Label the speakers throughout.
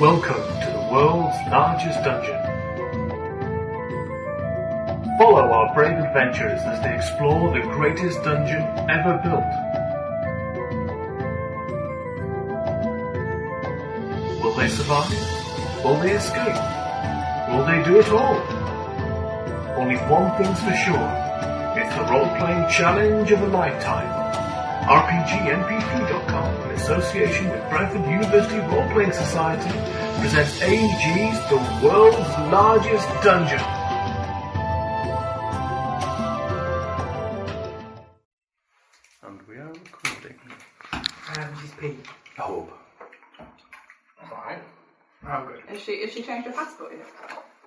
Speaker 1: Welcome to the world's largest dungeon. Follow our brave adventurers as they explore the greatest dungeon ever built. Will they survive? Will they escape? Will they do it all? Only one thing's for sure. It's the role-playing challenge of a lifetime. RPGMP3.com, in association with Bradford University Role-Playing Society, presents AG's The World's Largest Dungeon. And we are recording.
Speaker 2: Um, she's P.
Speaker 1: I hope.
Speaker 3: Fine.
Speaker 2: Oh, good.
Speaker 4: Is she is she changed her passport yet?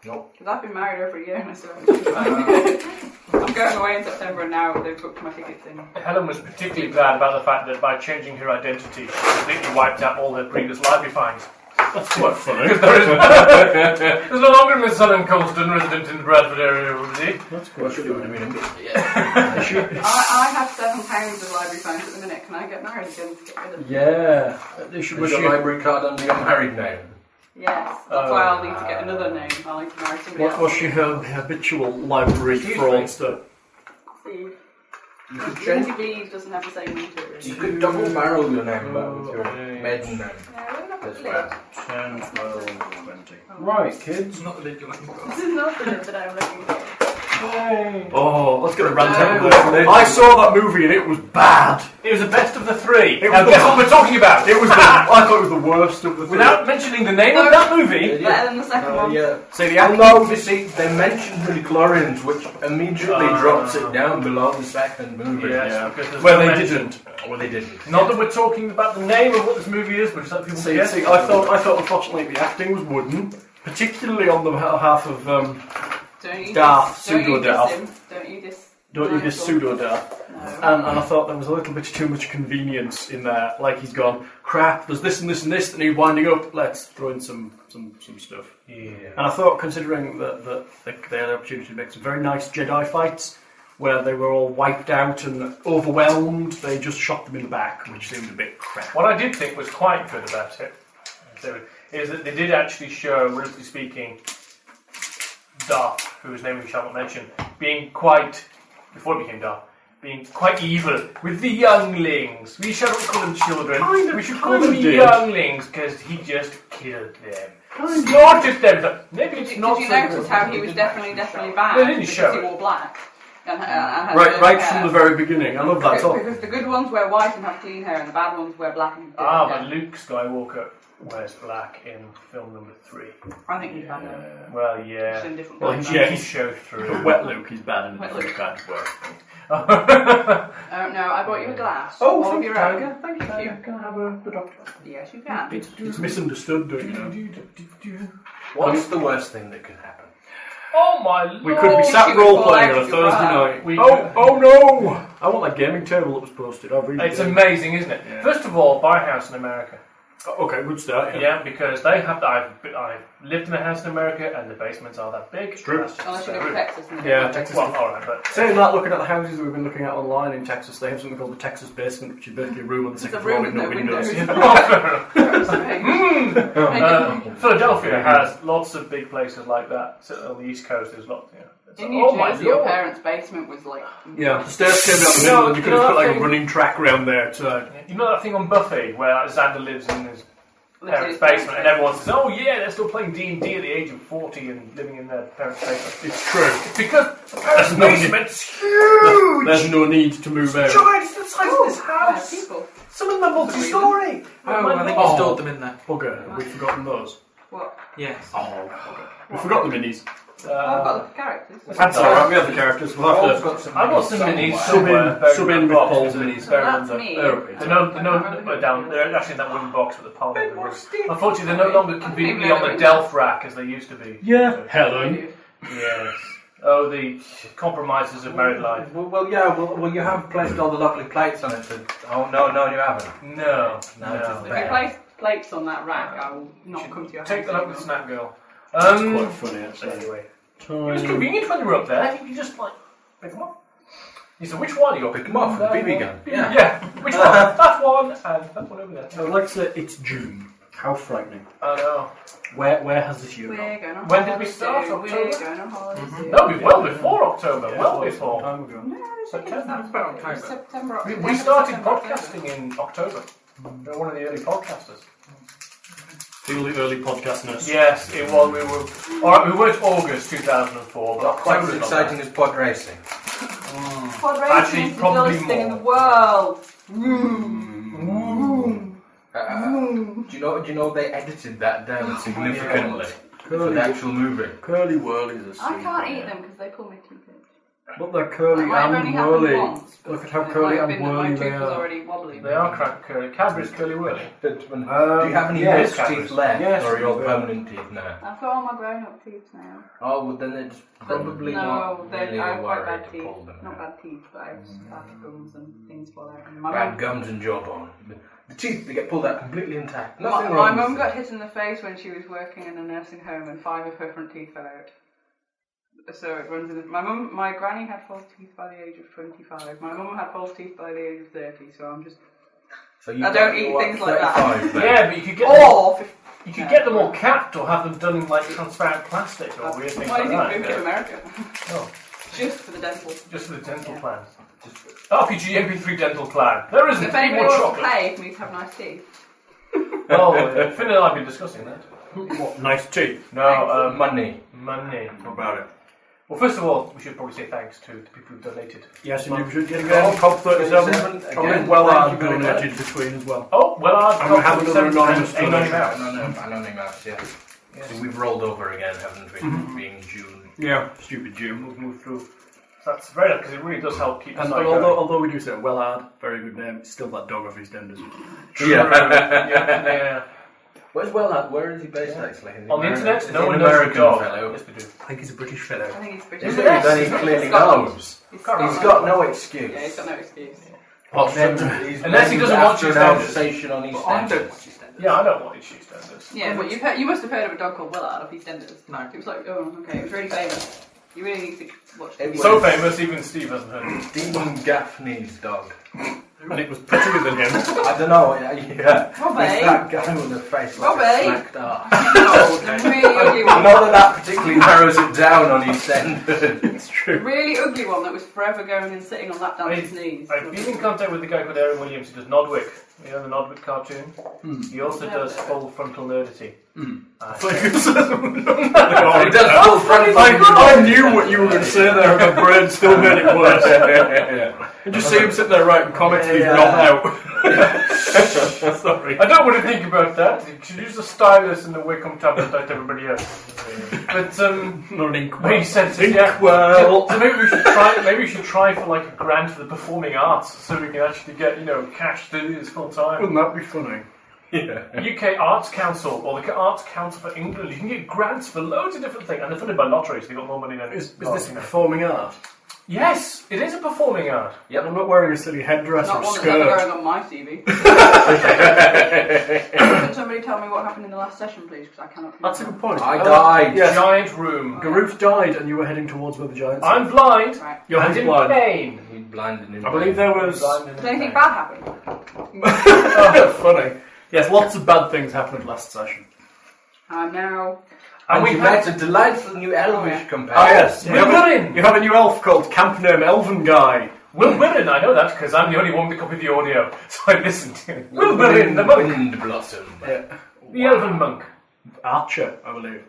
Speaker 3: Nope.
Speaker 4: Because I've been married over a year and I still haven't. changed mine. I'm going away in September and now they've booked my tickets in.
Speaker 5: Helen was particularly glad about the fact that by changing her identity, she completely wiped out all her previous library finds.
Speaker 3: Quite funny.
Speaker 5: There's no longer Miss Helen Colston, resident in the Bradford area, everybody.
Speaker 3: That's quite funny. I mean,
Speaker 4: I, I have seven pounds of library fines at the minute. Can I get married again to get rid of them?
Speaker 3: yeah. They should
Speaker 5: Is
Speaker 3: wish your
Speaker 5: your
Speaker 3: library card under your married name.
Speaker 4: Yes. That's why I'll need to get another name. I'll need to marry somebody
Speaker 6: What
Speaker 4: else.
Speaker 6: was she her habitual library
Speaker 5: Excuse me.
Speaker 6: fraudster?
Speaker 4: Steve.
Speaker 3: You could
Speaker 4: Lindsay B doesn't have the same name to it.
Speaker 3: You
Speaker 4: really.
Speaker 3: could double barrel your name back with your
Speaker 5: Okay.
Speaker 3: maiden name as well.
Speaker 6: Right, kids.
Speaker 4: This is not the name that I'm looking for.
Speaker 6: Oh, let's get a rant out
Speaker 3: No,
Speaker 6: of this. Uh, I saw that movie and it was bad.
Speaker 5: It was the best of the three.
Speaker 6: It
Speaker 5: Now,
Speaker 6: was
Speaker 5: guess
Speaker 6: the-
Speaker 5: what we're talking about?
Speaker 6: It was. The, I thought it was the worst of the three.
Speaker 5: Without mentioning the name of that movie,
Speaker 4: Better than the second
Speaker 3: Uh,
Speaker 4: one.
Speaker 3: yeah.
Speaker 6: See the
Speaker 3: And
Speaker 6: end.
Speaker 3: no, you see, they mentioned midichlorians, which immediately
Speaker 5: Ah.
Speaker 3: drops it down below the second movie.
Speaker 5: Yes, because there's
Speaker 6: Well,
Speaker 5: no
Speaker 6: they
Speaker 5: mention.
Speaker 6: didn't.
Speaker 3: Well, they didn't.
Speaker 5: Not that we're talking about the name of what this movie is, but just that people
Speaker 6: See,
Speaker 5: guess.
Speaker 6: see, I thought. I thought. Unfortunately, the acting was wooden, particularly on the ha- half of um,
Speaker 4: Don't you
Speaker 6: Darth,
Speaker 4: diss, don't you diss
Speaker 6: pseudo-Darth.
Speaker 4: him. Don't you diss.
Speaker 6: "Don't You Dis
Speaker 4: Nigel.
Speaker 6: Pseudo Uh, Dad,"
Speaker 4: No.
Speaker 6: and, and I thought there was a little bit too much convenience in there. Like he's gone, crap. There's this and this and this that need winding up. Let's throw in some some some stuff.
Speaker 5: Yeah.
Speaker 6: And I thought, considering that, that they, they had the opportunity to make some very nice Jedi fights, where they were all wiped out and overwhelmed, they just shot them in the back, which seemed a bit crap.
Speaker 5: What I did think was quite good about it so, is that they did actually show, roughly speaking, Darth, whose name we shall not mention, being quite, before he became Darth, being quite evil with the younglings. We shall not call them children.
Speaker 6: Kind of-
Speaker 5: we should call
Speaker 6: kind
Speaker 5: them
Speaker 6: of did.
Speaker 5: younglings because he just killed them. Slaughtered them. But Maybe it's
Speaker 4: Did,
Speaker 5: not
Speaker 4: did you
Speaker 5: so
Speaker 4: notice
Speaker 5: good.
Speaker 4: how he was definitely, definitely bad?
Speaker 5: They didn't
Speaker 4: because
Speaker 5: show
Speaker 4: he
Speaker 5: it.
Speaker 4: wore black. And, uh, and had
Speaker 6: Right,
Speaker 4: blue
Speaker 6: right
Speaker 4: hair.
Speaker 6: from the very beginning. I love that
Speaker 4: Because,
Speaker 6: thought.
Speaker 4: because the good ones wear white and have clean hair, and the bad ones wear black and
Speaker 5: Ah,
Speaker 4: yeah.
Speaker 5: but Luke Skywalker wears black in film number three.
Speaker 4: I think he's bad now.
Speaker 5: Well,
Speaker 4: Just
Speaker 5: yeah.
Speaker 4: in a different
Speaker 6: Well,
Speaker 4: way.
Speaker 6: yeah.
Speaker 5: He showed through.
Speaker 6: Wet Luke is bad in a
Speaker 4: Wet
Speaker 6: different
Speaker 4: Luke.
Speaker 6: kind of way.
Speaker 4: Oh no, I bought you a glass.
Speaker 6: Oh,
Speaker 4: Of
Speaker 6: thank
Speaker 4: your
Speaker 6: you,
Speaker 4: own.
Speaker 6: Diana.
Speaker 4: Thank you.
Speaker 6: Can I have a, the doctor?
Speaker 4: Yes, you can.
Speaker 6: It's misunderstood, don't you know?
Speaker 3: What's the worst thing that can happen?
Speaker 5: Oh my lord!
Speaker 6: We could be
Speaker 4: she
Speaker 6: sat
Speaker 4: would
Speaker 6: role
Speaker 4: fall
Speaker 6: playing
Speaker 4: out
Speaker 6: on a
Speaker 4: if
Speaker 6: Thursday
Speaker 4: you were her.
Speaker 6: night.
Speaker 5: We-
Speaker 6: oh, oh no! I want that gaming table that was posted. I've really
Speaker 5: It's amazing, isn't it?
Speaker 6: Yeah.
Speaker 5: First of all, buy a house in America.
Speaker 6: Okay, good start. Yeah.
Speaker 5: Yeah, because they have. I've I've lived in a house in America, and the basements are that big.
Speaker 6: true.
Speaker 5: That's just
Speaker 4: Unless you
Speaker 5: so
Speaker 4: go to
Speaker 5: rude.
Speaker 4: Texas. And
Speaker 6: Yeah,
Speaker 4: then-
Speaker 6: Texas.
Speaker 5: Well, all right, but
Speaker 6: Saying that, looking at the houses that we've been looking at online in Texas, they have something called the Texas basement, which is basically a room on the
Speaker 4: It's a
Speaker 6: second floor
Speaker 4: room
Speaker 6: with
Speaker 4: with
Speaker 6: no
Speaker 4: no
Speaker 6: windows.
Speaker 4: windows. Sorry. Make
Speaker 5: uh,
Speaker 4: it-
Speaker 5: Philadelphia has lots of big places like that. So on the East Coast, there's lots. Yeah. It's-
Speaker 4: In
Speaker 5: oh
Speaker 4: New
Speaker 5: my
Speaker 4: Jersey, your
Speaker 5: lord!
Speaker 4: parents' basement was like.
Speaker 6: Yeah, the stairs came down the middle, and you could have put like a running track around there. To,
Speaker 5: You know that thing on Buffy where Xander lives in his
Speaker 4: literally
Speaker 5: parents' basement, and everyone says, "Oh yeah, they're still playing D and D at the age of forty and living in their parents' basement."
Speaker 6: it's true.
Speaker 5: Because the parents'
Speaker 6: no-
Speaker 5: basement's huge.
Speaker 6: There's no need to move out.
Speaker 5: Giant, it's the size of this
Speaker 4: Yeah,
Speaker 5: house.
Speaker 4: Oh, people.
Speaker 5: Some of them are multi-story.
Speaker 2: Oh, I think you
Speaker 6: Oh.
Speaker 2: stored them in there.
Speaker 6: Bugger, we've forgotten those. Oh,
Speaker 4: What?
Speaker 2: Yes.
Speaker 6: We've forgotten the minis.
Speaker 5: Uh,
Speaker 4: I've got the characters.
Speaker 6: That's alright, we have the characters. We'll have
Speaker 3: Paul's
Speaker 6: to
Speaker 3: got some
Speaker 5: I've got
Speaker 3: minis somewhere.
Speaker 5: some minis
Speaker 6: sub
Speaker 5: somewhere.
Speaker 6: in, sub in with
Speaker 5: box.
Speaker 6: Paul's minis.
Speaker 4: Well, that's me.
Speaker 6: There it is.
Speaker 5: They're no, they're no, they're down. They're actually in that wooden box with the palm on the roof. Unfortunately, they're no longer conveniently on the Delph rack as they used to be.
Speaker 6: Yeah, Helen.
Speaker 5: Yes. Oh, the compromises of married life.
Speaker 3: Well, well yeah, well, well, you have placed all the lovely plates on it. But, oh, no, no, you haven't.
Speaker 5: No,
Speaker 3: No, it
Speaker 5: no.
Speaker 3: isn't.
Speaker 4: If you place plates on that rack, I will not come to your house.
Speaker 5: Take that up with
Speaker 4: anymore.
Speaker 5: Snap Girl.
Speaker 6: It's
Speaker 5: Um,
Speaker 6: quite funny, actually.
Speaker 5: anyway, it was
Speaker 6: Time.
Speaker 5: convenient when they were up there. You could just like pick them up. You said which one? You got
Speaker 3: Pick them off with a BB gun.
Speaker 5: Yeah, which one? that one and that one over there.
Speaker 6: I would like to say it's June. How frightening.
Speaker 5: I know.
Speaker 6: Where where has this year gone?
Speaker 4: We're going on
Speaker 5: When did we
Speaker 4: holiday
Speaker 5: start? Mm-hmm. Are
Speaker 4: soon.
Speaker 5: we
Speaker 4: We're
Speaker 5: on-
Speaker 4: going on holiday soon.
Speaker 5: No, be well before October.
Speaker 6: Yeah,
Speaker 5: well
Speaker 6: it's a long
Speaker 5: before.
Speaker 6: Time ago.
Speaker 4: No, I think
Speaker 5: September.
Speaker 4: it's not-
Speaker 2: It's about October.
Speaker 4: September.
Speaker 5: We,
Speaker 4: October,
Speaker 5: we started
Speaker 4: September, October.
Speaker 5: podcasting in October. We were one of the early podcasters.
Speaker 6: Feel the early podcast nurse.
Speaker 5: Yes, it was. We were. All right, we were August 2004, but
Speaker 3: Quite as
Speaker 5: October's not
Speaker 3: exciting
Speaker 5: that.
Speaker 3: as pod racing.
Speaker 4: Pod
Speaker 5: Actually,
Speaker 4: racing is the
Speaker 5: probably
Speaker 4: dullest thing in the
Speaker 5: more. Mm.
Speaker 4: world.
Speaker 6: Hmm.
Speaker 3: Uh, do you know? Do you know they edited that down significantly for
Speaker 6: Curly,
Speaker 3: the actual movie?
Speaker 6: curly whirlies are
Speaker 4: I
Speaker 6: sweet.
Speaker 4: can't eat them because they pull my teeth in.
Speaker 6: But they're
Speaker 4: That
Speaker 6: curly
Speaker 4: might have only
Speaker 6: and
Speaker 4: happened
Speaker 6: whirly.
Speaker 4: once, but
Speaker 6: Look at how
Speaker 4: it
Speaker 6: curly
Speaker 4: might have
Speaker 6: and
Speaker 4: been that
Speaker 6: whirly
Speaker 4: My
Speaker 6: they
Speaker 4: tooth was
Speaker 6: are.
Speaker 4: already wobbly.
Speaker 5: They are crack curly. Cadbury's curly whirly.
Speaker 3: Gentlemen,
Speaker 6: Um,
Speaker 3: do you have any
Speaker 5: yes,
Speaker 3: yes,
Speaker 5: Cadbury's.
Speaker 3: teeth left,
Speaker 6: Yes,
Speaker 3: or are you all
Speaker 6: we do.
Speaker 3: permanent teeth now?
Speaker 4: I've got all my grown-up teeth now.
Speaker 3: Oh, well, then it's probably
Speaker 4: No,
Speaker 3: not
Speaker 4: they're
Speaker 3: really
Speaker 4: I
Speaker 3: a
Speaker 4: have quite
Speaker 3: worry
Speaker 4: bad
Speaker 3: to
Speaker 4: teeth.
Speaker 3: pull them
Speaker 4: Not
Speaker 3: out.
Speaker 4: bad teeth, but I have bad gums and things fall out. And my
Speaker 3: Mm. Bad
Speaker 4: mum,
Speaker 3: gums and jawbone. The- The teeth they get pulled out completely intact.
Speaker 4: my,
Speaker 3: Nothing wrong.
Speaker 4: my
Speaker 3: with
Speaker 4: mum
Speaker 3: them.
Speaker 4: got hit in the face when she was working in a nursing home, and five of her front teeth fell out. So it runs in. The, my mum, my granny had false teeth by the age of twenty-five. My mum had false teeth by the age of thirty. So I'm just
Speaker 3: So you
Speaker 4: I don't eat things like that.
Speaker 5: Yeah, but you could get them,
Speaker 3: Oh!
Speaker 4: or fif-
Speaker 5: you could get them all capped or have them done in like transparent plastic or weird things
Speaker 4: why
Speaker 5: like
Speaker 4: did you move
Speaker 5: that.
Speaker 4: to
Speaker 5: yeah.
Speaker 4: America?
Speaker 5: Oh,
Speaker 4: just for the dental.
Speaker 5: just for the dental
Speaker 4: Yeah.
Speaker 5: plan. RPG MP3 dental plan. There isn't
Speaker 4: If
Speaker 5: any
Speaker 4: anybody
Speaker 5: more
Speaker 4: wants to
Speaker 5: chocolate.
Speaker 4: pay for me to have nice teeth.
Speaker 5: Oh, yeah. Finn and I have been discussing that.
Speaker 6: What nice teeth.
Speaker 5: No, uh,
Speaker 3: money.
Speaker 5: money.
Speaker 6: How about it?
Speaker 5: Well, first of all, we should probably say thanks to the people who donated.
Speaker 6: Yes, and you should get
Speaker 3: Again,
Speaker 6: again. Cop 37.
Speaker 3: 37,
Speaker 6: Probably
Speaker 3: again,
Speaker 6: well
Speaker 3: thank
Speaker 6: out
Speaker 3: you very
Speaker 6: donated between as well.
Speaker 5: Oh, well, I've
Speaker 6: And
Speaker 5: got
Speaker 6: we have another
Speaker 5: 77
Speaker 6: anonymous
Speaker 5: and
Speaker 6: donation.
Speaker 5: anonymous.
Speaker 3: Anonymous, anonymous, yeah. So we've rolled over again, haven't we?
Speaker 5: Mhm.
Speaker 3: Being June.
Speaker 6: Yeah, stupid Jim.
Speaker 5: Move, move through. That's very nice because it really does help keep the
Speaker 6: And,
Speaker 5: site
Speaker 6: and although,
Speaker 5: going.
Speaker 6: although we do say Wellard, very good name, it's still that dog of EastEnders.
Speaker 5: yeah, yeah.
Speaker 3: Where's Wellard? Where is he based actually? Is he
Speaker 5: On the
Speaker 3: Ameri-
Speaker 5: internet,
Speaker 3: is he
Speaker 5: no
Speaker 3: an
Speaker 5: one knows the
Speaker 3: American
Speaker 5: dog.
Speaker 3: fellow?
Speaker 5: Yes, we do.
Speaker 6: I think he's a British fellow.
Speaker 4: I think he's pretty.
Speaker 3: Is he?
Speaker 4: good.
Speaker 3: Then he clearly knows.
Speaker 4: He's
Speaker 3: He's got no excuse.
Speaker 4: Yeah, he's got no excuse.
Speaker 3: Apart from
Speaker 5: Unless he doesn't
Speaker 3: named
Speaker 5: want
Speaker 3: after an
Speaker 5: you to know this.
Speaker 3: Alsatian
Speaker 2: I
Speaker 3: on
Speaker 2: don't
Speaker 3: EastEnders.
Speaker 2: watch these standards.
Speaker 5: Yeah, I don't want issues down this.
Speaker 4: Yeah, but you've heard, you must have heard of a dog called Willard of EastEnders.
Speaker 2: No.
Speaker 4: It was like, oh, okay, it was really famous. You really need to watch
Speaker 3: It
Speaker 4: it.
Speaker 5: So famous, even Steve hasn't heard of it.
Speaker 3: Dean Gaffney's dog.
Speaker 6: And it was prettier than him.
Speaker 3: I don't know. Yeah, yeah. There's
Speaker 4: Robbie,
Speaker 3: that guy with a face like
Speaker 4: Robbie.
Speaker 3: a smacked arse.
Speaker 4: no, the really ugly
Speaker 3: Not
Speaker 4: one.
Speaker 3: that that particularly narrows it down on EastEnders.
Speaker 6: It's true.
Speaker 4: Really ugly one that was forever going and sitting on lap dancer's knees.
Speaker 5: I've been in contact with the guy called Aaron Williams who does Nodwick. You know the Nodwick cartoon? He also does full frontal nudity. Uh,
Speaker 3: He does
Speaker 5: Oh,
Speaker 3: full front
Speaker 6: I,
Speaker 3: loading.
Speaker 6: I knew Oh, what you were going to say there, and my brain still made it worse. It just seems sitting there writing comics
Speaker 3: Yeah,
Speaker 6: you've
Speaker 3: yeah.
Speaker 6: not out. Sorry.
Speaker 5: I don't want to think about that. You should use the stylus and the wick on tablet like everybody else. But um,
Speaker 6: Not an ink.
Speaker 5: he said, yeah.
Speaker 6: Well,
Speaker 5: So maybe we should try. Maybe we should try for like a grant for the performing arts, so we can actually get you know cash to do this full time.
Speaker 6: wouldn't that be funny?
Speaker 5: UK Arts Council or the Arts Council for England. You can get grants for loads of different things, and they're funded by lotteries. They've got more money than
Speaker 6: Is, is
Speaker 5: oh,
Speaker 6: this
Speaker 5: you know.
Speaker 6: performing art?
Speaker 5: Yes, it is a performing art.
Speaker 6: Yep. I'm not wearing a silly headdress
Speaker 4: Not
Speaker 6: or
Speaker 4: one that's ever
Speaker 6: skirt.
Speaker 4: going on my TV. Can somebody tell me what happened in the last session, please? Because I cannot.
Speaker 6: That's a good point.
Speaker 3: I died.
Speaker 6: Yes.
Speaker 5: Giant room.
Speaker 6: Garuf died, and you were heading towards where the giants.
Speaker 5: I'm blind.
Speaker 4: Right.
Speaker 6: You're
Speaker 5: and in
Speaker 6: blind.
Speaker 5: pain.
Speaker 3: He blinded him.
Speaker 6: I believe there was
Speaker 5: Blind and in
Speaker 4: Did anything
Speaker 5: pain.
Speaker 4: bad happen?
Speaker 6: funny. Yes, lots of bad things happened last session.
Speaker 4: I'm now.
Speaker 5: And
Speaker 3: And
Speaker 5: we
Speaker 3: we
Speaker 5: had.
Speaker 3: met a delightful new
Speaker 4: Oh,
Speaker 3: elvish
Speaker 4: yeah.
Speaker 3: companion.
Speaker 6: Ah yes,
Speaker 5: Will
Speaker 6: have
Speaker 5: Willen.
Speaker 6: a, you have a new elf called Camp Name Elven Guy.
Speaker 5: Will Willen, I know that because I'm the only one with a copy of the audio, so I listened to it. Will Willen,
Speaker 3: Wind-
Speaker 5: the monk,
Speaker 3: Wind blossom.
Speaker 5: the elven monk.
Speaker 6: Archer, I believe.
Speaker 5: Is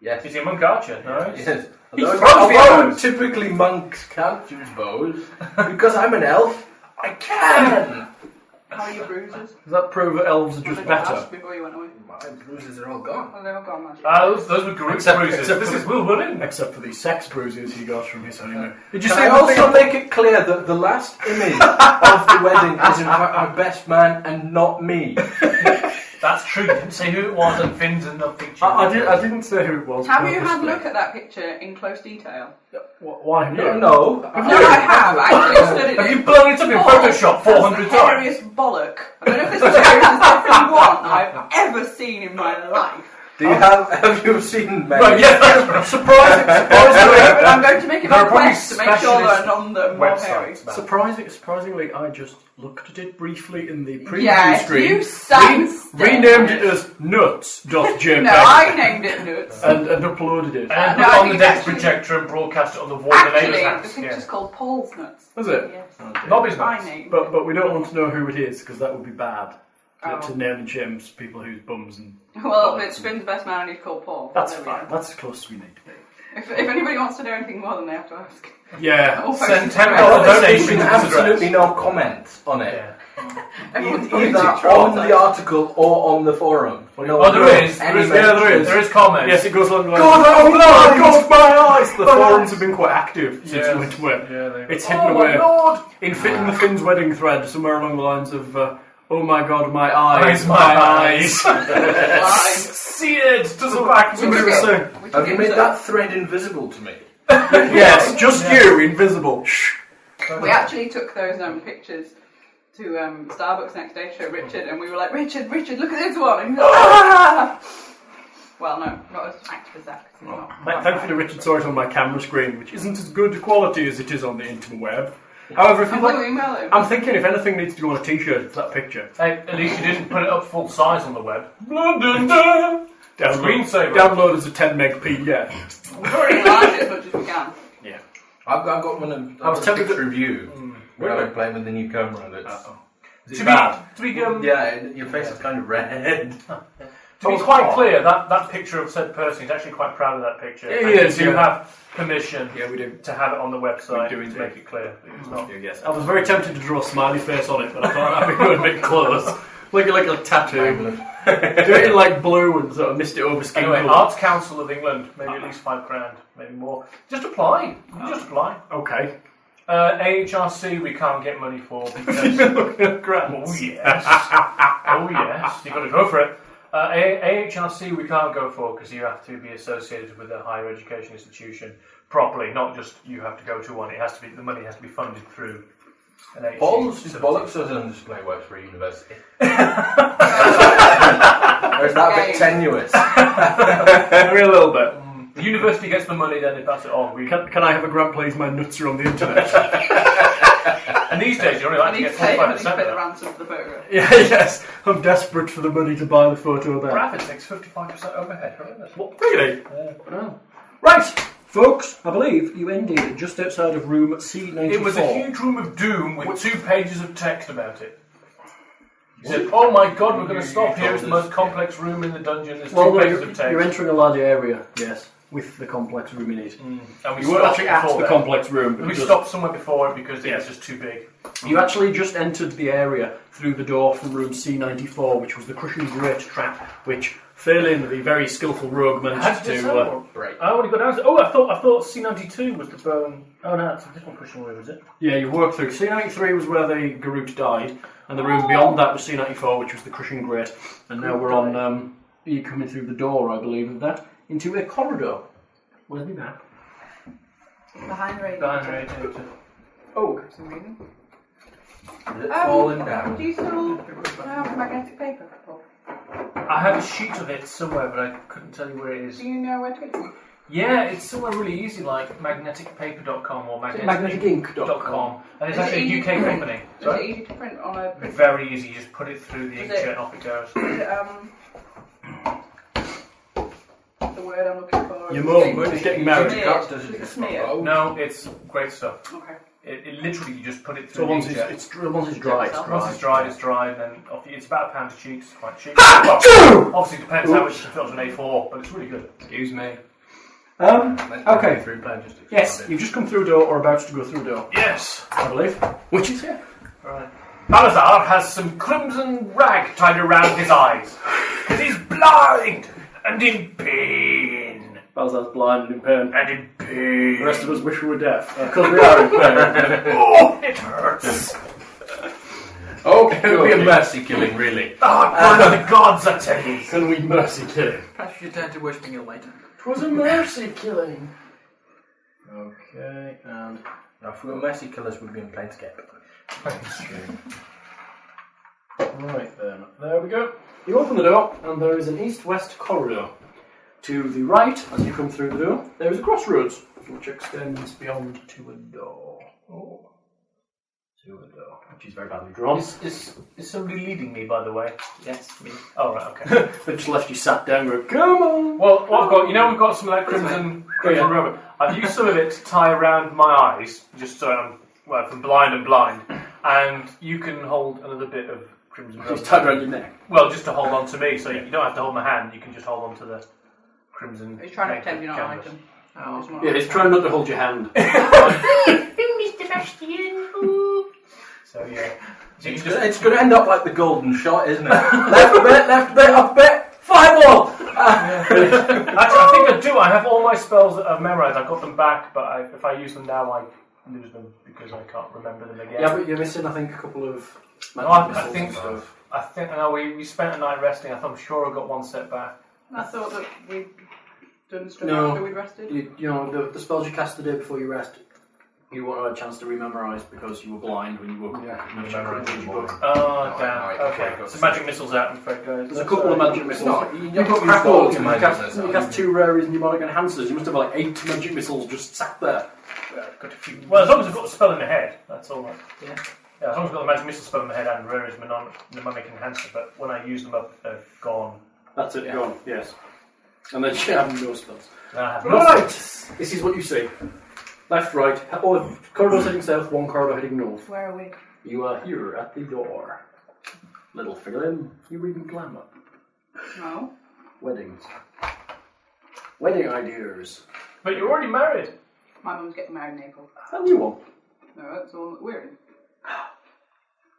Speaker 3: Yes.
Speaker 5: he a monk archer? No.
Speaker 3: Yes.
Speaker 5: He
Speaker 3: Although,
Speaker 5: throws the
Speaker 3: although
Speaker 5: arrows.
Speaker 3: typically monks can't use bows, because I'm an elf, I can.
Speaker 4: How are your bruises?
Speaker 6: Does that prove that elves are
Speaker 4: What
Speaker 6: just
Speaker 4: did you ask
Speaker 6: better?
Speaker 4: Before you went away.
Speaker 3: My bruises are all gone.
Speaker 4: Oh, they're all gone, man.
Speaker 5: Ah, those, those were great
Speaker 6: Except-
Speaker 5: bruises.
Speaker 6: except
Speaker 5: this
Speaker 6: for-
Speaker 5: is Will Willen.
Speaker 6: Except for the sex bruises he got from his honeymoon. Did you
Speaker 3: Can
Speaker 6: see
Speaker 3: I
Speaker 6: the thing-
Speaker 3: also make it clear that the last image of the wedding is in fact my best man and not me.
Speaker 5: That's true. You didn't say who it was, and Finn's in the picture.
Speaker 6: I, I, did, uh, I didn't say who it was.
Speaker 4: Have you had a
Speaker 6: purposely.
Speaker 4: look at that picture in close detail?
Speaker 6: Wh- Why?
Speaker 3: No, no.
Speaker 4: No, I have. I actually stood it.
Speaker 5: Have you blown it up in Photoshop 400
Speaker 4: Oh, That's the
Speaker 5: times?
Speaker 4: hairiest bollock. I don't know if this is the most everyone I've ever seen in my life.
Speaker 3: Do you have have you seen many?
Speaker 6: Right, yeah. surprising, surprisingly,
Speaker 4: I'm going to make it
Speaker 6: There
Speaker 4: my
Speaker 6: are probably
Speaker 4: quest to make sure
Speaker 6: specialist
Speaker 4: that I'm the more hairy.
Speaker 5: Websites. about it.
Speaker 6: surprising, surprisingly, I just looked at it briefly in the preview
Speaker 4: Yes,
Speaker 6: screen.
Speaker 4: you sensed
Speaker 6: re-
Speaker 4: it.
Speaker 6: renamed it as nuts.jpg
Speaker 4: No, I named it nuts.
Speaker 6: and, and uploaded it.
Speaker 5: And then
Speaker 4: no,
Speaker 5: Uh, put
Speaker 4: I
Speaker 5: it on the
Speaker 4: think
Speaker 5: desk
Speaker 4: actually-
Speaker 5: projector and broadcast it on the wall in the
Speaker 4: Actually,
Speaker 5: neighbour's
Speaker 4: the
Speaker 5: house.
Speaker 4: picture's
Speaker 5: Yeah.
Speaker 4: called Paul's nuts.
Speaker 6: Was it?
Speaker 4: Yes,
Speaker 5: Nobby's
Speaker 4: I
Speaker 5: nuts.
Speaker 4: named
Speaker 6: But
Speaker 4: it.
Speaker 6: but we don't want to know who it is because that would be bad to,
Speaker 4: Oh.
Speaker 6: to name and shame people whose bums and
Speaker 4: Well, it's been the best man, and he's called Paul.
Speaker 6: that's
Speaker 4: Oh, There we
Speaker 6: fine.
Speaker 4: go.
Speaker 6: That's as close as we need to be.
Speaker 4: If, if anybody wants to know anything more, then they have to ask.
Speaker 6: Yeah.
Speaker 4: Oh, thank you.
Speaker 5: Send ten
Speaker 3: Oh,
Speaker 5: dollars
Speaker 3: there's
Speaker 5: donation to
Speaker 3: been
Speaker 5: this address.
Speaker 3: absolutely no comment on it. E-
Speaker 5: Yeah.
Speaker 4: Everyone's
Speaker 3: Either
Speaker 4: probably
Speaker 3: on the article or on the forum. No
Speaker 5: Oh,
Speaker 3: one
Speaker 5: there
Speaker 3: wrote
Speaker 5: is. There
Speaker 3: any
Speaker 5: is, yeah, there is.
Speaker 3: mentions.
Speaker 5: There is comments.
Speaker 6: Yes, it goes along the lines.
Speaker 3: God,
Speaker 6: oh no,
Speaker 3: eyes!
Speaker 6: God, my eyes! The
Speaker 3: My
Speaker 6: forums
Speaker 3: eyes!
Speaker 6: have been quite active since
Speaker 5: Yes.
Speaker 6: we went to work.
Speaker 5: Yeah, they-
Speaker 6: It's
Speaker 5: Oh,
Speaker 6: hidden
Speaker 5: my
Speaker 6: away.
Speaker 5: Lord!
Speaker 6: In Fit and the Finn's wedding thread, somewhere along the lines of, uh, oh my God, my eyes,
Speaker 5: Eyes,
Speaker 6: my,
Speaker 5: my
Speaker 6: eyes.
Speaker 4: Fine.
Speaker 5: Seared to the back of
Speaker 6: Somebody
Speaker 5: the
Speaker 6: was saying,
Speaker 4: We can
Speaker 3: Have you
Speaker 4: get
Speaker 3: made
Speaker 4: to-
Speaker 3: that thread invisible to me?
Speaker 6: yes, just you, invisible. Shh.
Speaker 4: We actually took those um, pictures to um, Starbucks next day to show Richard, and we were like, Richard, Richard, look at this one. And he was like, ah! Well, no, not as active as that. 'cause he's not
Speaker 6: Thank-
Speaker 4: quite
Speaker 6: Thankfully,
Speaker 4: right.
Speaker 6: Richard saw it on my camera screen, which isn't as good quality as it is on the interweb. However, if
Speaker 4: I'm
Speaker 6: you'd
Speaker 4: going to
Speaker 6: like,
Speaker 4: email him.
Speaker 6: I'm thinking if anything needs to go on a T-shirt, it's that picture.
Speaker 5: Hey, at least you didn't put it up full size on the web.
Speaker 6: Download,
Speaker 5: Screensaver.
Speaker 6: download as a 10 meg PDF.
Speaker 4: Very large as much as we can.
Speaker 3: I've, I've got one of I
Speaker 6: was
Speaker 3: was
Speaker 6: telling
Speaker 3: picture of you
Speaker 5: Mm.
Speaker 3: where I went playing with the new camera. That's,
Speaker 6: Is
Speaker 5: To
Speaker 6: it
Speaker 5: be,
Speaker 6: bad?
Speaker 5: to be, um,
Speaker 3: yeah, and your face is kind of red.
Speaker 5: to be
Speaker 6: Oh,
Speaker 5: quite
Speaker 6: oh.
Speaker 5: clear, that, that picture of said person is actually quite proud of that picture.
Speaker 6: Yeah, he
Speaker 5: and you
Speaker 6: is,
Speaker 5: do
Speaker 6: yeah.
Speaker 5: have permission
Speaker 6: Yeah, we do.
Speaker 5: to have it on the website
Speaker 6: We do
Speaker 5: to
Speaker 6: indeed.
Speaker 5: make it clear. It's not.
Speaker 3: Yes,
Speaker 6: I was very tempted to draw a smiley face on it, but I thought that'd be going a bit close. Like like a tattoo. Do it in like blue and sort of missed it over skin
Speaker 5: Anyway,
Speaker 6: colour.
Speaker 5: Arts Council of England, maybe at least five grand, maybe more. Just apply. Just apply.
Speaker 6: Okay.
Speaker 5: Uh, AHRC, we can't get money for because.
Speaker 6: Grants.
Speaker 5: Oh yes. oh yes. You've got to go for it. Uh, A- AHRC we can't go for because you have to be associated with a higher education institution properly, not just you have to go to one. It has to be the money has to be funded through. An AHRC
Speaker 3: Balls is
Speaker 5: facility.
Speaker 3: bollocks as an display works for a university. Or is that a bit
Speaker 4: Okay.
Speaker 3: tenuous?
Speaker 6: Only a little bit.
Speaker 5: The university gets the money, then they pass it on. We
Speaker 6: Can, can I have a grant, please? My nuts are on the internet.
Speaker 5: and these days you're only
Speaker 4: I
Speaker 5: allowed to
Speaker 4: need
Speaker 5: get
Speaker 4: to pay, I
Speaker 5: forty-five
Speaker 4: need to
Speaker 5: percent
Speaker 4: pay
Speaker 5: of
Speaker 4: the
Speaker 5: that.
Speaker 4: ransom for the photograph.
Speaker 6: yeah, yes. I'm desperate for the money to buy the photo there.
Speaker 5: Rabbit takes fifty-five percent overhead. horrendous.
Speaker 6: What, really? Oh. Right, folks, I believe you ended just outside of room C94.
Speaker 5: It was a huge room of doom with two pages of text about it. He said, "Oh my God, we're going to stop here. It's the most complex room in the dungeon. There's two
Speaker 6: well, no,
Speaker 5: pages
Speaker 6: you're,
Speaker 5: of
Speaker 6: you're
Speaker 5: text."
Speaker 6: entering a large area, yes, with the complex room in it.
Speaker 5: And we
Speaker 6: Mm. You weren't
Speaker 5: stopped
Speaker 6: actually at
Speaker 5: before
Speaker 6: the
Speaker 5: that.
Speaker 6: complex room. but
Speaker 5: We
Speaker 6: just-
Speaker 5: stopped somewhere before it because it
Speaker 6: Yeah.
Speaker 5: was just too big.
Speaker 6: You actually just entered the area through the door from room C94, which was the crushing grate trap, which Phelan, the very skillful rogue, managed to. Uh,
Speaker 3: break.
Speaker 5: I only got down. to- Oh, I thought I thought C ninety two was the bone. Oh no, it's a different cushion room, is it?
Speaker 6: yeah, you worked through. C93 was where the Garut died, and the room beyond that was C94, which was the crushing grate. And now we're on. Um, you coming through the door, I believe, of that, into a corridor. Where's the map?
Speaker 4: Behind Ray.
Speaker 6: Oh,
Speaker 4: For some reason.
Speaker 3: Is it falling down?
Speaker 4: Um, Do you still have magnetic paper? Paul?
Speaker 5: I have a sheet of it somewhere, but I couldn't tell you where it is.
Speaker 4: Do you know where to get it from?
Speaker 5: Yeah, it's somewhere really easy, like magneticpaper.com or magnetic.com,
Speaker 6: magneticink.com.
Speaker 5: and
Speaker 4: E? Is
Speaker 5: it's
Speaker 4: it
Speaker 5: actually a
Speaker 4: easy
Speaker 5: UK
Speaker 4: to print?
Speaker 5: company.
Speaker 4: Is
Speaker 5: Sorry?
Speaker 4: it easy to print on a print?
Speaker 5: Very easy. You just put it through the
Speaker 4: Is
Speaker 5: inkjet
Speaker 4: it-
Speaker 5: and off it goes.
Speaker 4: Um, the word I'm looking for.
Speaker 6: Your
Speaker 4: is
Speaker 6: mum
Speaker 4: smeared.
Speaker 6: is getting married.
Speaker 4: Smeared.
Speaker 3: Does it-
Speaker 4: Smeared.
Speaker 3: Oh,
Speaker 5: No, it's great stuff.
Speaker 4: Okay.
Speaker 5: It, it literally you just put it
Speaker 6: So
Speaker 5: through
Speaker 6: once
Speaker 5: the
Speaker 6: it's,
Speaker 5: inkjet.
Speaker 6: it's, dr- once it's dry, it's
Speaker 5: Once it's
Speaker 6: dry.
Speaker 5: dried, it's dried, and then off, you- it's about a pound a cheek, it's quite cheap. Well, obviously, it depends how much you fills an A4, but it's really good.
Speaker 3: Excuse me.
Speaker 6: Um, Okay.
Speaker 3: Three pound just expanded.
Speaker 6: yes, you've just come through a door or about to go through a door,
Speaker 5: Yes!
Speaker 6: I believe. Which is here.
Speaker 5: Right. Balazar has some crimson rag tied around his eyes, because he's blind and in pain.
Speaker 6: Balzar's blind and in pain.
Speaker 5: And in pain.
Speaker 6: The rest of us wish we were deaf. Because we are in pain.
Speaker 5: Oh, it hurts!
Speaker 3: Oh, it would be a mercy killing, really.
Speaker 5: Ah, God of the gods, I tell you!
Speaker 6: Can we mercy kill him?
Speaker 2: Perhaps you should turn to worshipping your light.
Speaker 6: Twas a mercy killing. Okay, and
Speaker 3: Now, if we were mercy killers, we'd be in Planescape.
Speaker 6: right then. There we go. You open the door, and there is an east-west corridor. To the right, as you come through the door, there is a crossroads which extends beyond to a door.
Speaker 5: Oh.
Speaker 6: To a door, which is very badly drawn.
Speaker 5: Is, is, is somebody leading me, by the way?
Speaker 7: Yes, me.
Speaker 5: Oh, right, okay.
Speaker 6: They've just left you sat down. Go, come on.
Speaker 5: Well, what I've got, you know, we've got some of that crimson, crimson rubber. I've used some of it to tie around my eyes, just so I'm, well, if I'm blind and blind. And you can hold another bit of crimson
Speaker 6: Just
Speaker 5: rubber.
Speaker 6: tied around your neck.
Speaker 5: Well, just to hold on to me, so you don't have to hold my hand. You can just hold on to the crimson.
Speaker 4: He's trying to
Speaker 5: naked
Speaker 4: pretend you're not an
Speaker 5: canvas.
Speaker 4: item.
Speaker 7: Oh.
Speaker 6: Yeah, it's trying not to hold your hand.
Speaker 5: So yeah, so you
Speaker 3: It's
Speaker 5: can just
Speaker 3: gonna, it's gonna end up like the golden shot, isn't it? left a bit, left a bit, up a bit, fireball!
Speaker 5: Actually, I think I do. I have all my spells that I've memorized. I got them back, but I, if I use them now, I lose them because I can't remember them again.
Speaker 6: Yeah, but you're missing, I think, a couple of
Speaker 5: No,
Speaker 6: magic
Speaker 5: I, I
Speaker 6: missiles
Speaker 5: think
Speaker 6: and stuff.
Speaker 5: I think no, we, we spent a night resting. I thought, I'm sure I got one set back.
Speaker 4: I thought that we'd done stuff
Speaker 6: No.
Speaker 4: after we rested.
Speaker 6: You, you know, the, the spells you cast the day before you rest, you won't have a chance to rememorise because you were blind when you woke up.
Speaker 5: Yeah,
Speaker 6: You couldn't read your book.
Speaker 5: Oh
Speaker 7: No,
Speaker 5: damn!
Speaker 7: no, I- I
Speaker 5: okay,
Speaker 7: got
Speaker 5: so
Speaker 7: some.
Speaker 5: magic missiles out. I'm afraid, guys.
Speaker 6: There's a couple of magic
Speaker 3: It's
Speaker 6: missiles.
Speaker 3: not, you,
Speaker 6: You've got
Speaker 3: crap
Speaker 6: crap
Speaker 3: all
Speaker 6: all.
Speaker 3: to
Speaker 6: You
Speaker 3: my
Speaker 6: cast, you cast two rares and mnemonic enhancers. You must have like eight magic missiles just sat there.
Speaker 5: Well, as long as I've got the spell in my head, that's all. Right.
Speaker 7: Yeah.
Speaker 5: Yeah, as long as I've got the magic missile spell in my head and rare is mnemonic mnemonic enhancer, but when I use them up, they're gone.
Speaker 6: That's it, gone. Yes. And then you have no spells.
Speaker 5: And I have
Speaker 6: Right! This is what you see. Left, right, oh, corridors heading south, one corridor heading north.
Speaker 4: Where are we?
Speaker 6: You are here at the door. Little fiddling, you reading glamour.
Speaker 4: No.
Speaker 6: Weddings. Wedding ideas.
Speaker 5: But you're already married.
Speaker 4: My mum's getting married in April.
Speaker 6: A new one.
Speaker 4: No, that's all that we're in.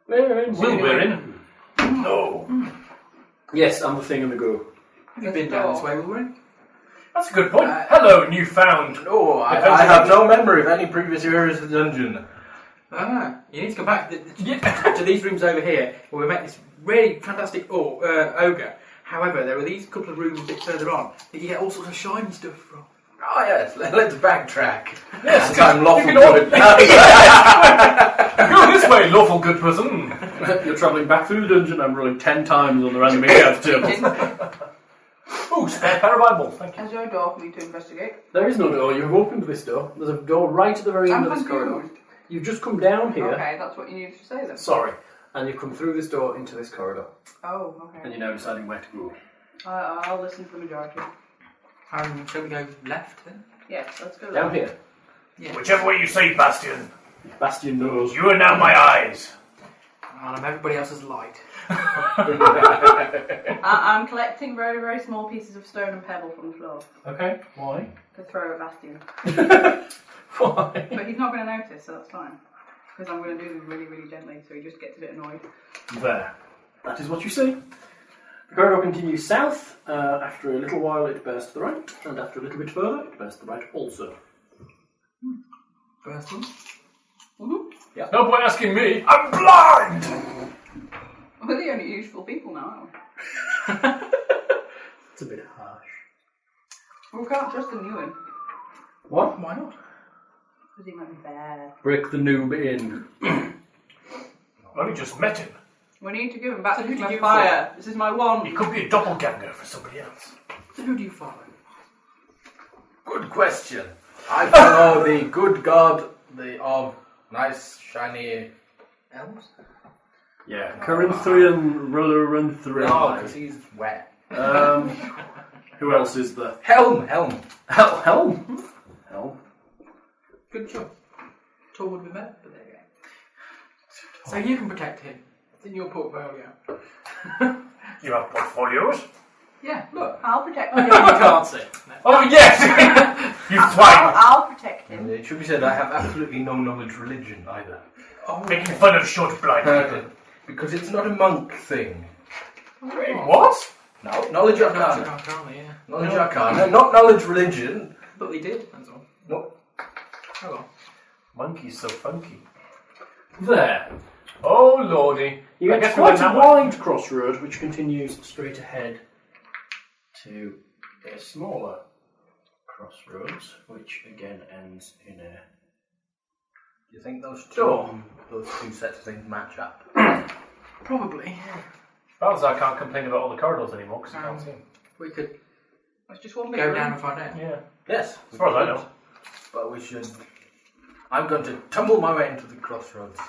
Speaker 5: Will we're in. No.
Speaker 6: Yes, I'm the thing on the go.
Speaker 7: Have you been down this way, Wolverine?
Speaker 5: That's a good point.
Speaker 6: Uh,
Speaker 5: Hello, newfound.
Speaker 3: Oh, I,
Speaker 5: Depends
Speaker 3: I
Speaker 5: on
Speaker 3: have
Speaker 5: the-
Speaker 3: no memory of any previous areas of the dungeon.
Speaker 7: Ah, you need to come back to, to these rooms over here where we met this really fantastic or, uh, ogre. However, there were these couple of rooms a bit further on that you get all sorts of shiny stuff from.
Speaker 3: Oh, yes, let, us backtrack.
Speaker 5: Yes,
Speaker 3: This time lawful
Speaker 5: you can all-
Speaker 3: good.
Speaker 5: Go this way, lawful good person.
Speaker 6: You're travelling back through the dungeon, I'm rolling ten times on the random encounter table.
Speaker 5: Oh, spare pair of eyeballs. Thank you.
Speaker 4: Is there a door for me to investigate?
Speaker 6: There is no door, you've opened this door. There's a door right at the very end
Speaker 4: I'm
Speaker 6: of this corridor.
Speaker 4: confused.
Speaker 6: You've just come down here.
Speaker 4: Okay, that's what you needed to say then.
Speaker 6: Sorry. And you've come through this door into this corridor.
Speaker 4: Oh,
Speaker 6: And
Speaker 4: okay.
Speaker 6: you're now deciding where to go.
Speaker 4: Uh, I'll listen to the majority.
Speaker 7: Um, shall we go left then?
Speaker 4: Yes, let's go.
Speaker 6: Down here.
Speaker 7: Yeah.
Speaker 5: Whichever way you say, Bastion,
Speaker 6: Bastion knows.
Speaker 5: you are now my eyes.
Speaker 7: And I'm everybody else's light.
Speaker 4: I- I'm collecting very, very small pieces of stone and pebble from the floor
Speaker 6: Okay. Why?
Speaker 4: to throw at Bastion.
Speaker 6: Why?
Speaker 4: But he's not going to notice, so that's fine. Because I'm going to do them really, really gently, so he just gets a bit annoyed.
Speaker 6: There. That is what you see. The corridor continues south. Uh, after a little while, it bears to the right, and after a little bit further, it bears to the right also.
Speaker 7: First one.
Speaker 4: Mm-hmm.
Speaker 5: No point asking me. I'm blind.
Speaker 4: We're the only useful people now, aren't
Speaker 6: It's a bit harsh.
Speaker 4: we? We can't trust the new one,
Speaker 6: What?
Speaker 7: Why not?
Speaker 4: because he might be bad.
Speaker 6: Break the noob in.
Speaker 5: I only just met him.
Speaker 4: We need to give him back
Speaker 7: So who
Speaker 4: to
Speaker 7: do
Speaker 4: my
Speaker 7: you
Speaker 4: fire. This is my
Speaker 5: He
Speaker 4: wand.
Speaker 5: could be a doppelganger for somebody else.
Speaker 7: So who do you follow?
Speaker 3: Good question. I follow the good god the of nice, shiny elves.
Speaker 6: Yeah. Corinthian
Speaker 3: No,
Speaker 6: Rullerunthrin.
Speaker 3: because he's wet.
Speaker 6: Um, who else is there?
Speaker 3: Helm, helm.
Speaker 6: Hel- Helm? Helm?
Speaker 7: Good choice. Tor would be better, but there you go. So you can protect him. It's in your portfolio.
Speaker 5: You have portfolios.
Speaker 7: Yeah, look.
Speaker 4: I'll protect
Speaker 7: you
Speaker 4: him.
Speaker 7: can't see.
Speaker 5: Oh yes. you
Speaker 4: I'll,
Speaker 5: twang.
Speaker 4: I'll protect him.
Speaker 3: It should be said I have absolutely no knowledge of religion either.
Speaker 7: Oh,
Speaker 5: Making fun of short blind people.
Speaker 3: Because it's not a monk thing.
Speaker 5: Wait, what?
Speaker 3: No, knowledge
Speaker 7: That's
Speaker 3: arcana.
Speaker 7: not currently, yeah.
Speaker 3: Knowledge arcana. Not knowledge religion.
Speaker 7: But they did, that's all.
Speaker 3: No.
Speaker 7: Oh well.
Speaker 5: Monkey's so funky.
Speaker 6: There.
Speaker 5: Oh lordy.
Speaker 6: You
Speaker 5: I
Speaker 6: get
Speaker 5: guess we
Speaker 6: quite
Speaker 5: went
Speaker 6: a
Speaker 5: that way.
Speaker 6: wide crossroad which continues straight ahead to a smaller crossroads, which again ends in a.
Speaker 3: Do you think those two,
Speaker 6: Sure.
Speaker 3: those two sets of things match up?
Speaker 7: Probably.
Speaker 5: Mm. Balthazar can't complain about all the corridors anymore because he can't see them.
Speaker 7: We could
Speaker 4: It's just one big
Speaker 7: Go
Speaker 4: room.
Speaker 7: down and find out.
Speaker 5: Yeah.
Speaker 3: Yes.
Speaker 5: As far as I know.
Speaker 3: But we should. I'm going to tumble my way into the crossroads.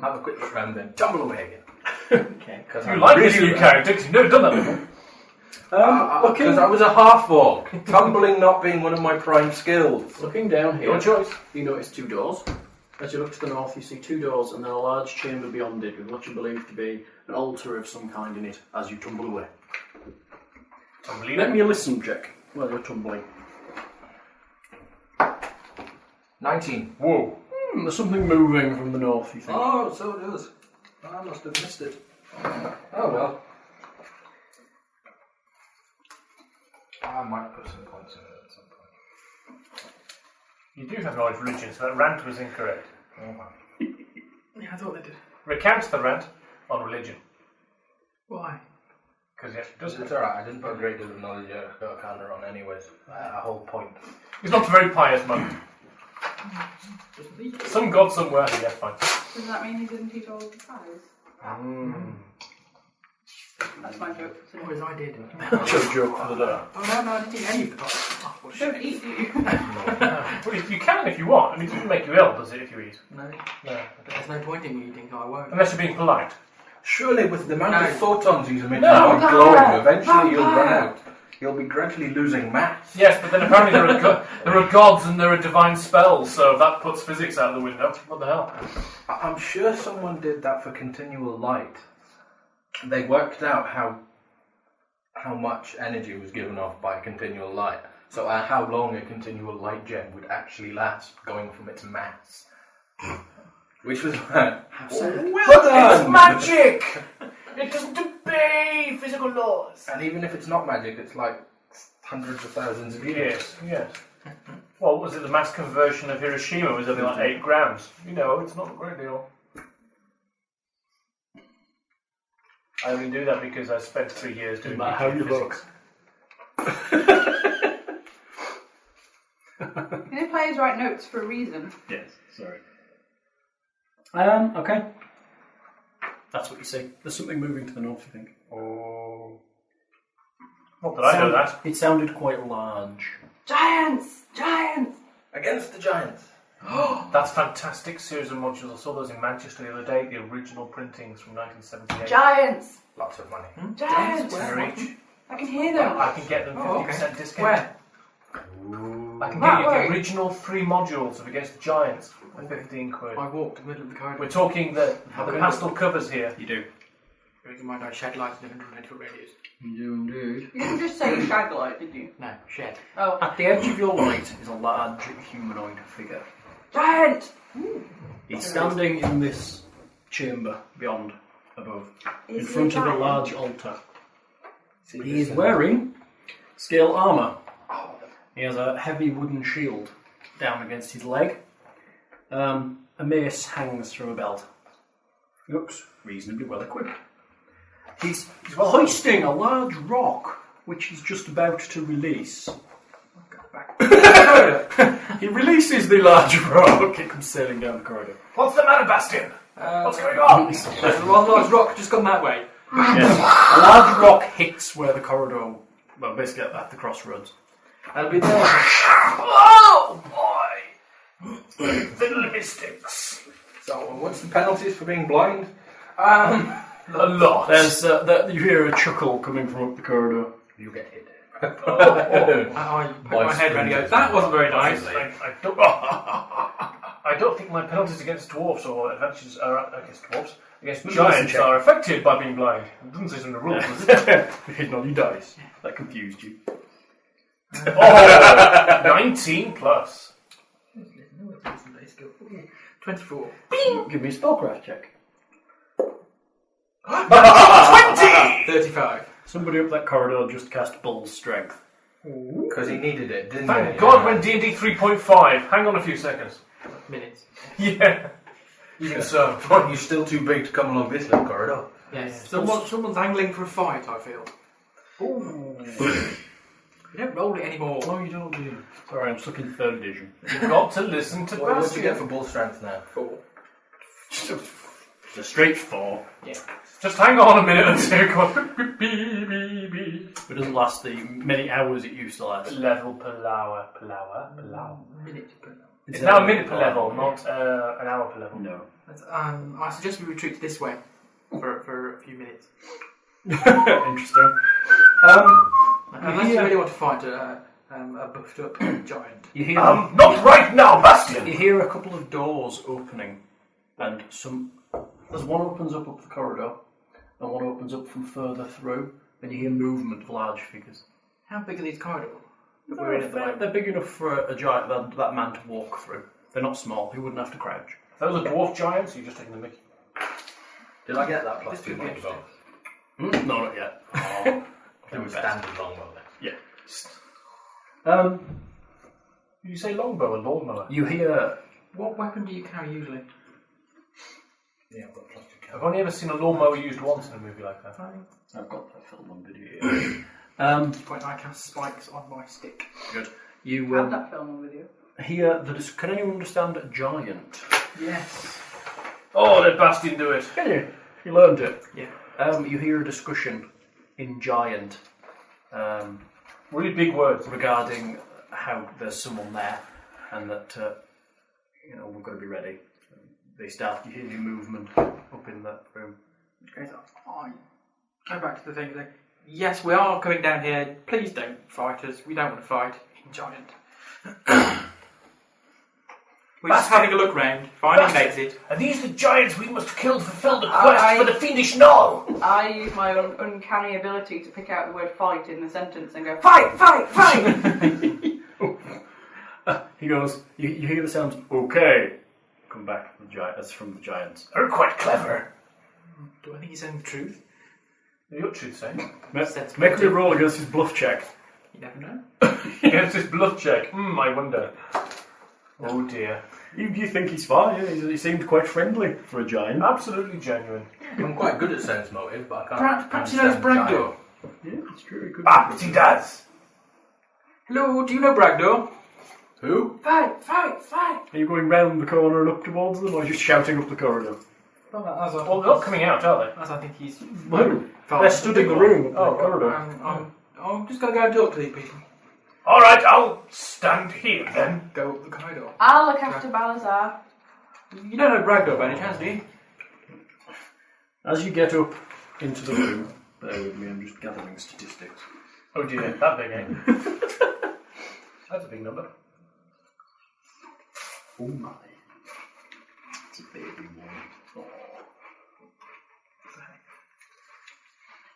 Speaker 3: Have a quick look round, then Hmm. tumble away again.
Speaker 6: Okay.
Speaker 3: Because
Speaker 5: You like this new character because you've never done that before.
Speaker 6: Um, looking,
Speaker 3: Because I was a half orc, tumbling not being one of my prime skills.
Speaker 6: looking down
Speaker 5: Your
Speaker 6: here,
Speaker 5: choice.
Speaker 6: you notice two doors. As you look to the north, you see two doors and then a large chamber beyond it with what you believe to be an altar of some kind in it as you tumble away. Let me a listen check while you're tumbling.
Speaker 3: 19.
Speaker 5: Whoa.
Speaker 6: Hmm, there's something moving from the north, you think.
Speaker 3: Oh, so it is. I must have missed it. Oh well. I might put some points in it at some point.
Speaker 5: You do have knowledge of religion, so that rant was incorrect.
Speaker 3: Oh, well.
Speaker 7: Yeah, I thought they did.
Speaker 5: Recount the rant on religion.
Speaker 7: Why?
Speaker 5: Because yes, it does.
Speaker 3: It's alright, I didn't put a great deal of knowledge of Arcana on anyways. Uh, a whole point.
Speaker 5: He's not a very pious monk.
Speaker 7: Doesn't he?
Speaker 5: Some god somewhere. Yeah, fine.
Speaker 4: Does that mean he didn't eat all the pies?
Speaker 7: Mm.
Speaker 4: That's my joke for today.
Speaker 7: Because I did.
Speaker 6: Good joke for the day.
Speaker 7: Oh no, no, I didn't eat any of the pies. Oh, well, shit.
Speaker 4: Don't eat you.
Speaker 5: Well, you you can if you want. I mean, it doesn't make you ill, does it, if you eat?
Speaker 7: No,
Speaker 5: No.
Speaker 7: but there's no point in me eating, I won't.
Speaker 5: Unless you're being polite.
Speaker 3: Surely with the amount
Speaker 7: No.
Speaker 3: of photons he's emitting
Speaker 5: No,
Speaker 3: and glowing,
Speaker 4: vampire,
Speaker 3: eventually you'll run
Speaker 4: vampire.
Speaker 3: out. You'll be gradually losing mass.
Speaker 5: Yes, but then apparently there are, go- there are gods and there are divine spells, so that puts physics out the window. What the hell?
Speaker 3: I- I'm sure someone did that for continual light. They worked out how how much energy was given off by continual light. So uh, how long a continual light gem would actually last going from its mass. Which was how sad. Well done!
Speaker 5: magic! It doesn't obey physical laws.
Speaker 3: And even if it's not magic, it's like hundreds of thousands of years.
Speaker 5: Yes, yes. Well, what was it? The mass conversion of Hiroshima was only like 8 grams. You know, it's not a great deal. I only do that because I spent three years doing
Speaker 6: matter how
Speaker 5: nuclear
Speaker 6: you
Speaker 5: physics.
Speaker 4: Can you players write notes for a reason?
Speaker 6: Yes, sorry. Um, okay. That's what you see. There's something moving to the north, you think.
Speaker 5: Oh. Not that I know that.
Speaker 6: It sounded quite large.
Speaker 4: Giants! Giants!
Speaker 3: Against the giants.
Speaker 5: That's fantastic series of modules. I saw those in Manchester the other day, the original printings from 1978.
Speaker 4: Giants!
Speaker 3: Lots of money.
Speaker 4: Giants!
Speaker 5: They're each-
Speaker 4: I can hear them.
Speaker 5: I can get them 50%
Speaker 7: Oh, okay.
Speaker 5: discount.
Speaker 7: Where?
Speaker 5: I can
Speaker 4: That
Speaker 5: get you the
Speaker 4: way.
Speaker 5: original three modules of Against the Giants for 15 quid.
Speaker 7: I walked the middle of the corridor.
Speaker 5: We're talking the, the
Speaker 7: good.
Speaker 5: pastel covers here.
Speaker 6: You do.
Speaker 7: Bearing in mind I shed light in 120 foot radius.
Speaker 6: You do indeed.
Speaker 4: You didn't just say shaglight, did you?
Speaker 7: No, shed.
Speaker 4: Oh.
Speaker 6: At the edge of your light is a large humanoid figure.
Speaker 4: Giant!
Speaker 6: He's standing in this chamber beyond, above, in
Speaker 4: Is he
Speaker 6: front of a
Speaker 4: giant?
Speaker 6: large altar. He is wearing scale armour. He has a heavy wooden shield down against his leg. Um, a mace hangs from a belt. He looks reasonably well equipped. He's, he's hoisting a large rock, which he's just about to release. he releases the large rock. It comes sailing down the corridor. Uh,
Speaker 5: What's the matter, Bastion? What's going on?
Speaker 7: There's one large rock just gone that way.
Speaker 6: A large rock hits where the corridor, well, basically at, at the crossroads.
Speaker 7: That'll be there.
Speaker 5: Oh, boy! Fiddle mystics.
Speaker 3: So what's the penalties for being blind?
Speaker 5: A lot.
Speaker 6: There's uh, the, you hear a chuckle coming from up the corridor.
Speaker 3: You get hit.
Speaker 7: I, I poke
Speaker 3: My
Speaker 7: my head around and go,
Speaker 3: springer's
Speaker 7: that wasn't very
Speaker 5: I,
Speaker 7: nice.
Speaker 5: I, I, don't, I don't think my penalties against dwarfs or adventures are against dwarfs. Against giants
Speaker 6: check.
Speaker 5: are affected by being blind. It doesn't say in the rules, does it?
Speaker 6: Hitting on your dice. That confused you.
Speaker 5: 19 plus.
Speaker 7: No, it wasn't very skillful. 24.
Speaker 6: Give me a spellcraft check.
Speaker 7: 35.
Speaker 6: Somebody up that corridor just cast Bull's Strength.
Speaker 3: Because he needed it, didn't
Speaker 5: Thank
Speaker 3: he?
Speaker 5: God when D&D 3.5. Hang on a few seconds.
Speaker 7: Minutes.
Speaker 5: Yeah. Even
Speaker 7: uh,
Speaker 5: so.
Speaker 3: But you're still too big to come along this little corridor.
Speaker 7: Yes. Someone, someone's angling for a fight, I feel. We don't roll it anymore.
Speaker 6: Oh, you don't do. Sorry, I'm stuck in third edition.
Speaker 5: You've got to listen to
Speaker 3: What did you get
Speaker 5: Bastion.
Speaker 3: for ball strength now?
Speaker 6: It's a straight four.
Speaker 5: Just hang on a minute and two. Come on. Beep, beep, beep, beep.
Speaker 6: The It doesn't last the many hours it used to last.
Speaker 5: Level per hour, per hour, per hour.
Speaker 7: Minute per hour.
Speaker 5: It's now a oh, minute per level, not uh, an hour per level.
Speaker 6: No.
Speaker 7: That's, um, I suggest we retreat this way for, for a few minutes.
Speaker 6: Interesting. Um,
Speaker 7: Unless
Speaker 6: Yeah.
Speaker 7: you really want to fight a, um, a buffed up giant.
Speaker 6: you hear
Speaker 5: Um, not right now, Bastion!
Speaker 6: You hear a couple of doors opening, and some. There's one opens up up the corridor, and one opens up from further through, and you hear movement of large figures.
Speaker 7: How big are these corridors? that we're in
Speaker 6: They're,
Speaker 7: at the moment?
Speaker 6: they're big enough for a giant that, that man to walk through. They're not small. He wouldn't have to crouch.
Speaker 5: Those are dwarf giants, you're just taking the mickey.
Speaker 3: Did I get that
Speaker 7: This
Speaker 3: plus two
Speaker 7: could be
Speaker 3: longbow?
Speaker 6: Hmm? Oh. No, not yet.
Speaker 3: It was standard longbow then.
Speaker 6: Um,
Speaker 5: Did you say longbow or lawnmower?
Speaker 6: you hear
Speaker 7: What weapon do you carry usually?
Speaker 3: Yeah, I've got plus two.
Speaker 5: I've only ever seen a lawnmower used once in a movie like that.
Speaker 6: I've got that film on video. um,
Speaker 7: When I cast spikes on my stick.
Speaker 6: good. You
Speaker 4: Had
Speaker 6: um,
Speaker 4: that film on video.
Speaker 6: hear the. dis- Can anyone understand giant?
Speaker 7: Yes.
Speaker 5: Oh, let Bastion do it!
Speaker 6: Can you? You learned it.
Speaker 7: Yeah.
Speaker 6: Um, you hear a discussion in giant. Um,
Speaker 5: Really big words.
Speaker 6: regarding how there's someone there and that uh, you know we've got to be ready. They start you hear the movement up in that room.
Speaker 7: Okay, so I go back to the thing. Then. Yes, we are coming down here. Please don't fight us. We don't want to fight in giant. We're just having a look round, finding an exit.
Speaker 5: Are these the giants we must kill to fulfill the
Speaker 4: quest I- for the
Speaker 5: fiendish Gnoll?
Speaker 4: I use my un- uncanny ability to pick out the word fight in the sentence and go, fight, fight, fight!
Speaker 6: He goes. You, you hear the sounds. Okay, come back. From the giant. That's from the giants.
Speaker 5: They're quite clever.
Speaker 7: Do I think he's saying the truth?
Speaker 5: Your truth, say.
Speaker 6: Make,
Speaker 7: That's
Speaker 6: make me
Speaker 7: good.
Speaker 6: roll against his bluff check.
Speaker 7: You never know.
Speaker 5: Against this bluff check. Hmm, I wonder. Oh dear.
Speaker 6: You, you think he's fine? Yeah, he, he seemed quite friendly for a giant.
Speaker 5: Absolutely genuine.
Speaker 3: I'm quite good at sense motive, but I can't.
Speaker 7: Perhaps, perhaps he knows
Speaker 3: understand
Speaker 7: Bragdor.
Speaker 6: Yeah, it's true. He could
Speaker 5: Perhaps he does.
Speaker 7: Hello, do you know Bragdor?
Speaker 3: giant. Who?
Speaker 7: Fight, fight, fight!
Speaker 6: Are you going round the corner and up towards them, or just shouting up the corridor?
Speaker 7: As I,
Speaker 5: Well, they're not coming out, are
Speaker 7: as I think he's.
Speaker 6: No,
Speaker 7: felt-
Speaker 6: they're stood in the room up
Speaker 5: Oh,
Speaker 6: the corridor.
Speaker 7: Um, I'm, I'm just going to go and talk to these people.
Speaker 5: they? Alright, I'll stand here then.
Speaker 7: Go up the corridor.
Speaker 4: I'll look after Balazar.
Speaker 7: You don't know Bragdor by any chance, do you?
Speaker 6: As you get up into the room, bear with me, I'm just gathering statistics.
Speaker 5: Oh dear, that big, eh? That's a big number.
Speaker 6: Oh my. It's a baby one. Oh.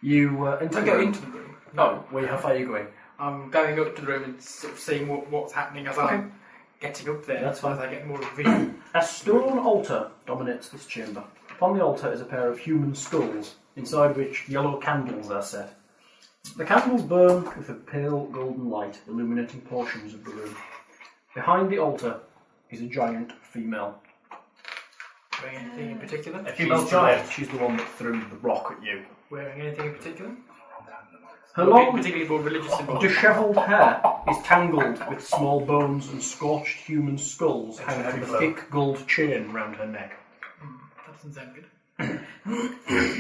Speaker 6: You uh, enter
Speaker 7: I
Speaker 6: the
Speaker 7: go
Speaker 6: room.
Speaker 7: into the room.
Speaker 6: No, where how far are you going?
Speaker 7: I'm going up to the room and sort of seeing what, what's happening as I'm getting up there.
Speaker 6: That's fine.
Speaker 7: As I get more of a view.
Speaker 6: A stone altar dominates this chamber. Upon the altar is a pair of human skulls, inside which yellow candles are set. The candles burn with a pale golden light, illuminating portions of the room. Behind the altar is a giant female
Speaker 7: Wearing anything in particular?
Speaker 5: A female
Speaker 6: She's the
Speaker 5: giant.
Speaker 6: one- she's the one that threw the rock at you.
Speaker 7: Wearing anything in particular?
Speaker 6: Her
Speaker 7: Or
Speaker 6: long,
Speaker 7: particularly more religious symbols.
Speaker 6: dishevelled hair is tangled with small bones and scorched human skulls hanging from a thick gold chain round her neck.
Speaker 7: That doesn't sound good.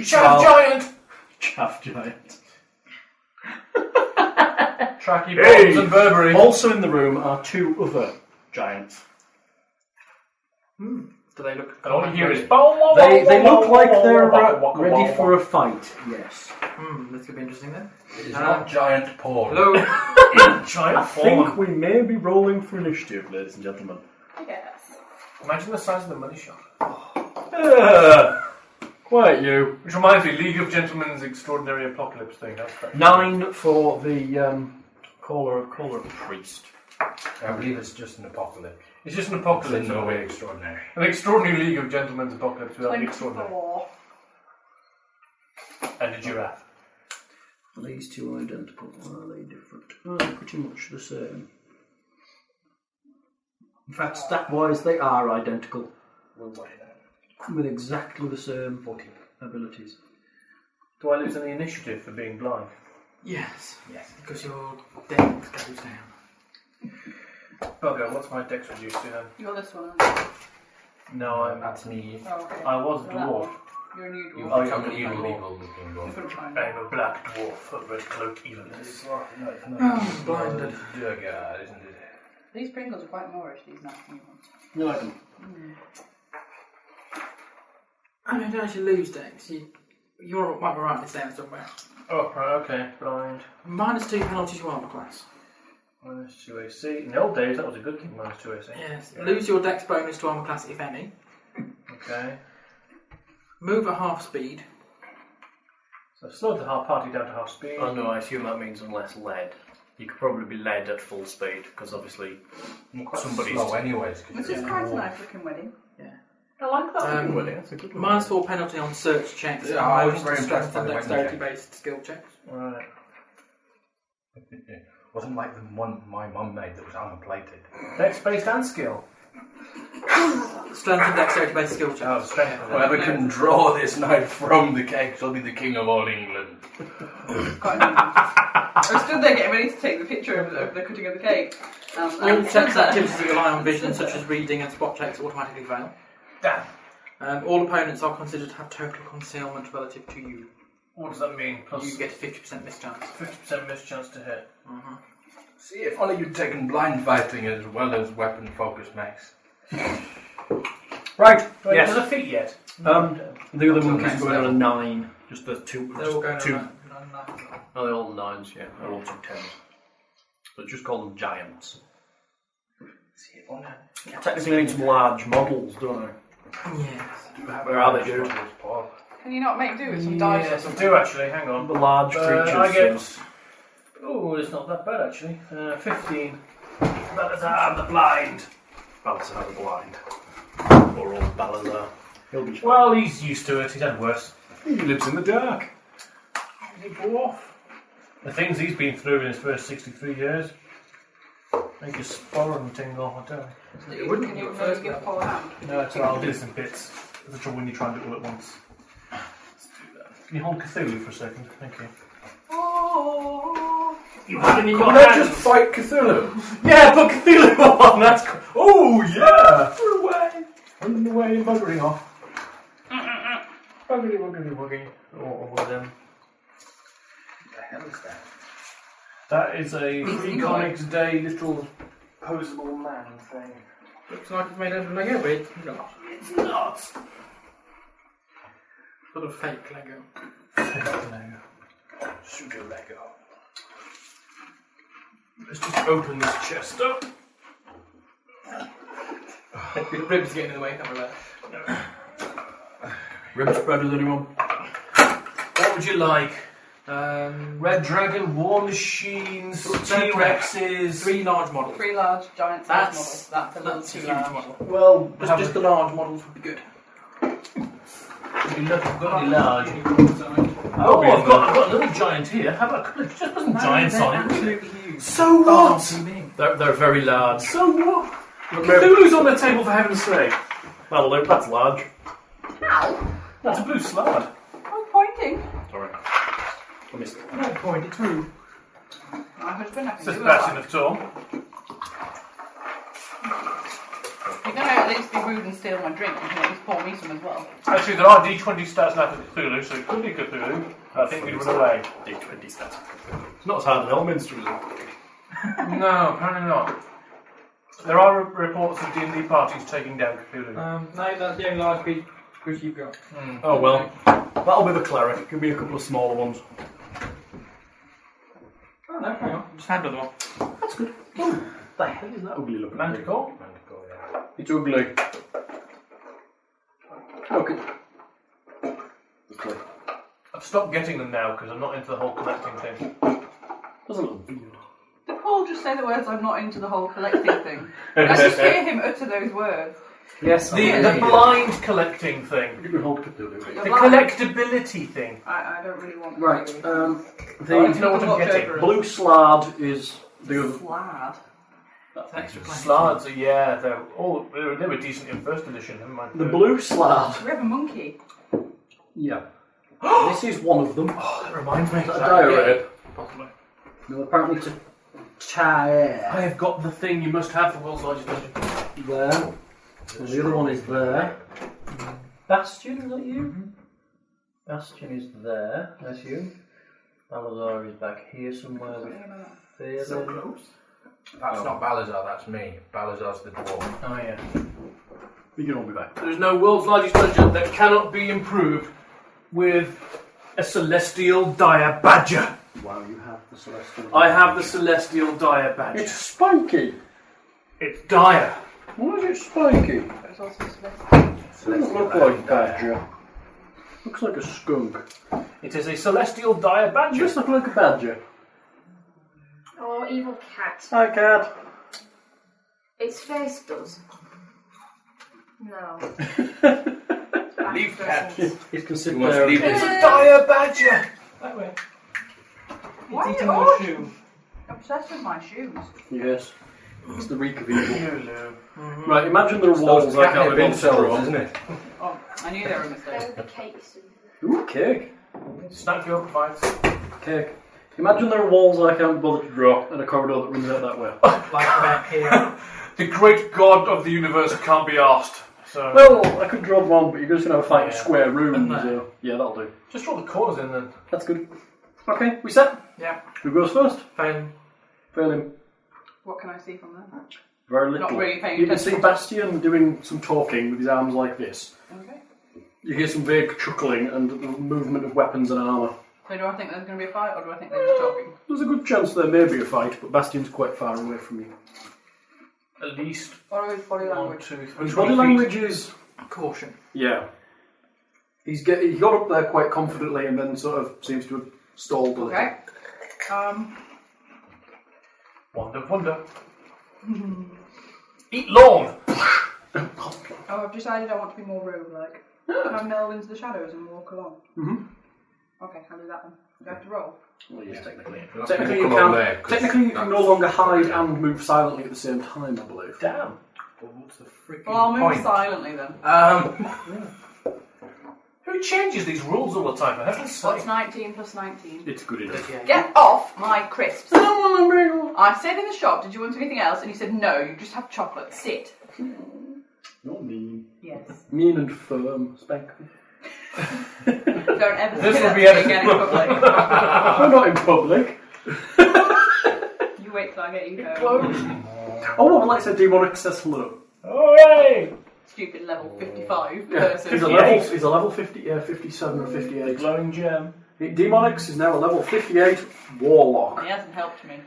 Speaker 5: Shut up, giant!
Speaker 6: Chaff giant.
Speaker 5: Tracky bombs and Burberry.
Speaker 6: Also in the room are two other giants.
Speaker 7: Do they look?
Speaker 5: And all you hear is
Speaker 6: They, they look like they're uh, ready for a fight, yes.
Speaker 7: Hmm, this could be interesting then.
Speaker 3: It is not giant porn.
Speaker 7: Uh, Hello.
Speaker 5: giant
Speaker 6: I think we may be rolling for initiative, ladies and gentlemen.
Speaker 4: Yes.
Speaker 5: Imagine the size of the money shot.
Speaker 6: Uh, quite you.
Speaker 5: Which reminds me, League of Gentlemen's Extraordinary Apocalypse thing. That's correct.
Speaker 6: Nine for the um, caller of caller of priest.
Speaker 3: I believe it's just an apocalypse.
Speaker 5: It's just an
Speaker 3: It's in
Speaker 5: apocalypse.
Speaker 3: no way extraordinary.
Speaker 5: An extraordinary League of Gentlemen's Apocalypse without the extraordinary.
Speaker 4: 24.
Speaker 5: And a giraffe.
Speaker 6: Are these two identical or are they different? Oh, they're pretty much the same. In fact, stat wise, they are identical. With exactly the same abilities.
Speaker 5: Do I lose any initiative for being blind?
Speaker 7: yes. Yes. Because your dex goes down.
Speaker 5: Bugger, Oh, what's my dex reduced to then?
Speaker 4: You're this one, aren't you?
Speaker 5: No, I'm.
Speaker 3: That's me.
Speaker 4: Oh, okay.
Speaker 5: I was
Speaker 4: You're that
Speaker 5: dwarf.
Speaker 4: one. You're a new dwarf.
Speaker 3: You
Speaker 4: You
Speaker 3: are
Speaker 4: couldn't
Speaker 3: an evil, evil looking one.
Speaker 4: find it.
Speaker 5: I'm a black dwarf, a red cloak evilness.
Speaker 3: Oh, blinded. Durga, isn't it?
Speaker 4: These Pringles are quite Moorish, these nice new ones.
Speaker 6: You like them?
Speaker 7: I mean, don't actually lose, Dex. You, you're one right, it's down somewhere.
Speaker 5: Oh, right, okay, blind.
Speaker 7: Minus two penalties to your armor class.
Speaker 5: Minus 2 AC. In the old days, that was a good thing, minus 2 AC.
Speaker 7: Yes. Lose your dex bonus to armor class, if any.
Speaker 5: Okay.
Speaker 7: Move at half speed.
Speaker 5: So I've slowed the half party down to half speed.
Speaker 6: Oh no, I assume that means unless led. You could probably be led at full speed because obviously somebody's.
Speaker 3: Slow anyways. 'cause
Speaker 4: This
Speaker 3: it's
Speaker 4: is quite a nice looking wedding.
Speaker 7: Yeah.
Speaker 4: I like that.
Speaker 7: Um,
Speaker 6: that's a good one.
Speaker 7: Minus four penalty on search checks.
Speaker 3: Yeah, I
Speaker 7: and
Speaker 3: wasn't very
Speaker 7: most
Speaker 3: impressed
Speaker 7: strength
Speaker 3: by
Speaker 7: and
Speaker 3: the wedding
Speaker 7: dexterity based skill checks.
Speaker 5: Right.
Speaker 3: Wasn't like the one my mum made that was armor plated.
Speaker 5: Next based and skill.
Speaker 7: Strength and dexterity based skill checks.
Speaker 5: Oh, strength.
Speaker 3: Whoever can draw this knife from the cake shall be the king of all England.
Speaker 4: quite nice. I stood there getting ready to take the picture of the, of the cutting of the cake. Um,
Speaker 7: All
Speaker 4: and
Speaker 7: checks and activities that rely on vision, such as reading and spot checks, automatically fail.
Speaker 5: Damn.
Speaker 7: Um, all opponents are considered to have total concealment relative to you.
Speaker 5: What does that mean?
Speaker 7: You
Speaker 5: Plus
Speaker 7: get a 50% mischance.
Speaker 5: 50% mischance to hit.
Speaker 3: See, if only you'd taken blind fighting as well as weapon focus max.
Speaker 6: Right.
Speaker 5: Wait,
Speaker 6: yes.
Speaker 5: yes. there's a feat yet.
Speaker 6: Um, the other
Speaker 3: What's
Speaker 6: one
Speaker 3: the
Speaker 6: keeps
Speaker 3: next
Speaker 6: going on a nine. Just the two.
Speaker 7: They're
Speaker 6: Just
Speaker 7: all going on
Speaker 6: two.
Speaker 7: that- on that.
Speaker 6: No, Oh, they're all nines. Yeah, they're all two tens. But just call them giants.
Speaker 3: See, if only
Speaker 6: Technically, I need some large models, don't I?
Speaker 7: Yes.
Speaker 3: you have
Speaker 6: Where are they, dude?
Speaker 4: Can you not make do with some dice or
Speaker 5: Yes, I
Speaker 4: something?
Speaker 5: do actually. Hang on.
Speaker 6: The large
Speaker 5: Uh,
Speaker 6: creatures.
Speaker 5: I get-
Speaker 6: yes.
Speaker 5: Oh, it's not that bad actually. Uh, 15. Balazar uh, the blind.
Speaker 6: Balazar the blind. Or old Balazar. He'll be fine.
Speaker 5: Well, he's used to it. He's had worse.
Speaker 6: he lives in the dark.
Speaker 5: He's a dwarf. The things he's been through in his first 63 years. Make his sporran tingle. I don't know.
Speaker 7: It wouldn't
Speaker 4: Can
Speaker 7: be
Speaker 4: you
Speaker 7: your first
Speaker 4: give
Speaker 7: level.
Speaker 4: Paul a hand?
Speaker 5: No, it's alright. I'll do this in bits. That's the trouble when you try and do it all at once. Can you hold Cthulhu for a second? Thank you.
Speaker 4: Oh,
Speaker 5: You haven't even
Speaker 3: Well, let's just fight Cthulhu.
Speaker 5: Yeah, put Cthulhu on. That's. Cr- oh yeah. Run away. Running away and buggering off. Buggery, buggery, buggery. Or, or them. That is a Free Comics Day little posable man thing.
Speaker 7: Looks like it's made out of Lego, but it's not.
Speaker 5: It's not.
Speaker 7: Sort of fake Lego.
Speaker 5: Pseudo Lego. Let's just open this chest up.
Speaker 7: The ribs getting in the way, can't we?
Speaker 6: Rib spreaders, anyone?
Speaker 5: What would you like?
Speaker 7: Um,
Speaker 5: Red Dragon, War Machines, T Rexes.
Speaker 7: three large models.
Speaker 4: three large giant size models.
Speaker 7: That's
Speaker 4: That's a little
Speaker 7: that's
Speaker 4: too
Speaker 7: a huge
Speaker 4: large.
Speaker 7: model.
Speaker 5: Well,
Speaker 7: Just, just the large models would be good.
Speaker 5: You look bloody large.
Speaker 6: Oh,
Speaker 5: Oh, I've got, I've got a little giant here. How about a couple of just put some giants on it? So what?
Speaker 6: They're, they're very large.
Speaker 5: So what? Cthulhu's on the table for heaven's sake.
Speaker 6: Well, look, that's large.
Speaker 5: That's a blue slab.
Speaker 4: I'm pointing.
Speaker 6: Sorry. I missed it.
Speaker 5: No point, it's rude.
Speaker 4: My husband, I can do
Speaker 5: This
Speaker 4: it.
Speaker 5: is bad enough at all.
Speaker 4: You're gonna at least be rude and steal my drink. You can at least pour me some as well.
Speaker 5: Actually, there are D20 stats now for Cthulhu, so it could be Cthulhu. But I think we'd run away.
Speaker 6: D20 stats. It's not as hard as Elminster, is it?
Speaker 5: No, apparently not. There are re- reports of D&D parties taking down Cthulhu.
Speaker 7: Um, no, that's the only large piece because you've got.
Speaker 6: Oh well. That'll be the cleric. Give me a couple of smaller ones.
Speaker 7: Oh no, hang on. Just hand another one.
Speaker 6: The hell is that ugly looking?
Speaker 5: Manticore?
Speaker 6: It's ugly. Look.
Speaker 5: I've stopped getting them now because I'm not into the whole collecting thing.
Speaker 6: That's a little bean.
Speaker 4: Did Paul just say the words I'm not into the whole collecting thing? I just hear him utter those words.
Speaker 6: Yes,
Speaker 5: The, the blind collecting thing.
Speaker 6: You can hold Cthulhu.
Speaker 5: The collectability thing.
Speaker 4: I, I don't really want to
Speaker 6: Right.
Speaker 4: do
Speaker 6: Um,
Speaker 5: I want to
Speaker 6: the
Speaker 5: know what I'm
Speaker 4: Look
Speaker 5: getting.
Speaker 4: over it.
Speaker 6: blue slard is the other.
Speaker 4: Slad.
Speaker 7: That's an extra plane.
Speaker 5: Slards, are- yeah, they're all they were, they were decent in first edition. Never mind.
Speaker 6: The blue slard.
Speaker 4: River monkey.
Speaker 6: Yeah. this is one of them.
Speaker 5: Oh, that reminds me.
Speaker 6: Is that a diorite?
Speaker 5: Possibly.
Speaker 6: No, apparently it's a tire.
Speaker 5: I have got the thing you must have for World's Largest Dungeon.
Speaker 8: Mm-hmm.
Speaker 6: There. And the other one is there. Bastion, is that you?
Speaker 8: Bastion is there, I assume. Alazar is back here somewhere with Fearless.
Speaker 3: That's not Balazar, that's me. Balazar's the dwarf.
Speaker 8: Oh yeah.
Speaker 6: We can all be back. There is no world's largest dungeon that cannot be improved with a celestial dire badger.
Speaker 8: Wow, you have the celestial.
Speaker 6: I have the celestial dire badger. It's,
Speaker 8: spiky.
Speaker 6: dire.
Speaker 8: Why is it spiky?
Speaker 4: There's also Celeste.
Speaker 8: Doesn't look like badger. Looks like a skunk.
Speaker 6: It is a celestial dire badger.
Speaker 8: Just look like a badger.
Speaker 9: Or evil cat.
Speaker 8: Hi, cat.
Speaker 9: Its face does. No.
Speaker 3: Leave cat.
Speaker 8: It's
Speaker 3: You
Speaker 8: considered.
Speaker 3: must leave
Speaker 9: It's
Speaker 3: this.
Speaker 9: a
Speaker 6: Dire badger.
Speaker 5: That way.
Speaker 4: Why are
Speaker 7: eating
Speaker 4: you
Speaker 7: your
Speaker 4: all
Speaker 7: shoe.
Speaker 4: obsessed with my shoes?
Speaker 8: Yes. Mm-hmm. It's the reek of evil.
Speaker 5: Hello.
Speaker 6: Right, imagine there are walls
Speaker 3: Those
Speaker 6: like that
Speaker 3: catnip
Speaker 6: with monsters
Speaker 3: insoles,
Speaker 6: on.
Speaker 3: isn't it?
Speaker 4: Oh, I knew they were a
Speaker 9: There
Speaker 4: mistake.
Speaker 9: were the cakes. and-
Speaker 8: Ooh, cake.
Speaker 5: Snap you up, fight.
Speaker 8: Cake. Imagine there are walls I can't bother to draw and a corridor that runs out that way.
Speaker 7: Like back here.
Speaker 5: The great god of the universe can't be asked. So
Speaker 8: Well, I could draw one, but you're just gonna have a fight in a
Speaker 5: Yeah.
Speaker 8: square room.
Speaker 7: Isn't it?
Speaker 8: So yeah, that'll do.
Speaker 5: just draw the corners in then.
Speaker 8: That's good. Okay, we set.
Speaker 7: Yeah.
Speaker 8: Who goes first?
Speaker 7: Phone.
Speaker 8: Fail him.
Speaker 4: What can I see from there?
Speaker 8: Very little.
Speaker 4: Not really paying
Speaker 8: you can
Speaker 4: attention.
Speaker 8: see Bastion doing some talking with his arms like this.
Speaker 4: Okay.
Speaker 8: You hear some vague chuckling and the movement of weapons and armour.
Speaker 4: So do I think there's going to be a fight, or do I think they're just talking?
Speaker 8: There's a good chance there may be a fight, but Bastion's quite far away from you.
Speaker 5: At least
Speaker 4: What is body
Speaker 5: one,
Speaker 4: language?
Speaker 5: two, three.
Speaker 8: His body
Speaker 5: 20
Speaker 8: language is
Speaker 7: Caution.
Speaker 8: yeah. He's get, he got up there quite confidently and then sort of seems to have stalled a little.
Speaker 4: Okay. Um,
Speaker 5: feet. Wonder, wonder. Eat lawn.
Speaker 4: oh, I've decided I want to be more rogue-like. Can I meld into the shadows and walk along? Mm-hmm. Okay, I'll do that then. Do I have to roll?
Speaker 8: Well, yes, technically.
Speaker 3: That's
Speaker 8: Technically you,
Speaker 3: gonna come on
Speaker 8: can,
Speaker 3: there, 'cause
Speaker 8: technically, you can no
Speaker 3: that's-
Speaker 8: longer hide and move silently at the same time, I believe.
Speaker 6: Damn.
Speaker 7: Well, what's the freaking
Speaker 4: Well, I'll move
Speaker 7: point?
Speaker 4: silently then.
Speaker 5: Uh,
Speaker 7: Um,
Speaker 5: Who changes these rules all the time? For heaven's sake.
Speaker 4: What's 19 plus 19?
Speaker 8: It's good enough.
Speaker 4: Get off my crisps.
Speaker 8: I don't want to wriggle.
Speaker 4: I said in the shop, did you want anything else? And you said, no, you just have chocolate. Sit.
Speaker 8: You're mean.
Speaker 4: Yes.
Speaker 8: Mean and firm. Spank me.
Speaker 4: Don't ever
Speaker 5: This
Speaker 4: say
Speaker 5: will
Speaker 4: that
Speaker 5: be
Speaker 4: to me again in public.
Speaker 8: I'm not in public.
Speaker 4: you wait till I get you home.
Speaker 8: Oh, what would like to say demonic says hello?
Speaker 5: Hooray!
Speaker 4: Stupid level 55
Speaker 8: Yeah, he's,
Speaker 4: person.
Speaker 8: a level, he's a level 50, yeah, 57 or
Speaker 5: The
Speaker 8: 58.
Speaker 5: glowing gem.
Speaker 8: He- Demonix is now a level 58 warlock.
Speaker 4: He hasn't helped me.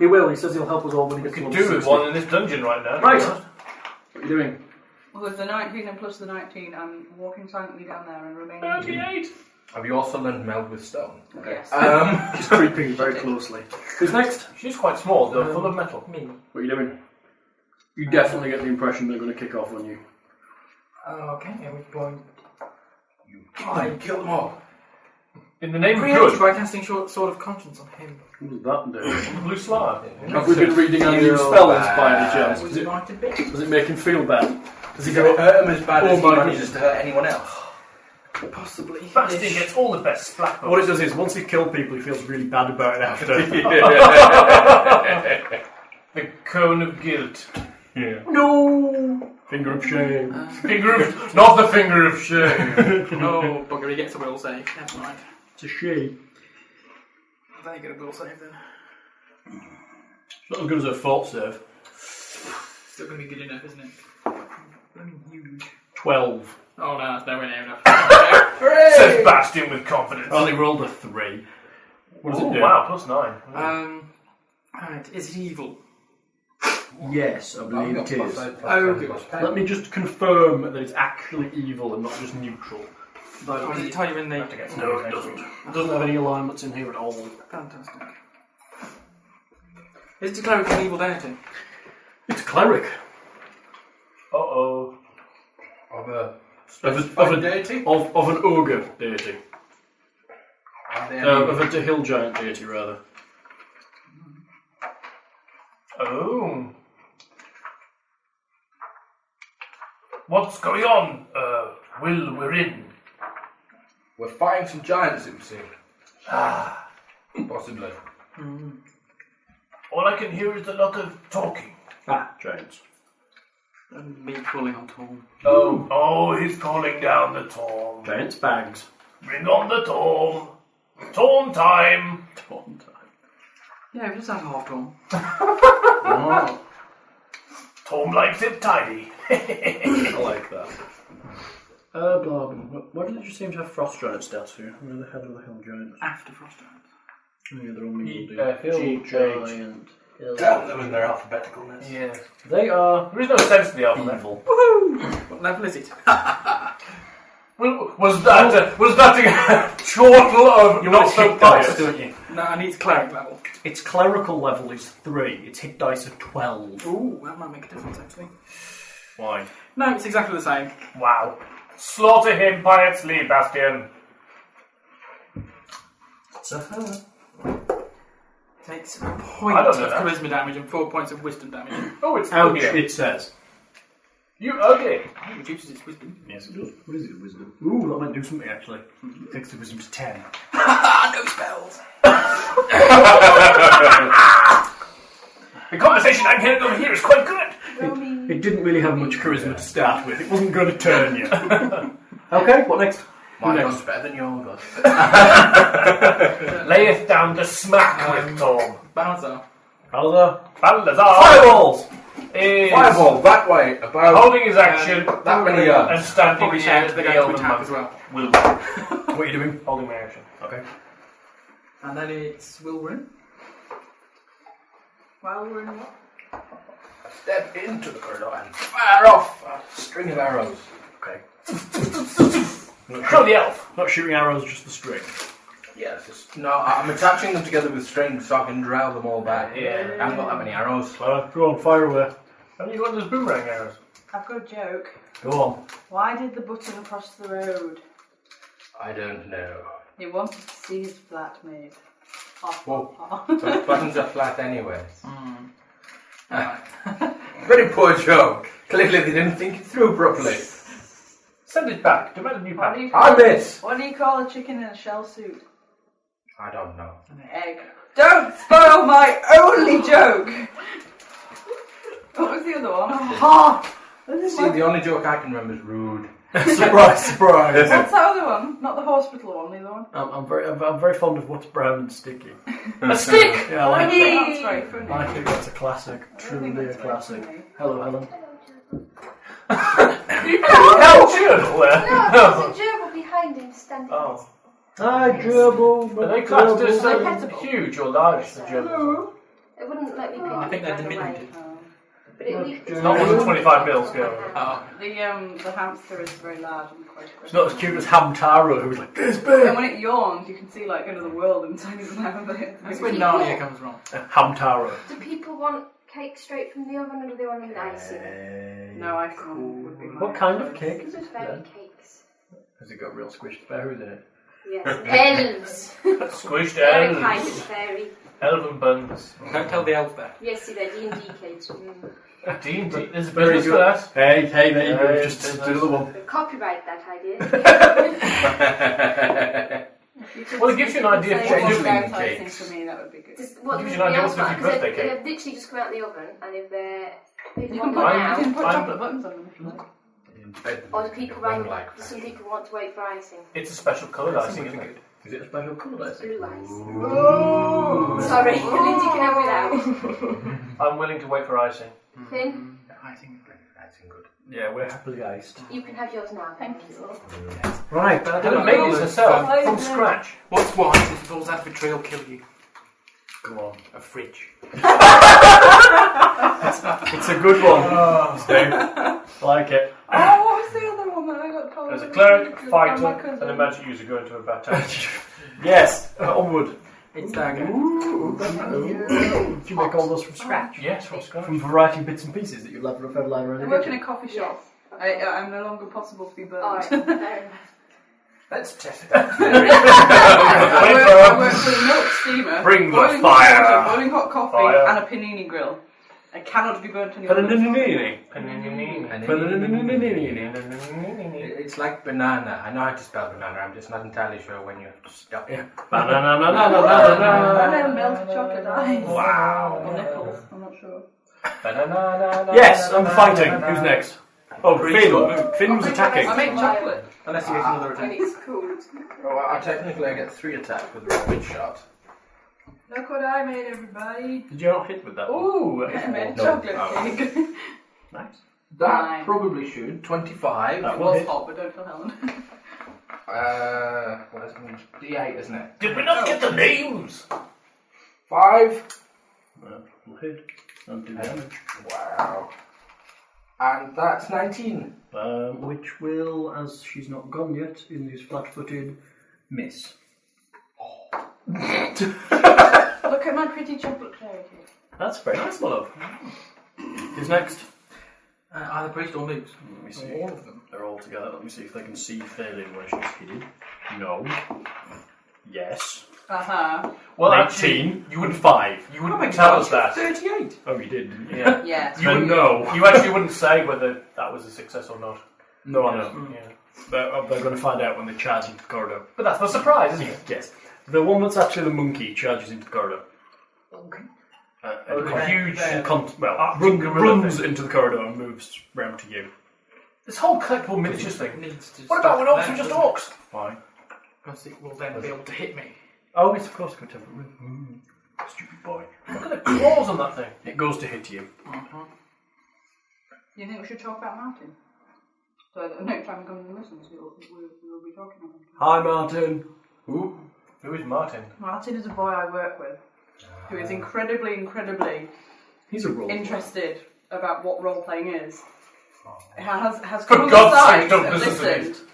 Speaker 8: He will, he says he'll help us all when he
Speaker 5: We
Speaker 8: gets to
Speaker 5: could
Speaker 8: level
Speaker 5: do with
Speaker 8: 60.
Speaker 5: one in this dungeon right now.
Speaker 8: Right. What are you doing?
Speaker 4: Well, with the 19 and plus the 19, I'm walking silently down there and remaining.
Speaker 5: Thirty-eight.
Speaker 3: Have you also learned meld with stone?
Speaker 4: Yes.
Speaker 3: Um,
Speaker 8: He's creeping very closely. Who's next?
Speaker 5: She's quite small though, full of metal.
Speaker 7: me.
Speaker 8: What are you doing? You definitely get the impression they're going to kick off on you.
Speaker 7: Oh, Okay, and we can go and
Speaker 3: I kill them all.
Speaker 5: In the name of
Speaker 7: preempt
Speaker 5: good.
Speaker 7: by casting short, Sword of Conscience on him.
Speaker 8: What does that do?
Speaker 5: Blue Slava.
Speaker 8: Have we been reading our new spells by any chance?
Speaker 7: Was
Speaker 8: Does
Speaker 7: it
Speaker 8: it,
Speaker 7: right a bit?
Speaker 8: does it make him feel bad? Does he
Speaker 3: If it
Speaker 8: go,
Speaker 3: hurt him as bad as
Speaker 8: Oh
Speaker 3: he
Speaker 8: my
Speaker 3: manages to hurt anyone else.
Speaker 7: Possibly.
Speaker 5: Bastion
Speaker 7: Ish.
Speaker 5: gets all the best splat.
Speaker 6: What it does is once he's killed people, he feels really bad about it after.
Speaker 5: The cone of guilt.
Speaker 6: Finger of shame.
Speaker 5: Finger of not the finger of shame.
Speaker 7: Oh, bugger, he gets a will save. Never mind.
Speaker 6: it's a shame.
Speaker 7: I don't think he'll get a will save then.
Speaker 6: It's not as good as a fault save.
Speaker 7: Still gonna be good enough, isn't it? Blooming huge.
Speaker 6: Twelve.
Speaker 7: Oh no, it's nowhere near enough.
Speaker 5: Says Bastion with confidence.
Speaker 6: I only rolled a three. Uh, What does
Speaker 8: Oh,
Speaker 5: Ooh,
Speaker 6: it do?
Speaker 5: wow, plus nine.
Speaker 7: um, alright, is it evil?
Speaker 6: Yes, I believe it is.
Speaker 7: Oh, good.
Speaker 6: Let me just confirm that it's actually evil and not just neutral.
Speaker 7: Oh, does it tell you in the.
Speaker 6: No, it doesn't. It doesn't have any alignments in here at all.
Speaker 7: Fantastic. Is it declared an evil deity?
Speaker 6: It's a cleric.
Speaker 5: Uh oh.
Speaker 3: Of a
Speaker 6: Of, a,
Speaker 3: of
Speaker 6: of,
Speaker 3: a
Speaker 6: a,
Speaker 3: deity?
Speaker 6: of, of an ogre deity.
Speaker 3: Are there
Speaker 8: Um,
Speaker 6: Uh,
Speaker 3: any-
Speaker 6: of a Dahil giant deity, rather.
Speaker 5: Oh. What's going on, uh, Will We're in?
Speaker 3: We're fighting some giants, it would seem. Ah. Possibly.
Speaker 5: All I can hear is a lot of talking.
Speaker 6: Ah, giants.
Speaker 7: And me calling on Tom.
Speaker 5: Oh. Oh, he's calling down the Tom.
Speaker 6: Giant's bags.
Speaker 5: Bring on the Tom. Tom time.
Speaker 6: Torn time.
Speaker 7: Yeah, just have half Tom.
Speaker 6: Oh,
Speaker 5: Tom likes it tidy.
Speaker 6: I like that. Uh, blah, blah, blah. Why do they just seem to have frost giant stats here? Where the hell are the hill giants?
Speaker 7: After Frost Giant.
Speaker 6: Oh, yeah, they're all mingled.
Speaker 5: uh, hill
Speaker 6: G
Speaker 5: giant.
Speaker 6: giant.
Speaker 3: Damn them in their alphabeticalness.
Speaker 5: yeah.
Speaker 6: They are
Speaker 5: There is no sense to the alphabet.
Speaker 6: evil.
Speaker 7: What level is it?
Speaker 5: Well, was that a, was that a chortle of
Speaker 6: You
Speaker 5: not
Speaker 6: want
Speaker 5: so
Speaker 6: hit dice,
Speaker 5: biased?
Speaker 6: don't you?
Speaker 7: No, I need cleric level.
Speaker 6: Its clerical level is three. Its hit dice are twelve.
Speaker 7: Ooh, that might make a difference actually.
Speaker 5: Why?
Speaker 7: No, it's exactly the same.
Speaker 5: Wow. Slaughter him by its lead, Bastion.
Speaker 6: It's a her.
Speaker 7: Takes a point
Speaker 5: I
Speaker 7: of
Speaker 5: don't know that.
Speaker 7: charisma damage and four points of wisdom damage.
Speaker 5: Oh, it's
Speaker 6: Ouch!
Speaker 5: ugly.
Speaker 6: It says.
Speaker 5: You ugly.
Speaker 7: That reduces its wisdom.
Speaker 6: Yes, it does. What is it, wisdom? Ooh, that might do something actually.
Speaker 5: Mm-hmm.
Speaker 6: Takes the wisdom to ten.
Speaker 7: Ah, no spells.
Speaker 5: The conversation I'm hearing over here is quite good.
Speaker 6: It didn't really have much charisma to start with. It wasn't going to turn you. okay, what next?
Speaker 3: Mine
Speaker 6: Who
Speaker 3: goes better than yours. does.
Speaker 5: Layeth down the smack
Speaker 7: Um,
Speaker 5: with Tom.
Speaker 7: Balazar.
Speaker 6: Balder.
Speaker 5: Balazar
Speaker 6: Fireballs!
Speaker 5: is
Speaker 8: Fireball that way, about
Speaker 5: holding his action
Speaker 8: that many
Speaker 5: and
Speaker 8: yards.
Speaker 5: standing
Speaker 7: Um, Probably shout to Oh, the guy to
Speaker 5: elven
Speaker 7: attack as well.
Speaker 5: Will
Speaker 6: What are you doing?
Speaker 5: holding my action.
Speaker 6: Okay.
Speaker 7: And then it's Wilburn.
Speaker 4: Well, we're in what?
Speaker 3: Step into the corridor and fire off a string of arrows.
Speaker 6: Okay.
Speaker 5: Kill the elf.
Speaker 6: Not shooting arrows, just the string.
Speaker 3: Yes. it's- No, I- I'm attaching them together with strings so I can draw them all back.
Speaker 5: Yeah.
Speaker 3: I haven't got that many arrows.
Speaker 6: Uh, go on, fire away.
Speaker 5: Have you got those boomerang arrows?
Speaker 4: I've got a joke.
Speaker 6: Go on.
Speaker 4: Why did the button across the road?
Speaker 3: I don't know.
Speaker 4: He wanted to see his flat mate. Off,
Speaker 3: Whoa.
Speaker 4: off.
Speaker 3: But buttons are flat anyway.
Speaker 7: Hmm. Alright.
Speaker 3: Very poor joke. Clearly they didn't think it through properly.
Speaker 5: Send it back. Demand a new
Speaker 4: What do
Speaker 5: pack.
Speaker 4: you
Speaker 3: I
Speaker 4: call,
Speaker 3: miss.
Speaker 4: what do you call a chicken in a shell suit?
Speaker 3: I don't know.
Speaker 4: An egg. Don't spoil my only joke! What was the other one? Ha! This is
Speaker 3: See,
Speaker 4: my-
Speaker 3: the only joke I can remember is rude.
Speaker 6: surprise, surprise!
Speaker 4: What's that other one? Not the hospital one, the other one.
Speaker 6: I'm, I'm very, I'm, I'm very fond of what's brown and sticky.
Speaker 5: A stick.
Speaker 6: Yeah, I like it.
Speaker 4: That's very funny.
Speaker 6: I think that's a classic. Truly a classic. Hello, Helen.
Speaker 5: Help you.
Speaker 9: No, there's a gerbil behind him standing.
Speaker 5: Oh.
Speaker 6: Hi, gerbil.
Speaker 5: Are they classed as
Speaker 9: They're
Speaker 5: um,
Speaker 9: pettable.
Speaker 5: huge or large? The Germans.
Speaker 9: It wouldn't let me
Speaker 7: I
Speaker 9: pick
Speaker 7: think
Speaker 9: it
Speaker 7: they're
Speaker 9: either way.
Speaker 7: diminutive.
Speaker 4: Um,
Speaker 9: But it leaked. It's
Speaker 5: not one of the 25 bills, go.
Speaker 7: Oh,
Speaker 4: The, um, the hamster is very large and quite aggressive.
Speaker 6: It's not as cute as Hamtaro, who's like this
Speaker 4: And
Speaker 6: big.
Speaker 4: when it yawns, you can see like another world inside his mouth. It's
Speaker 7: that's where
Speaker 4: really-
Speaker 7: Narnia comes from.
Speaker 6: Hamtaro.
Speaker 9: Do people want cake straight from the oven or do they want an icing?
Speaker 4: No, I can't. Would be my
Speaker 6: What kind of cake is
Speaker 9: It's
Speaker 6: it?
Speaker 9: fairy cakes.
Speaker 3: Has it got real squished berries in it?
Speaker 9: Yes. Elves.
Speaker 5: Squished
Speaker 9: They're a kind of
Speaker 5: elves.
Speaker 9: fairy.
Speaker 5: Elven buns.
Speaker 7: Don't tell the elf that.
Speaker 9: Yes, see, they're D&D cakes. Mm.
Speaker 5: D and D. There's a
Speaker 6: Very
Speaker 5: business for
Speaker 6: good.
Speaker 5: that.
Speaker 6: Hey, hey, there you go.
Speaker 5: Hey,
Speaker 6: Just
Speaker 5: business.
Speaker 6: do the one.
Speaker 9: Copyright that idea.
Speaker 5: Well, it gives you an idea of
Speaker 4: Say
Speaker 5: what
Speaker 4: one
Speaker 3: changing
Speaker 5: you're
Speaker 4: about
Speaker 3: the
Speaker 4: icing
Speaker 3: cakes.
Speaker 4: for me, that would be good.
Speaker 9: Just what
Speaker 5: You
Speaker 9: the
Speaker 5: should not be
Speaker 9: else
Speaker 5: able to
Speaker 9: want,
Speaker 5: do
Speaker 9: because
Speaker 5: birthday
Speaker 9: they-
Speaker 5: cake.
Speaker 9: they've literally just come out of the oven, and if they're if they
Speaker 4: You can
Speaker 9: want
Speaker 4: put,
Speaker 9: them
Speaker 5: I'm-
Speaker 4: you
Speaker 9: now,
Speaker 4: can put
Speaker 5: I'm-
Speaker 4: chocolate buttons on them if you like.
Speaker 9: or do people rather
Speaker 3: like
Speaker 9: some people want to wait for icing?
Speaker 5: It's a special coloured icing, isn't it?
Speaker 3: Is it a special colour? I think?
Speaker 9: Blue Oh. ice.
Speaker 5: Ooh.
Speaker 9: Sorry, Lindsay can have it out.
Speaker 5: I'm willing to wait for icing.
Speaker 9: Finn,
Speaker 7: I think it's great.
Speaker 3: That's good.
Speaker 6: Yeah, we're happily iced.
Speaker 9: you can have yours now. Thank you.
Speaker 6: Right.
Speaker 7: But I
Speaker 5: Helen
Speaker 7: don't
Speaker 5: made
Speaker 7: know.
Speaker 5: this herself
Speaker 4: Hello,
Speaker 5: from
Speaker 4: Lou.
Speaker 5: scratch.
Speaker 7: What's wise is balls out betrayal kill you.
Speaker 6: Go on.
Speaker 7: A fridge.
Speaker 6: It's a good one. Steve. I like it.
Speaker 4: Oh, what was the other one that I got told?
Speaker 5: There's a cleric, a
Speaker 4: Because
Speaker 5: fighter,
Speaker 4: my cousin-
Speaker 5: and a magic user going to a battle.
Speaker 6: Yes. Onward.
Speaker 7: It's dagger.
Speaker 6: Ooh. Did you make all those from scratch?
Speaker 5: yes, from scratch.
Speaker 6: From variety of bits and pieces that you've left left left
Speaker 4: I
Speaker 6: around
Speaker 4: work in
Speaker 6: the
Speaker 4: a coffee
Speaker 9: Yes.
Speaker 4: shop. I, uh, I- I'm no longer possible to be burned.
Speaker 9: All right.
Speaker 4: I,
Speaker 9: Fair enough.
Speaker 3: Let's test that.
Speaker 4: work, I work with a milk steamer,
Speaker 6: Bring the
Speaker 4: boiling
Speaker 6: fire.
Speaker 4: hot water, boiling hot coffee,
Speaker 5: Fire.
Speaker 4: and a panini grill. I cannot be burnt any longer.
Speaker 6: kitchen.
Speaker 5: Panini.
Speaker 6: Panini.
Speaker 5: Panini.
Speaker 3: It's like banana. I know how to spell banana. I'm just not entirely sure when you have to stop. Yeah.
Speaker 6: Banana.
Speaker 5: Oh,
Speaker 4: I know milk chocolate eyes.
Speaker 5: Wow.
Speaker 4: Or nipples, I'm not sure.
Speaker 6: Yes,
Speaker 3: Yes,
Speaker 6: I'm fighting. Who's next? Oh, Finn. Finn was
Speaker 4: I
Speaker 6: attacking.
Speaker 4: make chocolate.
Speaker 7: Unless you get another
Speaker 4: And
Speaker 7: attack.
Speaker 4: it's cooled.
Speaker 3: Oh, I, I technically I get three attack with a rapid shot.
Speaker 4: Look what I made, everybody.
Speaker 6: Did you not hit with that? one?
Speaker 4: Ooh, I made chocolate
Speaker 5: Oh.
Speaker 4: cake.
Speaker 6: Nice.
Speaker 3: That
Speaker 4: Nine.
Speaker 3: probably should. 25.
Speaker 6: That
Speaker 4: it
Speaker 6: will
Speaker 4: was
Speaker 6: hit.
Speaker 4: hot, but don't tell Helen.
Speaker 3: Uh, what is it? D8, isn't it?
Speaker 5: Did we not get the names?
Speaker 3: 5.
Speaker 6: That will hit. And do damage.
Speaker 3: Wow. And that's 19.
Speaker 6: Um, which will, as she's not gone yet, in this flat-footed miss.
Speaker 4: Look at my pretty chocolate cake.
Speaker 6: That's very nice, my love. Who's next?
Speaker 7: Uh, either priest or moose.
Speaker 6: Let me see. All of them. They're all together. Let me see if they can see fairly where she's hidden. No. Yes.
Speaker 4: Uh huh.
Speaker 5: Well, actually,
Speaker 6: 18. You and 5.
Speaker 5: you wouldn't tell us that.
Speaker 7: 38!
Speaker 6: Oh, you did, didn't you?
Speaker 5: Yeah.
Speaker 4: Yes.
Speaker 5: You wouldn't-
Speaker 6: no.
Speaker 5: You actually wouldn't say whether that was a success or not.
Speaker 6: No, I know.
Speaker 5: Yeah.
Speaker 6: They're, oh, they're going to find out when they charge into the corridor.
Speaker 5: But that's the surprise, isn't it?
Speaker 6: Yes. The one that's actually the monkey charges into the corridor. Okay. Uh, and
Speaker 5: Okay. Ah,
Speaker 6: huge, con- well,
Speaker 5: Arctic
Speaker 6: run,
Speaker 5: gorilla
Speaker 6: runs into the corridor and moves round to you.
Speaker 5: This whole collectible miniatures thing.
Speaker 7: Needs to
Speaker 5: What about when orcs
Speaker 7: stop
Speaker 5: were just
Speaker 7: there.
Speaker 5: orcs?
Speaker 6: Why?
Speaker 7: Because it will then be able to hit me.
Speaker 6: Oh, it's of course going to have a room. Stupid boy.
Speaker 5: Look at the claws on that thing.
Speaker 6: It goes to hit you.
Speaker 4: You think we should talk about Martin? So that next time we come to the listeners, we'll, we'll, we'll be talking about him.
Speaker 6: Hi, Martin.
Speaker 5: Who? Who is Martin?
Speaker 4: Martin is a boy I work with who
Speaker 5: Ah.
Speaker 4: is incredibly, incredibly
Speaker 6: He's a roll.
Speaker 4: interested about what role playing is. Has has
Speaker 5: Oh. For
Speaker 4: come on
Speaker 5: God's
Speaker 4: the
Speaker 5: sake,
Speaker 4: side
Speaker 5: don't
Speaker 4: and
Speaker 5: listen to me.
Speaker 4: listened,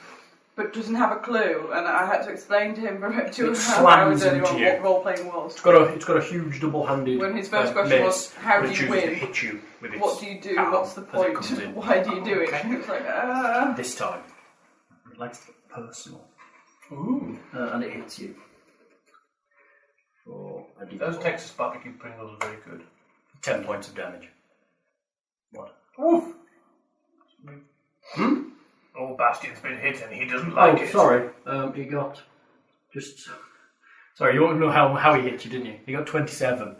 Speaker 4: but doesn't have a clue. And I had to explain to him for about two
Speaker 6: It
Speaker 4: and a half hours
Speaker 6: slams
Speaker 4: earlier
Speaker 6: into
Speaker 4: on
Speaker 6: you.
Speaker 4: what role playing was.
Speaker 6: It's got a it's got a huge double-handed.
Speaker 4: When his first
Speaker 6: uh,
Speaker 4: question
Speaker 6: mace,
Speaker 4: was, how
Speaker 6: but
Speaker 4: do
Speaker 6: it
Speaker 4: you
Speaker 6: chooses to
Speaker 4: win?
Speaker 6: hit you with its
Speaker 4: What do you do?
Speaker 6: arm
Speaker 4: What's the
Speaker 6: as it
Speaker 4: point?
Speaker 6: comes in.
Speaker 4: Why do you do it? And he was like, ah.
Speaker 6: This time, it likes to get personal. Ooh. and it hits you. For a d4.
Speaker 5: Those Texas barbecue Pringles are very good.
Speaker 6: ten points of damage. What?
Speaker 5: Oof! Hmm? Old Bastion's been hit and he doesn't
Speaker 6: Oh,
Speaker 5: like it.
Speaker 6: sorry. Um, he got just. Sorry, you want to know how how he hit you, didn't you? He got twenty-seven.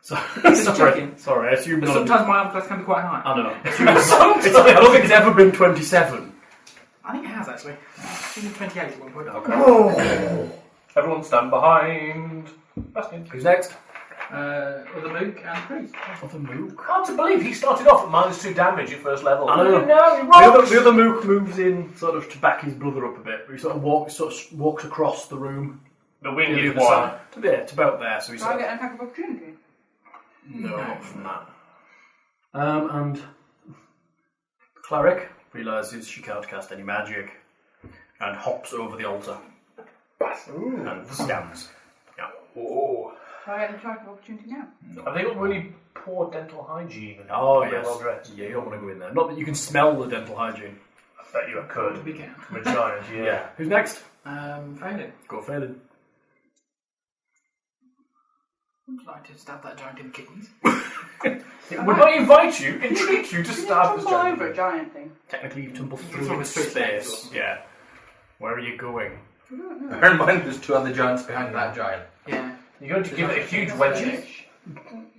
Speaker 6: So, sorry,
Speaker 7: checking.
Speaker 6: sorry. I assume not.
Speaker 7: Sometimes my arm class can be quite high.
Speaker 6: I know. It's- I don't think it's ever been twenty-seven.
Speaker 7: I think it has actually. I think it's 28 at one point.
Speaker 5: Everyone stand behind Bastion.
Speaker 6: Who's next?
Speaker 7: Uh, with the mook and the priest.
Speaker 6: Other Mook.
Speaker 5: Can't believe he started off at minus two damage at first level.
Speaker 6: I know.
Speaker 5: No, he
Speaker 6: The other,
Speaker 5: rolled.
Speaker 6: the other Mook moves in sort of to back his brother up a bit. He sort of walks, sort of walks across the room.
Speaker 5: The
Speaker 6: to
Speaker 5: wing
Speaker 6: the
Speaker 5: is
Speaker 6: other
Speaker 5: one.
Speaker 6: side. Yeah, it's about there. So he
Speaker 4: Do I
Speaker 6: sort of
Speaker 4: get an attack of opportunity?
Speaker 6: no, not from that. Um, and the cleric realizes she can't cast any magic, and hops over the altar and stabs. Yeah.
Speaker 5: Oh,
Speaker 4: Do I get an attack of opportunity now?
Speaker 5: Have they got really poor dental hygiene? and
Speaker 6: Oh
Speaker 5: not very
Speaker 6: yes.
Speaker 5: Well dressed.
Speaker 6: Yeah, you don't want to go in there. Not that you can smell the dental hygiene.
Speaker 5: I bet you I could.
Speaker 7: We can.
Speaker 5: I'm a giant, yeah.
Speaker 6: Who's next?
Speaker 7: Um, Phelan.
Speaker 6: Go Phelan.
Speaker 7: Would you like to stab that giant in the kidneys?
Speaker 5: Would I invite you, entreat you to stab the
Speaker 4: Tumble over a
Speaker 5: giant?
Speaker 4: giant thing.
Speaker 6: Technically, you've tumbled
Speaker 7: throw
Speaker 6: through its
Speaker 7: it straight back
Speaker 6: space. Yeah. Where are you going?
Speaker 3: Bear in mind there's two other giants behind that giant.
Speaker 7: Yeah.
Speaker 5: You're going to give it a huge wedgie.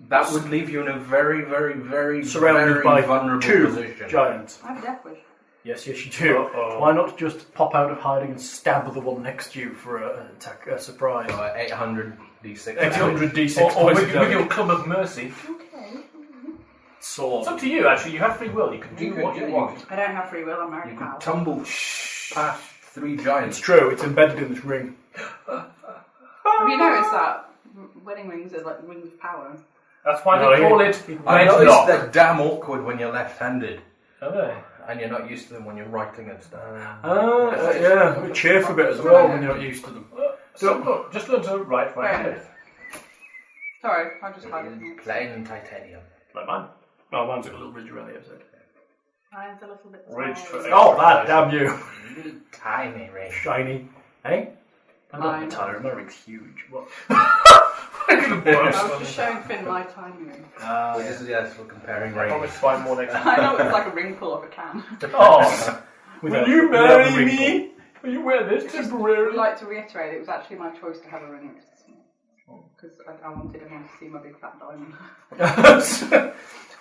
Speaker 3: That would leave you in a very, very, very,
Speaker 6: Surrounded
Speaker 3: very
Speaker 6: by
Speaker 3: vulnerable
Speaker 6: two
Speaker 3: position.
Speaker 6: giants.
Speaker 4: I have a death wish.
Speaker 6: Yes, yes, you do.
Speaker 5: Uh-oh.
Speaker 6: Why not just pop out of hiding and stab the one next to you for a, an attack, a surprise?
Speaker 3: Uh, 800 d6.
Speaker 6: 800 d6
Speaker 5: Or, or
Speaker 6: points
Speaker 5: with,
Speaker 6: of
Speaker 5: with
Speaker 6: damage.
Speaker 5: your club of mercy.
Speaker 6: sword.
Speaker 5: It's up to you, actually. You have free will. You can do
Speaker 3: You could,
Speaker 5: what
Speaker 3: yeah,
Speaker 5: you
Speaker 3: you
Speaker 5: want.
Speaker 3: could-
Speaker 4: I don't have free will, I'm
Speaker 3: you
Speaker 4: married now.
Speaker 3: could tumble past three
Speaker 6: It's
Speaker 3: giants.
Speaker 6: true, it's embedded in this ring.
Speaker 4: Have you noticed that? W- Wedding rings are like wings of power.
Speaker 5: That's why
Speaker 6: No,
Speaker 5: they call
Speaker 6: it-
Speaker 5: it
Speaker 3: I noticed
Speaker 5: wedlock.
Speaker 3: they're damn awkward when you're left-handed,
Speaker 5: Are they?
Speaker 3: and you're not used to them when you're writing and stuff.
Speaker 6: Ah, uh, yeah, we chafe a bit as well when you're not used to them.
Speaker 5: So, look, just learn to write right
Speaker 4: Fair
Speaker 5: hand.
Speaker 4: enough. Sorry, I just had it.
Speaker 3: Plain titanium.
Speaker 6: Like mine. Oh, mine's got a little ridge around the outside.
Speaker 4: Mine's a little bit
Speaker 5: Ridge
Speaker 4: smaller.
Speaker 5: for
Speaker 6: Oh, that, damn you.
Speaker 3: Little tiny ring.
Speaker 6: Shiny. Hey? I'm
Speaker 4: Mine.
Speaker 6: not tired, my ring's huge. What?
Speaker 4: I was just showing Finn my tiny ring.
Speaker 3: Uh, this is yes, we're comparing
Speaker 5: I
Speaker 3: rings.
Speaker 5: promise to find more next
Speaker 4: I
Speaker 5: time.
Speaker 4: know it's like a ring pull off a can.
Speaker 5: Oh,
Speaker 6: With
Speaker 5: will
Speaker 6: a-
Speaker 5: you
Speaker 6: with a wrinkle.
Speaker 5: marry me? Will you wear this
Speaker 4: I'd
Speaker 5: temporarily?
Speaker 4: like to reiterate, it was actually my choice to have a ring. because I, I wanted everyone to see my big fat diamond.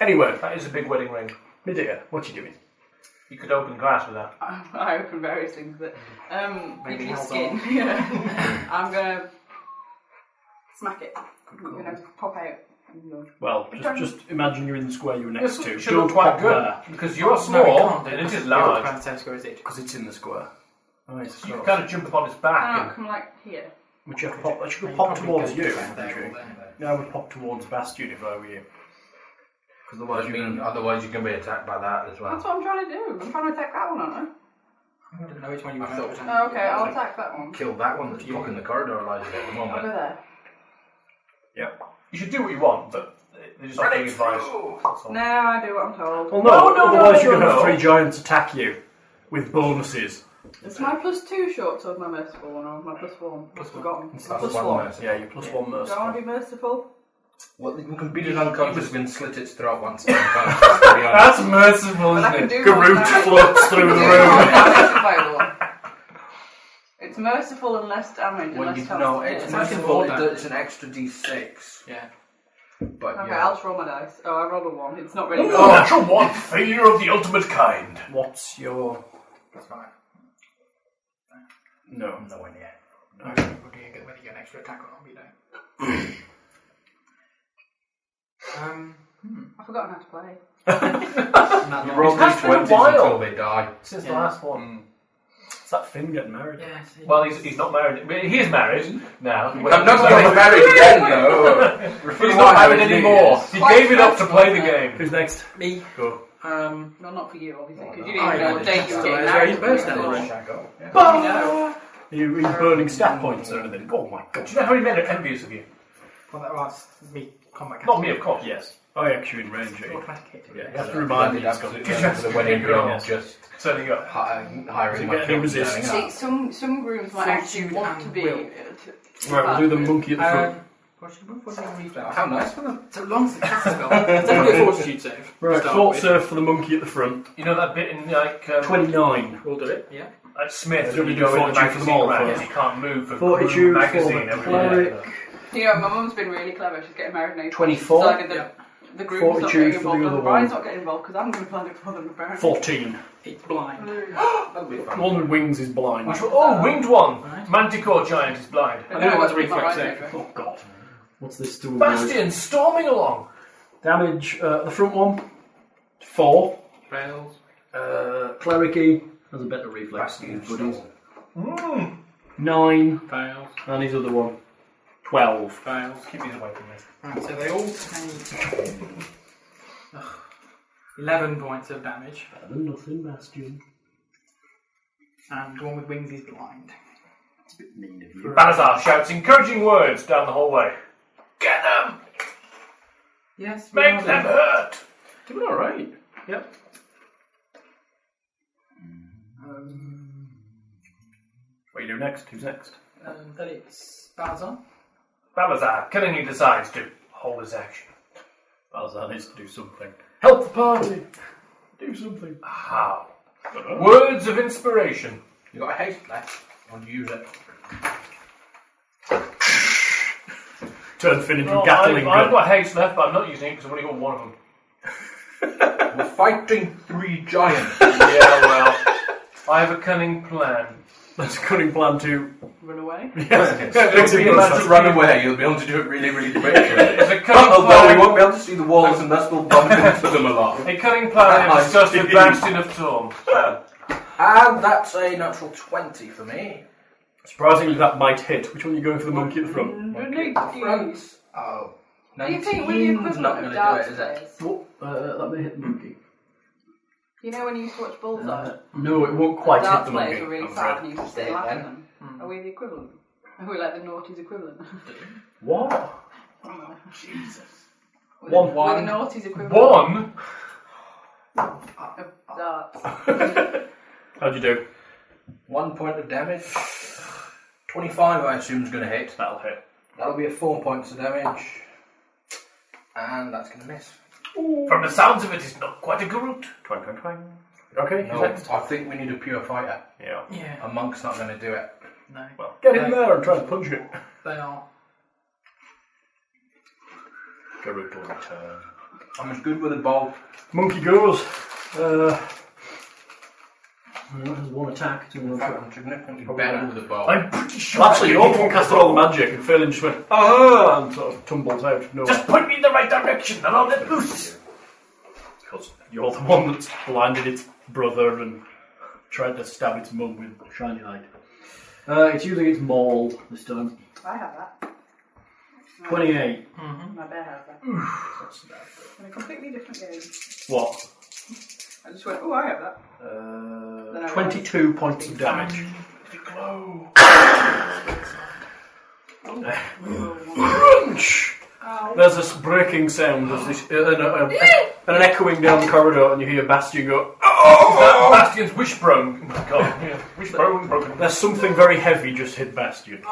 Speaker 6: anyway,
Speaker 5: That is a big wedding ring.
Speaker 6: Medea, what you doing?
Speaker 5: You could open glass with that.
Speaker 4: I open various things, but um,
Speaker 7: Maybe
Speaker 4: you can
Speaker 7: held
Speaker 4: skin. yeah. I'm gonna smack it. I'm gonna pop out. uh, No.
Speaker 6: Well, just, just imagine you're in the square you were next to.
Speaker 5: It should look quite
Speaker 6: pop
Speaker 5: good
Speaker 6: there,
Speaker 5: because you're
Speaker 7: No, it
Speaker 5: small
Speaker 7: can't.
Speaker 5: and it is
Speaker 7: It's
Speaker 5: large.
Speaker 7: around the same square as it.
Speaker 6: 'cause it's in the square.
Speaker 3: Oh, it's sort
Speaker 5: You can
Speaker 3: of-
Speaker 5: kind of jump upon its
Speaker 4: Can I
Speaker 5: back.
Speaker 4: not Ah, come like here?
Speaker 6: Which you have to pop, that should go pop towards you. wouldn't you?
Speaker 7: Because
Speaker 6: Yeah, I would pop towards Bastion if I were you.
Speaker 7: otherwise, you mean, I
Speaker 3: otherwise, you're going to be attacked by that as well.
Speaker 4: That's what I'm trying to do. I'm trying to attack that one, aren't I?
Speaker 7: don't know which one you were
Speaker 3: I thought-
Speaker 7: attacking.
Speaker 4: Oh, okay, I'll attack that one.
Speaker 3: Kill that one that's blocking the corridor, Elijah, at the
Speaker 4: Over
Speaker 3: moment.
Speaker 4: there.
Speaker 5: You should do what you want, but they're just offering advice. That's all.
Speaker 4: No, I do what I'm told.
Speaker 6: Well, no,
Speaker 5: No, no,
Speaker 6: otherwise
Speaker 5: no,
Speaker 6: you're going to
Speaker 5: no.
Speaker 6: have three giants attack you with bonuses.
Speaker 4: It's my plus two short sword, my merciful one, or my plus one. I've forgotten. My plus
Speaker 3: one
Speaker 4: one.
Speaker 3: mercy.
Speaker 6: Yeah, you're plus one
Speaker 4: Do I want
Speaker 6: merciful.
Speaker 4: to be merciful?
Speaker 3: Well, we can beat it unconscious, we can slit its throat once. That's merciful,
Speaker 4: But I can do one
Speaker 6: Garrote
Speaker 4: without-
Speaker 6: floats through the room.
Speaker 4: room. it's merciful and less damage.
Speaker 3: Well,
Speaker 4: unless
Speaker 3: you
Speaker 4: tells
Speaker 3: know,
Speaker 4: us to
Speaker 3: it's
Speaker 4: hit.
Speaker 3: merciful, it, it's an extra d6.
Speaker 7: Yeah.
Speaker 3: But
Speaker 4: Okay,
Speaker 3: yeah.
Speaker 4: I'll just roll my dice. Oh, I rolled a one. It's not really.
Speaker 5: Oh, natural one, failure of the ultimate kind.
Speaker 6: What's your.
Speaker 7: That's fine.
Speaker 6: No.
Speaker 3: No idea.
Speaker 7: I don't know whether you get- whether you get an extra attack or not, but you don't. um,
Speaker 4: I've forgotten how to play.
Speaker 7: not
Speaker 3: You
Speaker 7: long.
Speaker 3: roll
Speaker 5: It's
Speaker 3: these
Speaker 5: been a
Speaker 3: 20s
Speaker 5: while.
Speaker 3: until they die.
Speaker 5: Since the
Speaker 7: Yeah.
Speaker 5: last one.
Speaker 6: Mm. It's that Finn getting married.
Speaker 7: Yes, it-
Speaker 5: Well, he's, he's not married. Well, He is married now.
Speaker 3: I'm not getting married again, though.
Speaker 5: He's not married anymore. He
Speaker 4: Quite
Speaker 5: gave it up to play the
Speaker 4: stressful,
Speaker 5: game.
Speaker 6: Who's next?
Speaker 7: me.
Speaker 6: Go.
Speaker 7: Um,
Speaker 4: No, not for you, obviously, because you
Speaker 7: no.
Speaker 4: didn't even know
Speaker 7: I
Speaker 4: what date you were getting
Speaker 7: realised I
Speaker 4: married.
Speaker 7: didn't burst
Speaker 4: You
Speaker 7: that
Speaker 4: know.
Speaker 7: one.
Speaker 4: You know.
Speaker 6: Are you, are you burning stat points or anything? Oh my god.
Speaker 5: Do you know how many men are envious of you?
Speaker 7: well, that was me combat.
Speaker 5: Not me, of course.
Speaker 6: Yes. Oh, yeah, 'cause you're in range. are
Speaker 7: It's
Speaker 6: you?
Speaker 7: automatic hit. Um,
Speaker 6: Yeah, you have to remind me. it's got-
Speaker 3: the wedding
Speaker 5: You're
Speaker 3: girl
Speaker 5: not.
Speaker 3: just
Speaker 5: Turning you up.
Speaker 3: hi- hiring
Speaker 6: You
Speaker 3: my
Speaker 6: get
Speaker 3: people
Speaker 6: no
Speaker 3: turning
Speaker 6: resistance.
Speaker 3: up.
Speaker 4: See, some some grooms might actually
Speaker 7: Fortitude
Speaker 4: want to
Speaker 7: and
Speaker 4: be.
Speaker 7: will.
Speaker 6: Right, we'll do the monkey at the front.
Speaker 7: Um, what should we what should we read
Speaker 3: Oh,
Speaker 7: that?
Speaker 3: How nice for them.
Speaker 7: So long as the cast is gone. It's definitely a fortitude save. to
Speaker 6: Right,
Speaker 7: start
Speaker 6: thought
Speaker 7: with.
Speaker 6: surf for the monkey at the front.
Speaker 5: You know that bit in like um,
Speaker 6: 29.
Speaker 7: We'll do it, yeah.
Speaker 5: at Smith
Speaker 6: Do you
Speaker 5: when you
Speaker 6: want
Speaker 5: go
Speaker 6: to do
Speaker 5: in the
Speaker 6: fortitude for them
Speaker 5: magazine
Speaker 6: all
Speaker 5: rack and
Speaker 6: first?
Speaker 5: you can't move for
Speaker 6: Fortitude
Speaker 5: Crew
Speaker 6: for
Speaker 5: magazine
Speaker 6: the
Speaker 5: every
Speaker 6: cleric.
Speaker 5: day.
Speaker 4: You know, my mum's been really clever. She's getting married now.
Speaker 6: 24.
Speaker 4: So like, the,
Speaker 7: Yeah.
Speaker 4: the groom's not
Speaker 6: Fortitude
Speaker 4: getting
Speaker 6: for the
Speaker 4: involved, and
Speaker 6: other
Speaker 4: the bride's
Speaker 6: one.
Speaker 4: not getting involved because I'm going to plan it for them, apparently.
Speaker 6: 14.
Speaker 7: It's blind.
Speaker 3: That'll be fun.
Speaker 6: One with wings is blind.
Speaker 5: Which one- Oh, winged one!
Speaker 7: Right.
Speaker 5: Manticore giant is blind.
Speaker 4: But
Speaker 7: I don't know
Speaker 4: no,
Speaker 7: what to
Speaker 4: that's not right,
Speaker 7: reflex there.
Speaker 4: Adrian.
Speaker 6: Oh god. What's this doing? guys?
Speaker 5: Bastion storming along.
Speaker 6: Damage, uh, the front one, 4.
Speaker 7: Rails.
Speaker 6: Uh, Clericy Hmm. has a better reflex than his buddies.
Speaker 5: Mm.
Speaker 6: 9.
Speaker 7: Fails.
Speaker 6: And his other one, 12.
Speaker 7: Fails.
Speaker 5: Keep these away from me.
Speaker 7: Right, so they all take Ugh. 11 points of damage,
Speaker 6: Better than nothing, Bastion.
Speaker 7: and the one with wings is blind.
Speaker 5: Balazar shouts encouraging words down the hallway. Get them!
Speaker 7: Yes, we
Speaker 5: Make
Speaker 7: are
Speaker 5: them
Speaker 7: there.
Speaker 5: hurt!
Speaker 3: Doing alright.
Speaker 7: Yep.
Speaker 6: What do you do next? Who's next?
Speaker 7: Um, then it's Balazar.
Speaker 5: Balazar cunningly decides to hold his action.
Speaker 6: Balazar needs to do something. Help the party! Do something.
Speaker 5: How? Words of inspiration.
Speaker 3: You got a haste left. I want to use it.
Speaker 6: Turn Finn into
Speaker 5: No,
Speaker 6: a Gatling
Speaker 5: I, I've
Speaker 6: gun.
Speaker 5: got haste left, but I'm not using it because I've only got one of them.
Speaker 3: We're fighting three giants.
Speaker 5: yeah, well, I have a cunning plan.
Speaker 6: That's a cunning plan to.
Speaker 4: Run away.
Speaker 3: Don't be able to run away. You'll be able to do it really, really quickly.
Speaker 5: It's a cunning
Speaker 3: Although we
Speaker 5: plan.
Speaker 3: won't be able to see the walls unless we'll bump into them a lot.
Speaker 5: A cunning plan I
Speaker 3: I
Speaker 5: have discussed with
Speaker 3: see.
Speaker 5: Bastion of Torm.
Speaker 3: And that's a natural 20 for me.
Speaker 6: Surprisingly, that might hit. Which one are you going for the monkey at the front?
Speaker 4: Do
Speaker 3: Oh.
Speaker 4: you think we're the
Speaker 3: 19's not
Speaker 4: equivalent
Speaker 3: going
Speaker 4: of
Speaker 3: to do
Speaker 4: darts
Speaker 3: it, is it?
Speaker 4: players?
Speaker 6: What? Uh, that may hit the monkey.
Speaker 4: You know when you used to watch Bullseye?
Speaker 6: Uh, no, it won't quite Hmm. hit
Speaker 4: darts
Speaker 6: the
Speaker 4: players
Speaker 6: monkey.
Speaker 4: were really
Speaker 6: I'm
Speaker 4: sad
Speaker 6: afraid.
Speaker 4: and you used to sit and laugh at them. Are we the equivalent? Are we like the naughties equivalent?
Speaker 6: What?
Speaker 4: We're
Speaker 6: One,
Speaker 4: the,
Speaker 6: one.
Speaker 4: We're the naughties equivalent
Speaker 5: One.
Speaker 4: of darts.
Speaker 6: How'd you do?
Speaker 3: One point of damage. 25, I assume, is going to hit.
Speaker 6: That'll hit.
Speaker 3: That'll be a four points of damage. And that's going to miss.
Speaker 5: From the sounds of it, it's not quite a Garut.
Speaker 6: Twang, twang, twang. Okay,
Speaker 3: No, I think we need a pure fighter.
Speaker 6: Yeah.
Speaker 7: Yeah,
Speaker 3: A monk's not going to do it.
Speaker 7: no.
Speaker 6: Get in there and try to punch it.
Speaker 7: They are
Speaker 6: Garut will return.
Speaker 3: I'm as good with a bow.
Speaker 6: Monkey goes. Uh, well, that has one attack. Two
Speaker 3: In
Speaker 6: more
Speaker 3: fact,
Speaker 6: attack.
Speaker 3: I'm significantly better with a bow.
Speaker 6: I'm pretty sure. Actually, Orphan casted all the magic, and Phelan just went, ah, and sort of tumbles out of nowhere.
Speaker 5: Just point me in the right direction and I'll let loose.
Speaker 6: Because you're the one that's blinded its brother and tried to stab its mum with shiny light. Uh, it's using its maul this time.
Speaker 4: I have that.
Speaker 6: 28.
Speaker 4: My bear has that. In a completely different game.
Speaker 6: What?
Speaker 4: I just went, oh, I have that. Then I
Speaker 6: Uh,
Speaker 4: rolled.
Speaker 6: 22 points of damage. Crunch! There's this breaking sound, there's this, uh, and, uh, um, and an echoing down the corridor, and you hear Bastion go,
Speaker 5: That bastion's wishbone. Oh my god. Yeah. Wishbone broken.
Speaker 6: There's something very heavy just hit Bastion.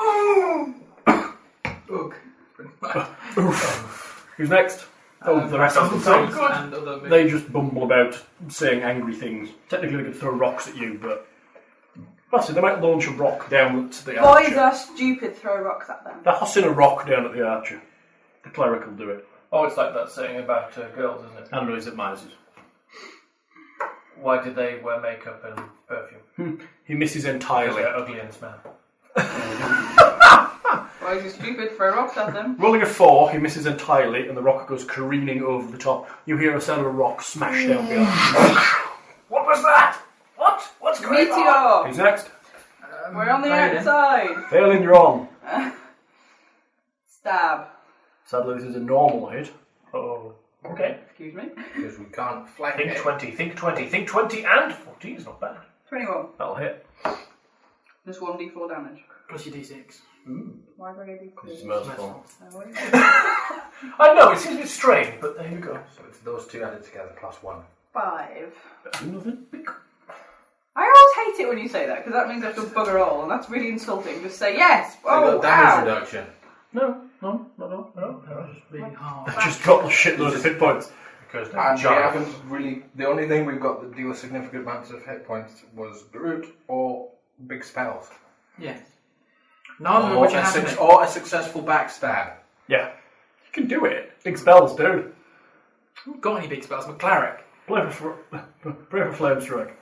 Speaker 7: Look.
Speaker 6: Who's next? Oh, the rest of them.
Speaker 5: sound good.
Speaker 7: And other moves.
Speaker 6: They just bumble about saying angry things. Technically, they could throw rocks at you, but. Bastion, they might launch a rock down at the
Speaker 4: Boys
Speaker 6: archer.
Speaker 4: are stupid, throw rocks at them.
Speaker 6: They're hossing a rock down at the archer. The cleric will do it.
Speaker 5: Oh, it's like that saying about uh, girls, isn't it?
Speaker 6: And raise it misers.
Speaker 5: Why did they wear makeup and perfume?
Speaker 6: He misses
Speaker 5: Because
Speaker 6: entirely.
Speaker 5: they're ugly and smell.
Speaker 4: Boys are stupid, throw rocks at them.
Speaker 6: Rolling a four, he misses entirely, and the rock goes careening over the top. You hear a sound of a rock smash down behind.
Speaker 5: What was that? What? What's going on?
Speaker 4: Meteor!
Speaker 6: Who's next?
Speaker 4: We're on the
Speaker 7: Fine, eh?
Speaker 4: outside!
Speaker 6: Failing, you're on.
Speaker 4: Stab.
Speaker 6: Sadly, this is a normal hit.
Speaker 5: Oh. Okay.
Speaker 4: Excuse me.
Speaker 3: Because we can't flank
Speaker 5: Think
Speaker 3: it.
Speaker 5: 20, think 20, think 20 and 14 is not bad.
Speaker 4: 21.
Speaker 5: That'll hit.
Speaker 4: Just 1d4 damage.
Speaker 7: Plus your d6.
Speaker 4: Why do I get d4?
Speaker 6: merciful.
Speaker 4: Oh, what is it?
Speaker 5: I know, it seems a bit strange, but there you go.
Speaker 3: So it's those two added together plus one.
Speaker 4: Five.
Speaker 6: Nothing.
Speaker 4: I always hate it when you say that because that means I have to bugger all, and that's really insulting. Just say yes.
Speaker 3: I
Speaker 4: Oh,
Speaker 3: got damage
Speaker 4: wow.
Speaker 3: reduction.
Speaker 6: No, no, not at all.
Speaker 7: Really hard.
Speaker 6: I just got a shitload of hit points.
Speaker 5: Because they're
Speaker 3: And we
Speaker 5: giant.
Speaker 3: haven't really. The only thing we've got that deal significant amounts of hit points was Garut or big spells.
Speaker 7: Yes. Neither of
Speaker 6: Oh,
Speaker 3: Or
Speaker 7: which are
Speaker 3: a, suc-
Speaker 7: happening.
Speaker 3: or a successful backstab.
Speaker 6: Yeah. You can do it. Big spells, dude.
Speaker 7: Got any big spells? I'm a cleric.
Speaker 6: Pray for, pray for flame strike.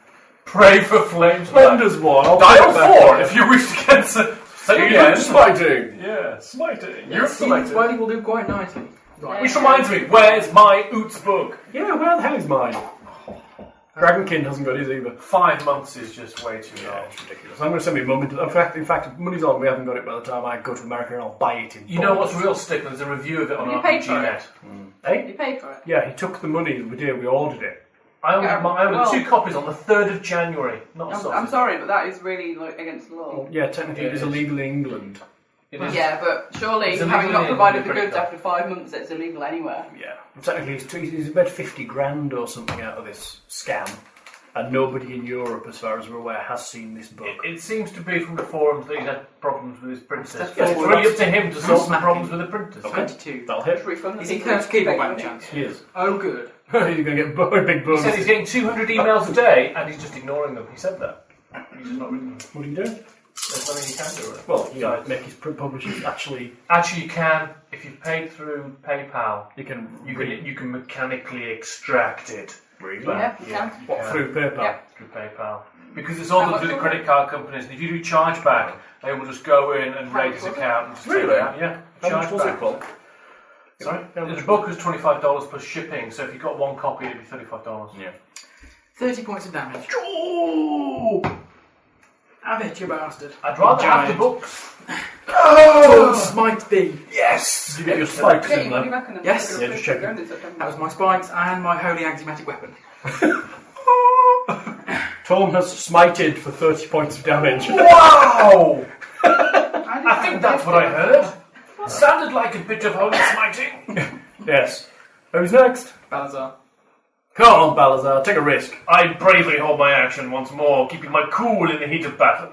Speaker 5: Pray for flames.
Speaker 6: Splendor's one. I'll
Speaker 5: Dial 4 if you wish to get s- Say again.
Speaker 6: Smiting.
Speaker 5: Yeah, smiting.
Speaker 7: Yes,
Speaker 5: selected.
Speaker 7: Spidey will do quite nicely. Right.
Speaker 5: Which reminds me, where's my Oots book?
Speaker 6: Yeah, where the hell is mine? Dragonkin hasn't got his either.
Speaker 5: Five months is just way too long.
Speaker 6: It's ridiculous. I'm going to send my mum into. In fact, in fact, if money's on. We haven't got it by the time I go to America, and I'll buy it in.
Speaker 5: You know
Speaker 6: bulk.
Speaker 5: what's a real stick? There's a review of it on
Speaker 4: You paid for
Speaker 5: RPGNet.
Speaker 4: You paid for it.
Speaker 6: Yeah, he took the money the day we ordered it.
Speaker 5: I owned,
Speaker 4: Yeah,
Speaker 5: my, I owned
Speaker 4: well-
Speaker 5: two copies on the 3rd of January, not
Speaker 4: I'm,
Speaker 5: sausage.
Speaker 4: I'm sorry, but that is really like against the law.
Speaker 6: Yeah, technically it is illegal in England.
Speaker 5: It is-
Speaker 4: Yeah, but surely
Speaker 5: It's
Speaker 4: having
Speaker 5: illegal
Speaker 4: not
Speaker 5: in
Speaker 4: provided the
Speaker 5: Britain,
Speaker 4: goods
Speaker 5: though.
Speaker 4: after five months, it's illegal anywhere.
Speaker 6: Yeah, technically he's, t- he's made fifty grand or something out of this scam, and nobody in Europe, as far as we're aware, has seen this book.
Speaker 5: It, it seems to be from the forums that he's had problems with his printers.
Speaker 7: Step
Speaker 5: Yes, it's
Speaker 7: forward.
Speaker 5: really up to him to solve the
Speaker 7: Smacking.
Speaker 5: problems with the printers.
Speaker 6: Okay.
Speaker 7: 22.
Speaker 6: That'll hit.
Speaker 4: Refund the
Speaker 7: Is he
Speaker 4: people
Speaker 7: Kirk's keyboard by any
Speaker 4: who-
Speaker 7: chance?
Speaker 6: He is.
Speaker 7: Oh, good.
Speaker 6: You're going to get a big
Speaker 5: He said
Speaker 6: bonus.
Speaker 5: he's getting 200 emails a day and he's just ignoring them. He said that. He's just not reading them.
Speaker 6: What do you do?
Speaker 5: There's nothing he can do. Right?
Speaker 6: Well, you know,
Speaker 5: Guys.
Speaker 6: make his print publishers actually.
Speaker 5: Actually, you can if you've paid through PayPal.
Speaker 6: You can.
Speaker 5: You can you can mechanically extract it
Speaker 6: read
Speaker 4: Yeah,
Speaker 6: that.
Speaker 4: you can.
Speaker 6: What through PayPal?
Speaker 4: Yeah.
Speaker 5: through PayPal because it's all done
Speaker 4: Hmm. much
Speaker 5: through the
Speaker 4: was
Speaker 5: credit card companies. And if you do chargeback, they will just go in and raid his
Speaker 4: much was it?
Speaker 5: account. And just
Speaker 6: Really?
Speaker 5: take it out. Yeah.
Speaker 6: How much was it, Paul?
Speaker 5: Sorry,
Speaker 6: How much
Speaker 5: the book was twenty five dollars plus shipping. So if you got one copy, it'd be thirty five dollars.
Speaker 7: 30 points of damage. Have it, you bastard.
Speaker 5: I'd rather have the
Speaker 7: Giant.
Speaker 5: books.
Speaker 7: Oh, smite thee.
Speaker 5: Yes.
Speaker 6: Did you get your spikes
Speaker 4: Yeah,
Speaker 6: in
Speaker 4: you can be
Speaker 6: there?
Speaker 4: back in a
Speaker 7: Yes.
Speaker 4: couple
Speaker 6: Yeah,
Speaker 4: of
Speaker 6: just
Speaker 4: fifty
Speaker 6: checking.
Speaker 4: grand in September.
Speaker 7: That was my spikes and my holy axiomatic weapon.
Speaker 6: Tom has smited for 30 points of damage.
Speaker 5: Wow.
Speaker 4: I, did
Speaker 5: I think that's what I heard. Sounded like a bit of holy smiting.
Speaker 6: yes. Who's next?
Speaker 7: Balazar.
Speaker 6: Come on, Balazar, take a risk.
Speaker 5: I bravely hold my action once more, keeping my cool in the heat of battle.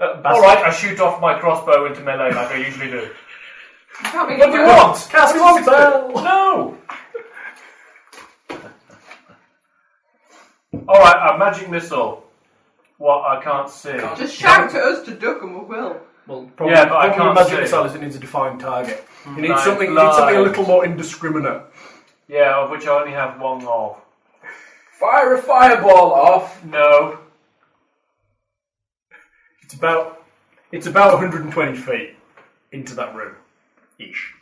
Speaker 6: Uh,
Speaker 5: All right, I shoot off my crossbow into melee like I usually do.
Speaker 4: You can't be
Speaker 5: What do you want?
Speaker 6: Cast
Speaker 5: What
Speaker 6: one
Speaker 5: is it?
Speaker 6: spell!
Speaker 5: No! Alright, a magic missile. What I can't see.
Speaker 4: Just shout at us to duck and we will.
Speaker 6: Well, probably,
Speaker 5: Yeah, but I
Speaker 6: probably magic
Speaker 5: can't see.
Speaker 6: missile
Speaker 5: Hmm,
Speaker 6: is it needs a defined target. You need
Speaker 5: Nice.
Speaker 6: something. You need something a
Speaker 5: Nice.
Speaker 6: little more indiscriminate.
Speaker 5: Yeah, of which I only have one of.
Speaker 3: Fire a fireball off.
Speaker 5: No.
Speaker 6: It's about. It's about 120 feet into that room, ish.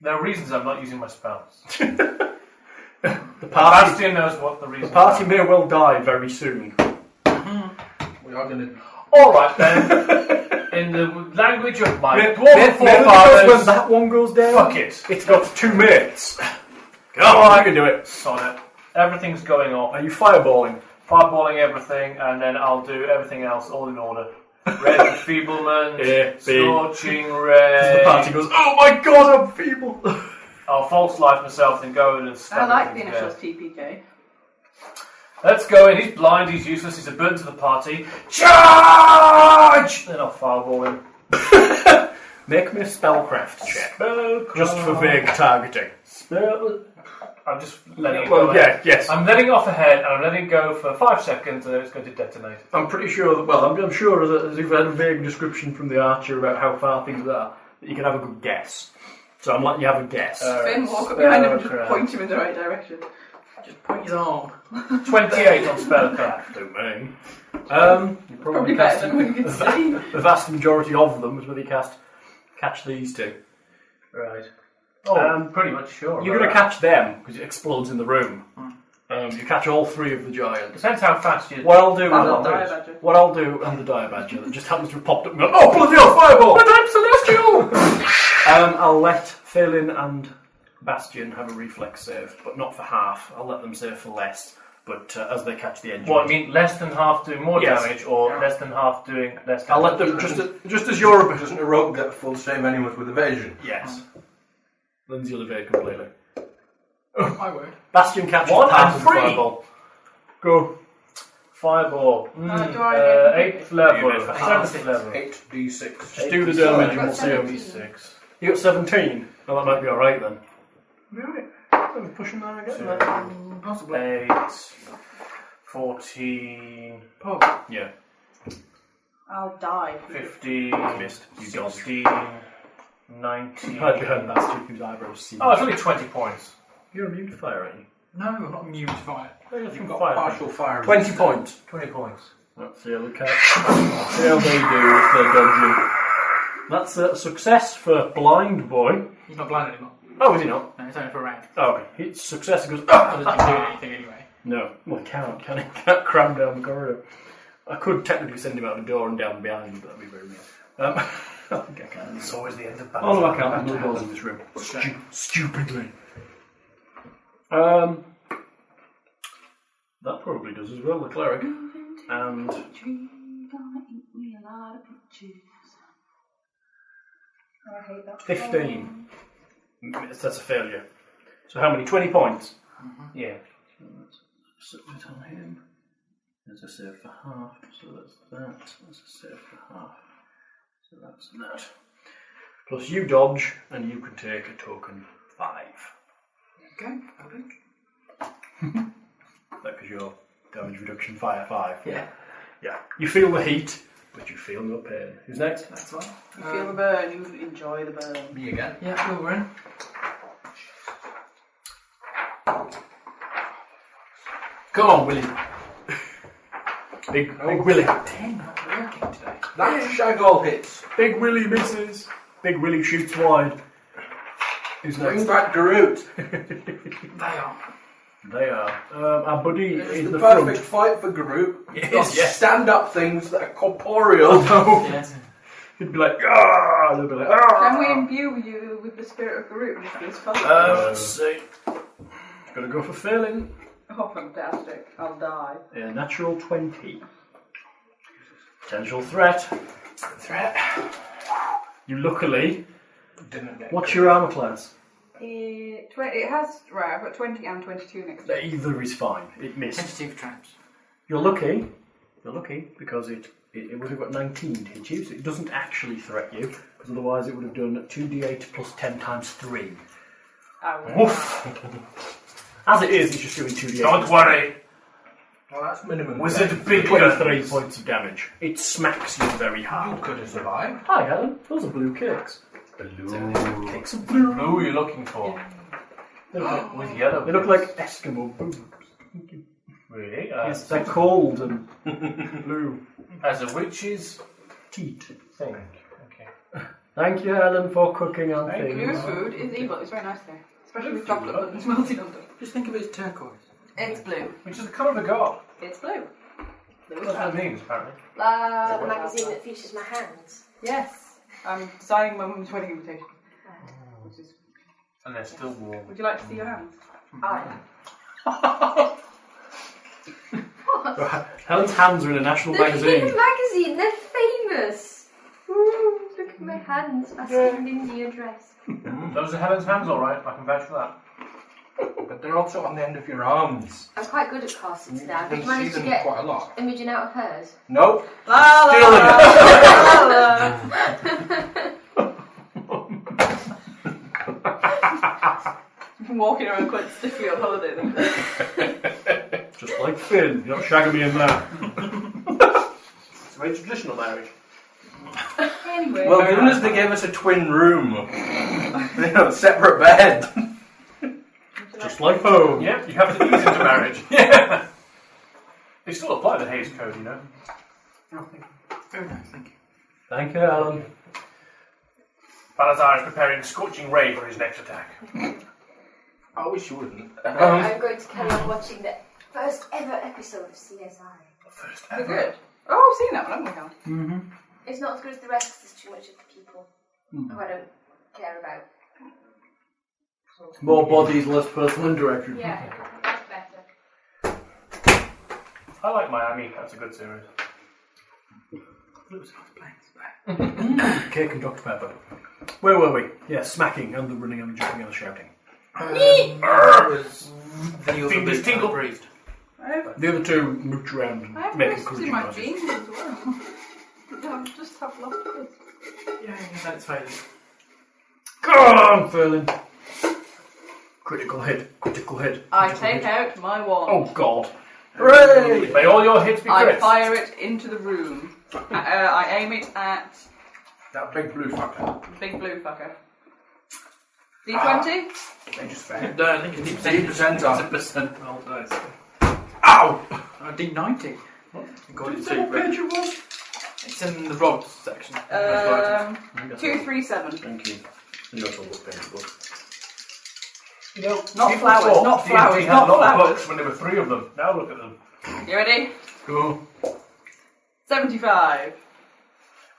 Speaker 5: There are reasons I'm not using my spells.
Speaker 6: The party.
Speaker 5: Bastion knows what the reasons
Speaker 6: The party
Speaker 5: are.
Speaker 6: may well die very soon.
Speaker 3: We are going to.
Speaker 5: Alright then. In the language of my
Speaker 6: Remember
Speaker 5: dwarven
Speaker 6: when
Speaker 5: forefathers.
Speaker 6: that one goes down.
Speaker 5: Fuck it.
Speaker 6: It's got two minutes. Come on, I can do it.
Speaker 5: Sod it. Everything's going off.
Speaker 6: Are you fireballing?
Speaker 5: Fireballing everything, and then I'll do everything else all in order. Red Enfeeblement,
Speaker 6: Yeah, see.
Speaker 5: Scorching
Speaker 6: As the party
Speaker 5: Ray.
Speaker 6: goes, oh my god, I'm feeble.
Speaker 5: I'll false life myself and go in and stab
Speaker 4: I like the
Speaker 5: everything
Speaker 4: initials
Speaker 5: to death.
Speaker 4: TPK.
Speaker 5: Let's go in. He's blind, he's useless, he's a burden to the party. Charge! Then I'll fireball him.
Speaker 6: Make me a spellcraft check,
Speaker 5: Spellcraft.
Speaker 6: just for vague targeting.
Speaker 5: I'm just letting it go.
Speaker 6: Well, yeah, yes. I'm,
Speaker 5: I'm letting it off ahead and I'm letting it go for five seconds and then it's going to detonate.
Speaker 6: pretty sure. That, well, I'm, I'm sure as, as if I had a vague description from the archer about how far things are, that you can have a good guess. So I'm letting you have a guess.
Speaker 5: Uh,
Speaker 4: Finn walk up behind him and just
Speaker 5: Spellcraft.
Speaker 4: point him in the right direction.
Speaker 7: Just point his arm.
Speaker 5: 28 on spellcraft.
Speaker 6: Don't me. Um, you
Speaker 4: Probably
Speaker 6: probably
Speaker 4: better
Speaker 6: cast
Speaker 4: than when you can see.
Speaker 6: the vast majority of them is where they cast catch these two.
Speaker 5: Right. Oh,
Speaker 6: Um,
Speaker 5: pretty much sure. Hmm.
Speaker 6: You're going to catch them because it explodes in the room. Um, you catch all three of the giants.
Speaker 5: Depends how fast you.
Speaker 6: What I'll do,
Speaker 4: And the
Speaker 6: I'll-
Speaker 4: dire badger.
Speaker 6: what I'll do, and the dire badger that just happens to have popped up. And gone, oh, bloody hell, fireball! But I'm celestial. um, I'll let Phelan and Bastion have a reflex save, but not for half. I'll let them save for less. But uh, as they catch the engine,
Speaker 5: What, I mean less than half doing more
Speaker 6: Yes.
Speaker 5: damage or less than half doing less
Speaker 6: I'll let
Speaker 5: damage?
Speaker 6: them just just as you're
Speaker 3: Doesn't a rope get full shame anyone with evasion?
Speaker 6: yes. Lindsay will evade completely.
Speaker 7: My word.
Speaker 6: Bastion catches
Speaker 5: One
Speaker 6: half
Speaker 5: and
Speaker 6: of the
Speaker 5: three.
Speaker 6: fireball. Go.
Speaker 5: Fireball.
Speaker 4: Uh, do I get-
Speaker 5: hmm, Uh, eighth level.
Speaker 6: You did for
Speaker 5: Seventh level.
Speaker 3: 8d6.
Speaker 6: Just do the damage and we'll see how
Speaker 9: Seventeen.
Speaker 5: Six.
Speaker 6: You got 17. Well, that might be alright then.
Speaker 4: Right.
Speaker 6: Let me push him there again.
Speaker 7: Possibly.
Speaker 5: Eight. Fourteen.
Speaker 7: Possibly.
Speaker 6: Yeah,
Speaker 4: I'll die.
Speaker 5: Fifteen.
Speaker 6: missed. You dodged.
Speaker 5: Sixteen. Nineteen.
Speaker 6: Hard to hurt Bastion whose eyebrows see.
Speaker 5: Oh, it's only twenty points.
Speaker 6: You're immune to fire, aren't you?
Speaker 7: No, I'm not immune to fire.
Speaker 6: You've
Speaker 3: Got
Speaker 6: fire.
Speaker 3: partial fire.
Speaker 6: 20 points.
Speaker 5: Twenty points.
Speaker 6: Let's see how they catch. see how they do if they're dodging. That's uh, a success for Blind Boy.
Speaker 7: He's not blind anymore.
Speaker 6: Oh, is he not?
Speaker 7: No, it's only for a round.
Speaker 6: Oh, okay. His success goes. ah!
Speaker 7: That doesn't do anything anyway.
Speaker 6: no. Well, he can't, can he? can't cram down the corridor. I could technically send him out the door and down behind, but that'd be very mean. Um, I think I can.
Speaker 5: It's always the end of
Speaker 6: Oh,
Speaker 5: battle.
Speaker 6: no, I can't. There's no doors in this room. Stu- stupidly. Um, that probably does as well, the cleric. And
Speaker 9: Tree gonna eat me a lot of peaches. I hate that.
Speaker 6: 15. Mm, That's a failure. So how many? 20 points.
Speaker 5: Yeah.
Speaker 6: Mm-hmm. So that's on him. There's a save for half. So that's that. That's a save for half. So that's that. Plus you dodge, and you can take a token 5.
Speaker 7: Okay, I think.
Speaker 6: Because your damage reduction fire 5.
Speaker 7: Yeah,
Speaker 6: Yeah. You feel the heat, but you feel no pain. Who's next?
Speaker 7: that's fine.
Speaker 4: You feel
Speaker 6: Um,
Speaker 4: the burn, you enjoy the burn.
Speaker 3: Me again.
Speaker 7: Yeah, cool, we're in. Come on, Willie.
Speaker 6: Big, big Willie.
Speaker 7: Ten not working today.
Speaker 3: That shaggle hits.
Speaker 6: Big Willie misses. Big Willie shoots wide. Who's
Speaker 3: Bring
Speaker 6: next?
Speaker 3: back Garut.
Speaker 7: They are.
Speaker 6: They are. Um, our buddy
Speaker 3: It's
Speaker 6: in
Speaker 3: the,
Speaker 6: the,
Speaker 3: perfect fight
Speaker 6: front.
Speaker 3: for Garut.
Speaker 6: Yes.
Speaker 3: Stand up things that are corporeal.
Speaker 7: Yes.
Speaker 6: He'd be like, ah, they'd be like, ah.
Speaker 4: Can we imbue you with the spirit of the root with this fight?
Speaker 6: Uh, let's see. Gonna go for failing.
Speaker 4: oh, fantastic. I'll die.
Speaker 6: A natural 20. Potential threat. Threat. You luckily.
Speaker 3: Didn't get
Speaker 6: What's your armor class?
Speaker 4: It, tw- it has, right, I've got 20 and 22 next to it.
Speaker 6: Either is fine. It missed.
Speaker 7: Tentative traps.
Speaker 6: You're lucky. You're lucky because it, it, it would have got 19 to hit you, so it doesn't actually threat you, because otherwise it would have done 2d8 plus 10 times 3.
Speaker 4: Ow.
Speaker 6: Woof! As it is, it's just doing 2d8.
Speaker 5: Don't worry.
Speaker 3: Well, that's minimum.
Speaker 5: Wizard Big
Speaker 6: Twenty-three
Speaker 5: Guns.
Speaker 6: points of damage. It smacks you very hard.
Speaker 3: could have survived.
Speaker 6: Hi, Helen. Those are blue cakes.
Speaker 3: Blue.
Speaker 6: Cakes of blue.
Speaker 5: Blue you're looking for.
Speaker 6: They look like,
Speaker 5: With yellow.
Speaker 6: they look like Eskimo boobs.
Speaker 5: Really? Uh,
Speaker 6: Yes, they're cold and blue.
Speaker 5: As a witch's
Speaker 6: Teat.
Speaker 5: thing. Okay.
Speaker 6: Thank you, Helen, for cooking on
Speaker 5: Thank
Speaker 6: things.
Speaker 4: Your food is evil. It's very nice there. Especially with chocolate buttons melted on them.
Speaker 7: Just think of it as turquoise.
Speaker 4: It's blue.
Speaker 5: Which is the colour of the god.
Speaker 4: It's blue. Blue
Speaker 5: That's what it means, apparently.
Speaker 9: Uh,
Speaker 4: Blah,
Speaker 9: the
Speaker 4: blah,
Speaker 9: magazine
Speaker 4: blah.
Speaker 9: that features my hands.
Speaker 4: Yes. I'm signing my mum's wedding invitation. Which is,
Speaker 5: And they're still warm.
Speaker 4: would you like to see your hands?
Speaker 9: I.
Speaker 6: Helen's hands are in a national
Speaker 9: They're in
Speaker 6: magazine.
Speaker 9: the magazine. They're famous. Ooh, look at
Speaker 4: Mm.
Speaker 9: my hands. I see an India dress.
Speaker 5: Hmm. Those are Helen's hands, alright. I can vouch for that.
Speaker 3: But they're also on the end of your arms.
Speaker 9: I'm quite good at casting today. I've
Speaker 3: Mm, You see
Speaker 9: managed to
Speaker 3: them
Speaker 9: get
Speaker 3: quite a lot.
Speaker 9: Imogen out of hers.
Speaker 3: Nope.
Speaker 4: La, la, la, la, la. You've been walking around quite stiffly on holiday then.
Speaker 6: Just like Finn. You're not shagging me in there.
Speaker 5: It's a very traditional marriage.
Speaker 4: Anyway,
Speaker 3: Well, given as they gave us a twin room, you know, separate bed.
Speaker 6: Just like home.
Speaker 5: Yeah, you have to ease into marriage. Yeah. They still apply the Hayes Code, you know.
Speaker 7: Very nice, thank you.
Speaker 6: Thank you, Helen.
Speaker 5: Balazar is preparing Scorching Ray for his next attack.
Speaker 3: I wish you wouldn't.
Speaker 9: I'm going to carry on watching the first ever episode of CSI.
Speaker 5: First
Speaker 4: they're
Speaker 5: ever.
Speaker 4: good. Oh, I've seen that one, haven't we?
Speaker 9: It's not as good as the rest 'cause there's too much of the people
Speaker 5: Hmm.
Speaker 9: who I don't care about.
Speaker 6: More bodies, less personal indirection.
Speaker 9: Yeah, that's better.
Speaker 5: I like Miami. That's a good series.
Speaker 6: Cake and Dr. Pepper. Where were we? Yeah, smacking and the running and the jumping and the shouting.
Speaker 7: was the other
Speaker 5: Fingers
Speaker 7: bit
Speaker 5: tingle.
Speaker 7: I breathed.
Speaker 4: I have,
Speaker 6: The other two mooch around
Speaker 4: I have
Speaker 6: and make
Speaker 4: crisps in
Speaker 6: encouraging
Speaker 4: my
Speaker 6: noises.
Speaker 4: jeans as well. I've just have lots of this.
Speaker 7: Yeah, that's fine.
Speaker 6: Go on, Furlin. Critical hit, critical hit.
Speaker 4: I
Speaker 6: critical
Speaker 4: take
Speaker 6: hit.
Speaker 4: out my wand.
Speaker 6: Oh, God. Hooray!
Speaker 5: May all your hits be
Speaker 4: I
Speaker 5: crits.
Speaker 4: fire it into the room. uh, I aim it at
Speaker 3: That big blue fucker. Ah.
Speaker 4: the big blue fucker. D20?
Speaker 3: They just failed.
Speaker 7: No, I think it's deep
Speaker 3: Deep
Speaker 7: It's a
Speaker 3: percentile.
Speaker 7: percent roll dice.
Speaker 3: Ow!
Speaker 7: Oh, D90. According to
Speaker 6: What page it was?
Speaker 7: It's in the rods section.
Speaker 4: um, 237.
Speaker 6: Thank you. And you also look painful.
Speaker 5: You know,
Speaker 4: Not
Speaker 5: people
Speaker 4: flowers,
Speaker 5: thought
Speaker 4: not
Speaker 5: D&D
Speaker 4: flowers,
Speaker 5: had
Speaker 4: not
Speaker 5: a lot of
Speaker 4: flowers.
Speaker 5: books when there were three of them. Now look at them.
Speaker 4: You ready?
Speaker 6: Go.
Speaker 4: 75.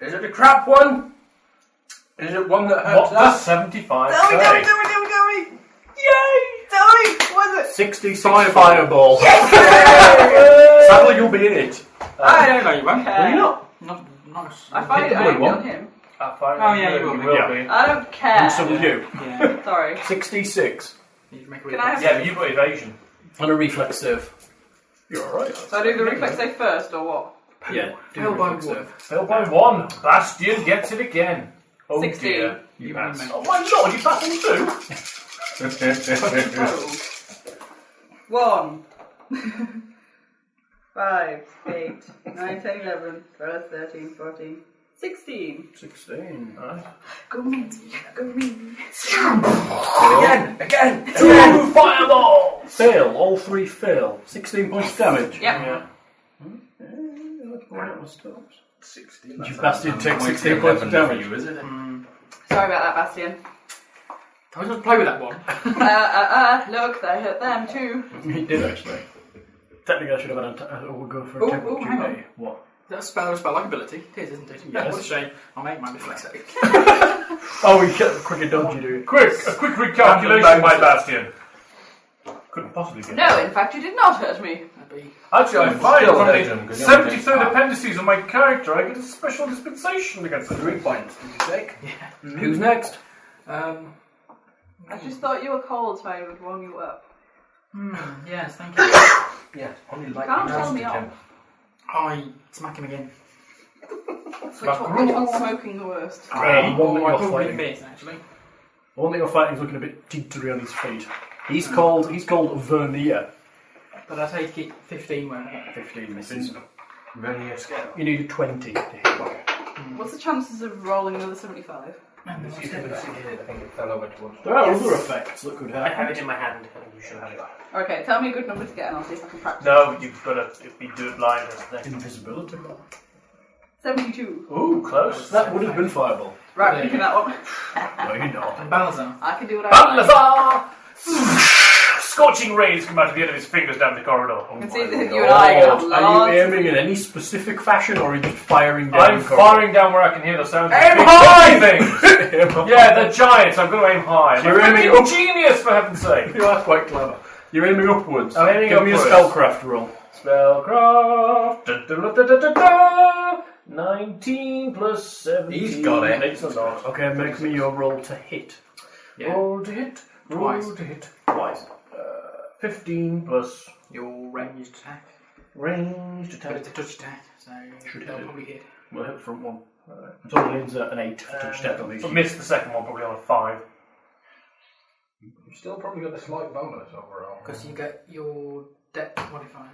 Speaker 3: Is it a crap one? Is it one that
Speaker 5: What
Speaker 3: hurts
Speaker 5: does
Speaker 3: us?
Speaker 5: 75
Speaker 4: Tell me, tell me,
Speaker 5: say?
Speaker 4: tell me, tell me, tell me! Yay! Tell me! What is
Speaker 6: 66 fireball. Sadly, you'll be in it.
Speaker 4: it?
Speaker 5: Uh,
Speaker 4: I don't
Speaker 7: No, you won't.
Speaker 4: care.
Speaker 7: Not,
Speaker 4: Uh,
Speaker 7: not.
Speaker 4: I find it, I
Speaker 6: Wait,
Speaker 4: ain't
Speaker 6: what?
Speaker 4: on him.
Speaker 5: Uh, fire-
Speaker 7: Oh, yeah, you will be.
Speaker 6: Yeah.
Speaker 5: be.
Speaker 4: I don't care.
Speaker 6: And so will you.
Speaker 7: Yeah.
Speaker 4: Sorry.
Speaker 6: 66.
Speaker 7: Need to make a
Speaker 4: Can I have-
Speaker 5: Yeah, but you've got evasion.
Speaker 6: And a reflex save. You're alright.
Speaker 4: So I do the reflex save first, or what?
Speaker 6: Yeah. Do
Speaker 7: Fail by
Speaker 6: reflex
Speaker 7: one.
Speaker 6: save.
Speaker 5: Failed by one. Bastion gets it again. Oh
Speaker 4: 16.
Speaker 5: dear.
Speaker 6: You pass.
Speaker 5: Oh my lord, you passed him too?
Speaker 4: Oh. One. Five, eight, nine, ten, eleven, twelve, thirteen, fourteen, sixteen.
Speaker 6: 16.
Speaker 4: Go me, go me.
Speaker 3: Again, again.
Speaker 5: Two fireballs!
Speaker 6: Fail. All three fail. 16 points damage.
Speaker 4: Yep.
Speaker 3: Sixteen.
Speaker 6: You bastard take 16 points of damage.
Speaker 3: you, is it?
Speaker 4: Sorry about that, Bastian.
Speaker 7: I was going to play with that one.
Speaker 4: uh, uh, uh, look, they hurt them too.
Speaker 6: He did actually. Technically, I should have had a. T- uh, we'll go for a
Speaker 7: Oh,
Speaker 6: temple
Speaker 7: oh, hang
Speaker 6: today.
Speaker 7: on.
Speaker 6: What?
Speaker 7: That's spell or spell like ability. It is, isn't it?
Speaker 6: Yes.
Speaker 7: What a shame. I'll make my reflex save.
Speaker 6: Oh, we get quicker dodge you do.
Speaker 5: Quick, a quick recalculation by Bastion. Couldn't possibly get it.
Speaker 4: No, in fact, you did not hurt me.
Speaker 7: That'd be
Speaker 5: Actually, I
Speaker 3: Still
Speaker 5: find from
Speaker 3: legend,
Speaker 5: the
Speaker 3: because you only take
Speaker 5: 73rd
Speaker 3: half.
Speaker 5: appendices of my character, I get a special dispensation against it.
Speaker 3: Three points. Did you take?
Speaker 6: Who's next?
Speaker 7: Um,
Speaker 4: I just thought you were cold, so I would warm you up.
Speaker 7: yes, thank you.
Speaker 3: Yes. Only like
Speaker 4: Can't tell me off.
Speaker 7: I smack him again.
Speaker 4: Which, one, which one's smoking the worst?
Speaker 6: The Ah, one that
Speaker 7: Oh, I
Speaker 6: you're
Speaker 7: probably
Speaker 6: fighting.
Speaker 7: miss, actually.
Speaker 6: The one that you're fighting is looking a bit jittery on his feet. He's called. He's called Vernier.
Speaker 7: But I take it 15 when I get
Speaker 6: 15 misses.
Speaker 3: Very scared.
Speaker 6: You need a 20 to hit.
Speaker 4: What's the chances of rolling another 75?
Speaker 3: You can see it, I think it fell over towards.
Speaker 6: There are other effects that could
Speaker 2: I
Speaker 6: happen.
Speaker 2: have it in my hand. I think you should have it.
Speaker 4: Okay, tell me a good number to get and I'll see if I can practice.
Speaker 5: No, you've got to if you do it blind. That's the thing.
Speaker 6: Invisibility.
Speaker 4: 72.
Speaker 5: Ooh, close.
Speaker 6: That would have been fireball.
Speaker 4: Right, picking that one.
Speaker 6: No, you're not.
Speaker 7: And Balazar.
Speaker 4: I can do what I like.
Speaker 5: Balthazar! Scorching rays come out of the end of his fingers down the corridor. Oh
Speaker 4: It's either you and I are
Speaker 6: Lord,
Speaker 4: gonna have
Speaker 6: Oh, are you
Speaker 4: lots-
Speaker 6: aiming in any specific fashion or are you just firing down?
Speaker 5: I'm
Speaker 6: the corridor?
Speaker 5: firing down where I can hear the sound. of
Speaker 6: Aim
Speaker 5: big
Speaker 6: high!
Speaker 5: things. yeah, they're giants. I'm going to aim high.
Speaker 6: You're
Speaker 5: I'm a
Speaker 6: aiming
Speaker 5: freaking
Speaker 6: up.
Speaker 5: genius, for heaven's sake.
Speaker 6: You are quite clever. You're aiming upwards.
Speaker 5: I'm aiming
Speaker 6: Give me a
Speaker 5: upwards.
Speaker 6: spellcraft roll.
Speaker 5: Spellcraft. Da, da, da, da, da, da. 19 plus 17.
Speaker 3: He's got it.
Speaker 5: It's not.
Speaker 6: Okay, make me your roll to hit.
Speaker 7: Yeah.
Speaker 6: Roll to hit. Roll
Speaker 7: Twice.
Speaker 6: to hit. Twice. Uh, 15 plus
Speaker 7: Your ranged attack.
Speaker 6: ranged
Speaker 7: But
Speaker 6: attack.
Speaker 7: it's a touch attack, so
Speaker 6: Should
Speaker 7: they'll
Speaker 6: hit.
Speaker 7: probably hit.
Speaker 6: We'll hit front one. It's only needs uh, an 8 for touch attack on these.
Speaker 5: But missed Um, the second one, probably on a 5.
Speaker 3: You've still probably got a slight bonus overall.
Speaker 7: Because you get your depth modifier.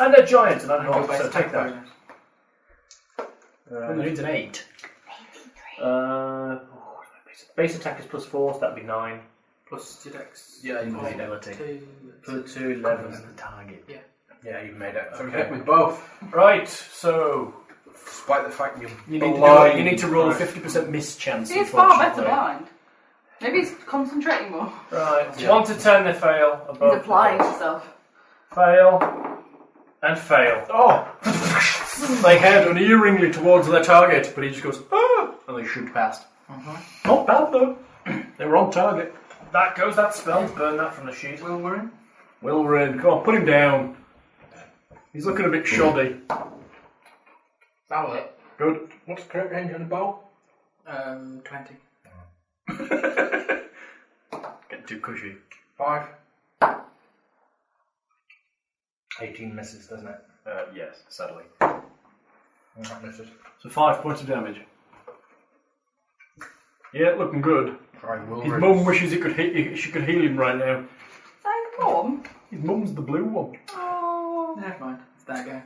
Speaker 5: And they're giants, and I'm
Speaker 7: And your
Speaker 5: not,
Speaker 7: base
Speaker 5: so take
Speaker 7: attack
Speaker 5: that.
Speaker 7: bonus.
Speaker 6: Only needs an 8.
Speaker 5: Uh, oh, base- base attack is plus 4, so that'd be 9.
Speaker 7: Plus your dex.
Speaker 3: Yeah, you made it.
Speaker 6: Infidelity.
Speaker 7: Two.
Speaker 5: two,
Speaker 6: Covers the target.
Speaker 3: Yeah, you made it. So we
Speaker 5: Okay.
Speaker 3: hit with both,
Speaker 5: Right, so.
Speaker 3: despite the fact you.
Speaker 6: You need, to do
Speaker 3: Blind.
Speaker 6: it. you need to roll a
Speaker 5: Right.
Speaker 6: 50% miss chance.
Speaker 4: See, it's far better
Speaker 6: unfortunately.
Speaker 4: blind. Maybe he's concentrating more.
Speaker 5: Right, 1 to 10, they fail.
Speaker 4: He's
Speaker 6: Oh,
Speaker 5: Above.
Speaker 4: applying himself.
Speaker 5: Fail. And fail.
Speaker 6: Oh! they head unerringly towards their target, but he just goes, ah! And they shoot past. Not bad, though. they were on target.
Speaker 5: That goes that spell. Burn that from the sheet.
Speaker 7: Will Warren?
Speaker 6: Will Rain, come on, put him down. He's looking a bit shoddy.
Speaker 3: That'll hit.
Speaker 6: Good.
Speaker 3: What's the correct range on the bow?
Speaker 7: Um, 20.
Speaker 6: Getting too cushy.
Speaker 3: Five. 18 misses, doesn't it?
Speaker 6: Uh, yes, sadly.
Speaker 3: Mm, That misses.
Speaker 6: So five points of damage. Yeah, looking good.
Speaker 3: Try will
Speaker 6: His
Speaker 3: raise.
Speaker 6: mum wishes it could he- she could heal him right now.
Speaker 4: Thank God.
Speaker 6: His mum's the blue one.
Speaker 4: Oh.
Speaker 7: Never mind. It's there go.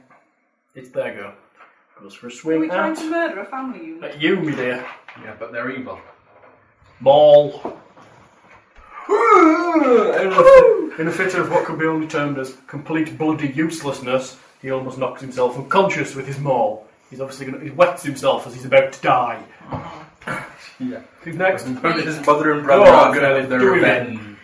Speaker 6: It's there, go. Goes for a
Speaker 4: Are we
Speaker 6: swing
Speaker 4: trying
Speaker 6: at,
Speaker 4: to murder a family unit?
Speaker 6: at you, me dear.
Speaker 3: Yeah, but they're evil.
Speaker 6: Maul. in, a, in a fit of what could be only termed as complete bloody uselessness, he almost knocks himself unconscious with his maul. He's obviously going to. He wets himself as he's about to die.
Speaker 3: Yeah.
Speaker 6: Who's next?
Speaker 3: His mother and brother
Speaker 6: Go on,
Speaker 3: are going to live their
Speaker 6: do it.
Speaker 3: revenge.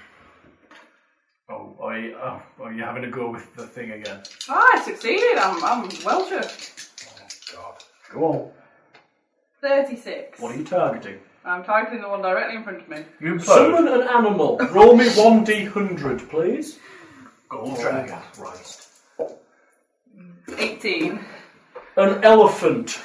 Speaker 6: Oh, are you, oh, are you having a go with the thing again?
Speaker 4: Ah, I succeeded. I'm, I'm Welcher.
Speaker 6: Go on.
Speaker 4: 36.
Speaker 6: What are you targeting?
Speaker 4: I'm targeting the one directly in front of me.
Speaker 5: You implode.
Speaker 6: Summon an animal. Roll me 1d100, please. Gold dragon. Christ.
Speaker 4: 18.
Speaker 6: An elephant.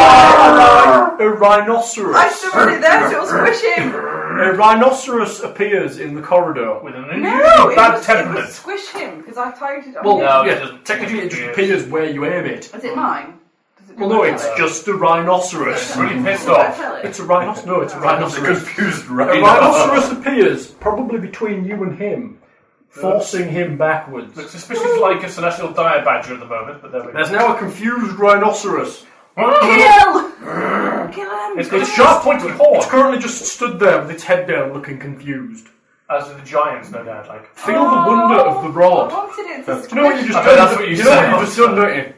Speaker 6: A
Speaker 4: I
Speaker 6: rhinoceros.
Speaker 4: shoved it there so it'll squish him.
Speaker 6: A rhinoceros appears in the corridor.
Speaker 5: With an
Speaker 4: No,
Speaker 5: unusually
Speaker 4: it
Speaker 5: bad
Speaker 4: was, it
Speaker 5: temperament.
Speaker 4: was squish him because I targeted it. on
Speaker 6: Well,
Speaker 4: you.
Speaker 5: No, it
Speaker 6: yeah,
Speaker 5: doesn't.
Speaker 6: technically it just
Speaker 5: Yes.
Speaker 6: appears where you aim it.
Speaker 4: Is it mine? Does it
Speaker 6: Well, no,
Speaker 4: my
Speaker 6: it's
Speaker 4: colour?
Speaker 6: just a rhinoceros.
Speaker 5: Really pissed
Speaker 4: Did I
Speaker 5: off.
Speaker 4: tell it?
Speaker 6: It's a rhinoceros. No, it's a rhinoceros.
Speaker 3: Confused
Speaker 6: A
Speaker 3: right
Speaker 6: rhinoceros appears, probably between you and him, forcing him backwards.
Speaker 5: Looks suspiciously like a national dire badger at the moment, but there we go.
Speaker 6: There's now a confused rhinoceros.
Speaker 4: Kill! Kill him!
Speaker 5: It's got a sharp pointed horn,
Speaker 6: Oh, It's currently just stood there with its head down, looking confused.
Speaker 5: as do the giants, no doubt. Like,
Speaker 6: Feel the wonder of the
Speaker 4: I
Speaker 6: rod.
Speaker 4: wanted it to
Speaker 6: Do you know what
Speaker 4: squish
Speaker 6: you just
Speaker 5: I mean,
Speaker 6: done?
Speaker 5: that's what you
Speaker 6: know
Speaker 5: said.
Speaker 6: what you just done, don't you?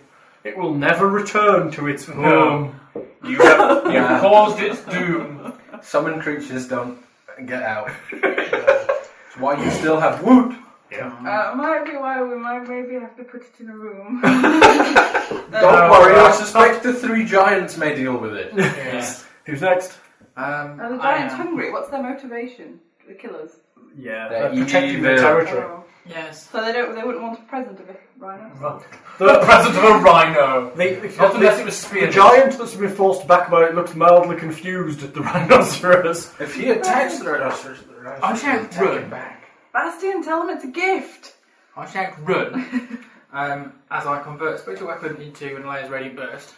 Speaker 6: It will never return to its home.
Speaker 5: you have you
Speaker 3: Yeah.
Speaker 5: caused its doom.
Speaker 3: Summon creatures don't get out. That's why you still have woot.
Speaker 4: Uh, might be why we might maybe have to put it in a room.
Speaker 3: Don't
Speaker 5: No,
Speaker 3: worry, I
Speaker 5: uh,
Speaker 3: suspect the three giants may deal with it.
Speaker 7: Yeah.
Speaker 6: Who's next?
Speaker 7: Um,
Speaker 4: Are the
Speaker 7: I
Speaker 4: giants
Speaker 7: am.
Speaker 4: hungry? What's their motivation? The killers.
Speaker 6: Yeah,
Speaker 3: They're
Speaker 6: they're protecting their
Speaker 5: uh,
Speaker 3: evil.
Speaker 6: territory.
Speaker 4: Oh.
Speaker 7: Yes.
Speaker 4: So they don't. They wouldn't want a present of a rhino.
Speaker 5: The presence of a rhino.
Speaker 6: They,
Speaker 5: Not unless it
Speaker 6: the,
Speaker 5: was speared.
Speaker 6: giant that's been forced back by it looks mildly confused at the rhinoceros.
Speaker 3: If he attacks the rhinoceros, the rhinoceros
Speaker 7: I shout
Speaker 3: will attack
Speaker 7: run.
Speaker 3: him.
Speaker 4: Bastian, tell them it's a gift.
Speaker 7: I shout run. um, as I convert spiritual weapon into an Alaya's radiant burst.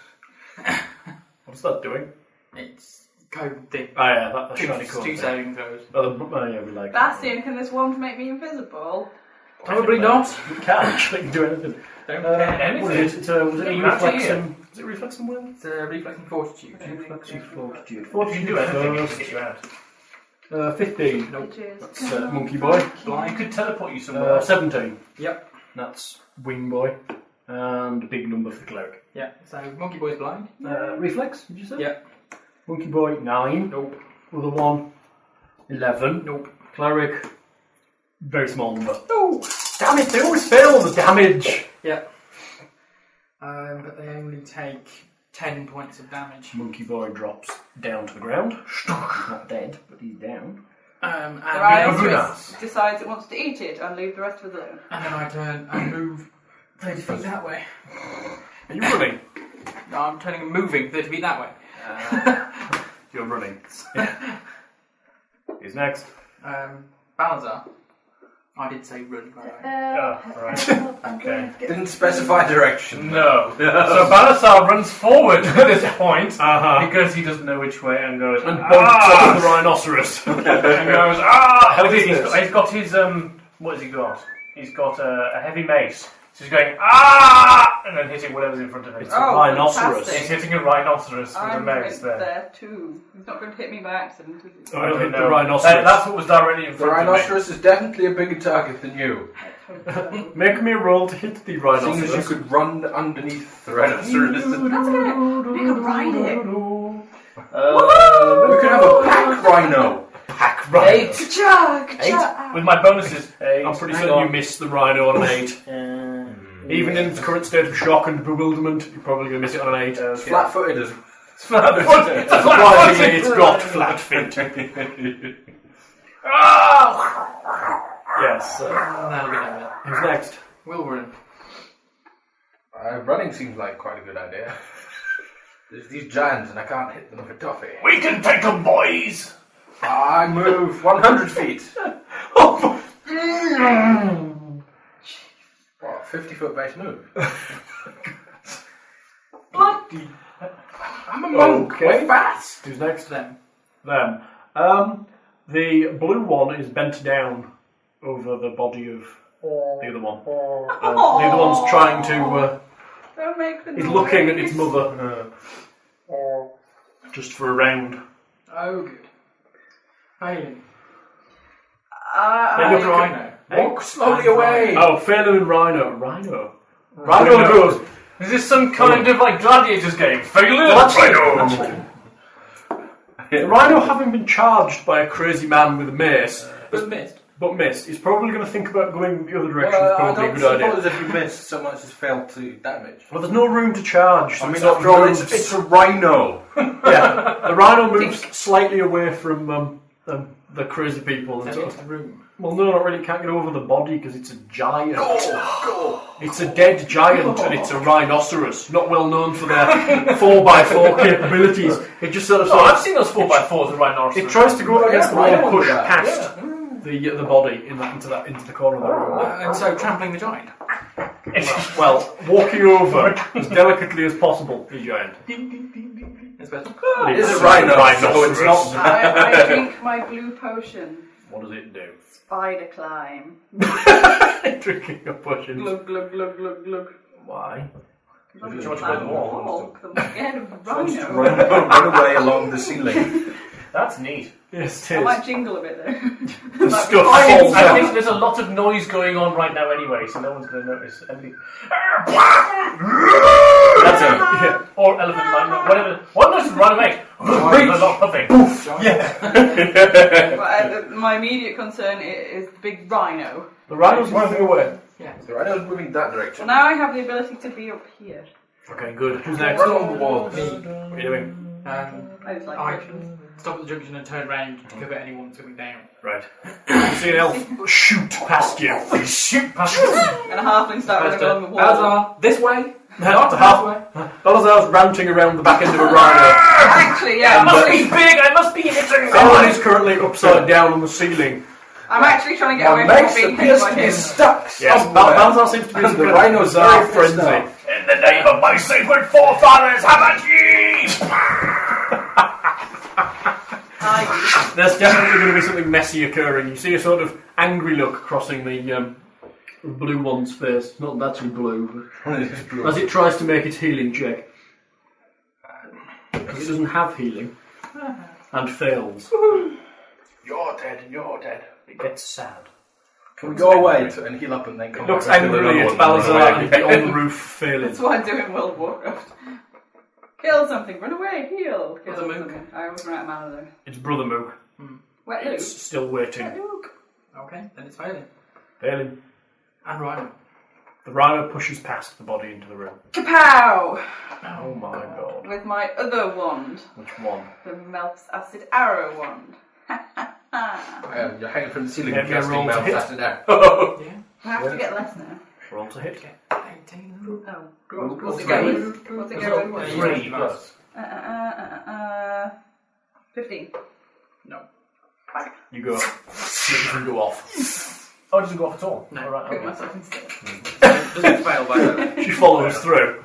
Speaker 6: What's that doing?
Speaker 7: It's code thing.
Speaker 6: Oh yeah, that, that's
Speaker 7: Two,
Speaker 6: shiny cool.
Speaker 7: two
Speaker 6: thing.
Speaker 7: saving throws.
Speaker 6: Oh, the, oh, yeah, we like
Speaker 4: Bastion, can this wand make me invisible?
Speaker 7: Probably not.
Speaker 6: You can actually do anything.
Speaker 7: Don't
Speaker 6: Uh,
Speaker 7: care.
Speaker 6: what is it? It's, uh, was it a
Speaker 5: You can't
Speaker 6: reflex
Speaker 5: see it.
Speaker 6: and is it reflex and will?
Speaker 7: It's uh, reflex and fortitude.
Speaker 6: Reflex and fortitude.
Speaker 5: If you do anything, it can get you out.
Speaker 6: Uh, fifteen.
Speaker 9: Which is
Speaker 6: That's uh, monkey boy.
Speaker 5: You could teleport you somewhere.
Speaker 6: Uh, seventeen.
Speaker 7: Yep.
Speaker 6: That's wing boy. And a big number for the cleric.
Speaker 7: Yeah. So monkey boy's blind.
Speaker 6: Uh, reflex? Did you say?
Speaker 7: Yep.
Speaker 6: Monkey boy nine.
Speaker 7: Nope.
Speaker 6: Other one. Eleven.
Speaker 7: Nope.
Speaker 6: Cleric. Very small number.
Speaker 7: No.
Speaker 6: Damn it! They always fail the damage.
Speaker 7: Yep. Um, but they only take ten points of damage.
Speaker 6: Monkey boy drops down to the ground. He's not dead, but he's down.
Speaker 7: Um, and,
Speaker 4: Their iron
Speaker 7: then-
Speaker 4: twist decides it wants to eat it and leave the rest of it alone.
Speaker 7: and then I turn and move thirty feet that way.
Speaker 6: Are you running?
Speaker 7: No, I'm turning and moving thirty feet that way.
Speaker 6: Uh, You're running. He's next.
Speaker 7: Um, Balazar. I did say run, by the way.
Speaker 9: Uh,
Speaker 5: Ah, right. Okay.
Speaker 3: Didn't specify direction.
Speaker 5: No. So Balasar runs forward at this point
Speaker 6: Uh-huh.
Speaker 5: because he doesn't know which way and goes
Speaker 6: And
Speaker 5: ah!
Speaker 6: bonks the rhinoceros.
Speaker 5: and goes ah.
Speaker 6: How
Speaker 5: He's-
Speaker 6: is
Speaker 5: he's
Speaker 6: this?
Speaker 5: got- he's got his um. What has he got? He's got a, a heavy mace. So he's going ah, and then hitting whatever's in front of him.
Speaker 6: It's a rhinoceros.
Speaker 5: He's
Speaker 4: fantastic.
Speaker 5: hitting a rhinoceros with a
Speaker 4: Oh, I'm right
Speaker 5: mace there.
Speaker 4: there too. He's not going to hit me by accident, is he?
Speaker 6: I don't
Speaker 5: Okay,
Speaker 6: think
Speaker 5: no.
Speaker 6: the rhinoceros.
Speaker 5: That, that's what was directly in
Speaker 3: The
Speaker 5: front of me.
Speaker 3: rhinoceros is definitely a bigger target than you.
Speaker 6: Make me roll to hit the
Speaker 3: Seeing as you
Speaker 6: rhinoceros.
Speaker 3: could run underneath the rhinoceros.
Speaker 9: That's good. We could ride it.
Speaker 3: Uh, we could have a pack rhino.
Speaker 6: Hack rhino.
Speaker 9: Chug, chug.
Speaker 5: With my bonuses, eight.
Speaker 6: I'm pretty
Speaker 7: Hang
Speaker 6: certain you
Speaker 7: on.
Speaker 6: missed the rhino on an eight. Even in its current state of shock and bewilderment, you're probably going to miss it on an eight.
Speaker 5: Okay.
Speaker 3: Flat footed as
Speaker 5: What?
Speaker 6: Surprisingly, it's got flat feet.
Speaker 5: Ah!
Speaker 6: Yes. Uh,
Speaker 7: That'll be no good.
Speaker 6: who's next?
Speaker 7: We'll run.
Speaker 3: Uh, running seems like quite a good idea. There's these giants and I can't hit them with a toffee.
Speaker 5: We can take them, boys!
Speaker 3: I move 100 feet. What, 50 foot base move?
Speaker 5: Bloody.
Speaker 3: I'm a monk.
Speaker 6: Okay.
Speaker 3: We're fast.
Speaker 6: Who's next?
Speaker 7: Them.
Speaker 6: Them. Um, the blue one is bent down over the body of the other one. Um, the other one's trying to. Uh,
Speaker 4: Don't make the noise.
Speaker 6: is looking at its mother. Just for a round.
Speaker 7: Oh, good. Failing.
Speaker 4: Uh,
Speaker 6: Then
Speaker 7: Look,
Speaker 6: you're
Speaker 7: I
Speaker 6: going-
Speaker 7: know.
Speaker 3: Walk slowly away.
Speaker 6: Oh, Phelan and Rhino. Rhino. Rhino
Speaker 5: Rhino.
Speaker 6: goes.
Speaker 5: Is this some kind of like gladiators game? Failure! Rhino!
Speaker 6: The Rhino, having been charged by a crazy man with a mace,
Speaker 7: Uh, But missed.
Speaker 6: but missed, is probably going to think about going the other direction.
Speaker 3: Well, I
Speaker 6: is probably a
Speaker 3: don't
Speaker 6: good idea.
Speaker 3: suppose if you miss, so much has failed to damage.
Speaker 6: Well, there's no room to charge. so
Speaker 3: I mean,
Speaker 6: it's not
Speaker 3: after all, it's,
Speaker 6: moves.
Speaker 3: it's a rhino.
Speaker 6: yeah, the rhino moves slightly away from um, um, the crazy people. And
Speaker 7: Then
Speaker 6: sort
Speaker 7: into
Speaker 6: of,
Speaker 7: the room.
Speaker 6: well, no, not really. It Can't get over the body because it's a giant.
Speaker 3: Go.
Speaker 6: It's a dead giant and it's a rhinoceros, not well known for their 4x4 capabilities. It just sort of.
Speaker 5: Oh,
Speaker 6: sort of-
Speaker 5: I've seen those 4x4s of rhinoceros.
Speaker 6: it tries to go up against the wall and
Speaker 3: Rhino
Speaker 6: push
Speaker 3: did that,
Speaker 6: past the uh, the body in that, into that into the corner of the
Speaker 3: Oh,
Speaker 6: room.
Speaker 7: And so trampling the giant.
Speaker 6: Well, walking over as delicately as possible, the giant.
Speaker 7: That's better.
Speaker 6: It
Speaker 3: is a rhino, so it's not-
Speaker 4: I, I drink my blue potion.
Speaker 6: What does it do?
Speaker 4: Spider climb.
Speaker 6: Drinking a potion.
Speaker 4: Glug, glug, glug, glug, glug.
Speaker 6: Why?
Speaker 5: Do you want to go to the wall?
Speaker 4: Walk. I'm scared of rhino.
Speaker 3: Run, run away along the ceiling.
Speaker 5: That's neat.
Speaker 6: Yes,
Speaker 4: I
Speaker 6: it is.
Speaker 4: might jingle a bit though.
Speaker 6: The stuff
Speaker 5: I
Speaker 6: falls
Speaker 5: think, I
Speaker 6: out.
Speaker 5: think there's a lot of noise going on right now anyway, so no one's going to notice. Everybody-
Speaker 3: That's a
Speaker 6: Yeah.
Speaker 5: Or elephant might whatever. What noise does rhino make? There's a lot of puffing.
Speaker 4: but I, my immediate concern i- is the big rhino.
Speaker 6: The rhino's moving away.
Speaker 3: The rhino's moving that
Speaker 4: Well,
Speaker 3: direction.
Speaker 4: now I have the ability to be up here.
Speaker 6: Okay, good. Who's next?
Speaker 3: Run on the wall.
Speaker 6: What are you doing?
Speaker 7: Um,
Speaker 4: I just like
Speaker 7: I
Speaker 4: potions.
Speaker 7: stop at the junction and turn around to cover anyone that's coming down.
Speaker 6: Right. You see an elf shoot past you.
Speaker 5: Shoot past you.
Speaker 4: And a halfling start running along the wall.
Speaker 7: Balazar, this way. Not
Speaker 6: the
Speaker 7: this
Speaker 6: half-
Speaker 7: way.
Speaker 6: Balazar's ranting around the back end of a rhino.
Speaker 4: Actually, yeah,
Speaker 5: I
Speaker 4: I'm,
Speaker 5: must
Speaker 4: really-
Speaker 5: be big. I must be hitting.
Speaker 6: Someone is currently upside down on the ceiling.
Speaker 4: I'm actually trying to get
Speaker 3: Now,
Speaker 4: away from
Speaker 3: Max
Speaker 4: being
Speaker 3: appears
Speaker 4: hit by
Speaker 3: to be
Speaker 4: him.
Speaker 3: stuck
Speaker 6: Yes, Bal-
Speaker 3: somewhere.
Speaker 6: Balazar seems to be
Speaker 3: And the
Speaker 6: very-
Speaker 3: rhinos are
Speaker 6: very
Speaker 3: pissed
Speaker 6: frenzied.
Speaker 3: off.
Speaker 5: In the name of my sacred forefathers, have at ye!
Speaker 6: There's definitely going to be something messy occurring. You see a sort of angry look crossing the um, blue one's face. Not that too blue, but as it tries to make its healing check. Because it doesn't have healing. And fails.
Speaker 3: You're dead, you're dead.
Speaker 6: It gets sad.
Speaker 3: Can we go away to, and heal up and then come
Speaker 6: Looks
Speaker 3: back? and do
Speaker 6: angrily
Speaker 3: another
Speaker 6: at
Speaker 3: one?
Speaker 6: Balazar and the on roof failing.
Speaker 4: That's what I do in World of Warcraft. Kill something, run away, heal. Kill
Speaker 7: What's a mook?
Speaker 4: something. I always run out of mana though.
Speaker 6: It's Brother Mook.
Speaker 4: Wet
Speaker 6: It's
Speaker 4: loot.
Speaker 6: still waiting.
Speaker 4: Wet loot.
Speaker 7: Okay, then it's failing.
Speaker 6: Failing.
Speaker 7: And Rhino.
Speaker 6: The rhino pushes past the body into the room.
Speaker 4: Kapow!
Speaker 6: Oh my god.
Speaker 4: With my other wand,
Speaker 6: Which one?
Speaker 4: the Melf's Acid Arrow wand. I
Speaker 3: Yeah, Um, you're hanging from the ceiling,
Speaker 6: Yeah,
Speaker 3: casting
Speaker 6: roll to
Speaker 3: mouth
Speaker 6: hit.
Speaker 3: after that.
Speaker 4: have to get less now.
Speaker 6: Roll to hit.
Speaker 7: 18.
Speaker 4: Oh.
Speaker 7: What's
Speaker 4: What's
Speaker 7: the
Speaker 4: it
Speaker 7: game?
Speaker 4: going? What's it
Speaker 7: It's
Speaker 4: going?
Speaker 7: not-
Speaker 4: Uh,
Speaker 6: Three plus.
Speaker 4: uh, uh, uh, uh, 15.
Speaker 6: You go. It doesn't go off.
Speaker 5: Oh, it doesn't go off at all.
Speaker 7: No.
Speaker 5: All right,
Speaker 4: Put
Speaker 5: okay.
Speaker 4: myself instead.
Speaker 7: Doesn't fail by the way.
Speaker 6: She follows through.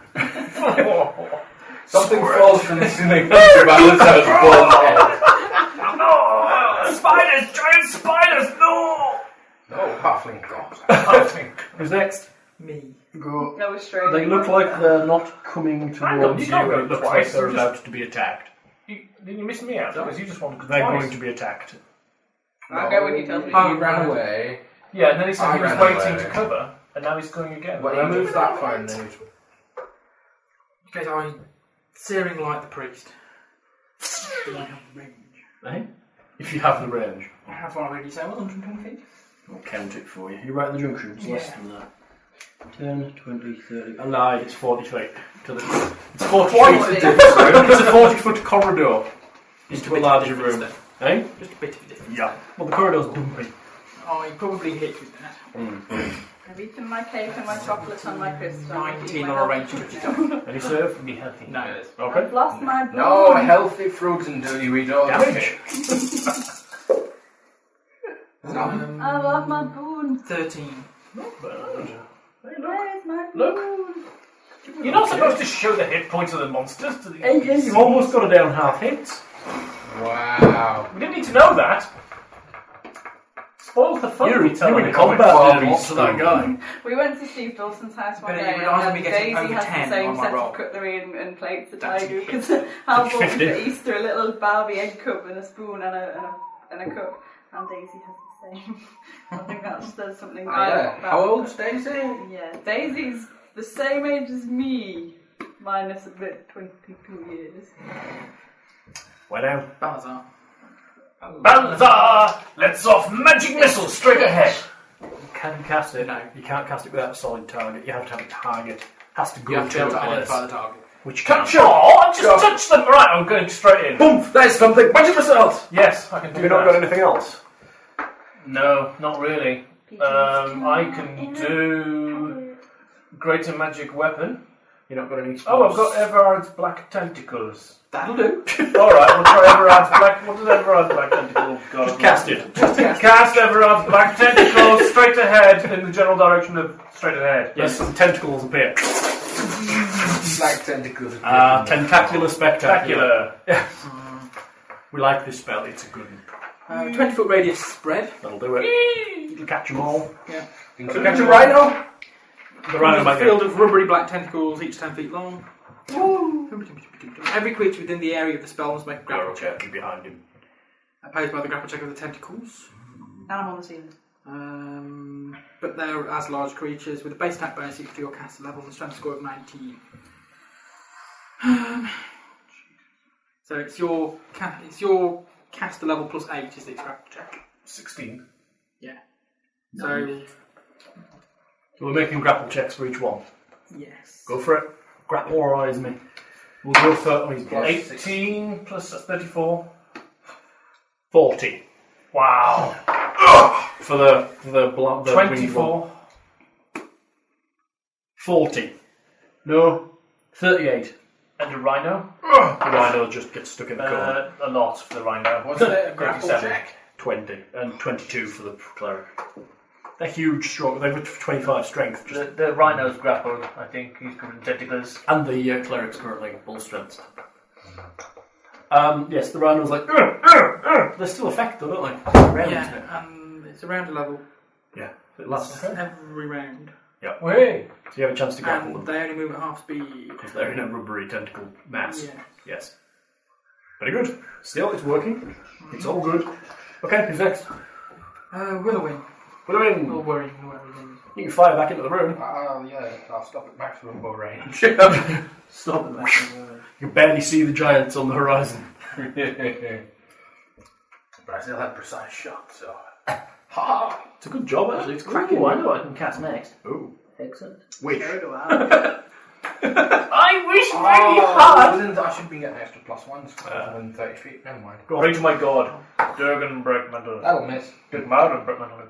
Speaker 3: Something falls from the ceiling to balance out the ball.
Speaker 5: No! Spiders! Giant spiders! No!
Speaker 3: No, Oh, halfling gods. Halfling.
Speaker 6: Who's next?
Speaker 7: Me.
Speaker 6: Go.
Speaker 4: No restraint.
Speaker 6: They look like they're not coming
Speaker 5: Hang on,
Speaker 6: towards
Speaker 5: you
Speaker 6: you.
Speaker 5: can't go
Speaker 6: It looks
Speaker 5: twice,
Speaker 6: like they're
Speaker 5: you just-
Speaker 6: about to be attacked.
Speaker 5: You, you missed me out because you just wanted
Speaker 6: They're
Speaker 5: twice.
Speaker 6: going to be attacked.
Speaker 4: I'll go when you tell me.
Speaker 7: Oh.
Speaker 3: He ran away.
Speaker 5: Yeah, and then he said he
Speaker 3: I
Speaker 5: was
Speaker 3: ran
Speaker 5: waiting
Speaker 3: away.
Speaker 5: to cover, and now he's going again.
Speaker 3: Well, he moved that far and then
Speaker 7: Okay, I searing light the priest.
Speaker 6: Eh? If you have the range.
Speaker 7: How far away do you say? Well, 120 feet?
Speaker 6: I'll count it for you. You're right at the junction. It's less than that. 10, 20, 30. Oh, no, it's 40 feet. To the, it's 40
Speaker 4: Forty.
Speaker 6: feet. it's a 40 foot corridor into a
Speaker 7: bit
Speaker 6: larger
Speaker 7: different
Speaker 6: room.
Speaker 7: stuff.
Speaker 6: Eh?
Speaker 7: Just a bit of difference.
Speaker 6: Yeah. Well, the corridor's dumpy.
Speaker 7: I probably hit with that.
Speaker 4: I've eaten my cake and my chocolate and my crisps. I'm eating
Speaker 7: 19
Speaker 4: my
Speaker 7: on a range
Speaker 4: healthy
Speaker 7: of
Speaker 4: food now.
Speaker 7: attack.
Speaker 6: Any serve? Be healthy.
Speaker 7: No.
Speaker 6: Okay.
Speaker 4: I've lost my
Speaker 3: No,
Speaker 4: bone.
Speaker 3: healthy fruit and dirty we don't.
Speaker 6: Damage.
Speaker 7: Um,
Speaker 4: I love my boon.
Speaker 7: 13.
Speaker 4: Where's my
Speaker 6: Look.
Speaker 4: boon?
Speaker 5: uh, You're not supposed to show the hit points of the monsters to the.
Speaker 6: Hey, yeah, you've almost got it down half hits.
Speaker 3: Wow.
Speaker 5: We didn't need to know that. Spoiled the fun.
Speaker 6: You're,
Speaker 5: you tell
Speaker 6: you're
Speaker 5: me.
Speaker 6: in combat
Speaker 3: Barbie
Speaker 6: there, to that
Speaker 3: style.
Speaker 6: guy.
Speaker 4: We went to Steve Dawson's house one
Speaker 7: But
Speaker 4: day,
Speaker 7: it would either
Speaker 4: and
Speaker 7: be
Speaker 4: um,
Speaker 7: getting
Speaker 4: Daisy
Speaker 7: over
Speaker 4: has
Speaker 7: 10
Speaker 4: the same
Speaker 7: on my
Speaker 4: set
Speaker 7: roll.
Speaker 4: of cutlery and, and plates that
Speaker 7: That's
Speaker 4: I
Speaker 7: a
Speaker 4: do
Speaker 7: hit.
Speaker 4: because Hal bought me
Speaker 6: 50.
Speaker 4: for Easter a little Barbie egg cup and a spoon and a and a, and a cup, and Daisy has the same. I think that's there's something. I
Speaker 3: Yeah. How old's Daisy?
Speaker 4: Yeah, Daisy's the same age as me, minus a bit, twenty-two years.
Speaker 6: Well, now.
Speaker 7: Balazar.
Speaker 5: Balthazar, let's off magic missiles straight ahead.
Speaker 6: Can you cast it?
Speaker 7: No.
Speaker 6: You can't cast it without a solid target. You have to have a target. Has to go
Speaker 7: You have to be
Speaker 6: to
Speaker 7: able to
Speaker 6: a
Speaker 7: identify
Speaker 6: place.
Speaker 7: the target.
Speaker 6: Which
Speaker 5: Touch
Speaker 6: can't.
Speaker 5: your I just touch them. Right, I'm going straight in.
Speaker 3: Boom! There's something. Bunch of missiles.
Speaker 5: Yes, I can do
Speaker 6: Have you
Speaker 5: that.
Speaker 6: not got anything else?
Speaker 5: No, not really. Um, I can do greater magic weapon.
Speaker 6: You've not got any.
Speaker 5: Oh, I've got uh, Everard's black tentacles.
Speaker 7: That'll do.
Speaker 5: All right, we'll try Everard's black. What does Everard's black tentacles? Just
Speaker 6: Cast it.
Speaker 5: Cast Everard's black tentacles straight ahead in the general direction of straight ahead.
Speaker 6: Yes, some tentacles appear.
Speaker 3: Black tentacles.
Speaker 7: Uh,
Speaker 6: Ah, tentacular spectacular.
Speaker 5: Spectacular.
Speaker 6: We like this spell. It's a good. one.
Speaker 7: Uh, 20 foot radius spread.
Speaker 6: That'll do it. It'll catch them all.
Speaker 3: Look at your rhino.
Speaker 6: The rhino
Speaker 7: There's a
Speaker 6: might
Speaker 7: field
Speaker 6: go.
Speaker 7: of rubbery black tentacles, each 10 feet long. Every creature within the area of the spell must make a grapple check,
Speaker 6: You're behind him.
Speaker 7: opposed by the grapple check of the tentacles.
Speaker 4: And I'm on the ceiling.
Speaker 7: Um, but they're as large creatures with a base attack bonus equal to your caster level and a strength score of 19. Um, so it's your ca- it's your caster level plus 8 is the grapple check.
Speaker 5: Sixteen.
Speaker 7: Yeah. So,
Speaker 6: So we're making grapple checks for each one.
Speaker 7: yes.
Speaker 6: Go for it. Grapple or eyes me. We'll go for. Oh, he's plus eight.
Speaker 5: Eighteen plus that's thirty-four.
Speaker 6: Forty
Speaker 5: Wow.
Speaker 6: for the for the bla- the winged one.
Speaker 5: Twenty-four.
Speaker 6: Forty. No. Thirty-eight.
Speaker 5: And a rhino.
Speaker 6: The rhino just gets stuck in the corner.
Speaker 5: Uh, a lot for the rhino.
Speaker 3: What's that? A grapple
Speaker 5: 57.
Speaker 3: check.
Speaker 6: 20 and 22 for the cleric. They're huge, strong. They've got 25 strength, just,
Speaker 5: The, the rhino's grappled. I think he's got tentacles.
Speaker 6: and the uh, cleric's currently full strength. Um, yes, the rhino's like, "Ugh, ugh, ugh." they're still effective, aren't they? Round, isn't it?
Speaker 7: Yeah, and it's around a level
Speaker 6: It lasts. So
Speaker 7: every round.
Speaker 5: Wait.
Speaker 6: you have a chance to grapple them.
Speaker 7: And they only move at half speed.
Speaker 6: Because they're in a rubbery tentacle mass.
Speaker 7: Yeah.
Speaker 6: Yes. Very good. Still, it's working. It's all good. Okay, who's next?
Speaker 7: Uh, Willowing.
Speaker 6: Willowing.
Speaker 7: Or worrying, whoever it is.
Speaker 6: You can fire back into the room.
Speaker 3: Ah, yeah, I'll stop at maximum bow range.
Speaker 6: Stop it. You can barely see the giants on the horizon.
Speaker 3: but I still have precise shots, so.
Speaker 6: It's a good job, actually. It's cracking. I know what I can cast next.
Speaker 3: Ooh.
Speaker 6: Excellent. Wish.
Speaker 3: Oh, I didn't- I should be getting extra plus ones
Speaker 7: Uh.
Speaker 3: for
Speaker 5: Yeah.
Speaker 3: 130 feet. Never mind.
Speaker 5: Pray to my god. Durgan break my door.
Speaker 3: That'll miss.
Speaker 5: Big Mauron break my door.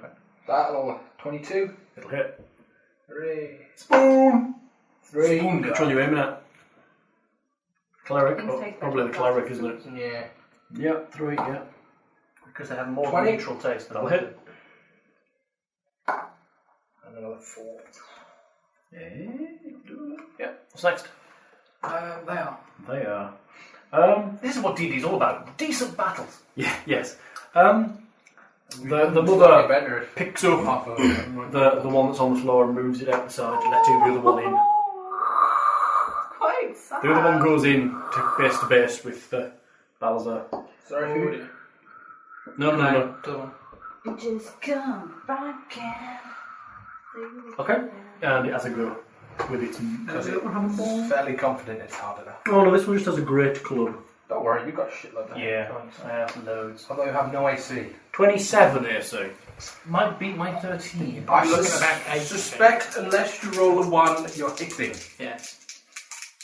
Speaker 3: That'll 22.
Speaker 6: It'll hit.
Speaker 3: Hooray.
Speaker 6: Spoon!
Speaker 3: Three.
Speaker 6: Spoon, which one you aiming at? Cleric?
Speaker 9: Things
Speaker 6: Oh,
Speaker 9: taste
Speaker 6: probably the
Speaker 9: better
Speaker 6: cleric, isn't it?
Speaker 3: Yeah.
Speaker 6: Yep, three, yeah.
Speaker 5: Because they have more
Speaker 3: 20.
Speaker 5: neutral taste than
Speaker 6: That'll
Speaker 5: I
Speaker 6: hit.
Speaker 5: do.
Speaker 3: And another four.
Speaker 6: Yeah. What's next?
Speaker 7: Uh, they are.
Speaker 6: They are. Um,
Speaker 5: This is what DD's all about. Decent battles.
Speaker 6: yeah, yes. Um, the, the
Speaker 3: Probably
Speaker 6: mother
Speaker 3: better if
Speaker 6: picks up
Speaker 3: half of them.
Speaker 6: the, the one that's on the floor and moves it out the side, letting the other one in.
Speaker 4: Oh, Quite sad.
Speaker 6: The other one goes in to base to base with uh, Balazar.
Speaker 3: Sorry, who?
Speaker 6: No, no, no.
Speaker 7: Other one.
Speaker 9: Just come back in.
Speaker 6: Okay. And it has a go with its.
Speaker 3: Because it's fairly confident it's hard enough.
Speaker 6: Oh no, this one just has a great club.
Speaker 3: Don't worry, you've got a shitload of points.
Speaker 5: I have loads.
Speaker 3: Although you have no AC.
Speaker 6: 27 AC.
Speaker 5: Might beat my 13.
Speaker 3: I
Speaker 7: looking at about
Speaker 3: I
Speaker 7: eight.
Speaker 3: suspect unless you roll a one, you're hitting.
Speaker 7: Yeah.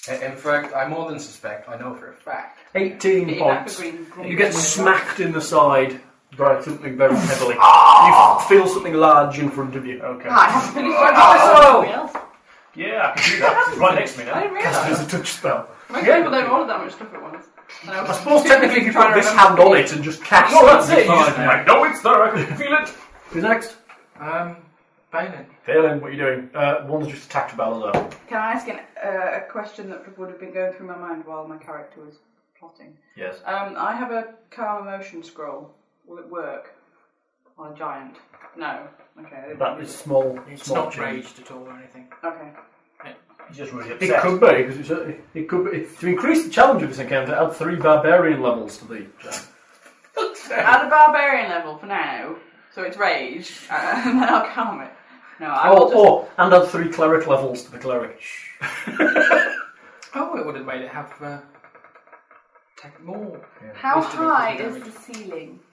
Speaker 3: I- In fact, I more than suspect, I know for a fact.
Speaker 6: 18
Speaker 4: Get back
Speaker 6: points.
Speaker 4: the green grump.
Speaker 6: You get smacked in the side by something very heavily. You feel something large in front of you.
Speaker 5: Ah!
Speaker 6: Ah!
Speaker 5: Okay.
Speaker 4: I haven't finished my
Speaker 6: Oh.
Speaker 4: dice roll.
Speaker 5: Yeah, I can do that. It's right next to me
Speaker 4: I
Speaker 5: now.
Speaker 4: didn't realise.
Speaker 6: There's a touch spell.
Speaker 4: Most
Speaker 6: Yeah.
Speaker 4: people don't order that much stuff at once. And I, was
Speaker 6: I suppose technically if you put this hand on it and just cast
Speaker 5: No, that's it.
Speaker 6: it'd
Speaker 5: You
Speaker 6: be
Speaker 5: just,
Speaker 6: fine.
Speaker 5: I know it's there. I can feel it.
Speaker 6: Who's next?
Speaker 7: Um, Balin.
Speaker 6: Phelan, what are you doing? Uh, one's just attacked Balazar.
Speaker 4: Can I ask an, uh, a question that would have been going through my mind while my character was plotting?
Speaker 6: Yes.
Speaker 4: Um, I have a calm emotion scroll. Will it work on a giant? No. Okay. I didn't
Speaker 6: That
Speaker 4: use
Speaker 6: is small.
Speaker 7: It's
Speaker 6: small
Speaker 7: not
Speaker 6: change.
Speaker 7: raged at all or anything.
Speaker 4: it. Okay.
Speaker 5: He's just really
Speaker 6: It
Speaker 5: upset.
Speaker 6: could be because it's a, it could be, to increase the challenge of this encounter. Add three barbarian levels to the.
Speaker 4: At a barbarian level for now, so it's rage, uh, and then I'll calm it. No, I will
Speaker 6: Oh,
Speaker 4: just.
Speaker 6: oh, and add three cleric levels to the cleric.
Speaker 7: Oh, it would have made it have uh, take more.
Speaker 6: oh,
Speaker 4: How
Speaker 7: Must have been
Speaker 4: high
Speaker 7: because
Speaker 4: is
Speaker 7: of
Speaker 4: the ceiling?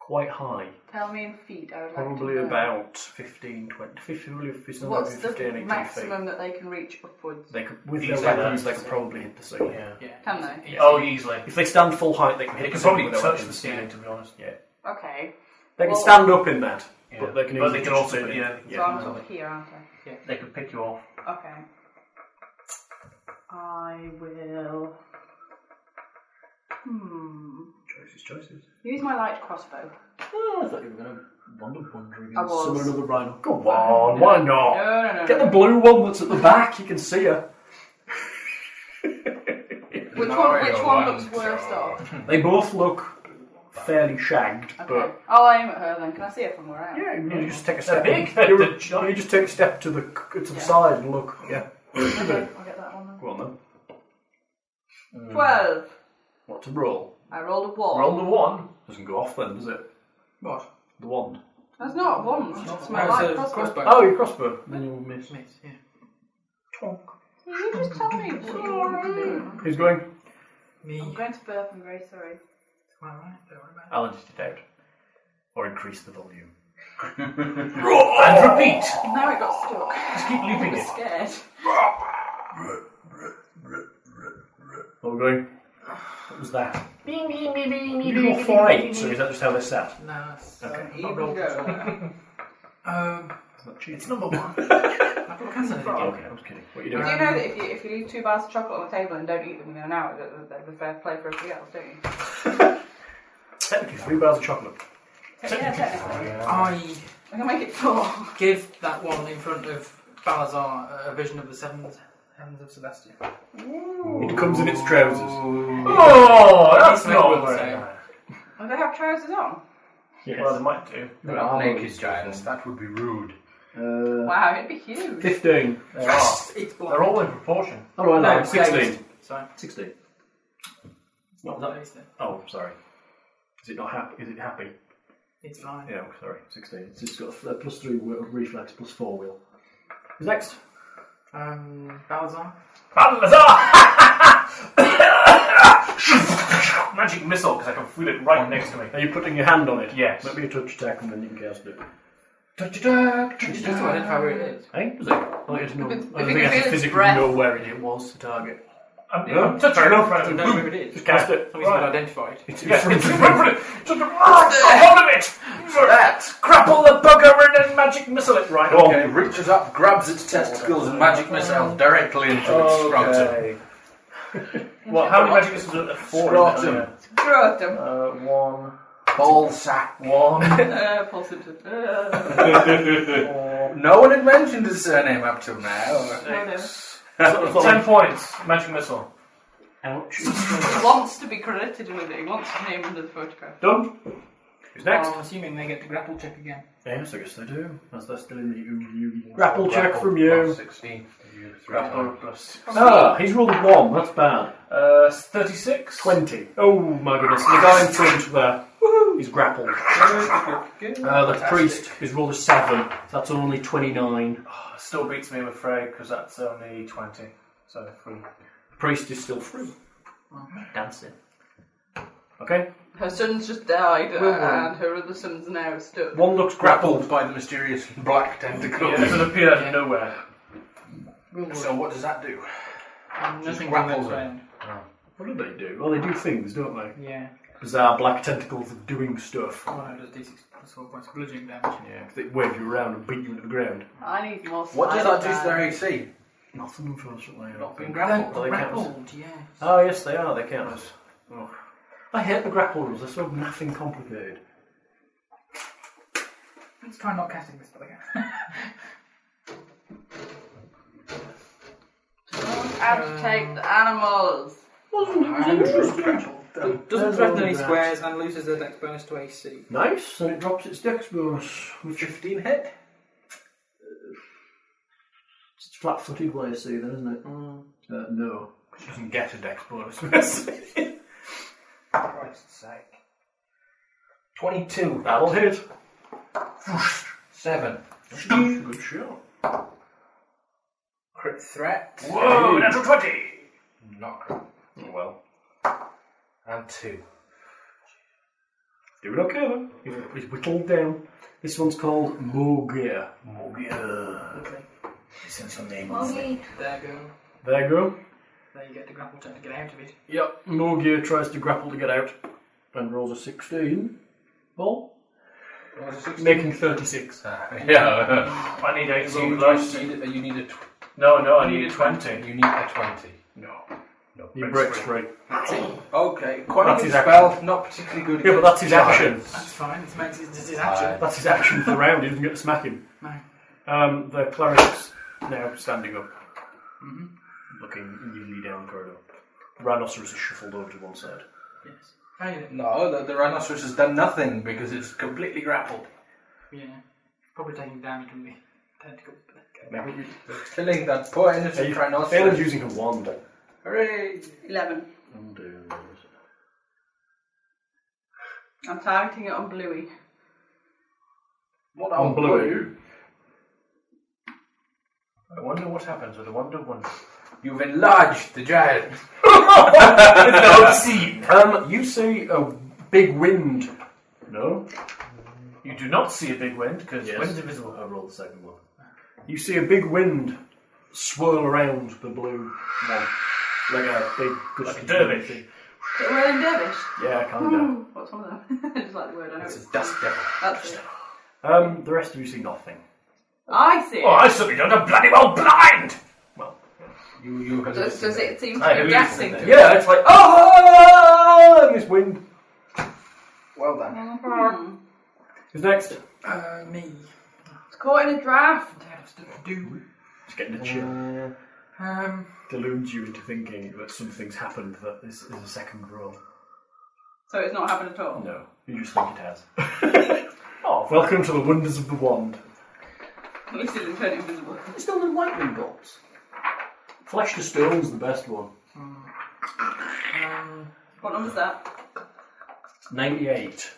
Speaker 6: Quite high,
Speaker 4: Tell me in feet. I would like
Speaker 6: probably
Speaker 4: to know.
Speaker 6: about 15, 20, 50, 15,
Speaker 4: What's the
Speaker 6: 15, 18 feet.
Speaker 4: maximum that they can reach upwards?
Speaker 6: They could, with
Speaker 5: Easily.
Speaker 6: their weapons, they could probably hit the ceiling.
Speaker 7: Yeah.
Speaker 4: Can they?
Speaker 7: Yeah.
Speaker 5: Oh, easily.
Speaker 6: If they stand full height, they can hit
Speaker 5: It
Speaker 6: the
Speaker 5: could
Speaker 6: ceiling.
Speaker 5: probably
Speaker 6: with their
Speaker 5: touch the
Speaker 6: weapons.
Speaker 5: ceiling, to be honest.
Speaker 6: Yeah.
Speaker 4: Okay.
Speaker 6: They can
Speaker 4: Well-
Speaker 6: stand up in that,
Speaker 5: Yeah.
Speaker 6: but they can.
Speaker 5: But
Speaker 6: easily
Speaker 5: they can
Speaker 6: touch
Speaker 5: also,
Speaker 6: the ceiling.
Speaker 5: yeah,
Speaker 4: So I'm sort of here, aren't I?
Speaker 5: they could pick you off.
Speaker 4: Okay. I will. Hmm.
Speaker 6: Choices, choices.
Speaker 4: Use my light crossbow.
Speaker 6: Oh, I thought you were going to wonder wondering
Speaker 4: I
Speaker 6: and
Speaker 4: was.
Speaker 6: summon another rhino. Go on, Oh, why not?
Speaker 4: No, no, no.
Speaker 6: Get the
Speaker 4: no.
Speaker 6: blue one that's at the back. You can see her.
Speaker 4: Which one? Which
Speaker 3: Mario
Speaker 4: one
Speaker 3: one,
Speaker 4: looks worse
Speaker 3: so-
Speaker 4: off?
Speaker 6: They both look fairly shagged,
Speaker 4: Okay.
Speaker 6: but
Speaker 4: I'll aim at her then. Can Oh, I see her from where I am?
Speaker 6: yeah, you just take a step.
Speaker 5: big
Speaker 6: in- you,
Speaker 5: headed
Speaker 6: you just take a step to the to the
Speaker 4: Yeah.
Speaker 6: side and look. Yeah.
Speaker 4: Okay, I'll get that one then.
Speaker 6: Go on then.
Speaker 4: Mm. Twelve.
Speaker 6: What to roll?
Speaker 4: I rolled a one.
Speaker 5: Roll the one.
Speaker 6: Doesn't go off then, does it?
Speaker 7: What?
Speaker 6: The wand.
Speaker 4: That's not a one. That's my
Speaker 7: Oh,
Speaker 4: light
Speaker 7: so
Speaker 4: crossbow.
Speaker 7: crossbow.
Speaker 6: Oh, your crossbow. Then you'll miss.
Speaker 7: Miss, yeah.
Speaker 4: Can you just tell me what you want to do?
Speaker 6: Who's going?
Speaker 7: Me.
Speaker 4: I'm going to birth. I'm very sorry.
Speaker 7: Am I right? Don't worry about it.
Speaker 6: I'll edit it out, or increase the volume.
Speaker 5: And repeat.
Speaker 4: Now it got stuck.
Speaker 5: Just keep
Speaker 4: I'm
Speaker 5: looping it.
Speaker 4: scared.
Speaker 6: What are we going? What was that? You roll four eight, so is that just how they sat?
Speaker 7: No, it's, uh,
Speaker 6: Okay.
Speaker 7: I've not rolled at all. Um,
Speaker 6: It's number one.
Speaker 7: I've got cancer again.
Speaker 6: Okay, I was kidding. What are you
Speaker 4: Do
Speaker 6: doing?
Speaker 4: you know that if you, if you leave two bars of chocolate on the table and don't eat them within an hour, that that- that's a fair play for everybody else, don't you?
Speaker 6: Technically, three bars of chocolate.
Speaker 4: Yeah, technically.
Speaker 7: I
Speaker 4: I can make it four.
Speaker 7: give that one in front of Balazar a vision of the seventh hands of Sebastian.
Speaker 6: It comes in its trousers.
Speaker 5: Oh, that's
Speaker 7: At least I
Speaker 5: not
Speaker 7: would
Speaker 5: very
Speaker 7: say.
Speaker 5: nice.
Speaker 4: Oh, they have trousers on.
Speaker 5: Well, they might do.
Speaker 3: They're not naked giants. That would be rude.
Speaker 6: Uh,
Speaker 4: Wow, it'd be huge.
Speaker 6: 15.
Speaker 5: They are.
Speaker 7: It's blocked.
Speaker 5: They're all in proportion.
Speaker 6: Oh, I
Speaker 7: No,
Speaker 6: lied. 16.
Speaker 7: Sorry.
Speaker 6: 16.
Speaker 7: What was that Easter?
Speaker 6: Oh, sorry. Is it not happy? Is it happy?
Speaker 7: It's fine.
Speaker 6: Yeah, sorry. 16. It's it's got a th- plus 3 w- reflex, plus 4 will. Who's next?
Speaker 7: Um, Balazar?
Speaker 5: Balthazar! Magic missile, because I can feel it right next to me.
Speaker 6: Are you putting your hand on it?
Speaker 5: Yes.
Speaker 6: Let me a touch attack and then you can cast it. Touch
Speaker 7: It's
Speaker 6: attack!
Speaker 7: just to identify where it is.
Speaker 6: Hey, does it? I don't get to know. I
Speaker 4: If it- if it
Speaker 6: don't think
Speaker 4: can
Speaker 6: I
Speaker 4: feel
Speaker 6: have to
Speaker 4: its
Speaker 6: physically
Speaker 4: breath.
Speaker 6: know where it was to target.
Speaker 5: I'm,
Speaker 6: Yeah.
Speaker 5: I'm touching
Speaker 6: Fair
Speaker 5: it
Speaker 6: enough.
Speaker 5: right
Speaker 7: I don't
Speaker 5: in
Speaker 7: know
Speaker 5: front of
Speaker 7: where it is.
Speaker 6: Cast it.
Speaker 7: Somebody's been
Speaker 5: Right.
Speaker 7: identified.
Speaker 6: It's in
Speaker 5: Yes,
Speaker 6: front
Speaker 5: it's
Speaker 6: of
Speaker 5: in
Speaker 6: you.
Speaker 5: front of it. Just hold of Ah, it. That. Crapple the bugger in and magic missile it right
Speaker 3: Okay.
Speaker 5: on.
Speaker 3: reaches up, grabs its testicles, and magic missile directly into its scrotum.
Speaker 5: Well, how many magic missiles are there? Four. isn't
Speaker 3: Scrotum.
Speaker 5: there?
Speaker 4: Throw them.
Speaker 5: Uh, one.
Speaker 3: Ball sack.
Speaker 5: One.
Speaker 4: Uh, Paul Simpson. Uh,
Speaker 3: No one had mentioned his surname up till now.
Speaker 5: Six. Ten points. Magic missile.
Speaker 6: Ouch.
Speaker 4: wants to be credited with it. He wants his name under the photograph.
Speaker 6: Done. Who's next?
Speaker 7: I'm assuming they get to grapple check again.
Speaker 6: Yes, I guess they do. That's, that's still in the oogie oogie. Grapple check from um, you.
Speaker 3: 16. Oh,
Speaker 5: Grapple plus.
Speaker 6: Ah, he's rolled a 1. That's bad.
Speaker 5: Uh, thirty-six.
Speaker 6: 20. Oh my goodness. The guy in front there is grappled. Uh, the priest is rolled a 7. That's only 29.
Speaker 5: Still beats me, I'm afraid, because that's only twenty. So three.
Speaker 6: The priest is still free. Dancing. Okay.
Speaker 4: Her son's just died, uh, and her other son's now stuck.
Speaker 6: One looks grappled.
Speaker 3: Grappled by the mysterious black tentacle.
Speaker 5: Yeah, it doesn't appear out of nowhere.
Speaker 3: So what does that do?
Speaker 7: Nothing
Speaker 3: grapple
Speaker 7: from
Speaker 3: them.
Speaker 6: What do they do? Well, they do things, don't they?
Speaker 7: Yeah.
Speaker 6: Bizarre black tentacles are doing stuff.
Speaker 7: Oh no, it does d6 plus 4 points of bludgeoning damage.
Speaker 6: Yeah, 'cause they wave you around and beat you to the ground.
Speaker 4: I need more.
Speaker 3: What does that do to their
Speaker 4: Spider-Man.
Speaker 3: AC?
Speaker 6: Nothing, unfortunately.
Speaker 7: Not being
Speaker 6: grappled.
Speaker 7: grappled. Grappled, yeah.
Speaker 6: Oh, yes, they are. They count us. Oh. I hate the grapple rules. They're so nothing complicated.
Speaker 7: Let's try not casting this spell again.
Speaker 4: Don't agitate the animals.
Speaker 7: Doesn't threaten any squares and loses the dex bonus to AC.
Speaker 6: Nice, and it drops its dex bonus, which is
Speaker 3: 15 hit?
Speaker 6: it's flat-footed way of see then, isn't it? Uh, no, it doesn't get a dex bonus.
Speaker 3: Christ's sake. 22.
Speaker 6: That'll hit.
Speaker 3: 7.
Speaker 6: Good shot.
Speaker 3: Crit threat.
Speaker 5: Whoa, natural twenty.
Speaker 3: Not crit.
Speaker 6: Oh, Well,
Speaker 3: And 2.
Speaker 6: doing okay then. He's, he's whittled down. This one's called Mogia. Mogia.
Speaker 3: Listen to me.
Speaker 9: Moggy.
Speaker 7: There you go.
Speaker 6: There you go.
Speaker 7: There you get to grapple check to get out of it.
Speaker 6: Yep, Mogia tries to grapple to get out and rolls a 16. Ball? Making 36.
Speaker 3: Yeah.
Speaker 5: I need eight.
Speaker 3: So you,
Speaker 5: plus.
Speaker 3: you, need, a- you need a tw-
Speaker 5: No, no, I need twenty.
Speaker 3: you need a 20.
Speaker 6: No. No. He breaks free.
Speaker 3: Okay, quite
Speaker 6: That's
Speaker 3: a good
Speaker 6: his
Speaker 3: spell, not particularly good.
Speaker 6: Yeah, but that's his action.
Speaker 7: That's fine. This makes it this is action.
Speaker 6: That's his action for the round. He doesn't get to smack him.
Speaker 7: No.
Speaker 6: Um, the cleric's now standing up, looking eagerly down the corridor. The rhinoceros has shuffled over to one side.
Speaker 7: Yes. Found it.
Speaker 3: No, the, the rhinoceros has done nothing because it's completely grappled.
Speaker 7: Yeah. Probably taking damage from the tentacles. but there you
Speaker 6: Maybe
Speaker 3: Killing that poor innocent
Speaker 6: Aelin's
Speaker 3: rhinoceros.
Speaker 6: using her wand.
Speaker 3: Hooray!
Speaker 4: Eleven. I'm targeting it on Bluey.
Speaker 3: What
Speaker 6: On
Speaker 3: on
Speaker 6: Bluey.
Speaker 3: blue?
Speaker 5: I wonder what happens with the wonder one.
Speaker 3: You've enlarged the giant.
Speaker 6: Um, you see a big wind. No?
Speaker 5: You do not see a big wind because
Speaker 6: Yes.
Speaker 5: wind's invisible.
Speaker 6: I rolled the second one. You see a big wind swirl around the blue one. Like a big gust
Speaker 5: Like a
Speaker 6: of
Speaker 5: dervish.
Speaker 6: wind.
Speaker 4: They're wearing dervish.
Speaker 6: Yeah,
Speaker 4: Hmm.
Speaker 6: kind of.
Speaker 4: What's one of them? I just like the word. I know
Speaker 3: It's
Speaker 4: it's
Speaker 3: a dust devil.
Speaker 4: That's it.
Speaker 6: Um, the rest of you see nothing.
Speaker 4: I see.
Speaker 5: Oh, I certainly don't. I'm bloody well blind.
Speaker 3: You, you have
Speaker 4: does, does
Speaker 3: listened.
Speaker 4: it seem
Speaker 5: I
Speaker 4: to be
Speaker 5: hallucinate.
Speaker 4: reacting to it?
Speaker 6: Yeah, it's like oh, and this wind.
Speaker 3: Well done.
Speaker 4: Hmm.
Speaker 6: Who's next?
Speaker 7: go. Uh, me.
Speaker 4: It's caught in a draft.
Speaker 7: Dad, I still do.
Speaker 6: It's getting a chill.
Speaker 7: Um,
Speaker 6: Deludes you into thinking that something's happened that this is a second rule.
Speaker 4: So it's not happened at all.
Speaker 6: No, you just think it has. oh, welcome to the wonders of the wand.
Speaker 4: At least it didn't turn invisible.
Speaker 6: It's still in lightning bolts. Flesh to stone's the best one.
Speaker 7: Um,
Speaker 4: What number's that?
Speaker 6: 98.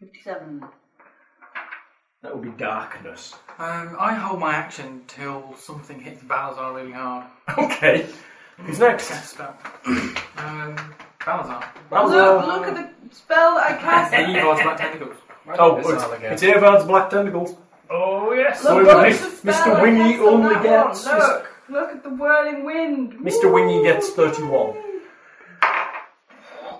Speaker 4: Fifty-seven.
Speaker 6: That would be darkness.
Speaker 7: um, I hold my action till something hits Balazar really hard.
Speaker 6: Okay. Who's next?
Speaker 7: Cast spell. um, Balazar.
Speaker 4: Look! Oh, Look at the spell that I cast.
Speaker 7: He draws black tentacles.
Speaker 6: Oh,
Speaker 3: It's Al again.
Speaker 6: it's, it's Avard's Black Tentacles.
Speaker 5: Oh, yes.
Speaker 4: Look,
Speaker 6: Sorry,
Speaker 4: look
Speaker 6: but
Speaker 4: at the
Speaker 6: Mr.
Speaker 4: spell I
Speaker 6: Wingy
Speaker 4: cast on
Speaker 6: only
Speaker 4: that
Speaker 6: gets-
Speaker 4: one. Look! Look at the whirling wind.
Speaker 6: Mr. Wingy gets 31.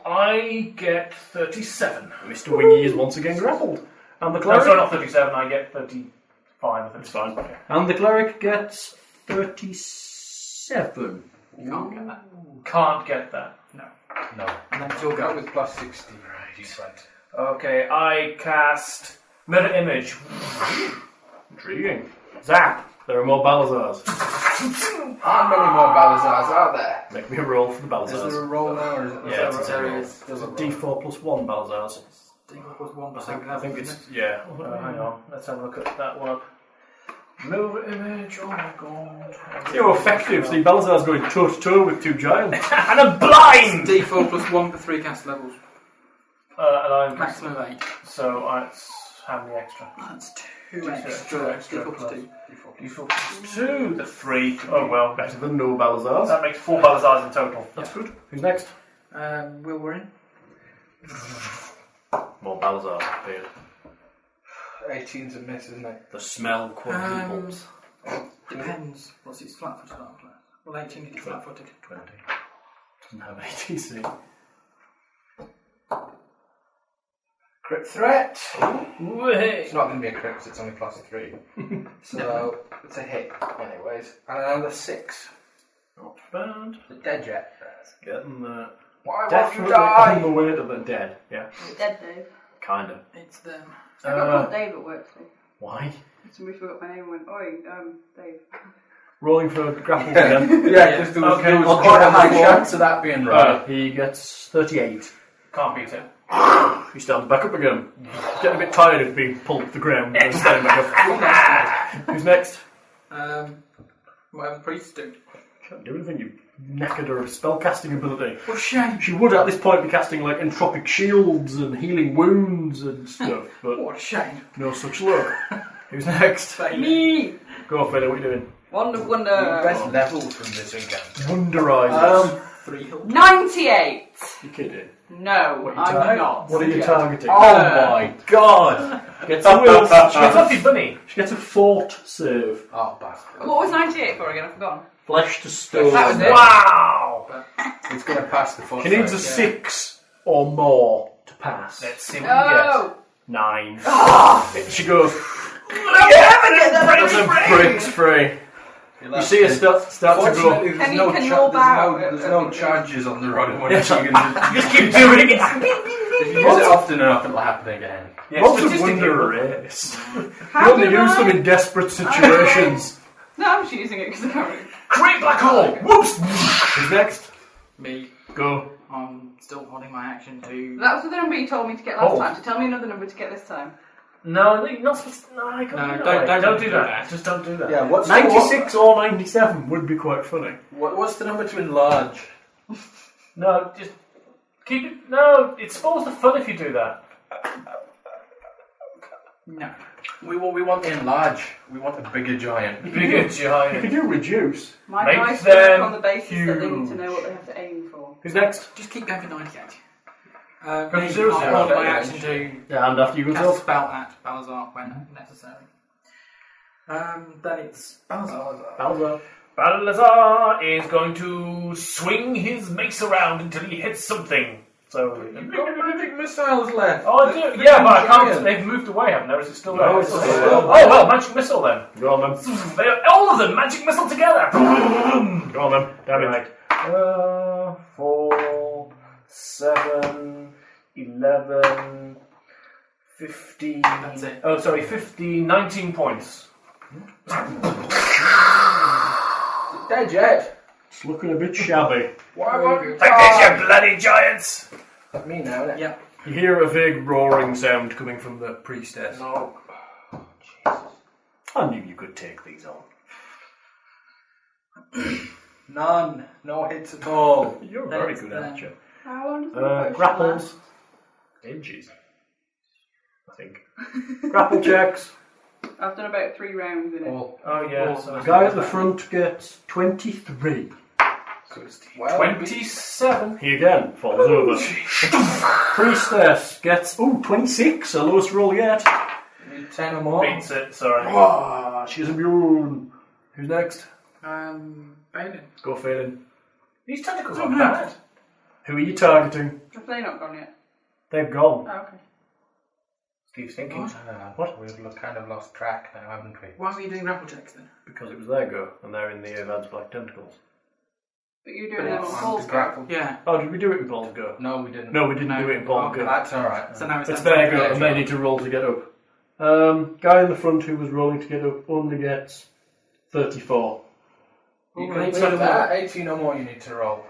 Speaker 5: I get 37.
Speaker 6: Mr. Wingy is once again grappled. And the
Speaker 5: No,
Speaker 6: cleric,
Speaker 5: sorry, not 37. I get 35. That's fine.
Speaker 6: and the cleric gets 37.
Speaker 7: You can't get that.
Speaker 5: Can't get that.
Speaker 7: And then it's your
Speaker 3: That
Speaker 7: go.
Speaker 3: was plus 60.
Speaker 5: Okay, I cast Mirror Image.
Speaker 6: Intriguing. Zap! There are more Balazars.
Speaker 3: How many more Balazars are there?
Speaker 6: Make me a roll for the
Speaker 3: Is there a
Speaker 6: Balazars.
Speaker 3: roll
Speaker 7: uh,
Speaker 3: now, or is it
Speaker 6: Yeah,
Speaker 3: is
Speaker 6: it's
Speaker 3: there
Speaker 6: a
Speaker 3: a
Speaker 6: roll.
Speaker 3: roll?
Speaker 6: It's a
Speaker 3: There's a roll.
Speaker 6: D4 plus 1 Balazars.
Speaker 7: Plus one plus open
Speaker 6: I
Speaker 7: up,
Speaker 6: think
Speaker 7: isn't
Speaker 6: it's, yeah.
Speaker 5: Uh, hang on, let's have a look at that one. Mirror Image, oh my god.
Speaker 6: You're effective. See, Balazar's going toe to toe with two giants.
Speaker 5: And I'm blind!
Speaker 7: it? D4 plus one for three cast levels.
Speaker 5: Uh, and I'm
Speaker 7: Maximum of eight.
Speaker 5: So that's how many extra?
Speaker 7: That's two
Speaker 5: extra, extra
Speaker 7: extra. D4 plus
Speaker 5: plus.
Speaker 7: two.
Speaker 5: D4 plus two, the three. Oh well, better.
Speaker 6: Better than no Balazars.
Speaker 5: That makes four Balazars in total.
Speaker 6: That's good. Who's next?
Speaker 7: Um, Will, we're in.
Speaker 6: More Balazars appeared.
Speaker 3: 18's a miss, isn't it?
Speaker 6: The smell
Speaker 7: Um,
Speaker 6: quadruples.
Speaker 7: depends. What's its flat footed arm class? Well, 18 is flat footed.
Speaker 6: 20. Doesn't have ATC.
Speaker 3: Crit threat!
Speaker 5: Whey.
Speaker 3: It's not going to be a crit 'cause it's only plus 3. so, it's a hit, anyways. And another 6.
Speaker 6: Not bad.
Speaker 3: Is it dead yet?
Speaker 6: Getting there.
Speaker 3: Why won't you
Speaker 6: Definitely
Speaker 3: die?
Speaker 6: on the way to the dead. Yeah.
Speaker 4: Dead Dave.
Speaker 6: Kind of.
Speaker 7: It's them.
Speaker 4: I got
Speaker 6: Uh.
Speaker 4: called Dave at work today.
Speaker 6: Why?
Speaker 4: Somebody forgot my name and went, "Oi, um, Dave."
Speaker 6: Rolling for grapples again.
Speaker 3: Yeah, because there was,
Speaker 5: Okay.
Speaker 3: there was
Speaker 5: I'll
Speaker 3: quite
Speaker 6: try
Speaker 3: a high
Speaker 6: before.
Speaker 3: chance of that being right.
Speaker 6: Uh, he gets 38.
Speaker 5: Can't beat it.
Speaker 6: He stands back up again. Getting a bit tired of being pulled to the ground and standing back up. Who's next?
Speaker 7: Um, whatever priests do.
Speaker 6: Can't do anything, you knackered her of spellcasting ability.
Speaker 7: Well, shame.
Speaker 6: She would at this point be casting like entropic shields and healing wounds and stuff, but
Speaker 7: What a shame.
Speaker 6: no such luck. Who's next?
Speaker 4: Me.
Speaker 6: Go off, Vader, what are you doing?
Speaker 4: Wonder,
Speaker 3: The
Speaker 4: wonder.
Speaker 3: best level from this encounter.
Speaker 6: Wonderizers. Um,
Speaker 4: Ninety-eight.
Speaker 6: you kidding?
Speaker 4: No, I'm not.
Speaker 6: What are you targeting?
Speaker 3: Oh.
Speaker 4: Uh,
Speaker 6: Oh god! Gets a will. She
Speaker 5: Uh,
Speaker 6: gets a,
Speaker 5: Bunny.
Speaker 6: she gets a fort save.
Speaker 3: Oh, bastard.
Speaker 4: What was 98 for again? I've forgotten.
Speaker 6: Flesh to stone.
Speaker 7: That was it.
Speaker 5: Wow.
Speaker 3: It's going to pass the foot.
Speaker 6: He needs a
Speaker 3: threat.
Speaker 6: six or more to pass.
Speaker 5: Let's see what
Speaker 4: Oh!
Speaker 6: Nine. she goes. breaks free. You see her start, start to go.
Speaker 3: Fortunately, there's
Speaker 4: Can you-
Speaker 3: no,
Speaker 4: can you
Speaker 3: cha-
Speaker 4: all bow?
Speaker 3: there's no, there's no charges on the rod and whatever. you can just,
Speaker 5: you get. Just keep doing it.
Speaker 3: if you use it often enough, it'll happen again.
Speaker 6: Lots of
Speaker 5: statistically-
Speaker 6: wonder race.
Speaker 4: How
Speaker 6: You only
Speaker 4: did
Speaker 6: use
Speaker 4: I-
Speaker 6: them in desperate situations.
Speaker 4: No, I'm just using it because I can't really.
Speaker 5: Great black hole. Whoops.
Speaker 6: Who's next?
Speaker 7: Me,
Speaker 6: Go.
Speaker 7: I'm still holding my action to.
Speaker 4: That was the number you told me to get last
Speaker 6: Oh.
Speaker 4: time, so tell me another number to get this time.
Speaker 5: No, no, you're not supposed. To, no, I can't
Speaker 7: No,
Speaker 5: do
Speaker 7: don't-
Speaker 5: that.
Speaker 7: don't-
Speaker 5: don't do
Speaker 7: do
Speaker 5: that.
Speaker 7: that.
Speaker 5: Just don't do that.
Speaker 3: Yeah, what's
Speaker 6: Ah.
Speaker 3: The,
Speaker 6: 96 or 97 would be quite funny.
Speaker 3: what, what, what's the number to enlarge?
Speaker 5: No, just keep it. No, it spoils the fun if you do that.
Speaker 7: No.
Speaker 3: We want, we want the enlarge. We want a bigger giant.
Speaker 5: Bigger
Speaker 6: You could
Speaker 5: giant.
Speaker 6: do reduce.
Speaker 4: My
Speaker 5: Make
Speaker 4: dice
Speaker 5: them
Speaker 4: work on the basis that they need to know what they have to aim for.
Speaker 6: Who's next?
Speaker 7: Just keep going for 98. Uh,
Speaker 5: Go
Speaker 7: me,
Speaker 5: zero,
Speaker 7: I'll
Speaker 5: zero,
Speaker 7: hold my
Speaker 3: yeah.
Speaker 7: action to
Speaker 6: Yeah, and after you
Speaker 7: cast a
Speaker 6: go.
Speaker 7: spell at Balazar when necessary. Um, then it's Balazar.
Speaker 6: Bowser.
Speaker 5: Balazar is going to swing his mace around until he hits something. So.
Speaker 3: You've got magic missiles left.
Speaker 5: Oh, I do.
Speaker 3: The
Speaker 5: yeah, but I
Speaker 3: green
Speaker 5: can't.
Speaker 3: giant.
Speaker 5: They've moved away, haven't they? Or is it still there?
Speaker 6: No, it's still there.
Speaker 5: Oh, well, magic missile then.
Speaker 6: Go on then.
Speaker 5: They are, all of them magic missile together.
Speaker 6: Go on then. Damn it.
Speaker 5: Right. Uh, four, seven, eleven, fifteen.
Speaker 7: That's it.
Speaker 5: Oh, sorry, fifteen, nineteen points.
Speaker 3: Dead yet.
Speaker 6: It's looking a bit shabby.
Speaker 3: Why won't you
Speaker 5: Take this,
Speaker 6: Ah.
Speaker 5: you bloody giants!
Speaker 3: That's me now, innit?
Speaker 7: Yeah.
Speaker 6: You hear a vague roaring sound coming from the priestess.
Speaker 3: No.
Speaker 6: I knew you could take these on.
Speaker 7: None. No hits at all.
Speaker 6: You're a
Speaker 7: That's
Speaker 6: very good
Speaker 7: the-
Speaker 6: archer.
Speaker 4: How long does the
Speaker 6: Uh,
Speaker 4: potion
Speaker 6: grapples.
Speaker 4: last?
Speaker 6: Ages. I think. Grapple checks.
Speaker 4: I've done about three rounds in it.
Speaker 5: Oh, yeah. so
Speaker 6: The guy at the front gets 23.
Speaker 3: Well,
Speaker 5: 27.
Speaker 6: He again falls over. Priestess gets, ooh, 26, her lowest roll yet.
Speaker 3: need ten or more.
Speaker 5: Beats it, sorry.
Speaker 6: Ah, she's immune. Who's next?
Speaker 7: Um, Bailey.
Speaker 6: Go Phelan.
Speaker 5: These tentacles are bad.
Speaker 6: Who are you targeting?
Speaker 4: Have they not gone yet?
Speaker 6: They're gone.
Speaker 4: Oh, okay.
Speaker 3: Steve's thinking.
Speaker 7: What?
Speaker 6: What?
Speaker 3: We've lo- kind of lost track now, haven't we?
Speaker 7: Why were you doing grapple checks then?
Speaker 6: Because it was their go, and they're in the Avad's Black Tentacles.
Speaker 4: But you're doing them on Paul's
Speaker 3: The
Speaker 4: go.
Speaker 3: grapple.
Speaker 7: Yeah.
Speaker 6: Oh, did we do it in Paul's go?
Speaker 3: No, we didn't.
Speaker 6: No, we didn't
Speaker 7: No.
Speaker 6: do it in Paul's
Speaker 7: Okay,
Speaker 6: go.
Speaker 3: That's alright.
Speaker 7: So now it's
Speaker 6: It's
Speaker 7: down
Speaker 6: their
Speaker 7: to
Speaker 6: go,
Speaker 7: Bailey.
Speaker 6: and they need to roll to get up. Um, guy in the front who was rolling to get up only gets 34.
Speaker 3: You
Speaker 7: Alright,
Speaker 3: can beat
Speaker 7: so the-
Speaker 3: that. 18 or more you need to roll.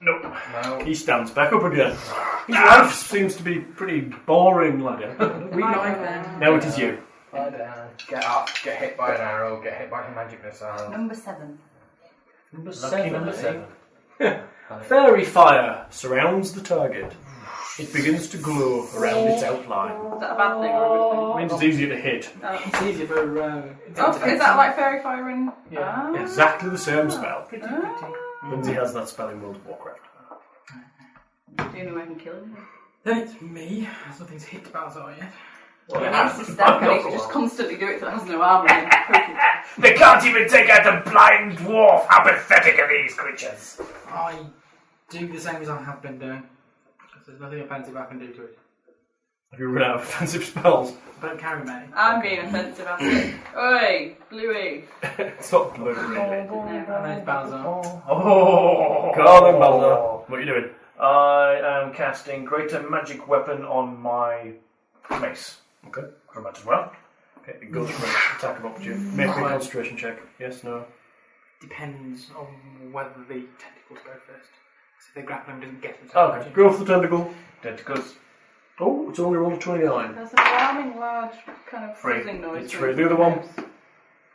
Speaker 6: Nope.
Speaker 3: No.
Speaker 6: He stands back up again. His life seems to be pretty boring, lad.
Speaker 7: We like them.
Speaker 6: now it is you.
Speaker 3: Lie down. Get up. Get hit by an arrow. Get hit by a magic missile.
Speaker 9: Number seven.
Speaker 6: Number
Speaker 5: Lucky number seven.
Speaker 6: Fairy fire surrounds the target. It begins to glow around its outline.
Speaker 4: Is that a bad thing or a
Speaker 6: It means it's easier to hit.
Speaker 4: Oh.
Speaker 7: It's easier for. Um,
Speaker 4: good thing? Oh, is that like fairy fire in?
Speaker 7: Yeah.
Speaker 4: Ah.
Speaker 6: Exactly the same spell. Lindsay has that spell in World of Warcraft.
Speaker 4: The only way I can kill him.
Speaker 7: Then it's me. There's nothing's hit Balzar yet.
Speaker 4: That's the stack. I need to just constantly do it so it has no armor. And then poke it.
Speaker 5: They can't even take out a blind dwarf. How pathetic are these creatures?
Speaker 7: I do the same as I have been doing. Because there's nothing offensive I can do to it.
Speaker 6: Have you run out of offensive spells?
Speaker 7: I don't carry many.
Speaker 4: I'm being offensive, aren't I? Oi, Bluey.
Speaker 6: It's not blue, really.
Speaker 7: And then it's Balzar.
Speaker 5: Oh,
Speaker 6: Carl and Balder, what are you doing?
Speaker 5: I am casting Greater Magic Weapon on my mace.
Speaker 6: Okay.
Speaker 5: Combat as well.
Speaker 6: Okay, it goes for an attack of opportunity. Make me a concentration check. Yes, no.
Speaker 7: Depends on whether the tentacles go first. So if they grapple him, doesn't get it.
Speaker 6: Oh, Okay, go for the tentacle.
Speaker 5: Tentacles.
Speaker 6: Oh, it's only rolled a 29.
Speaker 4: There's an alarming large kind of
Speaker 5: Three.
Speaker 4: buzzing noise.
Speaker 6: It's
Speaker 4: through
Speaker 6: three. The other one.
Speaker 4: house.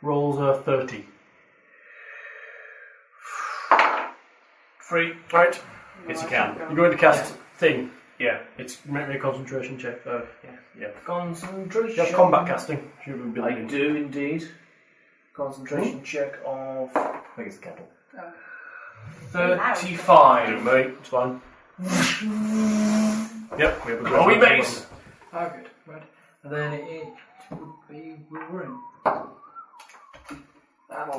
Speaker 6: Rolls a 30.
Speaker 5: Free.
Speaker 6: Right. Yes, you
Speaker 4: Oh,
Speaker 6: can. You're going to cast thing.
Speaker 5: Yeah.
Speaker 6: It's make me a concentration check. Uh,
Speaker 7: Yeah.
Speaker 6: yeah.
Speaker 5: Concentration.
Speaker 6: You have combat casting. Should have been
Speaker 5: I
Speaker 6: building. Hmm?
Speaker 5: do indeed. Concentration check of
Speaker 6: I think it's the kettle.
Speaker 5: 35.
Speaker 6: Mate, it's fine. yep, we have a
Speaker 5: Are we base?
Speaker 7: Oh, good. Right. And then it would be Wolverine.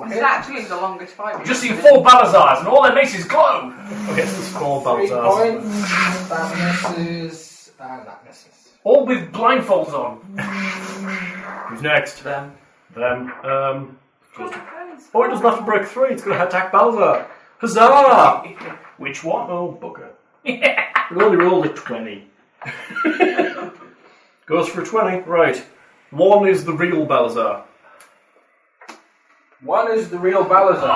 Speaker 4: This is actually the longest fight. we've
Speaker 5: Just seen
Speaker 4: been
Speaker 5: four Balazars and all their maces glow!
Speaker 6: Okay, so it's four
Speaker 3: Three
Speaker 6: Baltars.
Speaker 3: points. That misses. And that misses.
Speaker 5: All with blindfolds on.
Speaker 6: Who's next?
Speaker 7: Them.
Speaker 6: Them. Um, oh, it doesn't have to break three. It's going to attack Balzer. Huzzah!
Speaker 5: Which one?
Speaker 6: Oh, bugger. it only rolled a 20. Goes for a 20. Right. One is the real Balazar.
Speaker 3: One is the real Balazar.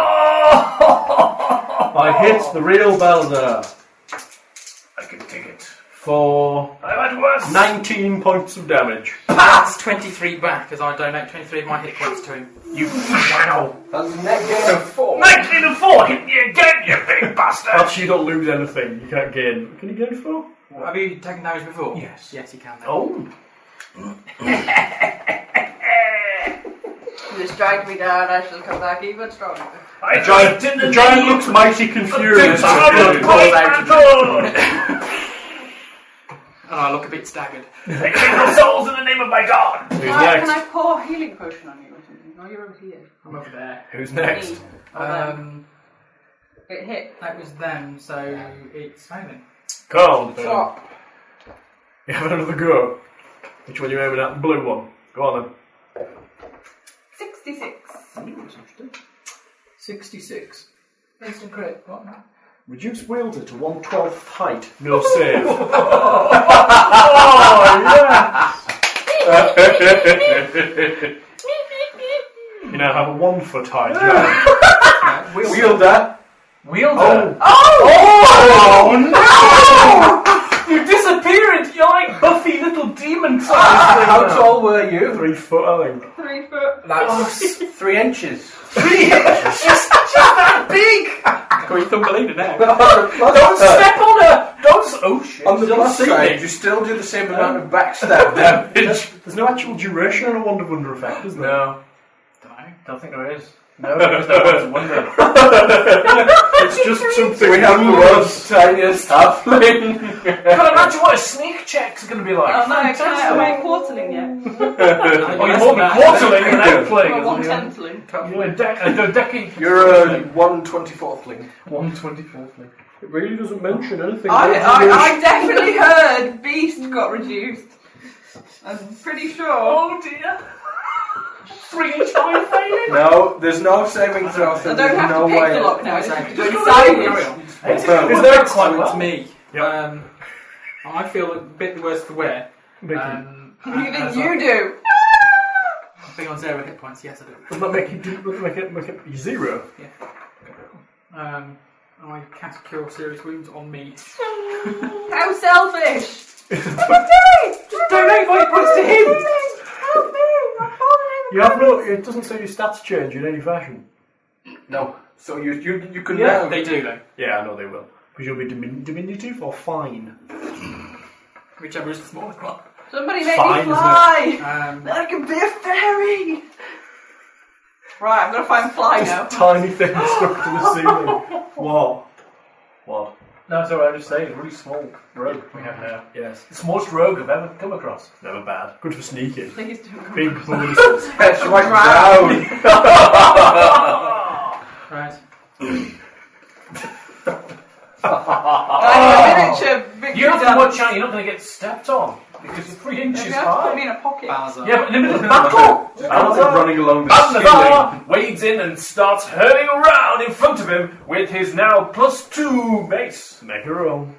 Speaker 6: I hit the real Balazar
Speaker 5: I can take it.
Speaker 6: for
Speaker 5: I've had worse!
Speaker 6: 19 points of damage.
Speaker 7: That's 23 back as I donate 23 of my hit points to him.
Speaker 5: You wow!
Speaker 3: That's a net gain of four.
Speaker 5: Nineteen and four hit me again, you big bastard!
Speaker 6: Actually, you don't lose anything. You can't gain. Can you gain four?
Speaker 7: Have you taken damage before?
Speaker 6: Yes.
Speaker 7: Yes, you can. Then.
Speaker 6: Oh.
Speaker 4: in. You just dragged me down. I shall come back even stronger.
Speaker 5: I
Speaker 6: Giant,
Speaker 5: jumped in
Speaker 6: the giant looks mighty confused.
Speaker 7: And I look a bit staggered.
Speaker 5: They take your souls in the name of my god!
Speaker 6: Who's
Speaker 4: Why can I
Speaker 6: next?
Speaker 4: pour healing potion on you or something? No, you're over here.
Speaker 7: I'm over there.
Speaker 6: Who's next?
Speaker 4: Me. Or them.
Speaker 7: Um,
Speaker 4: it hit.
Speaker 7: that was them, so it's failing.
Speaker 6: Carl. You
Speaker 3: Top.
Speaker 6: have another go. Which one you aiming at? The blue one. Go on then.
Speaker 4: 66.
Speaker 6: 66.
Speaker 7: Instant crit. What?
Speaker 6: Reduce wielder to 1 12th height. No save. oh, yeah. You now have a one foot high giant.
Speaker 10: Wielder.
Speaker 5: Wielder!
Speaker 10: Oh,
Speaker 6: Oh,
Speaker 5: Oh! You disappear into you're like Buffy little demon
Speaker 3: Ah,
Speaker 5: size.
Speaker 3: how tall were you?
Speaker 6: Three foot, I think.
Speaker 11: Three foot.
Speaker 3: That's three inches.
Speaker 7: Well, you don't believe it now.
Speaker 3: Don't step
Speaker 5: on her! Don't. s- Oh shit.
Speaker 3: on the
Speaker 5: Don't
Speaker 3: plus
Speaker 5: see
Speaker 3: side.
Speaker 5: me.
Speaker 3: You still do the same amount of backstab damage.
Speaker 6: There's no actual duration on a Wonder Wonder effect, is there?
Speaker 5: No. Don't think there is. No, because there was wonder.
Speaker 6: It's just something.
Speaker 3: we have the world's tiniest halfling.
Speaker 5: Can imagine what a sneak check's going to be like.
Speaker 4: I'm like, can I, am I quarterling yet?
Speaker 5: oh, you won't be quarterling in that play.
Speaker 4: Well, one tentling.
Speaker 5: You're a dec- a dodecahedron.
Speaker 3: You're a one twenty-fourth fling.
Speaker 5: 124th link.
Speaker 12: It really doesn't mention anything.
Speaker 4: I,
Speaker 12: about the
Speaker 4: I, I definitely heard Beast got reduced. I'm pretty sure. Oh dear.
Speaker 5: Three each time failing?
Speaker 3: No, there's no saving throw.
Speaker 4: I
Speaker 3: So
Speaker 4: don't
Speaker 3: there's
Speaker 4: have
Speaker 3: no
Speaker 4: to pick
Speaker 3: way.
Speaker 4: the lock now.
Speaker 7: It's
Speaker 4: It's
Speaker 7: okay.
Speaker 4: just
Speaker 5: Just
Speaker 4: silence.
Speaker 5: Is
Speaker 3: Is
Speaker 7: there quite
Speaker 5: well?
Speaker 7: It's me. Um, I feel a bit the worse for wear. Um,
Speaker 4: You
Speaker 7: as
Speaker 4: think
Speaker 7: I-
Speaker 4: you do?
Speaker 7: I think on zero hit points. Yes, I do.
Speaker 6: Doesn't that make it, doesn't that make it, make it zero?
Speaker 7: Um, I cast cure serious wounds on me.
Speaker 4: How selfish!
Speaker 5: Donate my points to him!
Speaker 4: Help me! I'm falling!
Speaker 6: You have no. It doesn't say your stats change in any fashion.
Speaker 3: No. So you you you can
Speaker 7: Yeah,
Speaker 3: now.
Speaker 7: they do though.
Speaker 6: Yeah, I know they will. Because you'll be dimin- diminutive or fine.
Speaker 7: Whichever is the smallest one.
Speaker 4: Somebody make
Speaker 6: Fine,
Speaker 4: me
Speaker 6: isn't it?
Speaker 4: fly!
Speaker 7: Um,
Speaker 4: I can be a fairy! Right, I'm gonna find fly now.
Speaker 6: Tiny thing stuck to the ceiling. What? What?
Speaker 5: No, sorry, I'm just saying, really small rogue we have now.
Speaker 6: Yes.
Speaker 5: The smallest rogue I've ever come across.
Speaker 6: Never bad. Good for sneaking.
Speaker 4: Please don't.
Speaker 6: Big bonuses.
Speaker 3: Yes, you went down.
Speaker 7: right.
Speaker 4: I need a miniature victory
Speaker 5: You have to
Speaker 4: dance.
Speaker 5: watch out, you're not going to get stepped on because you're three
Speaker 4: Maybe
Speaker 5: inches
Speaker 4: I have to put
Speaker 5: high.
Speaker 4: me in a pocket.
Speaker 7: Bowser.
Speaker 5: Yeah, but in the middle of battle,
Speaker 3: Balance is running along the ceiling.
Speaker 5: Balthazar wades in and starts hurling around in front of him with his now plus two base.
Speaker 6: Make a roll.
Speaker 4: It's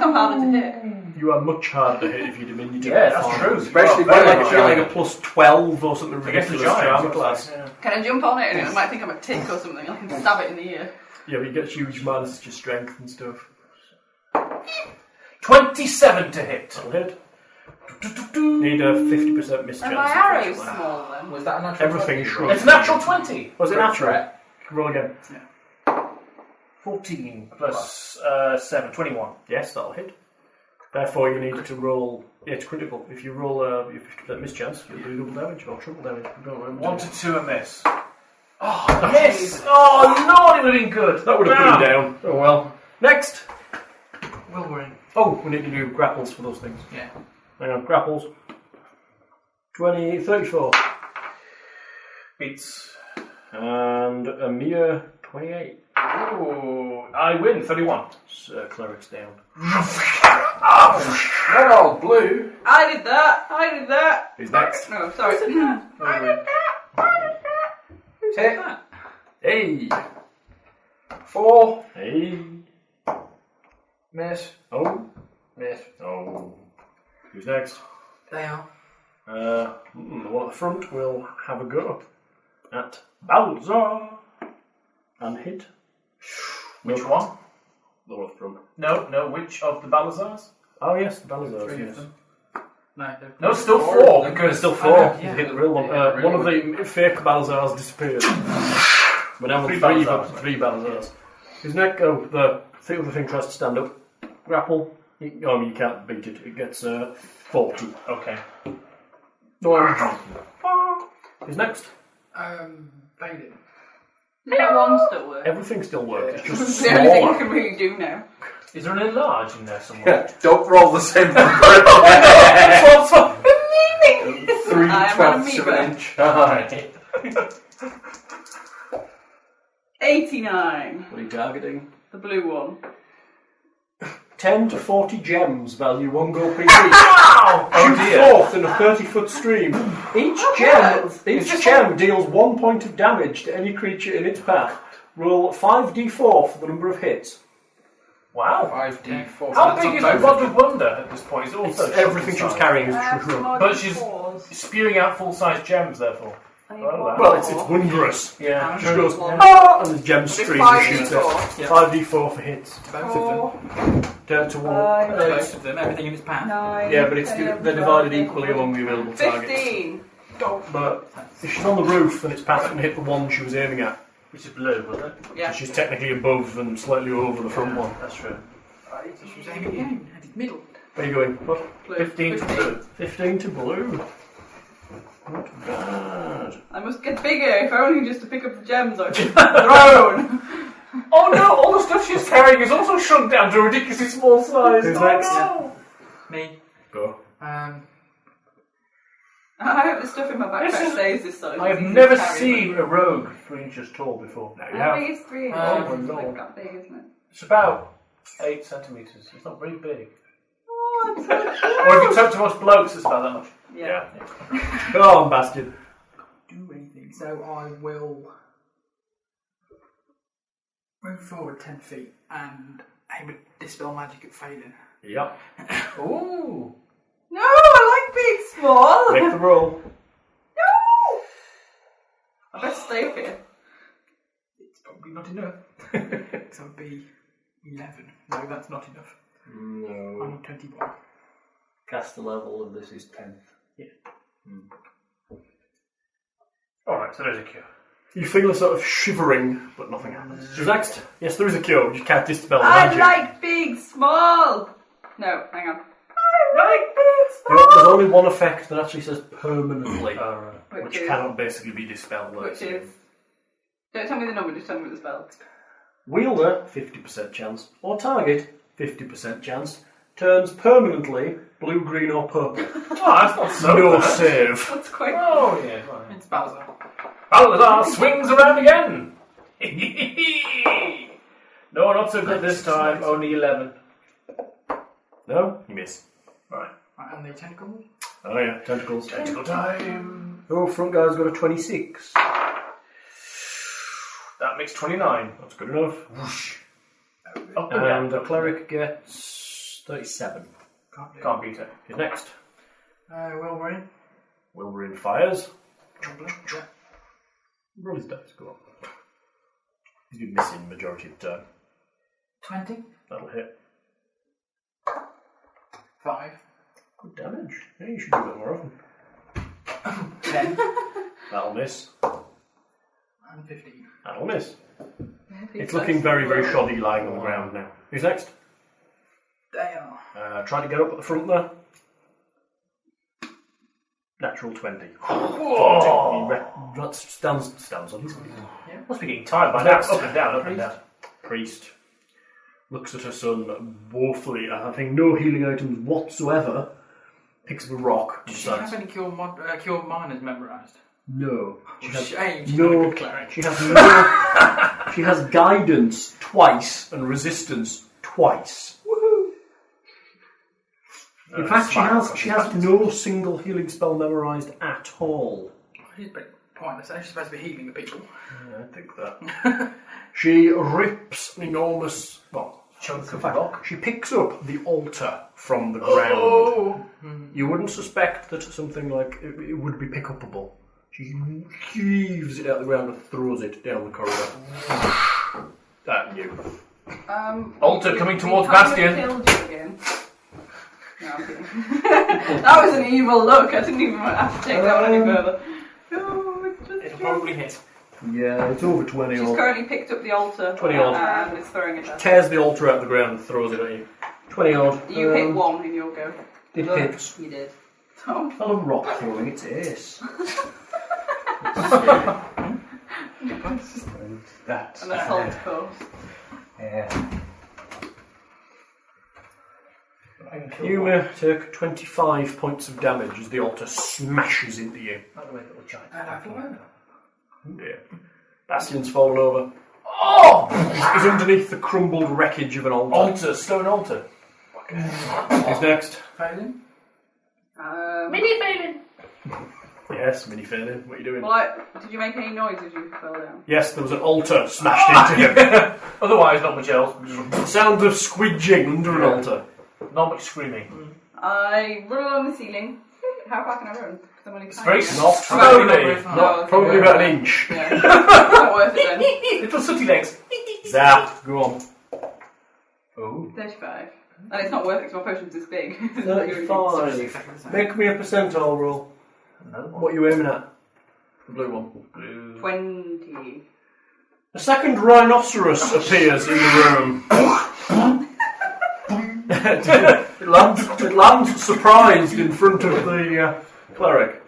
Speaker 4: not harder to hit.
Speaker 6: You are much harder to hit if you're diminutive.
Speaker 5: Yeah, that's true.
Speaker 3: Especially
Speaker 5: Well,
Speaker 3: when
Speaker 5: very
Speaker 3: they're
Speaker 5: much.
Speaker 6: You're like
Speaker 3: giant.
Speaker 6: a plus 12 or something
Speaker 5: Against the
Speaker 6: ridiculous
Speaker 5: giants.
Speaker 6: drama class.
Speaker 5: Yeah.
Speaker 4: Can I jump on it and it might think I'm a tick or something? I can stab it in the ear.
Speaker 6: Yeah, but you get huge minus to your strength and stuff.
Speaker 5: 27 to hit.
Speaker 6: That'll hit. Need a 50% mischance.
Speaker 4: And my arrow's
Speaker 6: unfortunately.
Speaker 4: small then.
Speaker 7: Was that a natural?
Speaker 6: Everything is shrunk.
Speaker 5: It's natural 20.
Speaker 6: Was it natural?
Speaker 3: Right.
Speaker 6: Roll again.
Speaker 5: 14 plus uh, 7, 21.
Speaker 6: Yes, that'll hit. Therefore, you need to roll. Yeah, it's critical. If you roll uh, your 50% mischance, you'll do double damage or triple damage. I don't remember.
Speaker 5: One to two, a miss. Oh, a miss! Oh, no, it would have been good.
Speaker 6: That would have put him down. Oh well. Next!
Speaker 7: Wilburing.
Speaker 6: Oh, we need to do grapples for those things.
Speaker 7: Yeah.
Speaker 6: Hang on, grapples. 20, 34.
Speaker 5: Beats.
Speaker 6: And a mere 28.
Speaker 5: Ooh, I win, 31.
Speaker 6: So, uh, cleric's down.
Speaker 3: That old blue.
Speaker 4: I did that! I did that!
Speaker 6: Who's next?
Speaker 4: No, sorry. Hmm. I did that! I did that!
Speaker 3: Hit
Speaker 6: Hey!
Speaker 3: four.
Speaker 6: Hey!
Speaker 3: Miss.
Speaker 6: Oh!
Speaker 3: Miss.
Speaker 6: Oh. Who's next?
Speaker 7: They are.
Speaker 6: Uh, hmm, the one at the front will have a go at Bowser and hit
Speaker 5: Which one?
Speaker 6: the one at the front.
Speaker 5: No, no, which of the Balazars?
Speaker 6: Oh yes, the Bowser. Yes.
Speaker 7: No, they're
Speaker 5: No, it's still four.
Speaker 6: Good, still
Speaker 7: I
Speaker 6: four.
Speaker 7: know,
Speaker 6: He's
Speaker 7: yeah.
Speaker 6: hit the real one.
Speaker 7: Yeah,
Speaker 6: Uh,
Speaker 7: really
Speaker 6: one of the fake Balazars disappeared. We're down with
Speaker 5: Three
Speaker 6: three,
Speaker 5: Balazars.
Speaker 6: three Balazars. His neck, oh, the, the other thing tries to stand up. Grapple. He- oh, you can't beat it. It gets uh, 40.
Speaker 5: Okay.
Speaker 6: No, I'm Who's next?
Speaker 7: Um, Bailey.
Speaker 4: That one still works.
Speaker 6: Everything still works. It's just
Speaker 4: It's the only thing you
Speaker 6: smaller.
Speaker 4: can really do now.
Speaker 5: Is there an enlarge in there somewhere?
Speaker 3: Yeah, don't roll the same number. Three
Speaker 4: I am an
Speaker 3: twelfths of
Speaker 4: amoeba.
Speaker 3: an inch high.
Speaker 4: 89.
Speaker 12: What are you targeting?
Speaker 4: The blue one.
Speaker 6: 10 to 40 gems value one gold PP.
Speaker 5: Wow! Oh dear.
Speaker 6: Fourth in a 30 foot stream. Each gem, each gem deals one point of damage to any creature in its path. Roll 5d4 for the number of hits.
Speaker 5: Wow.
Speaker 3: Five D four.
Speaker 5: How big is the Rod of Wonder at this point? It's also
Speaker 6: Everything she was carrying is
Speaker 4: I have some
Speaker 6: true.
Speaker 4: odd
Speaker 5: But she's-
Speaker 4: claws.
Speaker 5: Spewing out full-sized gems, therefore.
Speaker 4: I
Speaker 5: Oh, wow.
Speaker 6: Well, it's, it's wondrous.
Speaker 5: Yeah.
Speaker 4: I'm
Speaker 6: She goes,
Speaker 4: sure.
Speaker 6: ah, and the gem stream
Speaker 4: five
Speaker 6: shoots
Speaker 4: D4.
Speaker 6: up. 5d4 for hits.
Speaker 7: Both of them.
Speaker 6: Down to one.
Speaker 4: Five,
Speaker 7: Uh, Both of them, everything in its pan.
Speaker 4: nine,
Speaker 6: yeah, but it's
Speaker 4: ten, eleven,
Speaker 6: they're divided equally among the available targets.
Speaker 4: Fifteen.
Speaker 6: But if she's on the roof, then it's past and hit the one she was aiming at.
Speaker 5: Which is blue, wasn't it?
Speaker 4: Yeah.
Speaker 6: She's technically above and slightly over the front one.
Speaker 5: That's true.
Speaker 7: She was aiming at you, at its middle.
Speaker 6: Are you going? What?
Speaker 7: Blue.
Speaker 5: 15 to blue.
Speaker 6: 15 to blue. Not bad.
Speaker 4: I must get bigger, if only just to pick up the gems I've thrown.
Speaker 5: Oh no, all the stuff she's carrying is also shrunk down to a ridiculously small size.
Speaker 6: Who's
Speaker 5: Oh,
Speaker 6: next?
Speaker 5: no.
Speaker 7: Me.
Speaker 6: Go.
Speaker 7: Um,
Speaker 4: I hope the stuff in my
Speaker 5: This
Speaker 4: backpack
Speaker 5: is-
Speaker 4: stays this size.
Speaker 5: I have
Speaker 4: It's easy
Speaker 5: never
Speaker 4: to carry.
Speaker 5: seen a rogue three inches tall before. No,
Speaker 4: How big is three?
Speaker 7: Oh,
Speaker 4: inches?
Speaker 5: my
Speaker 4: It's like
Speaker 5: lord.
Speaker 4: that big, isn't it?
Speaker 5: It's about eight centimetres. It's not very big.
Speaker 4: Oh, I'm so
Speaker 5: Or if you talk to most blokes, it's about that much.
Speaker 4: Yeah.
Speaker 6: Go on, bastard.
Speaker 7: do anything. So I will move forward 10 feet and aim at Dispel Magic at Phelan.
Speaker 6: Yep.
Speaker 7: Ooh!
Speaker 4: No, I like being small.
Speaker 6: Make the roll.
Speaker 4: No. I better stay up here.
Speaker 7: It's probably not enough. so it'd be 11. No, that's not enough.
Speaker 6: No.
Speaker 7: I'm on 21.
Speaker 3: Caster level of this is 10.
Speaker 5: Alright, so there's a cure.
Speaker 6: You feel a sort of shivering, but nothing happens. Who's next? Yes, there is a cure. You can't dispel
Speaker 4: I
Speaker 6: magic.
Speaker 4: like being small. No, hang on. I like
Speaker 6: There-
Speaker 4: being
Speaker 6: There's only one effect that actually says permanently,
Speaker 5: Alright.
Speaker 4: small.
Speaker 6: which cannot basically be dispelled.
Speaker 4: Which is. Don't tell me the number, just tell me the spell.
Speaker 6: Wielder, 50% chance, or target, 50% chance, turns permanently blue, green, or purple.
Speaker 5: Oh, that's not so
Speaker 6: no
Speaker 5: bad.
Speaker 6: save.
Speaker 4: That's quite.
Speaker 5: Oh, yeah. Right.
Speaker 7: It's Bowser.
Speaker 5: Balthazar swings around again! no, not so good this time, only 11.
Speaker 6: No, you miss.
Speaker 5: Right.
Speaker 7: Right, and the tentacles?
Speaker 6: Oh yeah, tentacles.
Speaker 5: Tentacle time!
Speaker 6: Oh, front guy's got a 26.
Speaker 5: That makes 29.
Speaker 6: That's good enough.
Speaker 5: Up and down.
Speaker 6: And the cleric gets 37.
Speaker 7: Can't do.
Speaker 5: Can't beat it.
Speaker 6: Who's next?
Speaker 7: Uh, Wilbury.
Speaker 6: Wilburine fires.
Speaker 7: Trouble.
Speaker 6: Roll his dice, go on. He's been missing majority of the time.
Speaker 7: 20.
Speaker 6: That'll hit.
Speaker 7: 5.
Speaker 6: Good damage. Yeah, you should do that more often.
Speaker 7: 10.
Speaker 6: That'll miss.
Speaker 7: and 15.
Speaker 6: That'll miss. It's looking very, very shoddy lying on the ground now. Who's next?
Speaker 7: They are.
Speaker 6: Uh, try to get up at the front there. Natural 20. He
Speaker 5: Whoa!
Speaker 6: re- re- stands, stands on his feet.
Speaker 5: Must be getting tired by now. Up and down, up and down.
Speaker 6: priest looks at her son woefully and having no healing items whatsoever, picks up a rock and
Speaker 7: Do you have
Speaker 6: decides,
Speaker 7: any cure, mod- uh, cure miners memorised?
Speaker 6: No. She has
Speaker 7: Shame, she's not a
Speaker 6: no
Speaker 7: good cleric.
Speaker 6: she has no she has guidance twice and resistance twice. In fact, she has she has no single healing spell memorized at all.
Speaker 7: It's pretty pointless. She's supposed to be healing the people.
Speaker 6: I think that. she rips an enormous well,
Speaker 5: Chunk
Speaker 6: In
Speaker 5: of
Speaker 6: fact,
Speaker 5: rock.
Speaker 6: She picks up the altar from the ground. You wouldn't suspect that something like it, it would be pick upable. She heaves it out the ground and throws it down the corridor. That you.
Speaker 4: Um,
Speaker 5: Altar
Speaker 4: we-
Speaker 5: coming
Speaker 4: we
Speaker 5: towards
Speaker 4: haven't
Speaker 5: Bastion.
Speaker 4: killed you again. No, I'm kidding. that was an evil look. I didn't even have to take that one any further. No, it's just
Speaker 7: It'll probably hit.
Speaker 6: Yeah, it's over 20
Speaker 4: She's currently picked up the altar
Speaker 6: 20
Speaker 4: uh,
Speaker 6: odd.
Speaker 4: and is throwing it at
Speaker 6: Tears the altar out of the ground and throws it at you. 20 odd.
Speaker 4: You hit
Speaker 6: Um,
Speaker 4: one in your go.
Speaker 6: It hits.
Speaker 4: You did. Oh,
Speaker 6: Well, a rock throwing its ace.
Speaker 3: That's
Speaker 4: an assault course.
Speaker 6: You uh, take 25 points of damage as the altar smashes into you.
Speaker 5: By the way, little giant.
Speaker 7: And I've learned.
Speaker 6: Yeah. Bastion's fallen over.
Speaker 5: Oh!
Speaker 6: He's underneath the crumbled wreckage of an altar.
Speaker 5: Altar, stone altar.
Speaker 6: Who's next?
Speaker 7: Phelan.
Speaker 4: Um,
Speaker 9: Mini Faden!
Speaker 6: Yes, Mini Fairy. What are you doing?
Speaker 4: well, I, did you make any noise as you fell down?
Speaker 6: Yes, there was an altar smashed into him.
Speaker 5: Ah! Otherwise, not much else.
Speaker 6: Sound of squidging under an altar.
Speaker 5: Not much screaming.
Speaker 4: I roll on the ceiling. How far can I run? 'Cause someone who
Speaker 6: It's
Speaker 4: can.
Speaker 6: very
Speaker 4: yeah.
Speaker 6: soft.
Speaker 4: No, not
Speaker 6: Really.
Speaker 4: very far. No, it's
Speaker 5: Probably
Speaker 4: okay.
Speaker 5: about an inch.
Speaker 4: Yeah. It's not worth it then.
Speaker 6: Little sooty legs.
Speaker 5: Zap. Go on.
Speaker 3: Oh.
Speaker 4: 35. And it's not worth it because my potion's this big.
Speaker 5: Make me a percentile roll. What are you aiming at? The blue one.
Speaker 4: 20.
Speaker 5: A second rhinoceros appears in the room. it, lands, it lands surprised in front of the uh, cleric.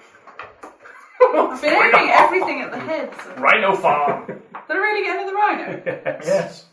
Speaker 4: I've been aiming everything at the heads.
Speaker 6: Rhino farm.
Speaker 4: Did I really get another rhino?
Speaker 5: Yes.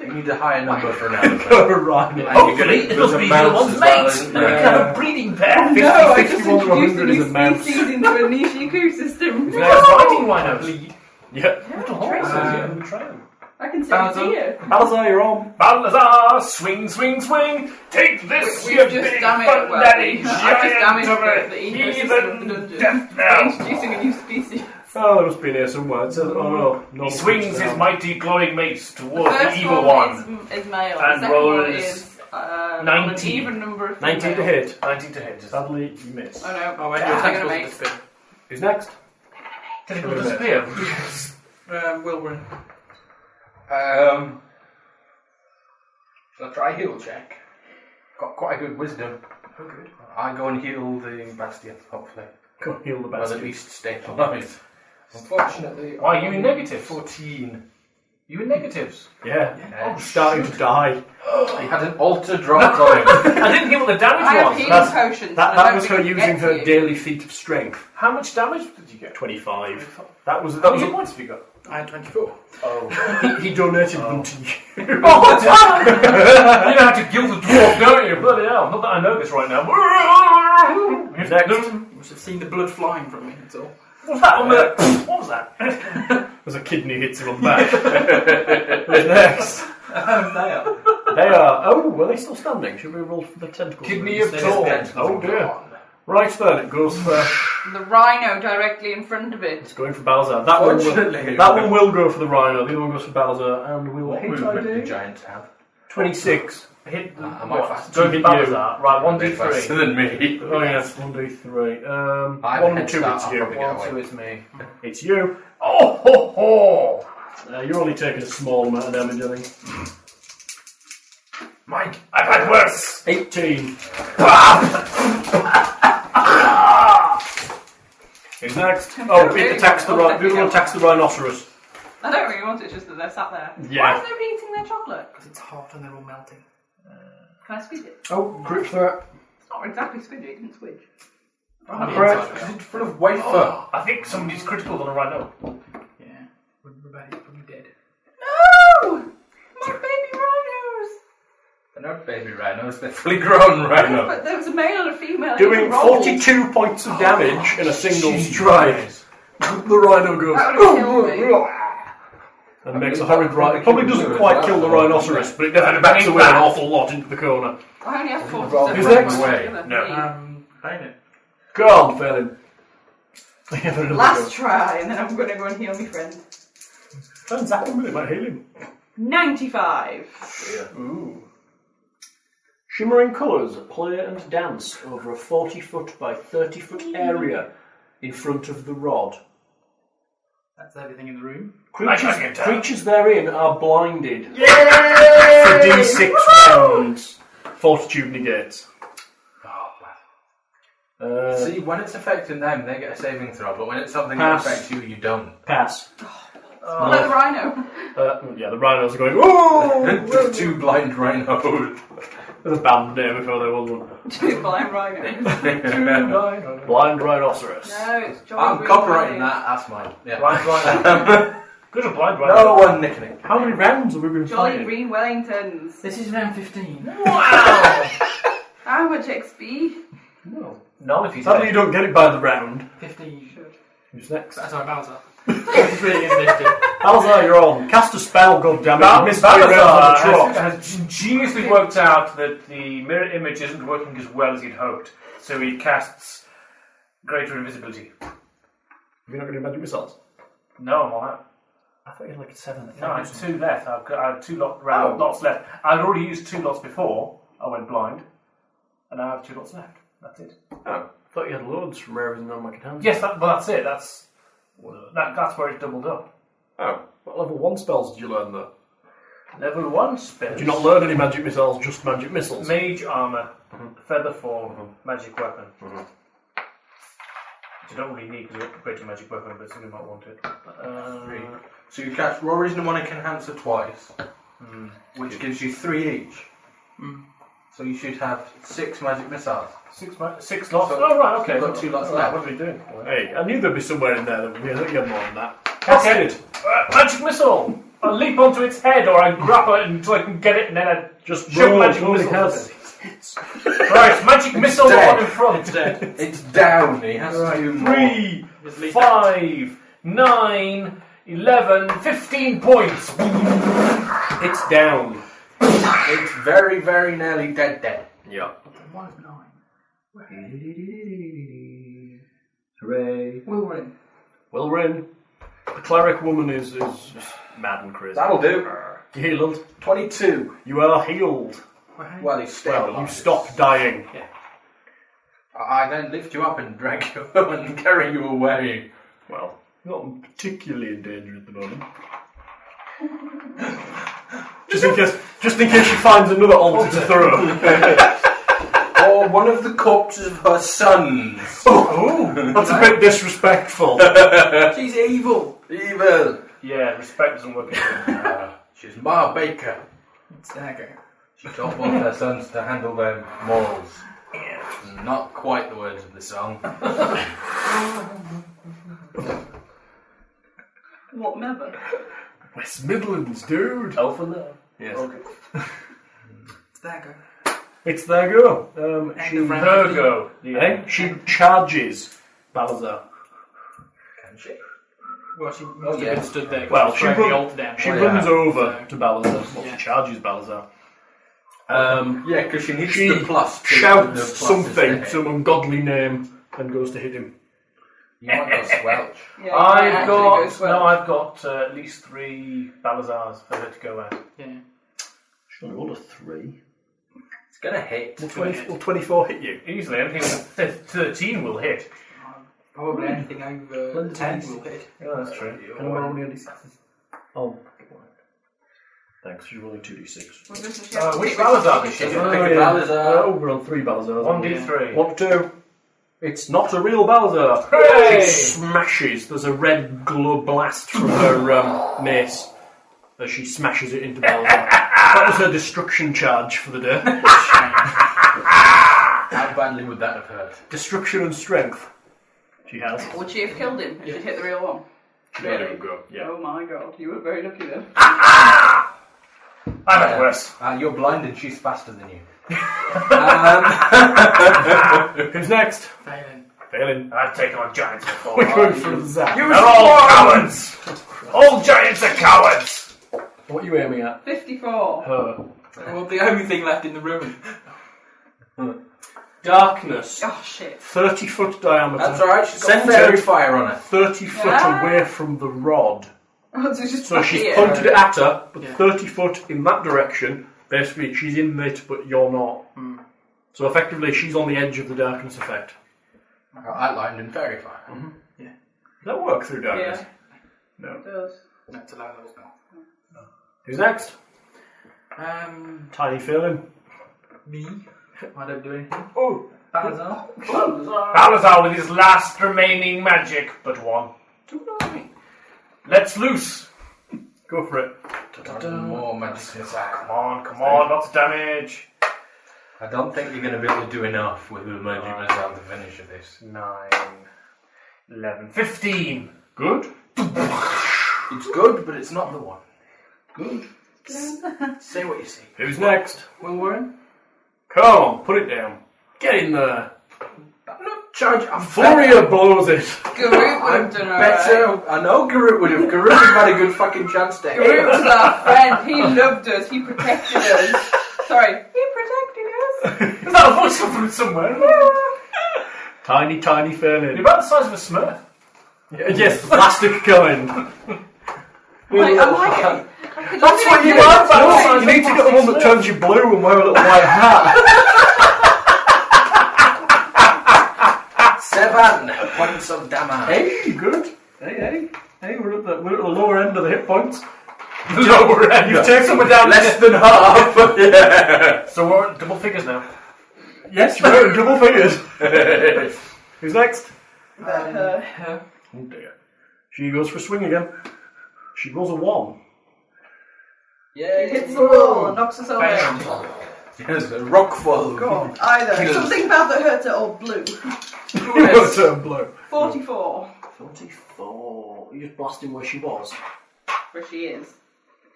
Speaker 3: You need a higher number for an elephant.
Speaker 5: A rhino.
Speaker 6: Hopefully, it'll be the one's mate.
Speaker 3: Yeah.
Speaker 6: We have a breeding pair.
Speaker 4: No, I just
Speaker 5: 51 to
Speaker 4: introduced a
Speaker 5: 100 is a
Speaker 4: new
Speaker 5: mouse.
Speaker 4: species into a niche ecosystem.
Speaker 6: They're fighting rhinos.
Speaker 5: Yep.
Speaker 6: Um, train.
Speaker 4: I can see
Speaker 7: Bowser.
Speaker 4: deer.
Speaker 5: Balazar, you're on.
Speaker 6: Balthazar, swing, swing, swing! Take this,
Speaker 4: We've
Speaker 6: you
Speaker 4: just
Speaker 6: big
Speaker 4: done it,
Speaker 6: fun
Speaker 4: well,
Speaker 6: daddy
Speaker 4: I've just
Speaker 6: giant
Speaker 4: damaged
Speaker 6: of a
Speaker 4: the- the ecosystem of the
Speaker 6: heathen
Speaker 4: dungeon.
Speaker 6: death
Speaker 4: By
Speaker 6: knell!
Speaker 4: introducing a new species.
Speaker 5: Oh, there must be in here somewhere. It says,
Speaker 4: Mm.
Speaker 5: oh no.
Speaker 6: He swings his mighty glowing mace towards the,
Speaker 4: First
Speaker 6: evil
Speaker 4: one,
Speaker 6: one.
Speaker 4: Is, is male.
Speaker 6: And
Speaker 4: the second
Speaker 6: roll
Speaker 4: one
Speaker 6: is
Speaker 4: is uh,
Speaker 6: 19.
Speaker 4: An even number of
Speaker 5: 19 to
Speaker 4: female.
Speaker 5: hit.
Speaker 6: 19 to hit. Is that
Speaker 5: Sadly, you miss.
Speaker 4: Oh no.
Speaker 7: Oh, when your
Speaker 4: I'm gonna
Speaker 7: attack doesn't
Speaker 4: make.
Speaker 7: disappear.
Speaker 5: Who's next?
Speaker 6: technical disappear?
Speaker 7: Um, Wilburn.
Speaker 3: Um, I'll try heal check. Got quite a good wisdom.
Speaker 7: Oh, good.
Speaker 3: I go and heal the bastion, hopefully.
Speaker 5: Go and heal the
Speaker 3: Well, at
Speaker 5: best.
Speaker 3: least stay alive. Unfortunately,
Speaker 6: Why are you
Speaker 3: I'm
Speaker 6: in negative?
Speaker 3: Fourteen.
Speaker 6: You in negatives.
Speaker 5: Yeah. I'm starting to die.
Speaker 3: I had an altar dropped on him.
Speaker 6: I didn't hear what the
Speaker 4: I
Speaker 6: damage
Speaker 4: have
Speaker 6: was.
Speaker 4: healing
Speaker 5: That's-
Speaker 4: potions.
Speaker 5: That,
Speaker 4: and I
Speaker 5: that
Speaker 4: don't
Speaker 5: was
Speaker 4: think
Speaker 5: her
Speaker 4: I can
Speaker 5: using
Speaker 4: get
Speaker 5: her
Speaker 4: to you.
Speaker 5: daily feat of strength.
Speaker 6: How much damage did you get?
Speaker 5: 25. That was
Speaker 6: How
Speaker 5: that was
Speaker 6: many
Speaker 5: a, Oh.
Speaker 6: points have you got?
Speaker 7: I had 24.
Speaker 5: he, he donated them to you.
Speaker 6: Oh, damn! you know how to gild a dwarf, don't you? Bloody hell. Not that I know this right now.
Speaker 5: Next.
Speaker 7: You must have seen the blood flying from me, that's all.
Speaker 6: What's that on the... What was that?
Speaker 5: As a kidney hits him on the back. Who's next?
Speaker 7: Um, they are.
Speaker 5: They are. Oh, were they still standing? Should we roll for the tentacles?
Speaker 3: Kidney
Speaker 5: then?
Speaker 3: of Thorn.
Speaker 5: Oh dear. Right then, it goes for
Speaker 4: The rhino directly in front of it.
Speaker 5: it's going for Balzar. That one,
Speaker 3: Fortunately.
Speaker 5: will, that one will go for the Rhino. The other one goes for Balzar, and we will
Speaker 3: What
Speaker 5: hit
Speaker 3: movement did
Speaker 5: ID
Speaker 3: giants have?
Speaker 5: twenty-six.
Speaker 6: Hit
Speaker 3: Uh, am I
Speaker 6: what?
Speaker 3: faster?
Speaker 6: Don't
Speaker 5: Hit
Speaker 6: hit
Speaker 5: you.
Speaker 6: Balazar. Right, one
Speaker 3: They're
Speaker 6: d
Speaker 3: faster
Speaker 6: three.
Speaker 3: than me.
Speaker 5: Oh yes, one, two, three. Um,
Speaker 3: I have a
Speaker 5: one,
Speaker 3: head
Speaker 5: two.
Speaker 3: start,
Speaker 5: It's
Speaker 3: I'll
Speaker 5: you.
Speaker 3: probably get
Speaker 5: One,
Speaker 3: away.
Speaker 5: two.
Speaker 3: Wait.
Speaker 7: It's me.
Speaker 5: It's you.
Speaker 6: Oh ho ho!
Speaker 5: Uh, you're only taking a small amount of damage, I think.
Speaker 6: Mike, I've had worse.
Speaker 5: Eighteen. Who's next? Oh, it attacks the rhino. The other one attacks the rhinoceros.
Speaker 4: I don't really want it, it's just that they're sat there.
Speaker 5: Yeah.
Speaker 4: Why is nobody eating their chocolate?
Speaker 7: Because it's hot and they're all melting.
Speaker 4: Can I squidge it?
Speaker 5: Oh, grip threat.
Speaker 4: It's not exactly squidge, it didn't squidge.
Speaker 7: Right.
Speaker 5: Correct.
Speaker 3: Is it full of wafer?
Speaker 6: I think somebody's critical on a rhino.
Speaker 7: Yeah. Everybody's probably dead.
Speaker 4: No! My baby rhinos!
Speaker 3: They're not baby rhinos, they're fully grown rhino.
Speaker 4: But there was a male and a female. and it
Speaker 5: Doing
Speaker 4: rolled.
Speaker 5: 42 points of damage in a single
Speaker 3: Jesus.
Speaker 5: strike. The rhino goes
Speaker 4: That would have killed me.
Speaker 5: and makes a horrid right. It probably doesn't
Speaker 3: Well,
Speaker 5: quite
Speaker 3: that's
Speaker 5: kill the
Speaker 3: all.
Speaker 5: rhinoceros, but it definitely backs away an awful lot into the corner.
Speaker 4: I only have four.
Speaker 3: rolled
Speaker 4: Is
Speaker 5: right
Speaker 3: away.
Speaker 6: No.
Speaker 7: Um, I know.
Speaker 5: Go on, Felin. They have another
Speaker 4: Last try, and then I'm going to go and heal my friend.
Speaker 5: go. Don't zap him with it, might heal him.
Speaker 4: 95.
Speaker 5: Shimmering colours play and dance over a 40 foot by 30 foot area in front of the rod.
Speaker 7: That's everything in the room.
Speaker 5: Creatures,
Speaker 6: can tell.
Speaker 5: creatures therein are blinded for
Speaker 6: Yeah.
Speaker 5: d6 rounds. Fortitude negates.
Speaker 3: Oh, wow.
Speaker 5: Uh,
Speaker 3: See, when it's affecting them, they get a saving throw, but when it's something
Speaker 5: Pass.
Speaker 3: that affects you, you don't.
Speaker 5: pass.
Speaker 4: What about the rhino?
Speaker 5: Uh, yeah, the rhinos are going, ooh!
Speaker 3: Two blind rhinos.
Speaker 5: There's a band name before there was one.
Speaker 4: Two blind rhinos.
Speaker 5: Blind Rhinoceros.
Speaker 4: No, it's John.
Speaker 3: I'm copyrighting that, that's mine. Yeah.
Speaker 6: Blind rhino. Good old blind rhino.
Speaker 3: No one nicking it.
Speaker 5: How many rounds have we been
Speaker 4: Jolly
Speaker 5: fighting?
Speaker 4: Green Wellingtons.
Speaker 7: This is round 15.
Speaker 6: Wow!
Speaker 4: How much XP?
Speaker 6: None if he's
Speaker 5: Sadly, you don't get it by the round.
Speaker 7: 15 you should.
Speaker 5: Who's next?
Speaker 7: That's our Bowser. 23 and 50.
Speaker 5: Balzar, you're on. Cast a spell, goddammit. You missed three rounds on the
Speaker 6: Balthazar
Speaker 5: trot.
Speaker 6: uh, has ingeniously worked out that the mirror image isn't working as well as he'd hoped, so he casts greater invisibility.
Speaker 5: You're not going to magic missiles?
Speaker 6: No, I'm on
Speaker 5: I thought you had like a seven.
Speaker 6: No, I have two left. I've got I have two lot, round, lots left. I'd already used two lots before I went blind, and I have two lots left. That's it.
Speaker 3: Oh.
Speaker 5: thought you had loads from Ravens and non-magic hands.
Speaker 6: Yes, that, well, that's it. That's that, that's where it's doubled up.
Speaker 5: Oh, what level one spells did you learn though?
Speaker 6: Level one spells.
Speaker 5: Did you not learn any magic missiles? Just magic missiles.
Speaker 6: Mage armor, feather form, magic weapon. Which you don't really need because you upgrade your magic weapon, but somebody might want it.
Speaker 3: Three.
Speaker 6: Uh,
Speaker 3: So you cast Rory's Mnemonic Enhancer twice, Hmm. which gives you three each. Hmm. So you should have six magic missiles.
Speaker 6: six, ma- six lots.
Speaker 3: So-
Speaker 6: oh right, okay.
Speaker 3: You've got two lots
Speaker 6: All right,
Speaker 3: left.
Speaker 6: What are we doing?
Speaker 5: Hey, I knew there'd be somewhere in there that would be. I think you had more than that.
Speaker 6: Okay. Uh, magic missile. I leap onto its head, or I grab it until I can get it, and then I
Speaker 5: Just
Speaker 6: Shoot
Speaker 5: roll,
Speaker 6: magic
Speaker 5: roll the
Speaker 6: missiles.
Speaker 5: cards.
Speaker 6: right magic missile the
Speaker 3: dead.
Speaker 6: one in front.
Speaker 3: It's down. He has to do more.
Speaker 6: Three,
Speaker 7: Just leave
Speaker 6: five, nine, eleven, fifteen points.
Speaker 5: It's down.
Speaker 3: It's very, very nearly dead. Dead.
Speaker 5: Yeah.
Speaker 13: One of nine.
Speaker 5: Hooray.
Speaker 13: We'll win.
Speaker 5: Will Rin. The cleric woman is, is just mad and crazy.
Speaker 3: That'll do.
Speaker 5: You're healed.
Speaker 3: Twenty-two.
Speaker 5: You are healed.
Speaker 3: Well, he's stabilized.
Speaker 5: Well, you stop dying.
Speaker 3: I I then lift you up and drag you and carry you away.
Speaker 5: Well, not particularly in danger at the moment. just in case, just in case she finds another altar to throw.
Speaker 3: Or one of the corpses of her sons.
Speaker 5: That's a bit disrespectful.
Speaker 7: She's evil.
Speaker 3: Evil.
Speaker 6: Yeah, respect doesn't work.
Speaker 3: She's Ma Baker.
Speaker 7: Stagger.
Speaker 3: She taught one of her sons to handle their morals. Not quite the words of the song.
Speaker 4: What, never?
Speaker 5: West Midlands, dude.
Speaker 6: Elf and there.
Speaker 3: Yes.
Speaker 7: Stagger.
Speaker 5: It's their go. Um,
Speaker 7: End
Speaker 5: she,
Speaker 7: of round
Speaker 6: Her
Speaker 7: 15.
Speaker 6: go. Yeah.
Speaker 5: eh? she charges Balazar.
Speaker 7: Well, she must have
Speaker 3: yeah.
Speaker 7: been stood there. 'cause
Speaker 5: Oh, Well,
Speaker 7: she
Speaker 5: she
Speaker 7: dragged the
Speaker 5: run-
Speaker 7: altar down. Oh,
Speaker 5: She
Speaker 3: Well, yeah.
Speaker 5: runs over to Balazar. Well,
Speaker 7: Yeah.
Speaker 5: she charges Balazar. Um,
Speaker 3: Yeah, because she needs
Speaker 5: she
Speaker 3: the plus. to-
Speaker 5: shouts
Speaker 3: the plus
Speaker 5: something,
Speaker 3: is there.
Speaker 5: some ungodly name, and goes to hit him.
Speaker 3: You might not squelch.
Speaker 4: Yeah, it
Speaker 6: I've
Speaker 4: actually
Speaker 6: got
Speaker 4: goes well.
Speaker 6: no. I've got uh, at least three Balazars for her to go at.
Speaker 7: Yeah.
Speaker 5: She only rolled a three.
Speaker 3: It's gonna hit.
Speaker 5: Will 20 will 24 hit you?
Speaker 6: Easily, anything with th- thirteen will hit.
Speaker 7: Probably anything over ten will hit.
Speaker 6: Yeah, that's true.
Speaker 5: Oh. Thanks, you're rolling 2d6.
Speaker 4: Well, this is-
Speaker 6: Uh, which Balazar does she
Speaker 3: Pick
Speaker 6: get?
Speaker 3: a Balazar.
Speaker 5: Oh, we're on 3 Balazars.
Speaker 6: One
Speaker 5: aren't
Speaker 6: d
Speaker 5: we?
Speaker 6: three.
Speaker 5: One, two. It's not a real Balazar.
Speaker 6: Hooray!
Speaker 5: She smashes. There's a red glow blast from her um, mace as she smashes it into Balazar. that was her destruction charge for the day.
Speaker 3: How badly would that have hurt?
Speaker 5: destruction and strength. She has.
Speaker 4: Would she have killed him if she'd hit the real one?
Speaker 5: There you go. Yeah.
Speaker 4: Oh my god, you were very lucky then.
Speaker 6: I've had worse.
Speaker 3: Uh, you're blind and she's faster than you. Um,
Speaker 5: Who's next?
Speaker 7: Failing.
Speaker 5: Failing.
Speaker 6: I've taken on giants before.
Speaker 5: We're going for Zap.
Speaker 6: They're all cowards. All giants are cowards.
Speaker 5: What are you aiming at?
Speaker 4: 54.
Speaker 5: Her.
Speaker 7: Well, the only thing left in the room.
Speaker 5: Darkness.
Speaker 4: Oh shit.
Speaker 5: 30 foot diameter.
Speaker 3: That's alright, she's got
Speaker 5: Centered.
Speaker 3: fairy fire on her.
Speaker 5: 30 foot
Speaker 4: Yeah.
Speaker 5: away from the rod.
Speaker 4: Oh, so it's just
Speaker 5: So
Speaker 4: up
Speaker 5: she's
Speaker 4: here.
Speaker 5: pointed it at her, but
Speaker 7: Yeah.
Speaker 5: 30 foot in that direction. Basically, she's in it, but you're not. So effectively, she's on the edge of the darkness effect.
Speaker 3: Her Outlined in fairy fire.
Speaker 5: Does that work through darkness?
Speaker 4: Yeah.
Speaker 5: No.
Speaker 4: It does.
Speaker 7: That's a low level spell.
Speaker 5: Who's next?
Speaker 7: Um,
Speaker 5: Tiny Phelan.
Speaker 7: me. I don't do anything.
Speaker 5: Oh,
Speaker 7: Balazar.
Speaker 6: Balazar with his last remaining magic, but one. Let's loose.
Speaker 5: go for it.
Speaker 3: More magic missile.
Speaker 6: Come on, come on, lots of damage.
Speaker 3: I don't think you're gonna be able to do enough with the magic missile to finish of this.
Speaker 6: Nine, eleven, fifteen.
Speaker 5: Good.
Speaker 3: It's good, but it's not the one.
Speaker 5: Good.
Speaker 3: Say what you see.
Speaker 5: Who's next?
Speaker 7: Will Warren.
Speaker 5: Come on, put it down. Get in there.
Speaker 3: I'm not charging. I'm
Speaker 5: Furia blows it.
Speaker 4: Garut would have done alright.
Speaker 3: Better. I know Garut would have. Garut would have had a good fucking chance to hit.
Speaker 4: Garut was our friend. He loved us. He protected us. Sorry. He protected us.
Speaker 6: Is that a voice come from somewhere?
Speaker 5: Tiny, tiny
Speaker 6: You're
Speaker 5: Phelan.
Speaker 6: about the size of a Smurf.
Speaker 5: Yes, plastic kind.
Speaker 4: Like, I like it.
Speaker 5: That's what you are, Basil. You need to get the one that turns you blue and wear a little white hat.
Speaker 3: Seven points of damage.
Speaker 5: Hey, good. Hey, hey, hey. We're at the we're at the lower end of the hit points.
Speaker 6: Lower end. You've taken someone down.
Speaker 3: Less than half. yeah.
Speaker 6: So we're at double figures now.
Speaker 5: Yes, we're at double figures. Who's next? Oh dear. She goes for a swing again. She rolls a one.
Speaker 4: Hits the wall and knocks herself out.
Speaker 3: Yes, a rock fall.
Speaker 4: God, either. Something bad that hurts it or blue.
Speaker 5: You will turn blue.
Speaker 4: 44,
Speaker 5: Forty-four. You just blasting where she was.
Speaker 4: where she is.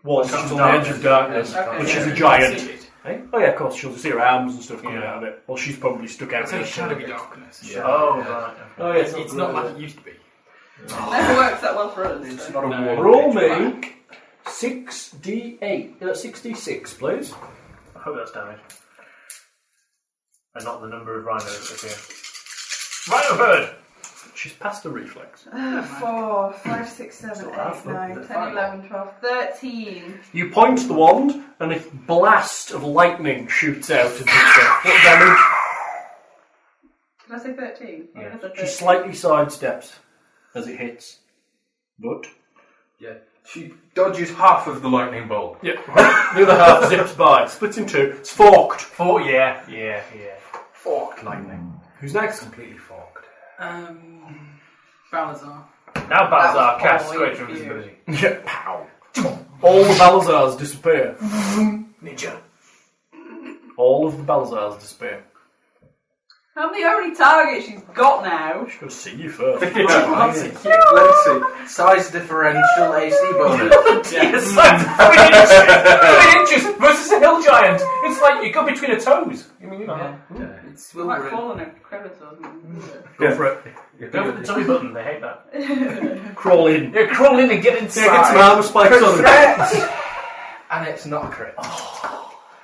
Speaker 5: Was she's on the edge of darkness,
Speaker 4: Okay.
Speaker 5: but she's
Speaker 4: Yeah.
Speaker 5: a giant. Eh? Oh yeah, of course. She'll see her arms and stuff coming out of it. Well, she's probably stuck out.
Speaker 7: It's
Speaker 5: in
Speaker 7: only
Speaker 5: it.
Speaker 7: shadowy darkness.
Speaker 6: Oh, right.
Speaker 5: Oh yeah,
Speaker 7: It's, it's not like it used to be.
Speaker 4: Never works that well for us.
Speaker 3: It's
Speaker 4: so.
Speaker 3: not a
Speaker 7: No.
Speaker 3: wall.
Speaker 5: Uh, Roll me six d eight, uh, six d six, please.
Speaker 6: I hope that's damage. And not the number of rhinos that appear. Rhino bird!
Speaker 5: She's past the reflex.
Speaker 4: Four, five, six, seven, eight, nine, ten, eleven, twelve, thirteen.
Speaker 5: You point the wand, and a blast of lightning shoots out of it. What damage?
Speaker 4: Did I say thirteen? Yeah.
Speaker 5: She slightly sidesteps as it hits. But
Speaker 3: Yeah. She dodges half of the lightning bolt.
Speaker 5: yeah, the other half zips by, splits in two. It's forked.
Speaker 6: Oh, yeah, yeah, yeah.
Speaker 3: Forked lightning.
Speaker 5: Who's next?
Speaker 3: Completely forked.
Speaker 7: Um, Balazar.
Speaker 6: Now Balazar
Speaker 4: was
Speaker 6: casts
Speaker 4: probably
Speaker 6: Greater
Speaker 4: Oh, you.
Speaker 6: Invisibility.
Speaker 5: Yeah, pow. All the Balazars disappear.
Speaker 6: Ninja.
Speaker 5: All of the Balazars disappear.
Speaker 4: I'm the only target she's got now.
Speaker 5: She'll see you first.
Speaker 3: Let's see. Size differential AC bonus.
Speaker 6: Yes, that's three inches! Three inches versus a hill giant! It's like you go between her toes. I mean, you know.
Speaker 7: It's
Speaker 4: I might
Speaker 7: Wilbur.
Speaker 4: fall in a crevice or something.
Speaker 5: Go for it.
Speaker 6: Go for the tummy button, they hate that.
Speaker 5: Crawl in.
Speaker 6: Yeah, crawl in and get
Speaker 5: Take its
Speaker 6: inside.
Speaker 5: marble spikes on it.
Speaker 3: and it's not a crit.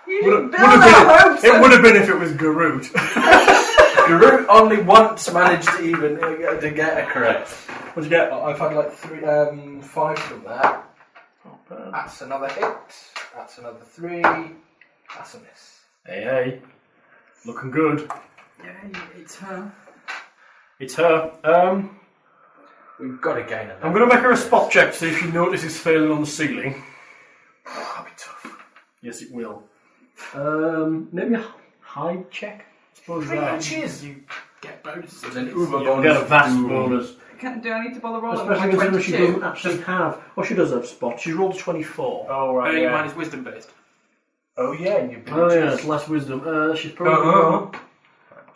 Speaker 4: You
Speaker 5: Would
Speaker 4: didn't
Speaker 5: have,
Speaker 4: build that hope.
Speaker 5: been, it would have been if it was Garut.
Speaker 3: Garut only once managed to even uh, to get a crit.
Speaker 5: What'd you get?
Speaker 3: I've Oh, had like three, um, five from that. That's another hit. That's another three. That's a miss.
Speaker 5: Hey, hey. Looking good.
Speaker 7: Yeah, it's her.
Speaker 5: It's her. Um,
Speaker 3: We've got to gain another.
Speaker 5: I'm going to make her a spot check to see if she notices failing on the ceiling.
Speaker 3: That'll be tough.
Speaker 5: Yes, it will. Um, maybe a hide check? suppose that.
Speaker 7: Cheers, you get bonuses.
Speaker 3: With an uber
Speaker 5: You'll get a vast
Speaker 3: Ooh.
Speaker 5: bonus.
Speaker 4: Can, do I need to bother rolling?
Speaker 5: Especially considering she
Speaker 4: 22.
Speaker 5: doesn't actually have. Well, she does have spot. She rolled a 24.
Speaker 6: Oh,
Speaker 7: Bearing
Speaker 6: right.
Speaker 7: in mind
Speaker 6: Yeah.
Speaker 7: it's wisdom based.
Speaker 6: Oh, yeah, you bitch.
Speaker 5: Oh, yeah, it's less wisdom. Uh, she's probably.
Speaker 3: Uh-huh.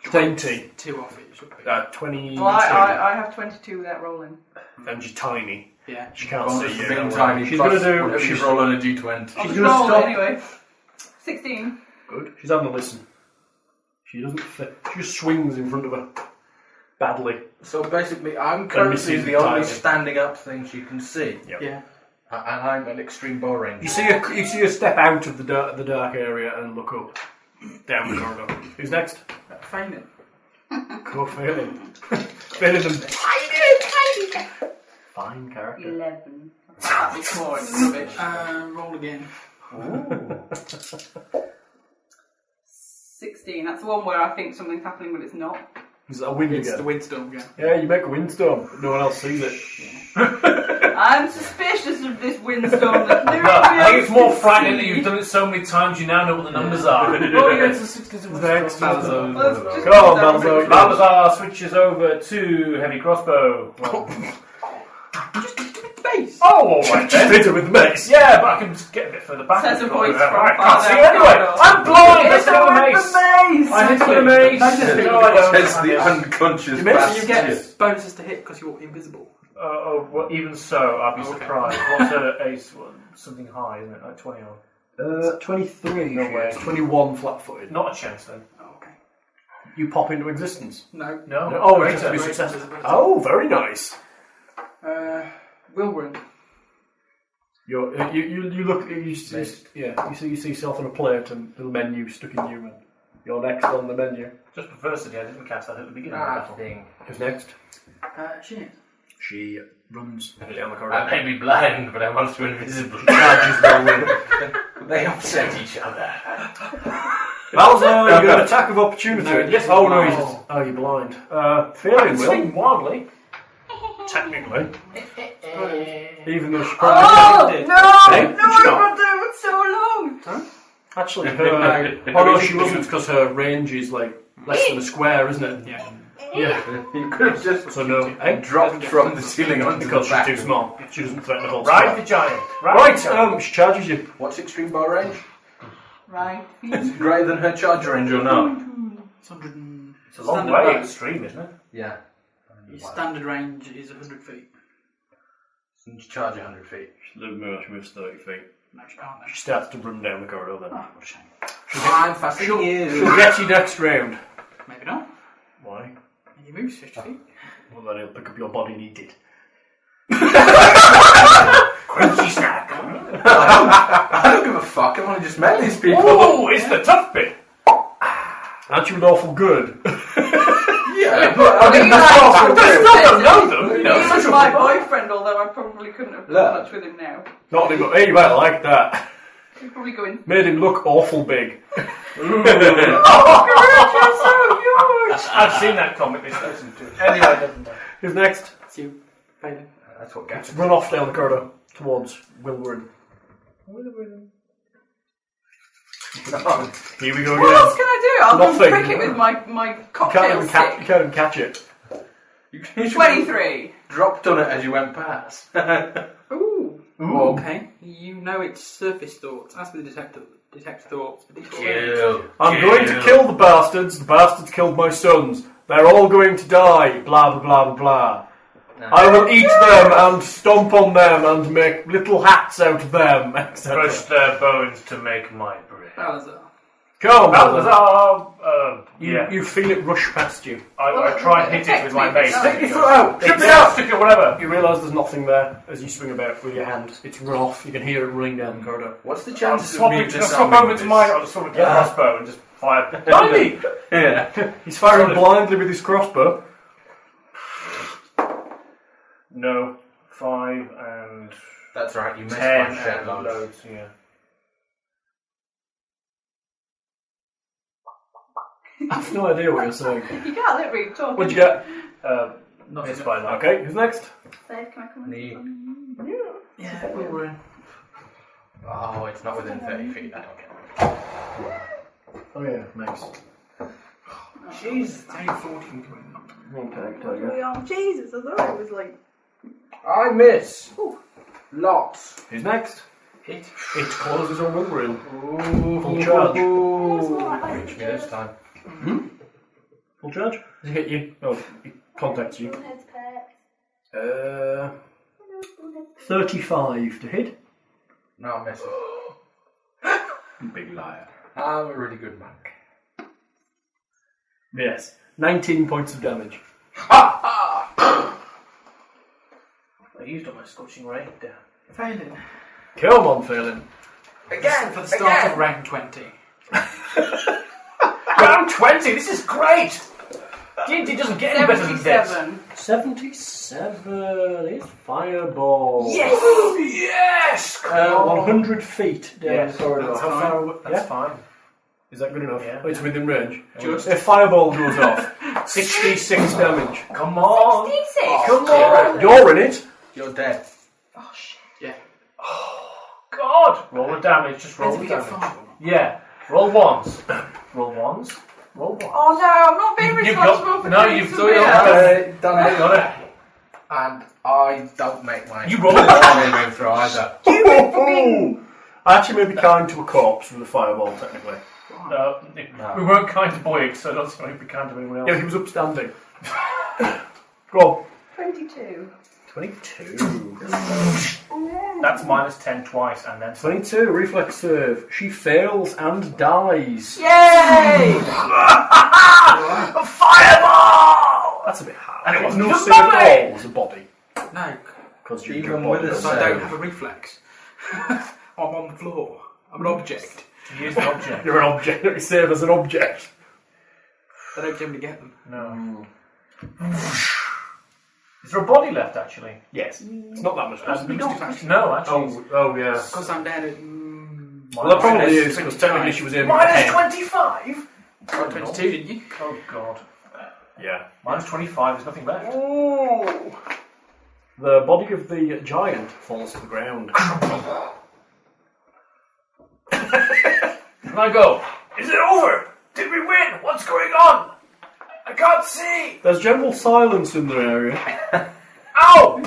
Speaker 5: 20.
Speaker 7: Two off it, it should be.
Speaker 5: Uh, 20.
Speaker 4: Well, I, I, I have 22 without rolling.
Speaker 5: And she's tiny.
Speaker 7: Yeah.
Speaker 5: She can't
Speaker 3: Bonus
Speaker 5: see
Speaker 3: for
Speaker 5: you.
Speaker 3: being tiny.
Speaker 5: She's
Speaker 3: plus
Speaker 5: going to do.
Speaker 3: whatever
Speaker 5: She's,
Speaker 3: you roll on a d20.
Speaker 4: I'll
Speaker 5: She's
Speaker 4: just
Speaker 5: gonna
Speaker 4: roll
Speaker 5: stop.
Speaker 4: anyway. 16.
Speaker 5: good. She's having a listen. She doesn't. Fit. She just swings in front of her. Badly.
Speaker 3: So basically, I'm
Speaker 5: missing
Speaker 3: currently the only
Speaker 5: entirely.
Speaker 3: standing up thing she can see.
Speaker 5: Yep.
Speaker 7: Yeah.
Speaker 3: A- And I'm an extreme bow ranger.
Speaker 5: You see her. You see her step out of the dark, the dark area and look up down the corridor. Who's next?
Speaker 7: Feynman.
Speaker 5: Go Phelan. Phelan and
Speaker 14: Tiny, tiny.
Speaker 5: fine character.
Speaker 4: 11.
Speaker 7: It's more, it's rubbish. Uh, roll again.
Speaker 4: 16. That's the one where I think something's happening but it's not.
Speaker 5: Is that a wind
Speaker 7: It's the
Speaker 5: again?
Speaker 7: windstorm, yeah.
Speaker 5: Yeah, you make a windstorm. but No one else sees it.
Speaker 4: I'm suspicious of this windstorm that
Speaker 6: No, I think
Speaker 4: nobody
Speaker 6: it's
Speaker 4: else
Speaker 6: more frightening that you've done it so many times, you now know what the numbers are.
Speaker 5: Next.
Speaker 7: Balazar.
Speaker 4: Let's just-
Speaker 5: Go on, Balzo.
Speaker 6: Balazar switches over to heavy crossbow.
Speaker 7: Base!
Speaker 6: oh, all right then.
Speaker 5: Hit her with the mace.
Speaker 6: Yeah, but I can just get a bit further back.
Speaker 4: Says a voice
Speaker 6: Right,
Speaker 4: from
Speaker 6: I
Speaker 4: far
Speaker 6: can't see
Speaker 4: down the
Speaker 6: anyway.
Speaker 4: corridor.
Speaker 6: I'm blind.
Speaker 4: It's
Speaker 6: That's
Speaker 4: a
Speaker 6: not a
Speaker 4: weapon
Speaker 6: mace.
Speaker 4: maze!
Speaker 6: I hit with a mace. No, I don't. Uh,
Speaker 3: It's the unconscious
Speaker 5: You miss,
Speaker 3: bastard.
Speaker 7: You get bonuses to hit because you're invisible.
Speaker 6: Uh, oh, well, even so, I'd be
Speaker 7: Oh, okay.
Speaker 6: surprised. What's her ace? Well, something high, isn't it? Like 20 or...
Speaker 5: Uh, 23.
Speaker 6: No
Speaker 5: she
Speaker 6: way.
Speaker 5: is. 21 flat footed.
Speaker 6: Not a chance then.
Speaker 5: You pop into existence.
Speaker 7: No.
Speaker 6: No.
Speaker 5: Oh, it
Speaker 6: Greater.
Speaker 5: has to be
Speaker 7: Greater
Speaker 5: successful.
Speaker 7: visibility.
Speaker 5: Oh, very nice.
Speaker 7: Uh, Wilburn.
Speaker 5: You're, uh, you, you, you look, you see, yeah, you see, you see yourself on a plate and the menu stuck in human. You're next on the menu.
Speaker 6: Just perversity, I didn't cast that at the beginning of the
Speaker 3: Ah,
Speaker 6: battle.
Speaker 3: thing.
Speaker 5: Who's next?
Speaker 7: Uh, Shears.
Speaker 5: She runs down the
Speaker 3: I
Speaker 5: corridor.
Speaker 3: may be blind, but I'm also invisible.
Speaker 5: Charges their wing.
Speaker 3: they offset each other.
Speaker 6: Balzar, you got an attack of opportunity.
Speaker 7: yes,
Speaker 6: oh no,
Speaker 7: blind.
Speaker 6: he's just, oh, you're blind. Uh, failing will
Speaker 5: wildly.
Speaker 6: technically, even though she probably
Speaker 4: Oh no!
Speaker 6: Hey,
Speaker 4: No,
Speaker 6: shut
Speaker 4: I've
Speaker 6: up.
Speaker 4: been there for so long.
Speaker 6: actually her. oh no, she wasn't because her range is like less than a square, isn't it? Yeah. Yeah.
Speaker 3: You could have just
Speaker 6: So no, eh?
Speaker 3: dropped from the ceiling onto
Speaker 6: because
Speaker 3: the
Speaker 6: she's
Speaker 3: back.
Speaker 6: too small. She doesn't threaten the whole
Speaker 5: Ride
Speaker 6: square.
Speaker 5: the giant. Ride
Speaker 6: Right.
Speaker 5: The giant.
Speaker 6: Um, she charges you.
Speaker 3: What's extreme bar range?
Speaker 4: Right.
Speaker 3: Is it greater than her charge range or not?
Speaker 7: Standard,
Speaker 5: it's a long
Speaker 7: standard
Speaker 5: way
Speaker 7: range.
Speaker 5: extreme, isn't it?
Speaker 3: Yeah.
Speaker 7: His standard range is 100 feet.
Speaker 3: Charge 100 feet.
Speaker 6: She moves thirty feet.
Speaker 7: No, she can't. No.
Speaker 6: She starts to run down the corridor. Then
Speaker 7: Oh, what a shame.
Speaker 3: I'm faster than you.
Speaker 6: she'll get you next round.
Speaker 7: Maybe not.
Speaker 6: Why?
Speaker 7: He moves 50 feet.
Speaker 6: Well, then he'll pick up your body, and he did.
Speaker 5: Crunchy snack.
Speaker 3: I don't give a fuck. I've only just met these people.
Speaker 5: Oh, it's the tough bit.
Speaker 6: Ah. Aren't you an awful good?
Speaker 3: Yeah, but I mean, that's what I do.
Speaker 5: know them. You know,
Speaker 4: He was my boyfriend, although I probably couldn't have
Speaker 3: Look.
Speaker 4: done much with him now.
Speaker 6: Not him, but hey, you might like that.
Speaker 4: He's probably going,
Speaker 6: Made him look awful big.
Speaker 5: I've seen that comic. This anyway, it doesn't matter.
Speaker 6: Who's next?
Speaker 7: It's you. Failure.
Speaker 3: Uh, That's what gets
Speaker 6: Run off down the corridor towards Wilward. Here we go
Speaker 4: What else
Speaker 6: again.
Speaker 4: can I do? I'll
Speaker 6: Nothing.
Speaker 4: just prick it with my, my
Speaker 6: You can't,
Speaker 4: cocktail
Speaker 6: even catch, you
Speaker 4: stick.
Speaker 6: can't even catch it.
Speaker 3: You
Speaker 4: 23.
Speaker 3: dropped on it as you went past.
Speaker 4: Ooh.
Speaker 7: Oh, Okay. You know it's surface thoughts. Ask the detector. Detect thoughts. Detect
Speaker 6: I'm going to kill the bastards. The bastards killed my sons. They're all going to die. Blah, blah, blah, blah, blah. I will eat them and stomp on them and make little hats out of them, etc.
Speaker 5: Crush their bones to make my bread.
Speaker 7: Salazar.
Speaker 6: Come on, Balthazar.
Speaker 5: Balthazar, uh,
Speaker 6: You,
Speaker 5: yeah.
Speaker 6: you feel it rush past you.
Speaker 5: I, I try and hit it with my mace.
Speaker 4: Take
Speaker 6: your foot out.
Speaker 5: Strip it out! Stick it, whatever!
Speaker 6: You realise there's nothing there as you swing about with your hand. It's run off. You can hear it running down the corridor.
Speaker 3: What's the
Speaker 5: I'll
Speaker 3: chances of
Speaker 5: swap,
Speaker 3: me
Speaker 5: it, I'll
Speaker 3: just
Speaker 5: swap over to mine, I'll just swap it to the crossbow and just fire. Blimey!
Speaker 3: Yeah.
Speaker 6: He's firing
Speaker 5: Solid.
Speaker 6: blindly with his crossbow.
Speaker 5: No. Five and
Speaker 3: That's right. You missed
Speaker 5: ten
Speaker 3: my shed
Speaker 5: and
Speaker 3: load.
Speaker 5: loads, yeah.
Speaker 6: I have no idea what you're saying.
Speaker 4: You can't literally talk.
Speaker 6: What'd you get?
Speaker 5: Uh, not just by luck.
Speaker 6: Okay, who's next?
Speaker 9: Save, can I come in?
Speaker 3: Knee.
Speaker 7: Yeah, we were in.
Speaker 3: Oh, it's not within 30 feet. I don't care.
Speaker 6: Oh yeah, next.
Speaker 7: Jeez, it's only 14 to him.
Speaker 9: We are Jesus. I thought it was like
Speaker 3: I miss. Lots.
Speaker 6: Who's next?
Speaker 7: Hit.
Speaker 6: It closes on Wilbril. Full
Speaker 3: Ooh.
Speaker 6: charge.
Speaker 3: Reach me this time.
Speaker 6: Full charge? Does it hit you? No, it contacts you.
Speaker 9: Heads pet.
Speaker 6: Uh, 35 to hit.
Speaker 3: No, I miss it.
Speaker 6: Big liar.
Speaker 3: I'm a really good monk.
Speaker 6: Yes. 19 points of damage.
Speaker 5: I used all my scorching ray down.
Speaker 7: Failing.
Speaker 6: Come on, Phelan.
Speaker 7: Again! For the start of round 20.
Speaker 5: Round 20, this is great! D&D doesn't get any better than this.
Speaker 4: 77.
Speaker 6: 77 is fireball. Oh,
Speaker 5: Yes!
Speaker 6: Uh, 100 feet down
Speaker 5: Yes,
Speaker 6: the corridor.
Speaker 5: that's
Speaker 6: How
Speaker 5: fine.
Speaker 6: far away-
Speaker 5: That's
Speaker 6: yeah?
Speaker 5: fine.
Speaker 6: Is that good enough?
Speaker 5: Yeah.
Speaker 6: Oh, it's within range.
Speaker 7: Just-
Speaker 6: If fireball goes off, 66 damage.
Speaker 5: Come on!
Speaker 9: Sixty-six.
Speaker 6: You're in it.
Speaker 3: You're dead.
Speaker 7: Yeah.
Speaker 5: God! Roll the damage, just roll
Speaker 7: Depends if
Speaker 5: the
Speaker 7: you get
Speaker 5: damage.
Speaker 7: five.
Speaker 5: Yeah, roll ones. roll ones. Roll ones.
Speaker 4: Oh no, I'm not being
Speaker 5: You've got-
Speaker 4: responsible for
Speaker 5: no,
Speaker 4: doing
Speaker 5: you've
Speaker 4: something
Speaker 5: got-
Speaker 4: else.
Speaker 3: Uh, done it.
Speaker 5: Got it.
Speaker 3: And I don't make my.
Speaker 5: You roll
Speaker 3: I move through either.
Speaker 6: I actually may be kind to a corpse with a fireball, technically.
Speaker 5: No, we weren't kind to Boyd, so I don't think we'd be kind to anyone else.
Speaker 6: Yeah, he was upstanding. Go on.
Speaker 9: Twenty-two.
Speaker 6: 22.
Speaker 5: That's minus ten twice, and then
Speaker 6: 22, reflex serve. She fails and dies.
Speaker 4: Yay!
Speaker 5: a fireball.
Speaker 6: That's a bit hard.
Speaker 5: And it wasn't
Speaker 6: no
Speaker 5: your
Speaker 6: sin at
Speaker 5: body!
Speaker 6: all as a body.
Speaker 7: No,
Speaker 6: Because you
Speaker 3: Even
Speaker 6: do
Speaker 3: with
Speaker 6: body
Speaker 3: a
Speaker 7: because I don't
Speaker 3: So-
Speaker 6: building.
Speaker 7: have a reflex. I'm on the floor. I'm an object.
Speaker 5: He is an object.
Speaker 6: You're an object. You serve as an object.
Speaker 7: I don't generally get them.
Speaker 5: No. Is there a body left, actually?
Speaker 6: Yes. It's not that much.
Speaker 5: No, actually.
Speaker 6: oh, oh, yeah.
Speaker 7: Because I'm down at. Mm,
Speaker 6: Well, that probably
Speaker 7: Minus
Speaker 6: is because technically
Speaker 7: 25.
Speaker 6: she was in.
Speaker 5: Minus
Speaker 6: ten.
Speaker 5: 25?
Speaker 7: Got 22, didn't you?
Speaker 5: Oh god.
Speaker 6: Yeah.
Speaker 5: Minus 25, there's nothing left.
Speaker 6: The body of the giant falls to the ground. and I go.
Speaker 5: Is it over? Did we win? What's going on? I can't see!
Speaker 6: There's general silence in the area.
Speaker 5: Ow!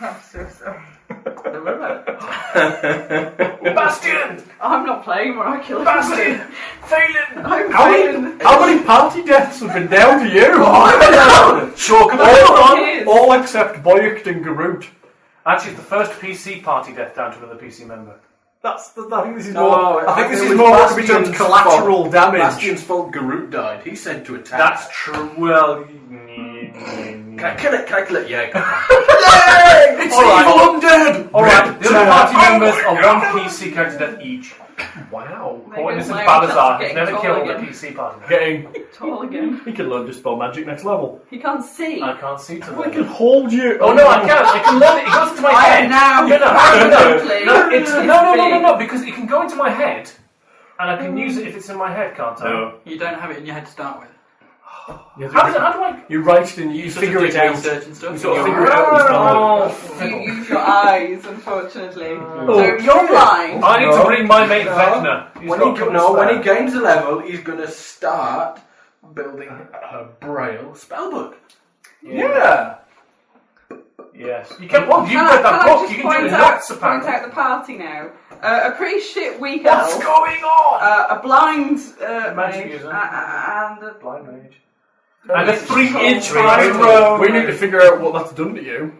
Speaker 4: I'm so sorry.
Speaker 5: Bastion!
Speaker 4: I'm not playing when I kill somebody.
Speaker 5: Bastion! Phelan!
Speaker 4: I'm
Speaker 6: How
Speaker 4: playing.
Speaker 6: many, how many party deaths have been down to you? sure, come
Speaker 4: Yes.
Speaker 6: on. All except Boyukt and Garut.
Speaker 5: Actually, it's the first PC party death down to another PC member.
Speaker 6: That's. The, I think this is
Speaker 3: No,
Speaker 6: more. I
Speaker 3: I
Speaker 6: think this
Speaker 3: think
Speaker 6: is
Speaker 3: it was
Speaker 6: more what could be
Speaker 3: Bastion's
Speaker 6: termed collateral damage.
Speaker 3: Bastion's fault. Garut died. He said to attack.
Speaker 5: That's true. Well,
Speaker 3: Can I kill it? Can I kill it? Yeah. Come on.
Speaker 6: It's evil undead.
Speaker 5: all right. The other party
Speaker 6: Oh
Speaker 5: members
Speaker 6: my
Speaker 5: are
Speaker 6: God.
Speaker 5: one PC character death each.
Speaker 6: Wow.
Speaker 5: Or this is
Speaker 4: Like,
Speaker 5: Balazar,
Speaker 4: getting
Speaker 5: who's never
Speaker 4: tall
Speaker 5: killed a
Speaker 4: again.
Speaker 5: PC party.
Speaker 6: Getting.
Speaker 4: Tall again.
Speaker 6: He can learn dispel magic next level.
Speaker 4: He can't see.
Speaker 5: I can't see to
Speaker 6: I
Speaker 5: them.
Speaker 6: can hold you.
Speaker 5: Oh no, I can't. I can learn it. It goes into my head.
Speaker 4: now
Speaker 5: No, no, no,
Speaker 4: Probably.
Speaker 5: no, it's, no,
Speaker 4: It's
Speaker 5: no, no, no,
Speaker 4: big.
Speaker 5: no, because it can go into my head, and I can use it if it's in my head, can't I?
Speaker 6: No.
Speaker 7: You don't have it in your head to start with.
Speaker 6: You, have to
Speaker 5: How, does,
Speaker 6: re-
Speaker 5: how do I?
Speaker 6: you write it and you,
Speaker 7: You sort of
Speaker 6: figure
Speaker 7: do
Speaker 6: it out.
Speaker 7: Research and stuff.
Speaker 6: You sort of
Speaker 7: You're-
Speaker 6: figure it out.
Speaker 5: Oh,
Speaker 4: You use your eyes, unfortunately. so
Speaker 6: Okay.
Speaker 4: you're blind.
Speaker 5: I need to
Speaker 3: No.
Speaker 5: bring my mate
Speaker 3: No.
Speaker 5: Vecna. He's
Speaker 3: When
Speaker 5: got
Speaker 3: he,
Speaker 5: good
Speaker 3: no, when he
Speaker 5: spare.
Speaker 3: gains a level, he's gonna start building
Speaker 6: Uh,
Speaker 3: a braille spellbook. Yeah.
Speaker 5: Yes, you can. Well, Oh, you
Speaker 4: Can I-
Speaker 5: read that
Speaker 4: can I
Speaker 5: book.
Speaker 4: just
Speaker 5: You can do
Speaker 4: point
Speaker 5: lots
Speaker 4: out,
Speaker 5: of
Speaker 4: point out
Speaker 5: parallels.
Speaker 4: the party now. Uh, a pretty shit weak
Speaker 5: What's
Speaker 4: elf,
Speaker 5: going on?
Speaker 4: uh, a blind uh,
Speaker 5: Magic
Speaker 4: mage,
Speaker 5: user.
Speaker 4: uh, uh, and a
Speaker 5: Blind mage. And a three-inch
Speaker 6: We need to-
Speaker 5: row.
Speaker 6: We need to figure out what that's done to you.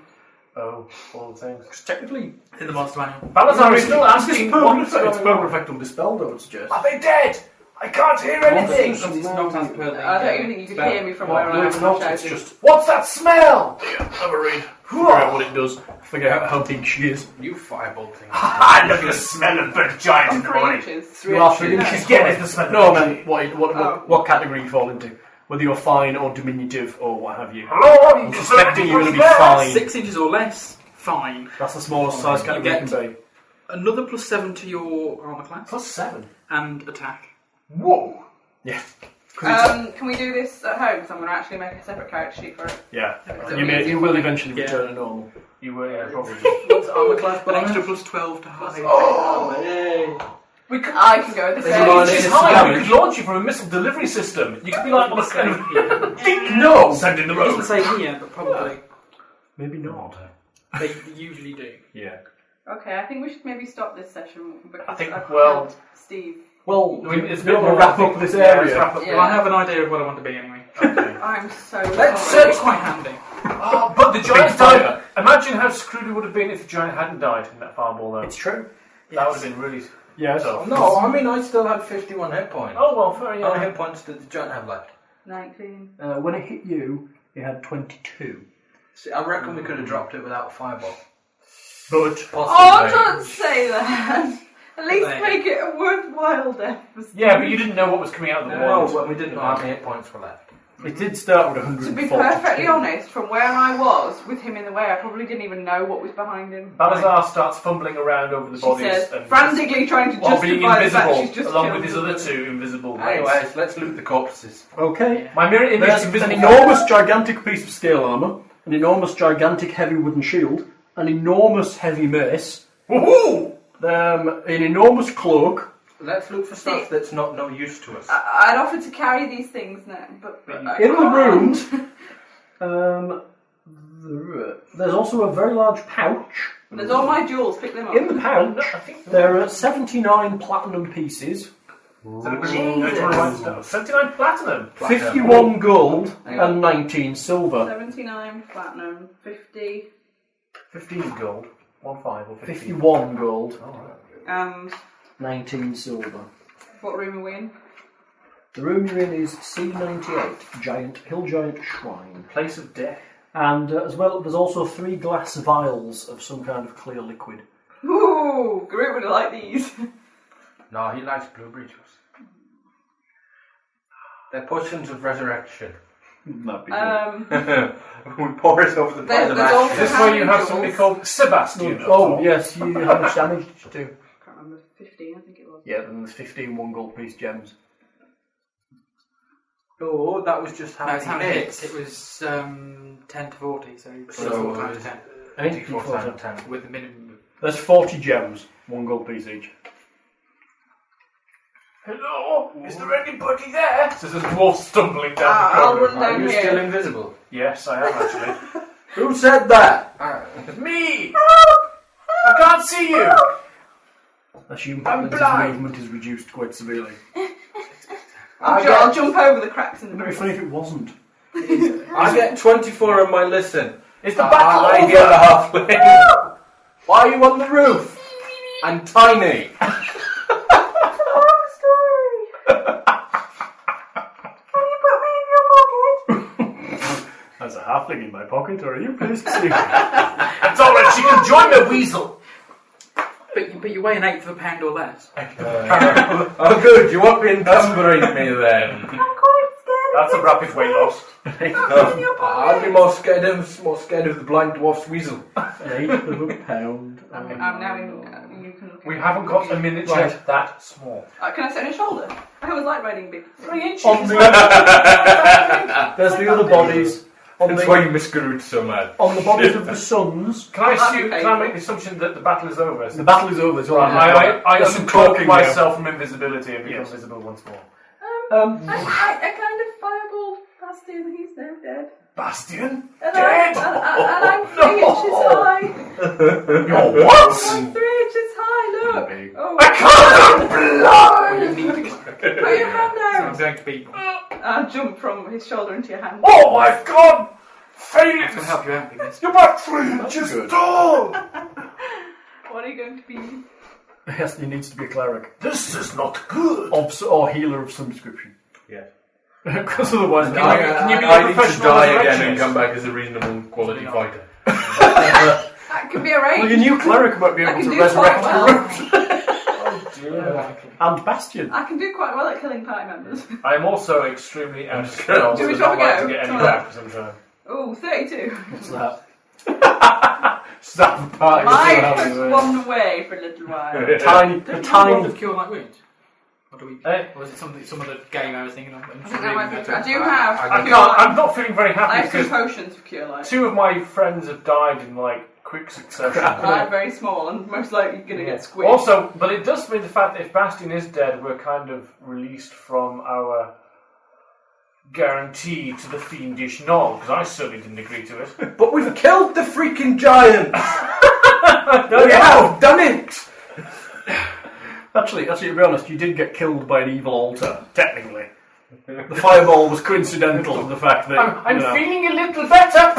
Speaker 5: Oh, all the things.
Speaker 6: Technically,
Speaker 7: It's in the monster manual.
Speaker 5: Balazar is still asking.
Speaker 6: permanent
Speaker 5: What's
Speaker 6: effect. It's
Speaker 5: going on?
Speaker 6: permanent effect on dispel, though, it's just.
Speaker 5: Are they dead? I can't hear
Speaker 7: It's
Speaker 5: anything.
Speaker 7: not as per the,
Speaker 4: I
Speaker 7: uh,
Speaker 4: don't even think you could
Speaker 7: spell.
Speaker 4: hear me from where
Speaker 6: No,
Speaker 4: I
Speaker 6: it's
Speaker 4: am.
Speaker 6: not.
Speaker 4: I'm
Speaker 6: It's
Speaker 4: shouting.
Speaker 6: just
Speaker 5: What's that smell?
Speaker 6: have a read. Figure out what it does. Figure out how big she is.
Speaker 3: You fireball thing.
Speaker 5: I love the smell of bird giant in the
Speaker 4: three
Speaker 5: morning.
Speaker 4: inches.
Speaker 6: You are three
Speaker 5: She's
Speaker 6: inches
Speaker 5: getting
Speaker 6: high.
Speaker 5: us the smell.
Speaker 6: No,
Speaker 5: of
Speaker 6: I
Speaker 5: bird
Speaker 6: meant what, what,
Speaker 4: Oh.
Speaker 6: what, what category you fall into. Whether you're fine or diminutive or what have you.
Speaker 5: Hello, I'm
Speaker 6: I'm suspecting you're going to be fine.
Speaker 7: Six inches or less, fine.
Speaker 6: That's the smallest size category
Speaker 7: get-
Speaker 6: you can be.
Speaker 7: Another plus seven to your armor class
Speaker 5: Plus seven.
Speaker 7: and attack.
Speaker 5: Whoa.
Speaker 6: Yeah.
Speaker 4: Um, can we do this at home? So I'm going to actually make a separate character sheet for it.
Speaker 6: Yeah.
Speaker 4: Is it
Speaker 6: You, may,
Speaker 4: easy?
Speaker 6: you will eventually
Speaker 7: Yeah.
Speaker 6: return to normal.
Speaker 5: You were yeah, probably.
Speaker 3: What's armor class
Speaker 7: An extra plus twelve to hide.
Speaker 4: We could, I can go with Oh, this.
Speaker 3: Well,
Speaker 5: She's
Speaker 3: it's
Speaker 5: high. We
Speaker 3: damage.
Speaker 5: could launch you from a missile delivery system. You could be like on a kind of
Speaker 7: It
Speaker 5: no. Send in the
Speaker 7: doesn't
Speaker 5: road.
Speaker 7: say here, but probably
Speaker 6: Maybe not.
Speaker 7: they usually do.
Speaker 6: Yeah.
Speaker 4: Okay, I think we should maybe stop this session because
Speaker 5: I think,
Speaker 4: I've
Speaker 5: well-
Speaker 4: helped Steve.
Speaker 6: Well,
Speaker 5: We- it's a
Speaker 6: we'll
Speaker 5: bit more-
Speaker 6: wrap up this
Speaker 5: Yeah, let's
Speaker 6: area.
Speaker 5: wrap up.
Speaker 4: Yeah.
Speaker 7: Well, I have an idea of what I want to be anyway.
Speaker 4: I'm so.
Speaker 3: Let's
Speaker 4: sorry.
Speaker 7: It's quite handy.
Speaker 5: Oh, but the giant
Speaker 6: fire.
Speaker 5: died. Imagine how screwed we would have been if the giant hadn't died in that fireball, though.
Speaker 6: It's true.
Speaker 5: That would have been really.
Speaker 6: Yes.
Speaker 5: So-
Speaker 3: No, I mean I still had 51 hit points.
Speaker 5: Oh well, fair
Speaker 3: How many
Speaker 5: yeah.
Speaker 3: hit points did the giant have left?
Speaker 4: Nineteen.
Speaker 6: Uh, when it hit you, it had 22.
Speaker 3: See, I reckon we could have dropped it without a fireball.
Speaker 6: But
Speaker 4: Oh,
Speaker 3: Possibly.
Speaker 4: don't say that. At least
Speaker 7: Right.
Speaker 4: make it a worthwhile death.
Speaker 5: Yeah, but you didn't know what was coming out of the
Speaker 3: No,
Speaker 5: wall.
Speaker 3: well, we didn't know how many hit points were left.
Speaker 6: it did start with
Speaker 4: To
Speaker 6: 140.
Speaker 4: be perfectly honest, from where I was with him in the way, I probably didn't even know what was behind him.
Speaker 5: Balazar starts fumbling around over the
Speaker 4: She
Speaker 5: bodies
Speaker 4: says,
Speaker 5: and
Speaker 4: frantically trying to
Speaker 5: while being
Speaker 4: justify the fact she's
Speaker 5: invisible,
Speaker 4: just
Speaker 5: along
Speaker 4: killed
Speaker 5: with his
Speaker 4: him.
Speaker 5: other two invisible. mates.
Speaker 3: Anyways, let's loot the corpses.
Speaker 6: Okay.
Speaker 5: my mirror image
Speaker 6: There's
Speaker 5: is
Speaker 6: an
Speaker 5: invisible.
Speaker 6: enormous, gigantic piece of scale armour, an enormous, gigantic, heavy wooden shield, an enormous, heavy mace,
Speaker 5: Woohoo!
Speaker 6: um, an enormous cloak.
Speaker 3: Let's look for stuff that's not no use to us.
Speaker 4: I- I'd offer to carry these things now, but, but I
Speaker 6: In the
Speaker 4: can't.
Speaker 6: rooms, um, there- there's also a very large pouch.
Speaker 4: There's all my jewels. Pick them up.
Speaker 6: In the pouch, there are 79 platinum pieces,
Speaker 5: Jesus. 79 platinum.
Speaker 6: 51 gold, and 19 silver.
Speaker 4: Seventy-nine platinum, fifty,
Speaker 5: 15 gold. 1 5 or 15.
Speaker 6: 51 gold,
Speaker 4: and
Speaker 6: 19 silver.
Speaker 4: what room are we in?
Speaker 6: The room you're in is C98, Giant Hill Giant Shrine.
Speaker 5: Place of death.
Speaker 6: And uh, as well, there's also three glass vials of some kind of clear liquid.
Speaker 4: Ooh, Groot would like these. Um,
Speaker 3: No, he likes blueberry juice. They're potions of resurrection.
Speaker 6: That'd be
Speaker 4: Um,
Speaker 3: we pour it over the pile
Speaker 4: There's-
Speaker 3: of
Speaker 4: there's
Speaker 3: ashes.
Speaker 5: This
Speaker 4: How
Speaker 5: way you
Speaker 4: many
Speaker 5: have somebody
Speaker 4: jewels?
Speaker 5: called Sebastian.
Speaker 6: Oh, yes, you how much damage did you do?
Speaker 4: can't remember, 15 I think it was.
Speaker 6: Yeah, then there's 15 one gold piece gems.
Speaker 3: Oh, that was just how
Speaker 7: No,
Speaker 3: many
Speaker 7: it's how many hits?
Speaker 3: hits.
Speaker 7: It was um, 10 to 40, so,
Speaker 3: So,
Speaker 7: 4 times 10.
Speaker 6: Eh?
Speaker 5: D4 times 10.
Speaker 7: With the minimum.
Speaker 6: There's 40 gems, one gold piece each.
Speaker 5: Hello? Is there anybody there? Says a dwarf stumbling down
Speaker 4: Ah,
Speaker 5: the
Speaker 4: I'll
Speaker 5: corridor.
Speaker 4: run down
Speaker 3: You're
Speaker 4: here.
Speaker 3: still invisible.
Speaker 5: Yes, I am actually.
Speaker 3: Who said that? Ah,
Speaker 5: Me! I can't see you!
Speaker 6: Assume
Speaker 5: I'm
Speaker 6: Paladin's
Speaker 5: blind.
Speaker 6: movement is reduced quite severely.
Speaker 3: I
Speaker 4: Sure, I'll
Speaker 3: get,
Speaker 4: jump over the cracks in the
Speaker 6: It'd be
Speaker 4: roof.
Speaker 6: funny if it wasn't.
Speaker 3: I get 24 on my listen.
Speaker 5: It's the battle
Speaker 3: I
Speaker 5: over!
Speaker 3: hear the halfling. Why are you on the roof? I'm tiny.
Speaker 6: There's a halfling in my pocket, or are you pleased to see
Speaker 5: It's alright, she can join the weasel!
Speaker 7: But, you- but you weigh an eighth of a pound or less.
Speaker 3: Oh, good. You won't be encumbering me then.
Speaker 5: That's a rapid weight loss.
Speaker 3: I'll be more scared of more scared of the blind dwarf's weasel.
Speaker 6: Eight of a pound.
Speaker 4: I'm, I'm now in. Uh, you can look
Speaker 5: We
Speaker 4: at-
Speaker 5: haven't got a miniature
Speaker 6: Right.
Speaker 5: that small.
Speaker 4: Uh, can I sit on your shoulder? I always like riding big. Three inches.
Speaker 6: On the- There's the other bodies. On
Speaker 3: That's why
Speaker 6: the,
Speaker 3: you miss Garut so much.
Speaker 6: on the bodies of the sons.
Speaker 5: Can I
Speaker 4: Well,
Speaker 5: assume,
Speaker 4: okay.
Speaker 5: can I make the assumption that the battle is over?
Speaker 6: The battle is over, so
Speaker 5: I, I, I,
Speaker 6: There's some
Speaker 5: uncloak
Speaker 6: cloaking now.
Speaker 5: myself from invisibility and become visible once more.
Speaker 9: Um, I, I, I kind of fireballed past him and he's now dead.
Speaker 5: Bastion?
Speaker 9: And,
Speaker 5: Dead?
Speaker 9: I, and, I- and I'm three inches high.
Speaker 5: You're what?
Speaker 9: I'm three inches high, look. Oh, put your hand
Speaker 7: So
Speaker 9: out.
Speaker 7: I'm going to be.
Speaker 4: I jump from his shoulder into your hand.
Speaker 5: Oh my god!
Speaker 7: That's going to
Speaker 5: Failings!
Speaker 7: help you out with this.
Speaker 5: You're about three inches tall!
Speaker 4: What are you going to be?
Speaker 6: Yes, he needs to be a cleric.
Speaker 5: This is not good!
Speaker 6: Of, s- or healer of some description.
Speaker 3: Yeah.
Speaker 6: Because otherwise,
Speaker 3: I,
Speaker 5: you- can you be
Speaker 3: I- I
Speaker 5: a
Speaker 3: need to
Speaker 5: professional
Speaker 3: die again
Speaker 5: resurrectionist?
Speaker 3: and come back as a reasonable quality fighter.
Speaker 4: That could be arranged.
Speaker 6: well, your new cleric might be
Speaker 4: I
Speaker 6: able
Speaker 4: can
Speaker 6: to
Speaker 4: do quite
Speaker 6: resurrect
Speaker 4: well.
Speaker 6: and Bastion.
Speaker 4: I can do quite well at killing party members.
Speaker 5: I am also extremely out of spells.
Speaker 4: Do we
Speaker 5: and not
Speaker 4: drop a
Speaker 5: like to
Speaker 4: go?
Speaker 5: get any
Speaker 4: Come on.
Speaker 5: back for some time.
Speaker 4: Oh, 32.
Speaker 6: What's that?
Speaker 5: Stop party.
Speaker 4: I was one away for a little while.
Speaker 6: Tiny, a
Speaker 7: World
Speaker 6: tiny.
Speaker 7: of Cure Light Wounds? Or, do we,
Speaker 6: Uh,
Speaker 5: Eh?
Speaker 7: or is it some, some other game I was thinking of?
Speaker 4: I think that might be- I do have.
Speaker 5: I
Speaker 4: cure
Speaker 5: can't,
Speaker 4: light.
Speaker 5: I'm not feeling very
Speaker 4: I
Speaker 5: happy
Speaker 4: have two
Speaker 5: because
Speaker 4: potions of cure light.
Speaker 5: two of my friends have died in like quick succession.
Speaker 4: I'm very small and most likely gonna get squished.
Speaker 5: Also, but it does mean the fact that if Bastion is dead, we're kind of released from our guarantee to the fiendish Knoll, because I certainly didn't agree to it.
Speaker 3: But we've killed the freaking giant! we have done it!
Speaker 6: Actually, actually, to be honest, you did get killed by an evil altar, technically. The fireball was coincidental to the fact that
Speaker 5: I'm, I'm
Speaker 6: you know,
Speaker 5: feeling a little better!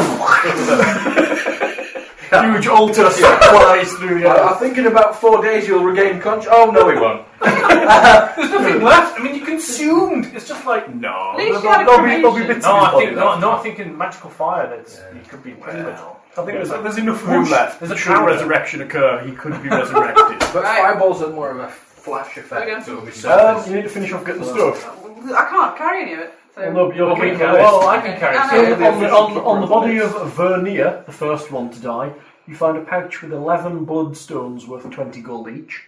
Speaker 6: huge altar flies through you.
Speaker 3: I, I think in about four days you'll regain conscious. Oh, no, we won't.
Speaker 5: There's nothing left! I mean, you consumed! It's just like.
Speaker 3: No.
Speaker 4: at least you
Speaker 6: There'll,
Speaker 4: had
Speaker 6: there'll be, there'll be
Speaker 4: cremation.
Speaker 6: bits
Speaker 5: No,
Speaker 6: of his
Speaker 5: I
Speaker 6: body
Speaker 5: think no,
Speaker 6: left.
Speaker 5: no, I think in magical fire that's you could be pretty much. I think
Speaker 6: There's,
Speaker 5: there's,
Speaker 6: there's Um, enough room left.
Speaker 5: There's a
Speaker 6: Should
Speaker 5: power.
Speaker 6: resurrection occur, he could be resurrected.
Speaker 3: But fireballs are more of a flash
Speaker 4: Okay.
Speaker 3: effect. So it'll be
Speaker 6: um,
Speaker 3: surface.
Speaker 6: you need to finish off getting the stuff.
Speaker 4: I can't carry any of it. So
Speaker 6: Well, no, you're
Speaker 5: Well, we
Speaker 6: keeping
Speaker 5: can-
Speaker 6: the list.
Speaker 5: well, I can carry
Speaker 4: I
Speaker 5: some.
Speaker 4: know.
Speaker 6: on, the, on, on the body of Vernier, the first one to die, you find a pouch with 11 bloodstones worth 20 gold each.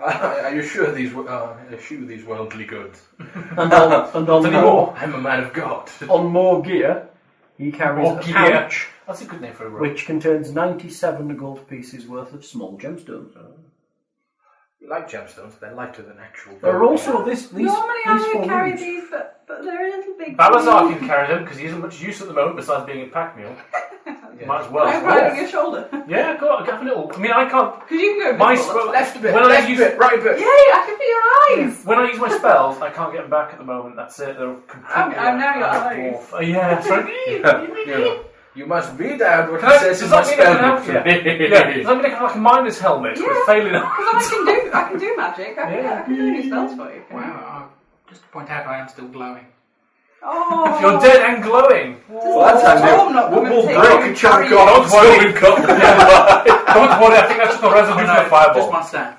Speaker 3: Are you sure these were, uh, eschew these worldly goods?
Speaker 6: And on, and on, more,
Speaker 3: I'm a man of God.
Speaker 6: on more gear, he carries
Speaker 5: More
Speaker 6: a
Speaker 5: gear.
Speaker 6: pouch
Speaker 5: That's a good name for a rope.
Speaker 6: which contains 97 gold pieces worth of small gemstones.
Speaker 3: Like gemstones, they're lighter than actual gold.
Speaker 6: There are also this, these,
Speaker 9: Normally
Speaker 6: these
Speaker 9: I
Speaker 6: four
Speaker 9: would carry
Speaker 6: rings.
Speaker 9: these, but, but they're a little big.
Speaker 5: Balazar can carry them because he isn't much use at the moment besides being a pack mule. Might as well.
Speaker 4: I'm riding your shoulder.
Speaker 5: Yeah, go on, have a little. I mean, I can't.
Speaker 4: Because you can go
Speaker 5: My
Speaker 4: visible.
Speaker 5: spell.
Speaker 3: Left a bit,
Speaker 5: when
Speaker 3: left
Speaker 5: I use
Speaker 3: bit, right bit.
Speaker 4: Yay, I can feel your eyes!
Speaker 5: when I use my spells, I can't get them back at the moment. That's it. They're completely.
Speaker 4: I'm- I'm now your
Speaker 5: out of
Speaker 4: eyes.
Speaker 5: dwarf. Oh, yeah, that's right.
Speaker 3: Yeah. You must read out what
Speaker 5: Can
Speaker 3: it
Speaker 5: I,
Speaker 3: says
Speaker 5: does
Speaker 3: in my
Speaker 5: that mean I can
Speaker 3: spell
Speaker 5: have?
Speaker 3: book.
Speaker 5: Yeah. Does that mean I can have like a miner's helmet with
Speaker 4: Yeah.
Speaker 5: failing?
Speaker 4: Because I can do, I can do magic. I can,
Speaker 5: Yeah.
Speaker 4: I can do new spells for you.
Speaker 7: Wow, I- just to point out, I am still glowing.
Speaker 4: Oh,
Speaker 5: You're dead and glowing.
Speaker 3: Well, that's
Speaker 4: Oh,
Speaker 3: handy.
Speaker 4: I'm not gonna
Speaker 3: we'll
Speaker 4: take
Speaker 3: break
Speaker 4: it.
Speaker 3: a chunk
Speaker 4: Carry
Speaker 3: off. So we've got.
Speaker 5: Don't worry, I think that's just a
Speaker 7: Oh,
Speaker 5: residue
Speaker 7: no,
Speaker 5: from the
Speaker 7: Just
Speaker 5: fireball.
Speaker 7: my staff.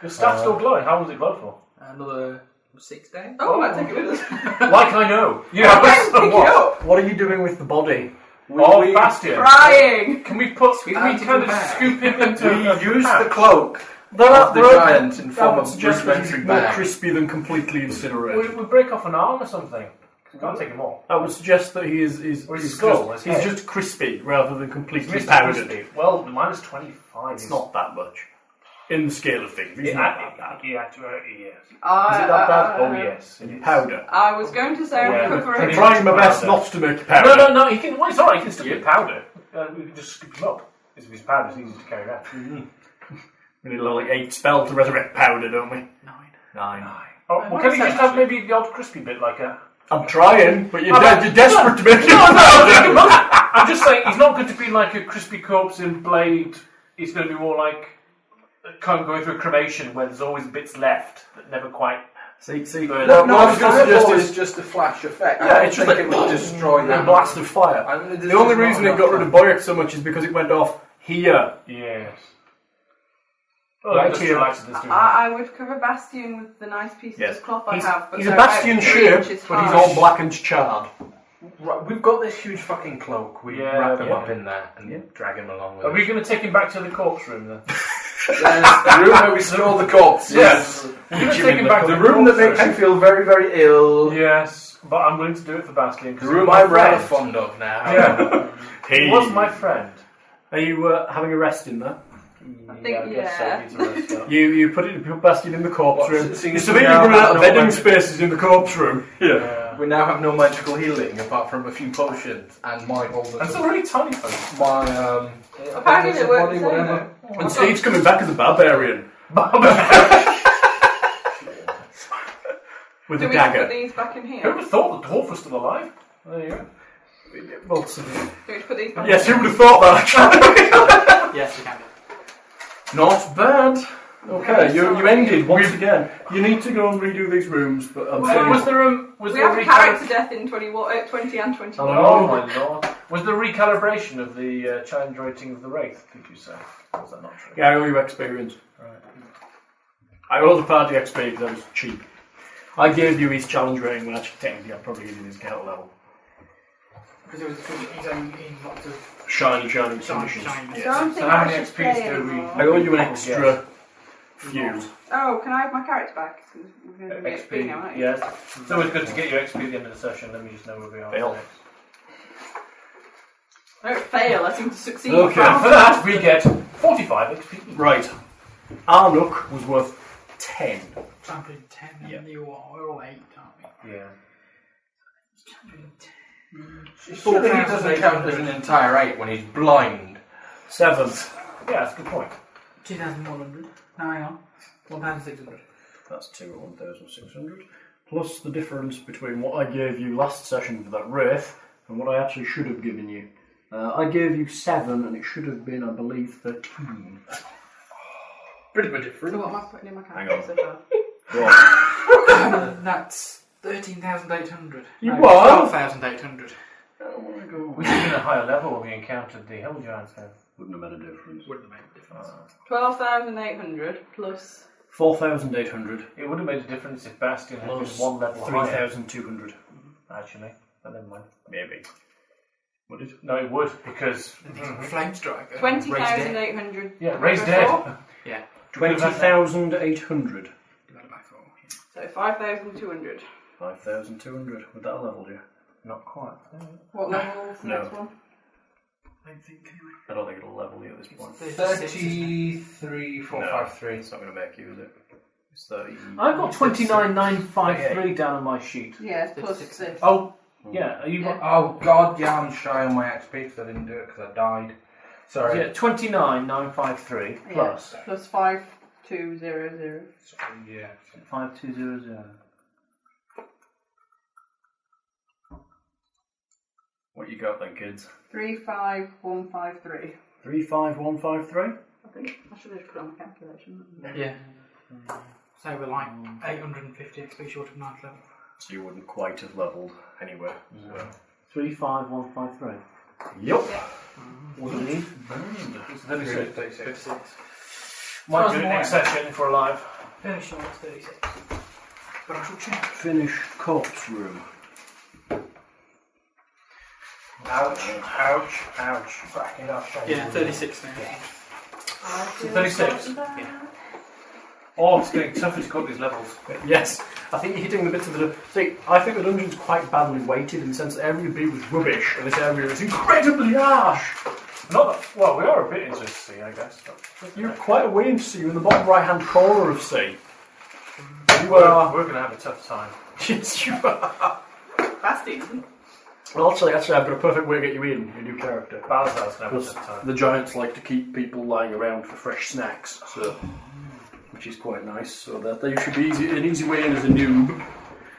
Speaker 5: Your staff's
Speaker 6: Uh,
Speaker 5: still glowing. How long does it glow for?
Speaker 7: Another six days?
Speaker 4: Oh, I might take it with us.
Speaker 5: Like I know. You
Speaker 4: I can pick it up.
Speaker 6: What are you doing with the body?
Speaker 15: We,
Speaker 6: Or
Speaker 15: we,
Speaker 6: Bastion.
Speaker 4: Crying!
Speaker 6: Can we put?
Speaker 7: We
Speaker 6: Can we
Speaker 7: need to
Speaker 6: kind
Speaker 7: go
Speaker 6: of
Speaker 7: back.
Speaker 6: scoop him into
Speaker 15: we
Speaker 6: a
Speaker 15: use
Speaker 6: pouch?
Speaker 15: the cloak
Speaker 5: That,
Speaker 3: of the giant in form of rudimentary
Speaker 5: more
Speaker 3: bag.
Speaker 5: crispy than completely
Speaker 6: We,
Speaker 5: incinerated.
Speaker 6: we break off an arm or something. We can't take him all.
Speaker 5: That would suggest that he is is,
Speaker 6: Or his
Speaker 5: is
Speaker 6: skull,
Speaker 5: just,
Speaker 6: his
Speaker 5: he's
Speaker 6: head.
Speaker 5: just crispy rather than completely
Speaker 6: Mr.
Speaker 5: powdered.
Speaker 6: Crispy. Well, the minus twenty-five.
Speaker 5: It's
Speaker 6: is-
Speaker 5: not that much in the scale of things. He's
Speaker 6: Yeah,
Speaker 5: not
Speaker 6: I-
Speaker 5: that bad.
Speaker 6: yeah, actually, yes.
Speaker 4: I,
Speaker 6: Is it that
Speaker 4: I-
Speaker 6: bad?
Speaker 4: I-
Speaker 6: Oh yes, it is.
Speaker 5: Powder.
Speaker 4: I was going to say
Speaker 6: Yeah,
Speaker 4: I'm
Speaker 6: pretty
Speaker 5: I'm
Speaker 4: covering.
Speaker 6: much.
Speaker 5: trying my best
Speaker 6: Powder.
Speaker 5: not to make you powder.
Speaker 6: No, no, no. He can. Well, it's alright. He can still get powder. Uh, we can just scoop him up. It's his powder. It's easy to carry around.
Speaker 5: We need like eight spells to resurrect powder, don't we? Nine. Nine.
Speaker 6: Oh, well, can he just have maybe the odd crispy bit like a?
Speaker 5: I'm trying, but you're,
Speaker 6: Oh,
Speaker 5: de-
Speaker 6: but-
Speaker 5: you're desperate to make it
Speaker 6: No, no, I'm
Speaker 5: powder.
Speaker 6: joking, but I'm just saying he's not going to be like a crispy corpse in Blade. He's going to be more like a kind of going through a cremation where there's always bits left that never quite.
Speaker 5: See, see,
Speaker 6: no,
Speaker 5: what I was going to
Speaker 3: Fireball
Speaker 5: suggest
Speaker 3: is
Speaker 5: is
Speaker 3: just a flash effect.
Speaker 5: Yeah,
Speaker 3: I
Speaker 5: it's
Speaker 3: don't
Speaker 5: just
Speaker 3: think it
Speaker 5: like-
Speaker 3: would destroy
Speaker 5: a
Speaker 3: that.
Speaker 5: blast of fire.
Speaker 3: I mean, there's
Speaker 5: the only
Speaker 3: just not
Speaker 5: reason it
Speaker 3: enough
Speaker 5: got rid of
Speaker 3: time.
Speaker 5: Boyak so much is because it went off here.
Speaker 6: Yes. Well,
Speaker 5: Right
Speaker 6: right
Speaker 5: here.
Speaker 6: here.
Speaker 4: I, I would cover Bastion with the nice pieces
Speaker 5: Yes.
Speaker 4: of cloth
Speaker 5: He's,
Speaker 4: I have. But
Speaker 5: he's a
Speaker 4: they're about
Speaker 5: bastion
Speaker 4: three
Speaker 5: shape,
Speaker 4: inches
Speaker 5: but he's
Speaker 4: high.
Speaker 5: all black and charred.
Speaker 3: Right, we've got this huge fucking cloak. We
Speaker 6: Yeah,
Speaker 3: wrap him
Speaker 6: yeah.
Speaker 3: up in that and drag him along with
Speaker 6: Are we going to take him back to the corpse room then?
Speaker 3: us. There's the room where we store the corpses.
Speaker 6: Yes. We're going to
Speaker 5: Jim
Speaker 6: take
Speaker 5: in
Speaker 6: him
Speaker 5: the
Speaker 6: back to
Speaker 3: The
Speaker 6: the
Speaker 3: room that
Speaker 6: corpse
Speaker 3: makes me feel very, very ill.
Speaker 6: Yes, but I'm willing to do it for Bastion. 'cause
Speaker 3: The
Speaker 6: he's
Speaker 3: room
Speaker 6: my
Speaker 3: I'm rather
Speaker 6: friend.
Speaker 3: fond of now.
Speaker 6: Yeah,
Speaker 5: He
Speaker 6: he was my friend.
Speaker 5: Are you uh, having a rest in there?
Speaker 4: think-
Speaker 6: I guess so.
Speaker 4: yeah.
Speaker 6: He's a rest up.
Speaker 5: You you put it you put Bastion in the corpse
Speaker 3: What,
Speaker 5: room.
Speaker 3: s- seeing
Speaker 5: You
Speaker 3: as
Speaker 5: suddenly
Speaker 3: we are
Speaker 5: run out of
Speaker 3: out of
Speaker 5: bedding
Speaker 3: weapons.
Speaker 5: spaces in the corpse room.
Speaker 6: Yeah.
Speaker 3: We now have no magical healing apart from a few potions and my holder.
Speaker 6: That's a really tiny thing.
Speaker 3: my um.
Speaker 4: Apparently it worked the same,
Speaker 5: And Steve's coming back as a barbarian with
Speaker 4: Do we have to
Speaker 5: a
Speaker 4: put
Speaker 5: dagger.
Speaker 4: these back in here?
Speaker 6: Who would have thought the dwarf was still alive? There you go.
Speaker 5: Well, s-
Speaker 4: Do we put these back
Speaker 5: yes,
Speaker 4: in
Speaker 5: who would have thought that?
Speaker 7: Yes, we can do.
Speaker 5: Not bad. Okay, you, you ended once
Speaker 6: We've-
Speaker 5: again. You need to go and redo these rooms, but I'm
Speaker 4: Well,
Speaker 5: saying-
Speaker 6: was there um, was
Speaker 4: We
Speaker 6: there
Speaker 4: have a
Speaker 6: recalib-
Speaker 4: character death in 20, wa- uh, 20 and 21.
Speaker 6: Oh my lord! Was the recalibration of the uh, challenge rating of the wraith? Did you say? Or Was that not true?
Speaker 5: yeah, I owe you experience. I owe the party XP because I was cheap. I gave you his challenge rating when actually technically I probably gave you his count level.
Speaker 7: Because it was he's only in lots of
Speaker 5: Shiny, shiny
Speaker 7: shine,
Speaker 5: conditions.
Speaker 7: shine.
Speaker 4: I don't think
Speaker 6: So how
Speaker 4: I
Speaker 6: many
Speaker 4: should
Speaker 6: XPs
Speaker 4: pay
Speaker 6: do we-
Speaker 4: anymore.
Speaker 5: I owe you
Speaker 6: Oh,
Speaker 5: an extra few.
Speaker 4: Oh, can I have my character back? 'Cause we're going to be XP now,
Speaker 6: XP.
Speaker 4: aren't we?
Speaker 6: Yes. It's always good to get your XP at the end of the session. Let me just know where we are.
Speaker 5: Fail.
Speaker 6: next.
Speaker 4: I don't fail, I seem to succeed.
Speaker 5: Okay.
Speaker 6: For that, we get forty-five XP.
Speaker 5: Right. Our nook was worth 10.
Speaker 7: I'm doing ten and
Speaker 5: Yeah.
Speaker 7: you are we're all eight, aren't we?
Speaker 6: Yeah.
Speaker 3: Surely he doesn't count as an entire eight when he's blind.
Speaker 5: 7.
Speaker 6: Yeah, that's a good point.
Speaker 7: 2,100. No, hang on. 1,600.
Speaker 5: That's 2 at 1,600. Plus the difference between what I gave you last session for that Wraith and what I actually should have given you. Uh, I gave you 7 and it should have been, I believe, 13.
Speaker 3: Pretty much different.
Speaker 4: So what am I putting in my character so far?
Speaker 7: That's 13,800.
Speaker 5: You
Speaker 7: No,
Speaker 5: what?
Speaker 7: 12,800.
Speaker 6: We should have been at a higher level when we encountered the hell giants. Then.
Speaker 5: Wouldn't have made a difference.
Speaker 7: Wouldn't have made a difference.
Speaker 4: 12,800 plus
Speaker 5: 4,800
Speaker 6: It would have made a difference if Bastion had
Speaker 5: plus
Speaker 6: been one level higher.
Speaker 5: 3,200.
Speaker 6: Actually, but never mind.
Speaker 5: Maybe. Would it?
Speaker 6: No, it would because
Speaker 7: Flame Striker. Raised dead.
Speaker 4: 20,800.
Speaker 6: yeah, raised
Speaker 4: Before?
Speaker 6: dead.
Speaker 7: Yeah.
Speaker 5: 20,800.
Speaker 7: Divided by four.
Speaker 4: So 5,200.
Speaker 5: 5,200. Would that have leveled you?
Speaker 6: Not quite.
Speaker 4: What level's the
Speaker 5: No.
Speaker 4: next one?
Speaker 5: I don't think it'll level you at this point.
Speaker 7: It's 36, isn't it?
Speaker 3: Thirty-three, four, five, three. It's not going to make you, is it? It's thirty.
Speaker 6: I've got twenty nine nine five three down on my sheet.
Speaker 4: Yes, plus 6.
Speaker 6: Oh, yeah. Are you?
Speaker 4: Yeah.
Speaker 3: Oh god, yeah, I'm shy on my XP because I didn't do it because I died. Sorry.
Speaker 6: Yeah, twenty nine nine five three plus
Speaker 4: Yeah, plus 5,200.
Speaker 3: Yeah.
Speaker 6: five two zero zero.
Speaker 5: What you got then, kids?
Speaker 4: 35153.
Speaker 5: 35153?
Speaker 4: I think I should have put on my calculation.
Speaker 7: Yeah. So Mm. we're like 850 XP short of 9th level.
Speaker 5: So you wouldn't quite have leveled anywhere.
Speaker 6: Three five one five three.
Speaker 5: Yup.
Speaker 6: Thirty
Speaker 3: Thirty-six.
Speaker 6: Might do it next session if we're alive.
Speaker 7: Finish on 36. But I shall check.
Speaker 5: Finished corpse room. Ouch, ouch, ouch. Back in our shame.
Speaker 7: Yeah, 36 now.
Speaker 5: So 36. Oh, it's getting tougher to cut these levels.
Speaker 6: Yes, I think you're hitting the bits of the. See, I think the dungeon's quite badly weighted in the sense that every bit was rubbish, and this area is incredibly harsh.
Speaker 5: Not that, well, we are a bit into C, I guess. but-
Speaker 6: You're quite a way into C. You're in the bottom right-hand corner of C. You
Speaker 5: We're,
Speaker 6: are.
Speaker 5: we're going to have a tough time.
Speaker 6: Yes, you are.
Speaker 4: Fasting, isn't it?
Speaker 6: Well, actually, actually, I've got a perfect way to get you in your new character.
Speaker 5: Balazar's going to have a
Speaker 6: Because
Speaker 5: tough time.
Speaker 6: the giants like to keep people lying around for fresh snacks, so which is quite nice. So that they should be easy, an easy way in as a noob. You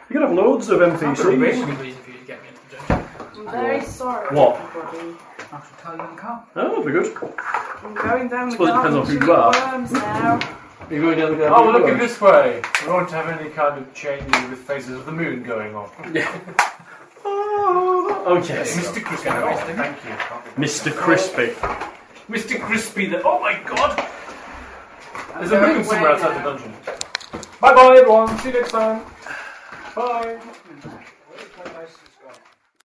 Speaker 6: can have loads of
Speaker 7: I've got a really
Speaker 6: NPCs.
Speaker 7: good reason for you to get me into the dungeon.
Speaker 4: I'm very sorry.
Speaker 6: What?
Speaker 4: everybody.
Speaker 7: I should tell you in the car.
Speaker 6: Oh, they're good.
Speaker 4: I'm going down the
Speaker 6: Suppose it
Speaker 4: garden
Speaker 6: depends on who
Speaker 4: to
Speaker 6: you are.
Speaker 4: worms now.
Speaker 6: You're going down the
Speaker 5: Oh, we're looking this way. We won't have any kind of change with phases of the moon going on.
Speaker 6: Oh yes,
Speaker 5: Mr. Crispy. Oh, thank you.
Speaker 6: Mr. Crispy.
Speaker 5: Mr. Crispy, the, oh my god! There's a
Speaker 4: going
Speaker 5: moon somewhere
Speaker 4: away
Speaker 5: outside the
Speaker 4: now.
Speaker 5: dungeon. Bye bye, everyone. See you next time. Bye.